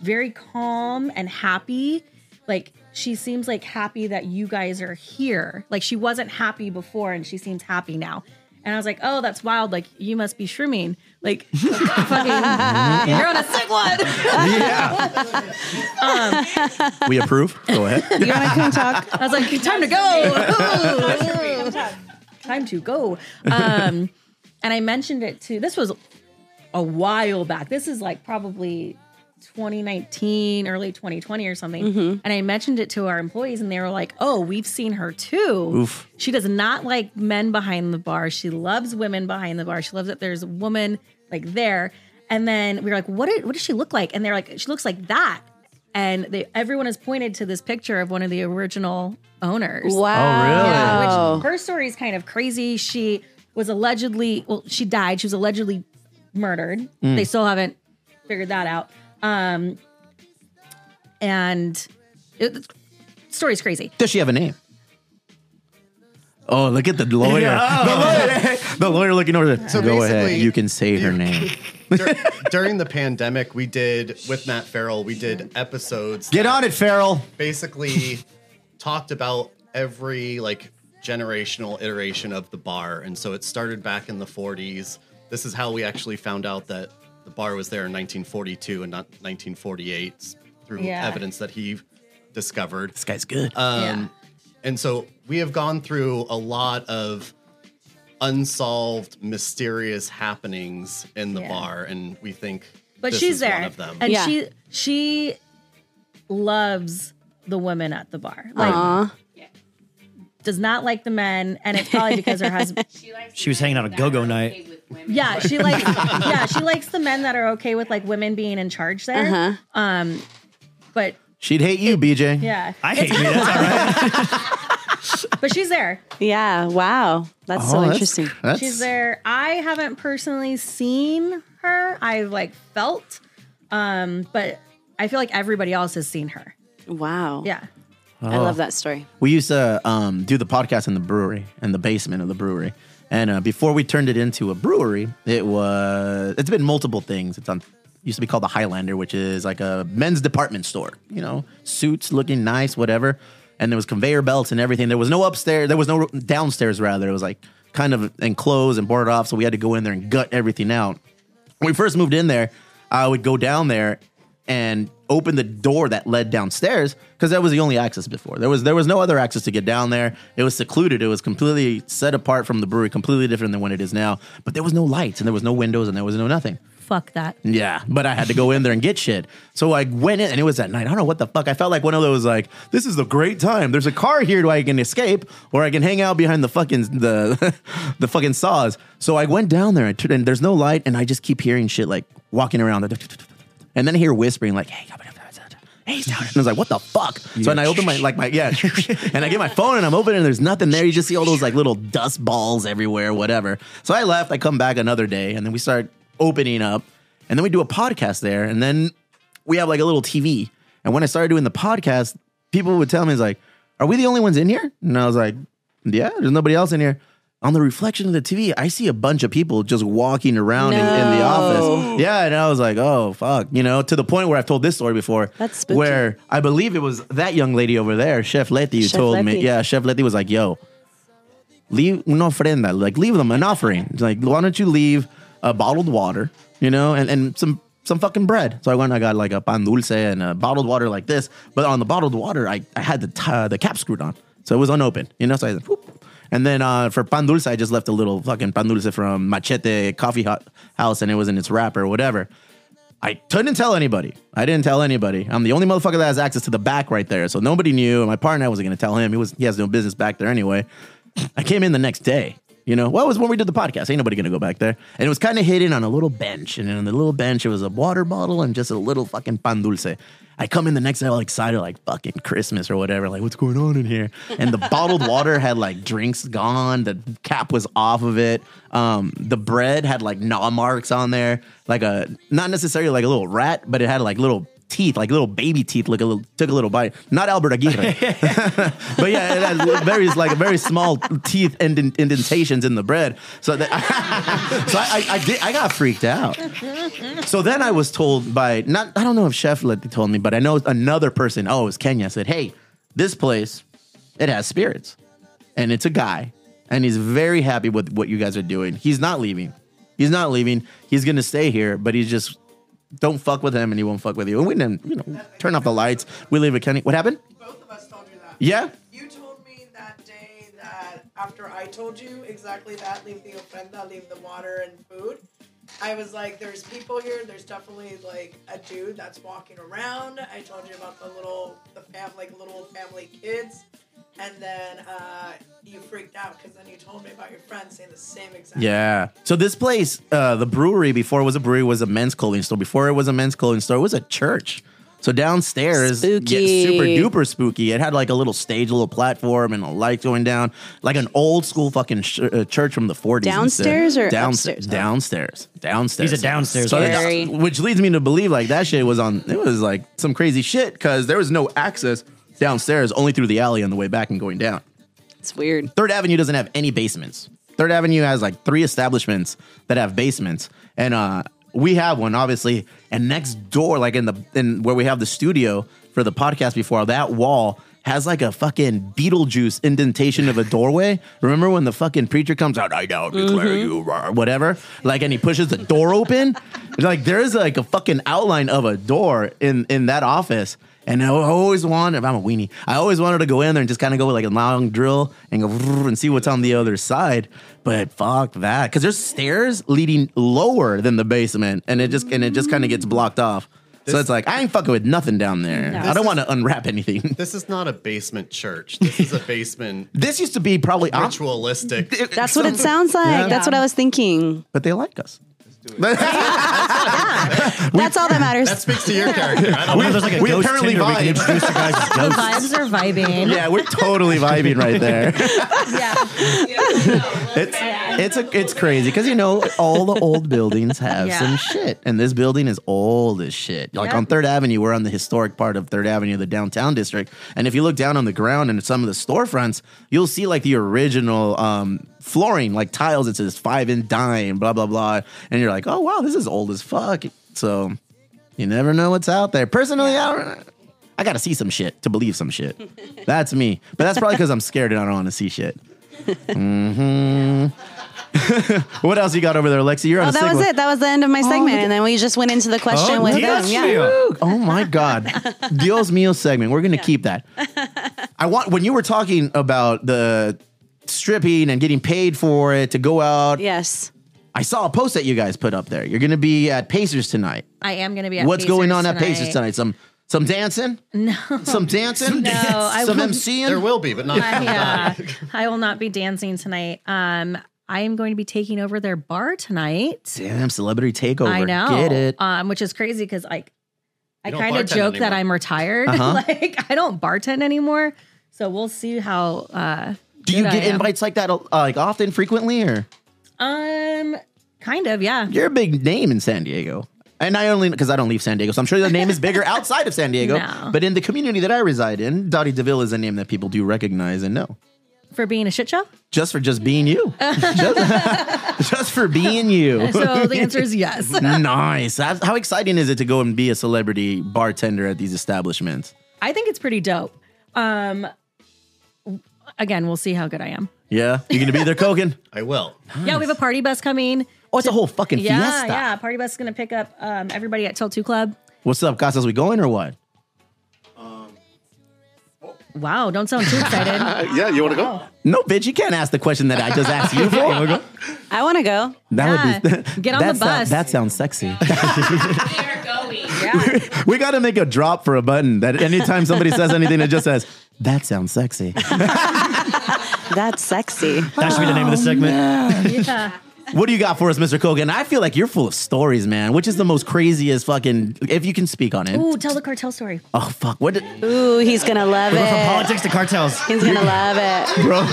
[SPEAKER 9] very calm and happy. Like she seems like happy that you guys are here. Like she wasn't happy before and she seems happy now. And I was like, oh, that's wild. Like you must be shrooming. Like [LAUGHS] fucking, you're on a sick one. [LAUGHS] um,
[SPEAKER 2] We approve. Go ahead.
[SPEAKER 4] [LAUGHS] You want to come talk?
[SPEAKER 9] I was like, time to go. [LAUGHS] time to go. Um, and I mentioned it to, this was a while back. This is like probably 2019, early 2020 or something.
[SPEAKER 4] Mhm.
[SPEAKER 9] And I mentioned it to our employees and they were like, oh, we've seen her too.
[SPEAKER 4] Oof.
[SPEAKER 9] She does not like men behind the bar. She loves women behind the bar. She loves that there's a woman like there. And then we were like, what, did, what does she look like? And they're like, she looks like that. And they, everyone has pointed to this picture of one of the original owners.
[SPEAKER 4] Wow. Oh, really?
[SPEAKER 9] Yeah, which her story is kind of crazy. She was allegedly, well, she died. She was allegedly murdered.
[SPEAKER 4] Mm.
[SPEAKER 9] They still haven't figured that out. Um, and it, the story's crazy.
[SPEAKER 2] Does she have a name? Oh, look at the lawyer. [LAUGHS] The lawyer, the lawyer looking over there.
[SPEAKER 10] So
[SPEAKER 2] Go ahead.
[SPEAKER 10] basically,
[SPEAKER 2] You can say her name.
[SPEAKER 10] During the pandemic, we did with Matt Farrell, we did episodes.
[SPEAKER 2] Get on it, Farrell.
[SPEAKER 10] Basically, [LAUGHS] talked about every like generational iteration of the bar, and so it started back in the 40s this is how we actually found out that the bar was there in 1942 and not 1948 through
[SPEAKER 9] Yeah.
[SPEAKER 10] evidence that he discovered. This
[SPEAKER 2] guy's good.
[SPEAKER 10] Um, And so we have gone through a lot of unsolved, mysterious happenings in the
[SPEAKER 9] Yeah.
[SPEAKER 10] bar, and we think.
[SPEAKER 9] But
[SPEAKER 10] this
[SPEAKER 9] she's
[SPEAKER 10] is
[SPEAKER 9] there,
[SPEAKER 10] one of them.
[SPEAKER 9] and she she loves the women at the bar. Like, does not like the men, and it's probably because her husband.
[SPEAKER 3] She was hanging out a go go
[SPEAKER 2] [LAUGHS]
[SPEAKER 3] night.
[SPEAKER 9] Yeah,
[SPEAKER 11] [LAUGHS]
[SPEAKER 9] she likes. yeah, she likes the men that are okay with like women being in charge there.
[SPEAKER 11] Uh-huh.
[SPEAKER 9] Um, but
[SPEAKER 2] She'd hate you, BJ.
[SPEAKER 9] yeah,
[SPEAKER 3] I hate you.
[SPEAKER 9] but she's there.
[SPEAKER 11] Yeah. Wow. That's so
[SPEAKER 2] Oh, that's-
[SPEAKER 11] interesting.
[SPEAKER 2] that's-
[SPEAKER 9] She's there. I haven't personally seen her. I've like felt, um, but I feel like everybody else has seen her.
[SPEAKER 11] Wow.
[SPEAKER 9] Yeah.
[SPEAKER 11] I love that story.
[SPEAKER 2] Uh-huh. We used to um, do the podcast in the brewery, in the basement of the brewery. And uh, before we turned it into a brewery, it was it's been multiple things. It's on used to be called the Highlander, which is like a men's department store. You know, suits looking nice, whatever. And there was conveyor belts and everything. There was no upstairs. There was no downstairs. Rather, it was like kind of enclosed and boarded off. So we had to go in there and gut everything out. When we first moved in there, I would go down there and open the door that led downstairs because that was the only access before. There was there was no other access to get down there. It was secluded. It was completely set apart from the brewery, completely different than what it is now. But there was no lights and there was no windows and there was no nothing.
[SPEAKER 4] Fuck that.
[SPEAKER 2] Yeah, but I had to go in there and get shit. So I went in, and it was at night. I don't know what the fuck. I felt like one of those like, this is a great time. There's a car here, where I can escape, or I can hang out behind the fucking the [LAUGHS] the fucking saws. So I went down there, and, turned, and there's no light, and I just keep hearing shit like walking around, and then I hear whispering like, hey. Hey, he's down. there." And I was like, "What the fuck?" So and I open my like my yeah, [LAUGHS] and I get my phone and I'm opening and there's nothing there. You just see all those like little dust balls everywhere, whatever. So I left. I come back another day, and then we start opening up, and then we do a podcast there, and then we have like a little TV. And when I started doing the podcast, people would tell me, "It's like, are we the only ones in here?" And I was like, "Yeah, there's nobody else in here." On the reflection of the TV, I see a bunch of people just walking around in, in the
[SPEAKER 11] No.
[SPEAKER 2] office. Yeah, and I was like, "Oh fuck," you know, to the point where I've told this story before,
[SPEAKER 11] That's spooky.
[SPEAKER 2] where I believe it was that young lady over there, Chef Letty, who
[SPEAKER 11] Chef
[SPEAKER 2] told me.
[SPEAKER 11] Letty.
[SPEAKER 2] Yeah, Chef Letty was like, yo, leave una ofrenda, like leave them an offering. It's Like, why don't you leave a bottled water, you know, and, and some some fucking bread. So I went, I got like a pan dulce and a bottled water like this. But on the bottled water, I, I had the t- uh, the cap screwed on, so it was unopened, you know. So I whoop. and then uh, for pan dulce, I just left a little fucking pan dulce from Machete Coffee Hut House, and it was in its wrapper, or whatever. I didn't tell anybody. I didn't tell anybody. I'm the only motherfucker that has access to the back right there. So nobody knew. And my partner I wasn't gonna tell him. He was he has no business back there anyway. I came in the next day. You know, well, it was when we did the podcast. Ain't nobody gonna go back there. And it was kind of hidden on a little bench. And on the little bench, it was a water bottle and just a little fucking pan dulce. I come in the next day all excited, like fucking Christmas or whatever. Like, what's going on in here? And the bottled water had like drinks gone. The cap was off of it. Um, the bread had like gnaw marks on there, like a not necessarily like a little rat, but it had like little teeth, like little baby teeth. Look a little took a little bite. Not Albert Aguirre. But yeah, it had very like very small teeth indent, indentations in the bread. So that [LAUGHS] so I, I, I did I got
[SPEAKER 9] [LAUGHS]
[SPEAKER 2] freaked out. So then I was told by not I don't know if Chef Letty told me, but I know another person. Oh, it was Kenya. Said, hey, this place it has spirits, and it's a guy, and he's very happy with what you guys are doing. He's not leaving. He's not leaving. He's gonna stay here, but he's just don't fuck with him, and he won't fuck with you. And we didn't, you know, turn off the lights. We leave a Kenny. What happened?
[SPEAKER 12] Both of us told you that.
[SPEAKER 2] Yeah.
[SPEAKER 12] You told me that day that after I told you exactly that, leave the ofrenda, leave the water and food. I was like, there's people here. There's definitely like a dude that's walking around. I told you about the little, the fam, like little family kids. And then uh, you freaked out because then you told me about your friend saying the same exact.
[SPEAKER 2] Yeah. So this place, uh, the brewery before it was a brewery was a men's clothing store. Before it was a men's clothing store, it was a church. So downstairs, spooky. super duper spooky. It had like a little stage, a little platform, and a light going down, like an old school fucking sh- uh, church from the forties.
[SPEAKER 11] Downstairs or upstairs?
[SPEAKER 2] Downstairs, downstairs.
[SPEAKER 3] He's a downstairs
[SPEAKER 2] So the-
[SPEAKER 11] Scary.
[SPEAKER 2] which leads me to believe like that shit was on. It was like some crazy shit because there was no access downstairs, only through the alley on the way back and going down.
[SPEAKER 11] It's weird.
[SPEAKER 2] Third Avenue doesn't have any basements. Third Avenue has like three establishments that have basements, and uh, we have one obviously. And next door, like in the in where we have the studio for the podcast before, that wall has like a fucking Beetlejuice indentation of a doorway. Remember when the fucking preacher comes out, I now declare
[SPEAKER 11] Mm-hmm.
[SPEAKER 13] Mhm.
[SPEAKER 2] you, rah," whatever, like, and he pushes the door open? like, there is like a fucking outline of a door in, in that office. And I always wanted, if I'm a weenie, I always wanted to go in there and just kind of go with like a long drill and go "Vroom," and see what's on the other side. But fuck that. Cause there's stairs leading lower than the basement and it just, and it just kind of gets blocked off. so it's like, I ain't fucking with nothing down there.
[SPEAKER 10] No.
[SPEAKER 2] I
[SPEAKER 10] This
[SPEAKER 2] don't
[SPEAKER 10] is-
[SPEAKER 2] want to unwrap anything.
[SPEAKER 10] This is not a basement church. This is a basement
[SPEAKER 2] [LAUGHS] This used to be probably
[SPEAKER 10] ritualistic.
[SPEAKER 11] That's
[SPEAKER 2] [LAUGHS]
[SPEAKER 11] what it sounds like.
[SPEAKER 10] Yeah.
[SPEAKER 11] That's what I was thinking.
[SPEAKER 2] But they like us.
[SPEAKER 11] That's
[SPEAKER 2] [LAUGHS]
[SPEAKER 11] all that matters.
[SPEAKER 10] That speaks to your character. I
[SPEAKER 3] don't know. There's like a
[SPEAKER 2] we
[SPEAKER 3] ghost
[SPEAKER 2] apparently
[SPEAKER 3] Tinder we can
[SPEAKER 2] vibe.
[SPEAKER 3] introduce you guys as
[SPEAKER 9] The [LAUGHS]
[SPEAKER 3] ghosts.
[SPEAKER 9] vibes are vibing.
[SPEAKER 2] [LAUGHS] yeah, we're totally vibing right there.
[SPEAKER 9] [LAUGHS]
[SPEAKER 2] It's it's a it's crazy because you know all the old buildings have
[SPEAKER 9] Yeah.
[SPEAKER 2] some shit, and this building is old as shit. Like
[SPEAKER 9] Yeah.
[SPEAKER 2] on Third Avenue, we're on the historic part of Third Avenue, the downtown district, and if you look down on the ground and some of the storefronts, you'll see like the original um, flooring, like tiles. It says five and dime, blah blah blah, and you're like, oh wow, this is old as fuck. So you never know what's out there. Personally, I don't. I gotta see some shit to believe some shit. That's me, but that's probably because I'm scared and I don't want to see shit. hmm [LAUGHS] what else you got over there, Lexi? You're on
[SPEAKER 11] Oh,
[SPEAKER 2] a sick
[SPEAKER 11] that was
[SPEAKER 2] one.
[SPEAKER 11] it. That was the end of my segment, and then we just went into the question with them. Yeah.
[SPEAKER 2] Oh my
[SPEAKER 11] [LAUGHS]
[SPEAKER 2] God. Dios mío segment. We're gonna keep that. I want when you were talking about the stripping and getting paid for it to go out.
[SPEAKER 11] Yes.
[SPEAKER 2] I saw a post that you guys put up there. You're gonna be at Pacers tonight.
[SPEAKER 9] I am going to be at
[SPEAKER 2] What's
[SPEAKER 9] Pacers
[SPEAKER 2] going on at Pacers tonight? Some some dancing?
[SPEAKER 9] No.
[SPEAKER 2] Some dancing?
[SPEAKER 9] No, I
[SPEAKER 2] some
[SPEAKER 9] will-
[SPEAKER 2] MCing?
[SPEAKER 9] There will
[SPEAKER 10] be, but
[SPEAKER 2] [LAUGHS]
[SPEAKER 9] I, uh, I will not be dancing tonight. Um, I am going to be taking over their bar tonight.
[SPEAKER 2] Damn, celebrity takeover.
[SPEAKER 9] I know.
[SPEAKER 2] Get it.
[SPEAKER 9] Um, which is crazy because like I
[SPEAKER 2] You don't
[SPEAKER 9] kind of
[SPEAKER 2] bartend
[SPEAKER 9] joke that
[SPEAKER 2] anymore.
[SPEAKER 9] I'm retired.
[SPEAKER 2] Uh-huh.
[SPEAKER 9] [LAUGHS] like I don't bartend anymore. So we'll see how. Uh,
[SPEAKER 2] Do you
[SPEAKER 9] good I
[SPEAKER 2] get
[SPEAKER 9] am.
[SPEAKER 2] invites like that uh, like often, frequently, or?
[SPEAKER 9] Um, kind of. Yeah.
[SPEAKER 2] You're a big name in San Diego. And I only because I don't leave San Diego, so I'm sure the name is bigger
[SPEAKER 9] [LAUGHS]
[SPEAKER 2] outside of San Diego.
[SPEAKER 9] No.
[SPEAKER 2] But in the community that I reside in, Dottie DeVille is a name that people do recognize and know.
[SPEAKER 9] For being a shit show.
[SPEAKER 2] Just for just
[SPEAKER 9] [LAUGHS]
[SPEAKER 2] being you. just, [LAUGHS] just for being you.
[SPEAKER 9] So the answer is
[SPEAKER 2] [LAUGHS]
[SPEAKER 9] yes.
[SPEAKER 2] nice. That's- How exciting is it to go and be a celebrity bartender at these establishments?
[SPEAKER 9] I think it's pretty dope. Um, again, we'll see how good I am.
[SPEAKER 2] Yeah, you're gonna be there coking.
[SPEAKER 10] [LAUGHS] I will.
[SPEAKER 9] Yeah, we have a party bus coming.
[SPEAKER 2] Oh, it's a whole fucking
[SPEAKER 9] yeah,
[SPEAKER 2] fiesta.
[SPEAKER 9] yeah. Party bus is gonna pick up um, everybody at Till Two Club.
[SPEAKER 2] What's up, Casas? We going or what?
[SPEAKER 9] Wow, don't sound too excited.
[SPEAKER 10] [LAUGHS]
[SPEAKER 2] yeah, you want to go? No, bitch, you can't ask the question that I just asked [LAUGHS] you for.
[SPEAKER 11] I want to go.
[SPEAKER 2] That [LAUGHS] would be. uh,
[SPEAKER 11] Get on the
[SPEAKER 2] that sound-
[SPEAKER 11] bus.
[SPEAKER 9] [LAUGHS]
[SPEAKER 2] that sounds sexy.
[SPEAKER 9] Yeah.
[SPEAKER 2] [LAUGHS] we got to make a drop for a button that anytime somebody says anything, it just says, that sounds sexy.
[SPEAKER 11] That's sexy.
[SPEAKER 2] That should be the name of
[SPEAKER 10] Oh,
[SPEAKER 2] the segment. [LAUGHS]
[SPEAKER 9] yeah.
[SPEAKER 2] What do you got for us, Mr. Kogan? I feel like you're full of stories, man, which is the most craziest fucking, if you can speak on it.
[SPEAKER 9] Ooh, tell the cartel story.
[SPEAKER 2] Oh, fuck. What? Did,
[SPEAKER 11] Ooh, he's gonna love
[SPEAKER 2] We went from
[SPEAKER 11] it.
[SPEAKER 2] politics to cartels.
[SPEAKER 11] He's gonna love it,
[SPEAKER 2] Bro.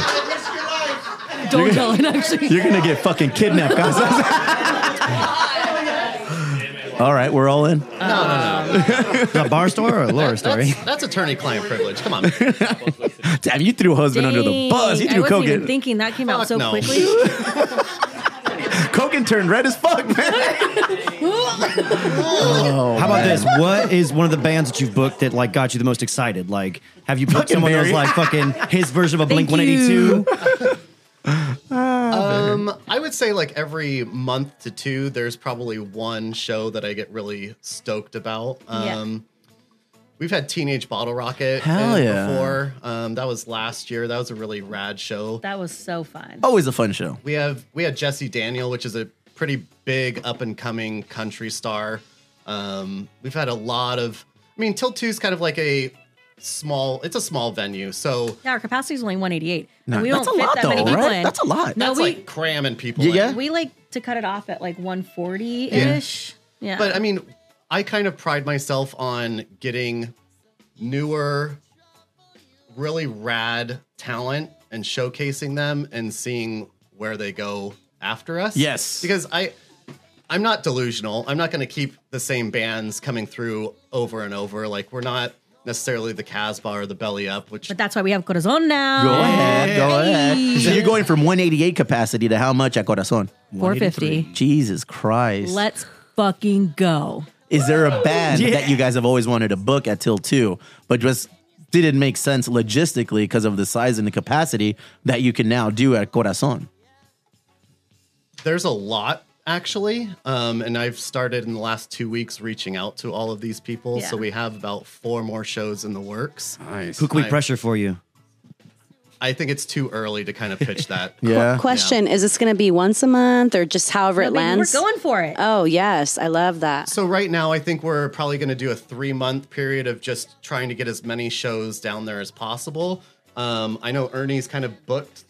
[SPEAKER 9] [LAUGHS] Don't
[SPEAKER 2] You're
[SPEAKER 9] tell
[SPEAKER 2] gonna-
[SPEAKER 9] it. Actually,
[SPEAKER 2] [LAUGHS] You're going to get fucking kidnapped, Casas. all right, we're all in. [LAUGHS]
[SPEAKER 3] a bar
[SPEAKER 2] Oh,
[SPEAKER 3] store or a lore story?
[SPEAKER 10] That's attorney-client privilege. Come on.
[SPEAKER 2] [LAUGHS] Damn, you threw husband under the bus. You
[SPEAKER 9] I
[SPEAKER 2] threw
[SPEAKER 9] wasn't even
[SPEAKER 2] Kogan.
[SPEAKER 9] thinking that came out
[SPEAKER 10] Fuck
[SPEAKER 9] so
[SPEAKER 10] no.
[SPEAKER 2] [LAUGHS]
[SPEAKER 9] quickly. [LAUGHS]
[SPEAKER 2] Kogan turned red as fuck, man. Oh,
[SPEAKER 3] How
[SPEAKER 7] Oh,
[SPEAKER 3] about this? What is one of the bands that you've booked that like got you the most excited? Like, have you booked
[SPEAKER 10] Fucking
[SPEAKER 3] someone that was
[SPEAKER 10] Barry.
[SPEAKER 3] like fucking his version of a
[SPEAKER 10] Thank
[SPEAKER 3] Blink One Eighty Two?
[SPEAKER 2] Ah,
[SPEAKER 10] um, I would say like every month to two, there's probably one show that I get really stoked about.
[SPEAKER 13] Yeah.
[SPEAKER 10] Um, We've had Teenage Bottle Rocket
[SPEAKER 2] Hell
[SPEAKER 10] in
[SPEAKER 2] yeah.
[SPEAKER 10] before. Um, that was last year. That was a really rad show.
[SPEAKER 9] That was so fun.
[SPEAKER 2] Always a fun show.
[SPEAKER 10] We have we had Jesse Daniel, which is a pretty big up and coming country star. Um, we've had a lot of. I mean, Tilt Two is kind of like a small. It's a small venue, so
[SPEAKER 9] Yeah, our capacity is only 188. and
[SPEAKER 10] No,
[SPEAKER 9] we don't
[SPEAKER 10] that's a
[SPEAKER 9] fit
[SPEAKER 10] lot,
[SPEAKER 9] that
[SPEAKER 10] though,
[SPEAKER 9] many people
[SPEAKER 10] right?
[SPEAKER 9] in.
[SPEAKER 10] That's a lot.
[SPEAKER 9] No,
[SPEAKER 10] That's
[SPEAKER 9] we,
[SPEAKER 10] like cramming people. in.
[SPEAKER 9] we like to cut it off at like 140
[SPEAKER 10] Yeah.
[SPEAKER 9] ish. Yeah.
[SPEAKER 10] But I mean, I kind of pride myself on getting newer, really rad talent and showcasing them and seeing where they go after us.
[SPEAKER 2] Yes.
[SPEAKER 10] Because I I'm not delusional. I'm not going to keep the same bands coming through over and over. Like we're not necessarily the Casbah or the Belly Up, which
[SPEAKER 9] But that's why we have Corazon now.
[SPEAKER 2] Go ahead, go
[SPEAKER 9] Hey.
[SPEAKER 2] ahead. So you're going from 188 capacity to how much at Corazon?
[SPEAKER 9] 450.
[SPEAKER 2] Jesus Christ.
[SPEAKER 9] Let's fucking go.
[SPEAKER 2] Is there a band
[SPEAKER 9] Yeah. [LAUGHS]
[SPEAKER 2] that you guys have always wanted to book at Till 2, but just didn't make sense logistically because of the size and the capacity that you can now do at Corazon.
[SPEAKER 10] There's a lot actually, um, and I've started in the last two weeks reaching out to all of these people.
[SPEAKER 3] Yeah.
[SPEAKER 10] So we have about four more shows in the works. Nice.
[SPEAKER 3] Who can we pressure for you?
[SPEAKER 10] I think it's too early to kind of pitch that.
[SPEAKER 3] [LAUGHS] Yeah.
[SPEAKER 11] Question Is this going to be once a month or just however it
[SPEAKER 10] No, baby, we're
[SPEAKER 11] lands?
[SPEAKER 10] going
[SPEAKER 11] for it. Oh, yes. I love
[SPEAKER 9] [LAUGHS]
[SPEAKER 11] that.
[SPEAKER 10] So right now, I think we're probably going to do a three month period of just trying to get as many shows down there as possible. Um, I know Ernie's kind of booked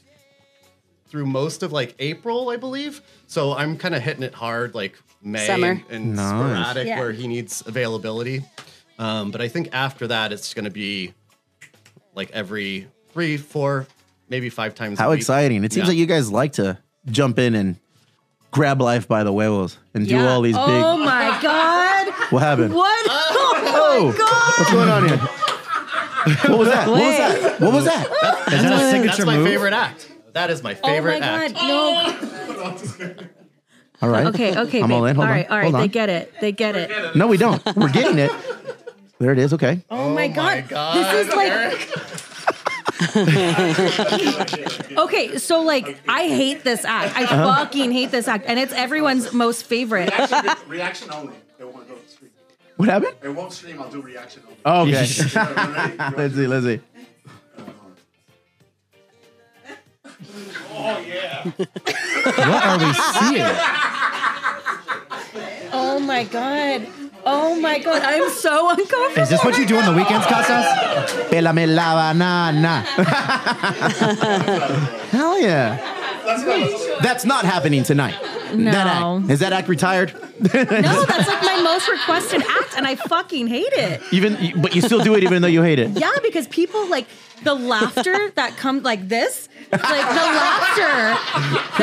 [SPEAKER 10] through most of like April, I believe. So I'm kind of hitting it hard like May
[SPEAKER 11] Summer.
[SPEAKER 10] and
[SPEAKER 2] Nice.
[SPEAKER 10] sporadic
[SPEAKER 11] Yeah.
[SPEAKER 10] where he needs availability. Um, but I think after that, it's going to be like every three, four, maybe five times. a
[SPEAKER 2] How
[SPEAKER 10] week.
[SPEAKER 2] exciting! It seems
[SPEAKER 10] Yeah.
[SPEAKER 2] like you guys like to jump in and grab life by the huevos and do all these big.
[SPEAKER 9] Oh my god.
[SPEAKER 2] What happened?
[SPEAKER 9] What? [LAUGHS]
[SPEAKER 2] Oh,
[SPEAKER 9] Oh, my
[SPEAKER 2] what's going on here? What was that? What was that? What was that?
[SPEAKER 10] That's,
[SPEAKER 2] that a
[SPEAKER 10] my-
[SPEAKER 2] signature
[SPEAKER 10] that's my
[SPEAKER 2] move?
[SPEAKER 10] favorite act. That is my
[SPEAKER 9] god. Oh
[SPEAKER 10] favorite
[SPEAKER 9] my
[SPEAKER 10] act.
[SPEAKER 9] god. No.
[SPEAKER 10] [LAUGHS]
[SPEAKER 2] All right.
[SPEAKER 9] Okay, okay.
[SPEAKER 2] I'm
[SPEAKER 9] babe.
[SPEAKER 2] all in. Hold
[SPEAKER 9] all
[SPEAKER 2] on.
[SPEAKER 9] right, all right.
[SPEAKER 2] Hold on.
[SPEAKER 9] They get it. They get it.
[SPEAKER 2] No, we don't. We're getting it. There it
[SPEAKER 9] [LAUGHS]
[SPEAKER 2] is. Okay. [LAUGHS]
[SPEAKER 9] Oh, my, god.
[SPEAKER 10] God,
[SPEAKER 9] This is like Okay, so like I hate this act. I
[SPEAKER 2] Uh-huh.
[SPEAKER 9] fucking hate this act and it's everyone's most favorite.
[SPEAKER 7] Reaction, reaction only. It won't go stream.
[SPEAKER 6] [LAUGHS]
[SPEAKER 2] What happened?
[SPEAKER 7] It won't stream. I'll do reaction only. [LAUGHS]
[SPEAKER 2] Oh, okay. [LAUGHS] let's see. Let's see.
[SPEAKER 7] Oh yeah.
[SPEAKER 2] What are we
[SPEAKER 9] [LAUGHS]
[SPEAKER 2] seeing?
[SPEAKER 9] Oh my god. Oh my god. I'm so uncomfortable.
[SPEAKER 2] Is this what you do on the weekends, Casas? Pelame la banana. [LAUGHS] Hell yeah. That's not happening tonight.
[SPEAKER 9] No.
[SPEAKER 2] That act, is that act retired? [LAUGHS]
[SPEAKER 9] No, that's like my most requested act and I fucking hate it.
[SPEAKER 2] even, but you still do it even though you hate it.
[SPEAKER 9] Yeah, because people like the laughter that comes like this, like the laughter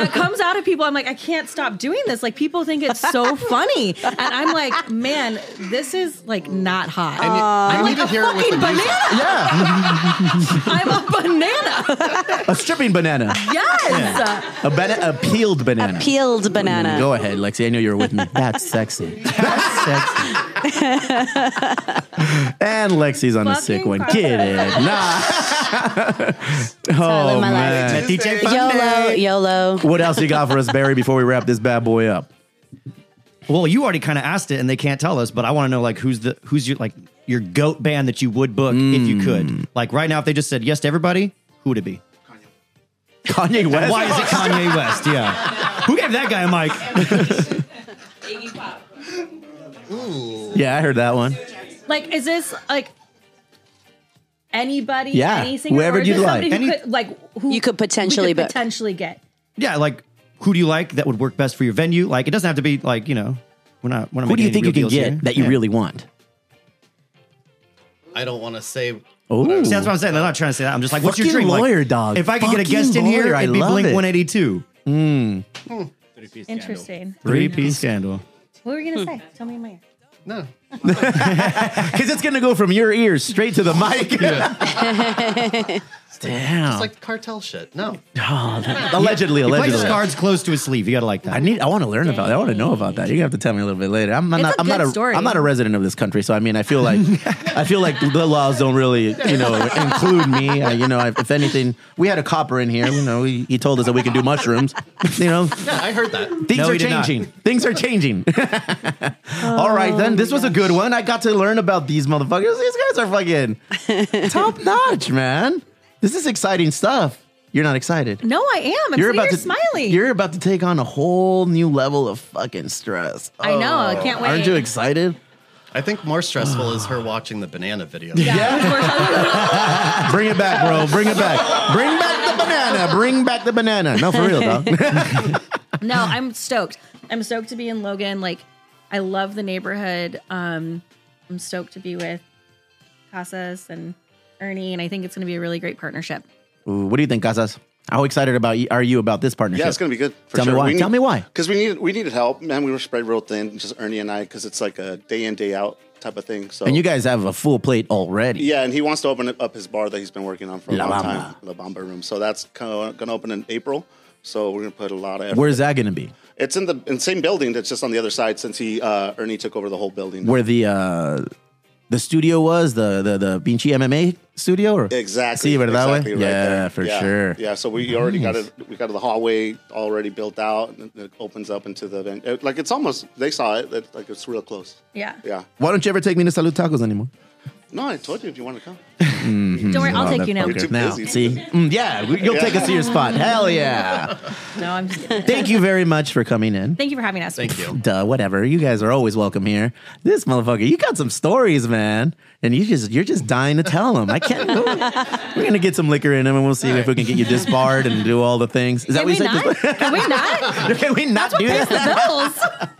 [SPEAKER 9] that comes out of people. I'm like, I can't stop doing this. Like people think it's so funny, and I'm like, man, this is like not hot.
[SPEAKER 10] And you-
[SPEAKER 9] I'm
[SPEAKER 10] you
[SPEAKER 9] like
[SPEAKER 10] need to
[SPEAKER 9] a
[SPEAKER 10] hear it with
[SPEAKER 9] fucking
[SPEAKER 10] the music.
[SPEAKER 9] banana. I'm a banana.
[SPEAKER 2] A stripping banana.
[SPEAKER 9] Yes.
[SPEAKER 2] A, bana- a peeled banana.
[SPEAKER 11] Peeled banana.
[SPEAKER 2] Go ahead, Lexi. I know you're with me. [LAUGHS] That's sexy. That's sexy. and Lexi's on a sick one. Get it? Nah. [LAUGHS] oh
[SPEAKER 11] my
[SPEAKER 2] man.
[SPEAKER 11] life. YOLO, YOLO.
[SPEAKER 2] What else you got for us, Barry? Before we wrap this bad boy up.
[SPEAKER 3] Well, you already kind of asked it, and they can't tell us. But I want to know, like, who's the who's your like your goat band that you would book if
[SPEAKER 2] Mm.
[SPEAKER 3] you could? Like right now, if they just said yes to everybody, who would it be?
[SPEAKER 2] Kanye West.
[SPEAKER 3] Why is it Kanye West? Yeah. Who gave that guy a mic?
[SPEAKER 9] [LAUGHS]
[SPEAKER 2] Yeah, I heard that one.
[SPEAKER 9] Like, is this like anybody?
[SPEAKER 2] Yeah,
[SPEAKER 9] any singer,
[SPEAKER 2] whoever
[SPEAKER 9] or is
[SPEAKER 2] you'd
[SPEAKER 9] this
[SPEAKER 2] like.
[SPEAKER 9] somebody who
[SPEAKER 2] Any-
[SPEAKER 9] could, like who you could
[SPEAKER 11] potentially book.
[SPEAKER 9] potentially get.
[SPEAKER 3] Yeah, like who do you like that would work best for your venue? Like it doesn't have to be like you know we're not we're not.
[SPEAKER 2] Who do
[SPEAKER 3] making
[SPEAKER 2] you
[SPEAKER 3] any
[SPEAKER 2] think
[SPEAKER 3] real
[SPEAKER 2] you can
[SPEAKER 3] deals
[SPEAKER 2] get
[SPEAKER 3] here.
[SPEAKER 2] that you
[SPEAKER 3] Yeah.
[SPEAKER 2] really want?
[SPEAKER 10] I don't want to say
[SPEAKER 2] Oh,
[SPEAKER 3] See, that's what I'm saying. I'm not trying to say that. I'm just like, what's your
[SPEAKER 2] Fucking
[SPEAKER 3] dream? Like,
[SPEAKER 2] lawyer, dog.
[SPEAKER 3] If I could get a
[SPEAKER 2] Fucking
[SPEAKER 3] guest in here,
[SPEAKER 2] lawyer, I
[SPEAKER 3] it'd be
[SPEAKER 2] love
[SPEAKER 3] Blink
[SPEAKER 2] it.
[SPEAKER 3] 182. Hmm.
[SPEAKER 2] Mm.
[SPEAKER 9] Interesting.
[SPEAKER 3] Three piece
[SPEAKER 2] [LAUGHS]
[SPEAKER 3] scandal.
[SPEAKER 9] What were you gonna say? Tell me in my ear.
[SPEAKER 10] No.
[SPEAKER 9] [LAUGHS]
[SPEAKER 2] Because it's gonna go from your ears straight to the
[SPEAKER 3] [LAUGHS]
[SPEAKER 2] mic. Damn.
[SPEAKER 10] It's like cartel shit. No.
[SPEAKER 2] Oh, allegedly,
[SPEAKER 3] He
[SPEAKER 2] allegedly.
[SPEAKER 3] plays his cards close to his sleeve. You gotta like that.
[SPEAKER 2] I need. I want to learn about that. I want to know about that. You're gonna have to tell me a little bit later. I'm, I'm
[SPEAKER 3] It's
[SPEAKER 2] not.
[SPEAKER 3] a
[SPEAKER 2] I'm not
[SPEAKER 3] good
[SPEAKER 2] a.
[SPEAKER 3] story.
[SPEAKER 2] am not a resident of this country, so I mean, I feel
[SPEAKER 3] [LAUGHS]
[SPEAKER 2] like, I feel like the laws don't really, you know, include me. Uh, you know, if, if anything, we had a copper in here. You know, he, he told us that we can do mushrooms. [LAUGHS] You know,
[SPEAKER 10] Yeah, I heard that.
[SPEAKER 2] Things are changing. Things are changing. [LAUGHS] All right, then. This was a good one. I got to learn about these motherfuckers. These guys are
[SPEAKER 9] [LAUGHS]
[SPEAKER 2] fucking top notch, man. This is exciting stuff. You're not excited.
[SPEAKER 9] No, I am. I'm
[SPEAKER 2] you're
[SPEAKER 9] sitting
[SPEAKER 2] about
[SPEAKER 9] here
[SPEAKER 2] to [LAUGHS]
[SPEAKER 9] smiling.
[SPEAKER 2] You're about to take on a whole new level of fucking stress.
[SPEAKER 9] I know, I can't
[SPEAKER 2] Aren't
[SPEAKER 9] wait.
[SPEAKER 2] you excited?
[SPEAKER 10] I think more stressful is her watching the banana video.
[SPEAKER 2] Oh. [LAUGHS] Bring it back, bro. Bring it back. Bring back the banana. Bring back the banana. No, for real, dog.
[SPEAKER 9] [LAUGHS] no, I'm stoked. I'm stoked to be in Logan. Like, I love the neighborhood. Um, I'm stoked to be with Casas and Ernie, and I think it's going to be a really great partnership.
[SPEAKER 2] [LAUGHS] Ooh, what do you think, Casas? How excited about you, are you about this partnership?
[SPEAKER 6] Yeah, it's gonna be good. For
[SPEAKER 2] Tell
[SPEAKER 6] sure.
[SPEAKER 2] me why.
[SPEAKER 6] We need-
[SPEAKER 2] Tell me why.
[SPEAKER 6] Because we needed we needed help, man. We were spread real thin, just Ernie and I, because it's like a day in day out type of thing. So
[SPEAKER 2] And you guys have a full plate already.
[SPEAKER 6] Yeah, and he wants to open up his bar that he's been working on for a
[SPEAKER 2] La
[SPEAKER 6] long
[SPEAKER 2] Bamba.
[SPEAKER 6] time, La Bamba Room. So that's going to open in April. So we're going to put a lot of effort.
[SPEAKER 2] Where's that going to be?
[SPEAKER 6] It's in the in the same building. That's just on the other side since he uh, Ernie took over the whole building.
[SPEAKER 2] Where the uh the studio was the the the Vinci MMA studio or
[SPEAKER 6] Exactly.
[SPEAKER 2] See, but that
[SPEAKER 6] exactly
[SPEAKER 2] way,
[SPEAKER 6] right
[SPEAKER 2] yeah,
[SPEAKER 6] there.
[SPEAKER 2] for
[SPEAKER 6] Yeah,
[SPEAKER 2] sure.
[SPEAKER 6] Yeah, so we already got
[SPEAKER 2] Nice.
[SPEAKER 6] it. We got the hallway already built out, and it opens up into the event. It- Like it's almost they saw it. it- Like it's real close.
[SPEAKER 9] Yeah.
[SPEAKER 6] Yeah.
[SPEAKER 2] Why don't you ever take me to Salud Tacos anymore?
[SPEAKER 6] No, I told you if you want to come.
[SPEAKER 2] Mhm.
[SPEAKER 9] Don't worry, I'll take you now.
[SPEAKER 2] Motherfucker.
[SPEAKER 9] You're too
[SPEAKER 2] Now,
[SPEAKER 9] busy.
[SPEAKER 2] see, Mm, yeah, we- you'll
[SPEAKER 9] Yeah.
[SPEAKER 2] take us to your spot. Hell yeah!
[SPEAKER 9] No, I'm just
[SPEAKER 2] [LAUGHS]
[SPEAKER 9] kidding.
[SPEAKER 2] Thank you very much for coming in.
[SPEAKER 9] Thank you for having us.
[SPEAKER 2] Duh, whatever. You guys are always welcome here. This motherfucker, you got some stories, man, and you just you're just dying to tell them. I can't. We're gonna get some liquor in him, and we'll see if we can get you disbarred and do all the things. Is that what you [LAUGHS] said?
[SPEAKER 9] Can we not?
[SPEAKER 2] Can we not do
[SPEAKER 9] Pays
[SPEAKER 2] that?
[SPEAKER 9] the bills.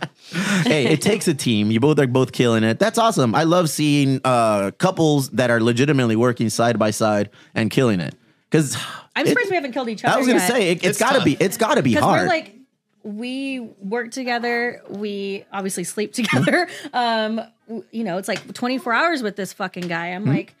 [SPEAKER 2] hey, it takes a team. You both are both killing it. That's awesome. I love seeing uh, couples that are legitimately working side by side and killing it. Because
[SPEAKER 9] I'm surprised we haven't killed each other.
[SPEAKER 2] I was gonna
[SPEAKER 9] yet.
[SPEAKER 2] say it, has got to be it's got to be
[SPEAKER 9] Because
[SPEAKER 2] hard.
[SPEAKER 9] We're like we work together. We obviously sleep [LAUGHS] together. um, w- you know, it's like 24 hours with this fucking guy. I'm
[SPEAKER 2] Hmm?
[SPEAKER 11] Mhm.
[SPEAKER 9] like,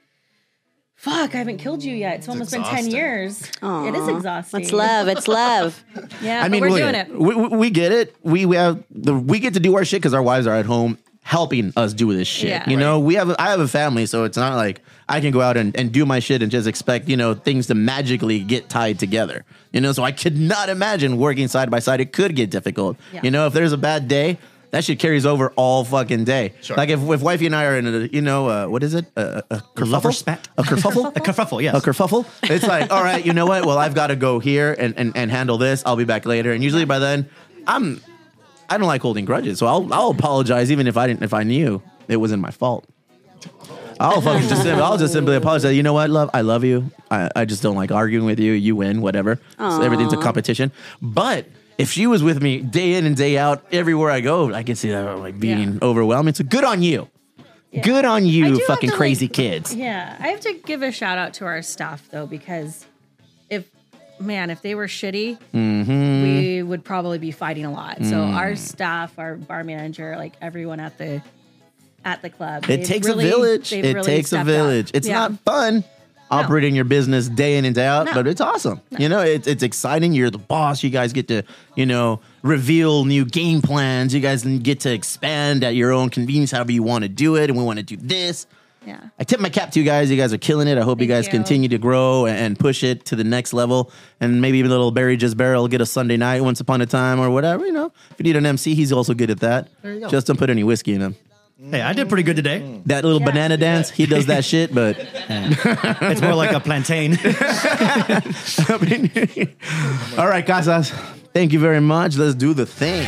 [SPEAKER 9] fuck, I haven't killed you yet. It's, almost been 10
[SPEAKER 11] exhausting.
[SPEAKER 9] years. It is
[SPEAKER 11] Aw.
[SPEAKER 9] exhausting.
[SPEAKER 11] It's love. It's love.
[SPEAKER 9] [LAUGHS] yeah,
[SPEAKER 2] I mean,
[SPEAKER 9] but we're
[SPEAKER 2] look,
[SPEAKER 9] doing it.
[SPEAKER 2] We, we, we get it. We we have the we get to do our shit because our wives are at home helping us do this shit.
[SPEAKER 9] Yeah.
[SPEAKER 2] You know, we have a- I have a family, so it's not like I can go out and, and do my shit and just expect you know things to magically get tied together. You know, so I could not imagine working side by side. It could get difficult.
[SPEAKER 13] Yeah.
[SPEAKER 2] You know, if there's a bad day. That shit carries over all fucking day. Like if, if wifey and I are in a, you know, uh, what is it? A, a, a kerfuffle?
[SPEAKER 3] spat?
[SPEAKER 2] A kerfuffle?
[SPEAKER 3] [LAUGHS]
[SPEAKER 2] a
[SPEAKER 3] kerfuffle, yes.
[SPEAKER 2] A kerfuffle? It's like, all right, you know what? Well, I've got to go here and, and, and handle this. I'll be back later. And usually by then, I'm I don't like holding grudges, so I'll I'll apologize even if I didn't if I knew it wasn't my fault. I'll fucking just sim- I'll just simply apologize. You know what, love? I love you. I, I just don't like arguing with you. You win, whatever. So everything's a
[SPEAKER 13] Aw.
[SPEAKER 2] competition. But if she was with me day in and day out, everywhere I go, I can see that like being overwhelming. So good on you. Good on
[SPEAKER 9] I do
[SPEAKER 2] you,
[SPEAKER 9] have
[SPEAKER 2] fucking
[SPEAKER 9] to, like-
[SPEAKER 2] crazy kids.
[SPEAKER 9] Yeah, I have to give a shout out to our staff though, because if man, if they were shitty,
[SPEAKER 2] Mm-hmm.
[SPEAKER 9] we would probably be fighting a lot. So
[SPEAKER 2] Mm.
[SPEAKER 9] our staff, our bar manager, like everyone at the at the club,
[SPEAKER 2] It
[SPEAKER 9] they've
[SPEAKER 2] takes
[SPEAKER 9] really-
[SPEAKER 2] a village.
[SPEAKER 9] they've
[SPEAKER 2] It
[SPEAKER 9] really
[SPEAKER 2] takes a
[SPEAKER 9] stepped
[SPEAKER 2] village.
[SPEAKER 9] up.
[SPEAKER 2] It's
[SPEAKER 9] Yeah.
[SPEAKER 2] not fun operating your business day in and day out,
[SPEAKER 9] No.
[SPEAKER 2] but it's awesome. You know, it's it's exciting. You're the boss. You guys get to you know reveal new game plans. You guys get to expand at your own convenience, however you want to do it. And we want to do this.
[SPEAKER 9] Yeah.
[SPEAKER 2] I tip my cap to you guys. You guys are killing it. I hope you guys continue to grow and push it to the next level. And maybe even a little Barry Just Barrel get a Sunday night once upon a time or whatever. You know, if you need an MC, he's also good at that.
[SPEAKER 3] There you go.
[SPEAKER 2] Just don't put any whiskey in him.
[SPEAKER 3] Hey, I did pretty good today.
[SPEAKER 2] That little banana dance, he does that shit, but
[SPEAKER 3] [LAUGHS] It's more like a plantain.
[SPEAKER 2] [LAUGHS] all right, Casas, thank you very much. Let's do the thing.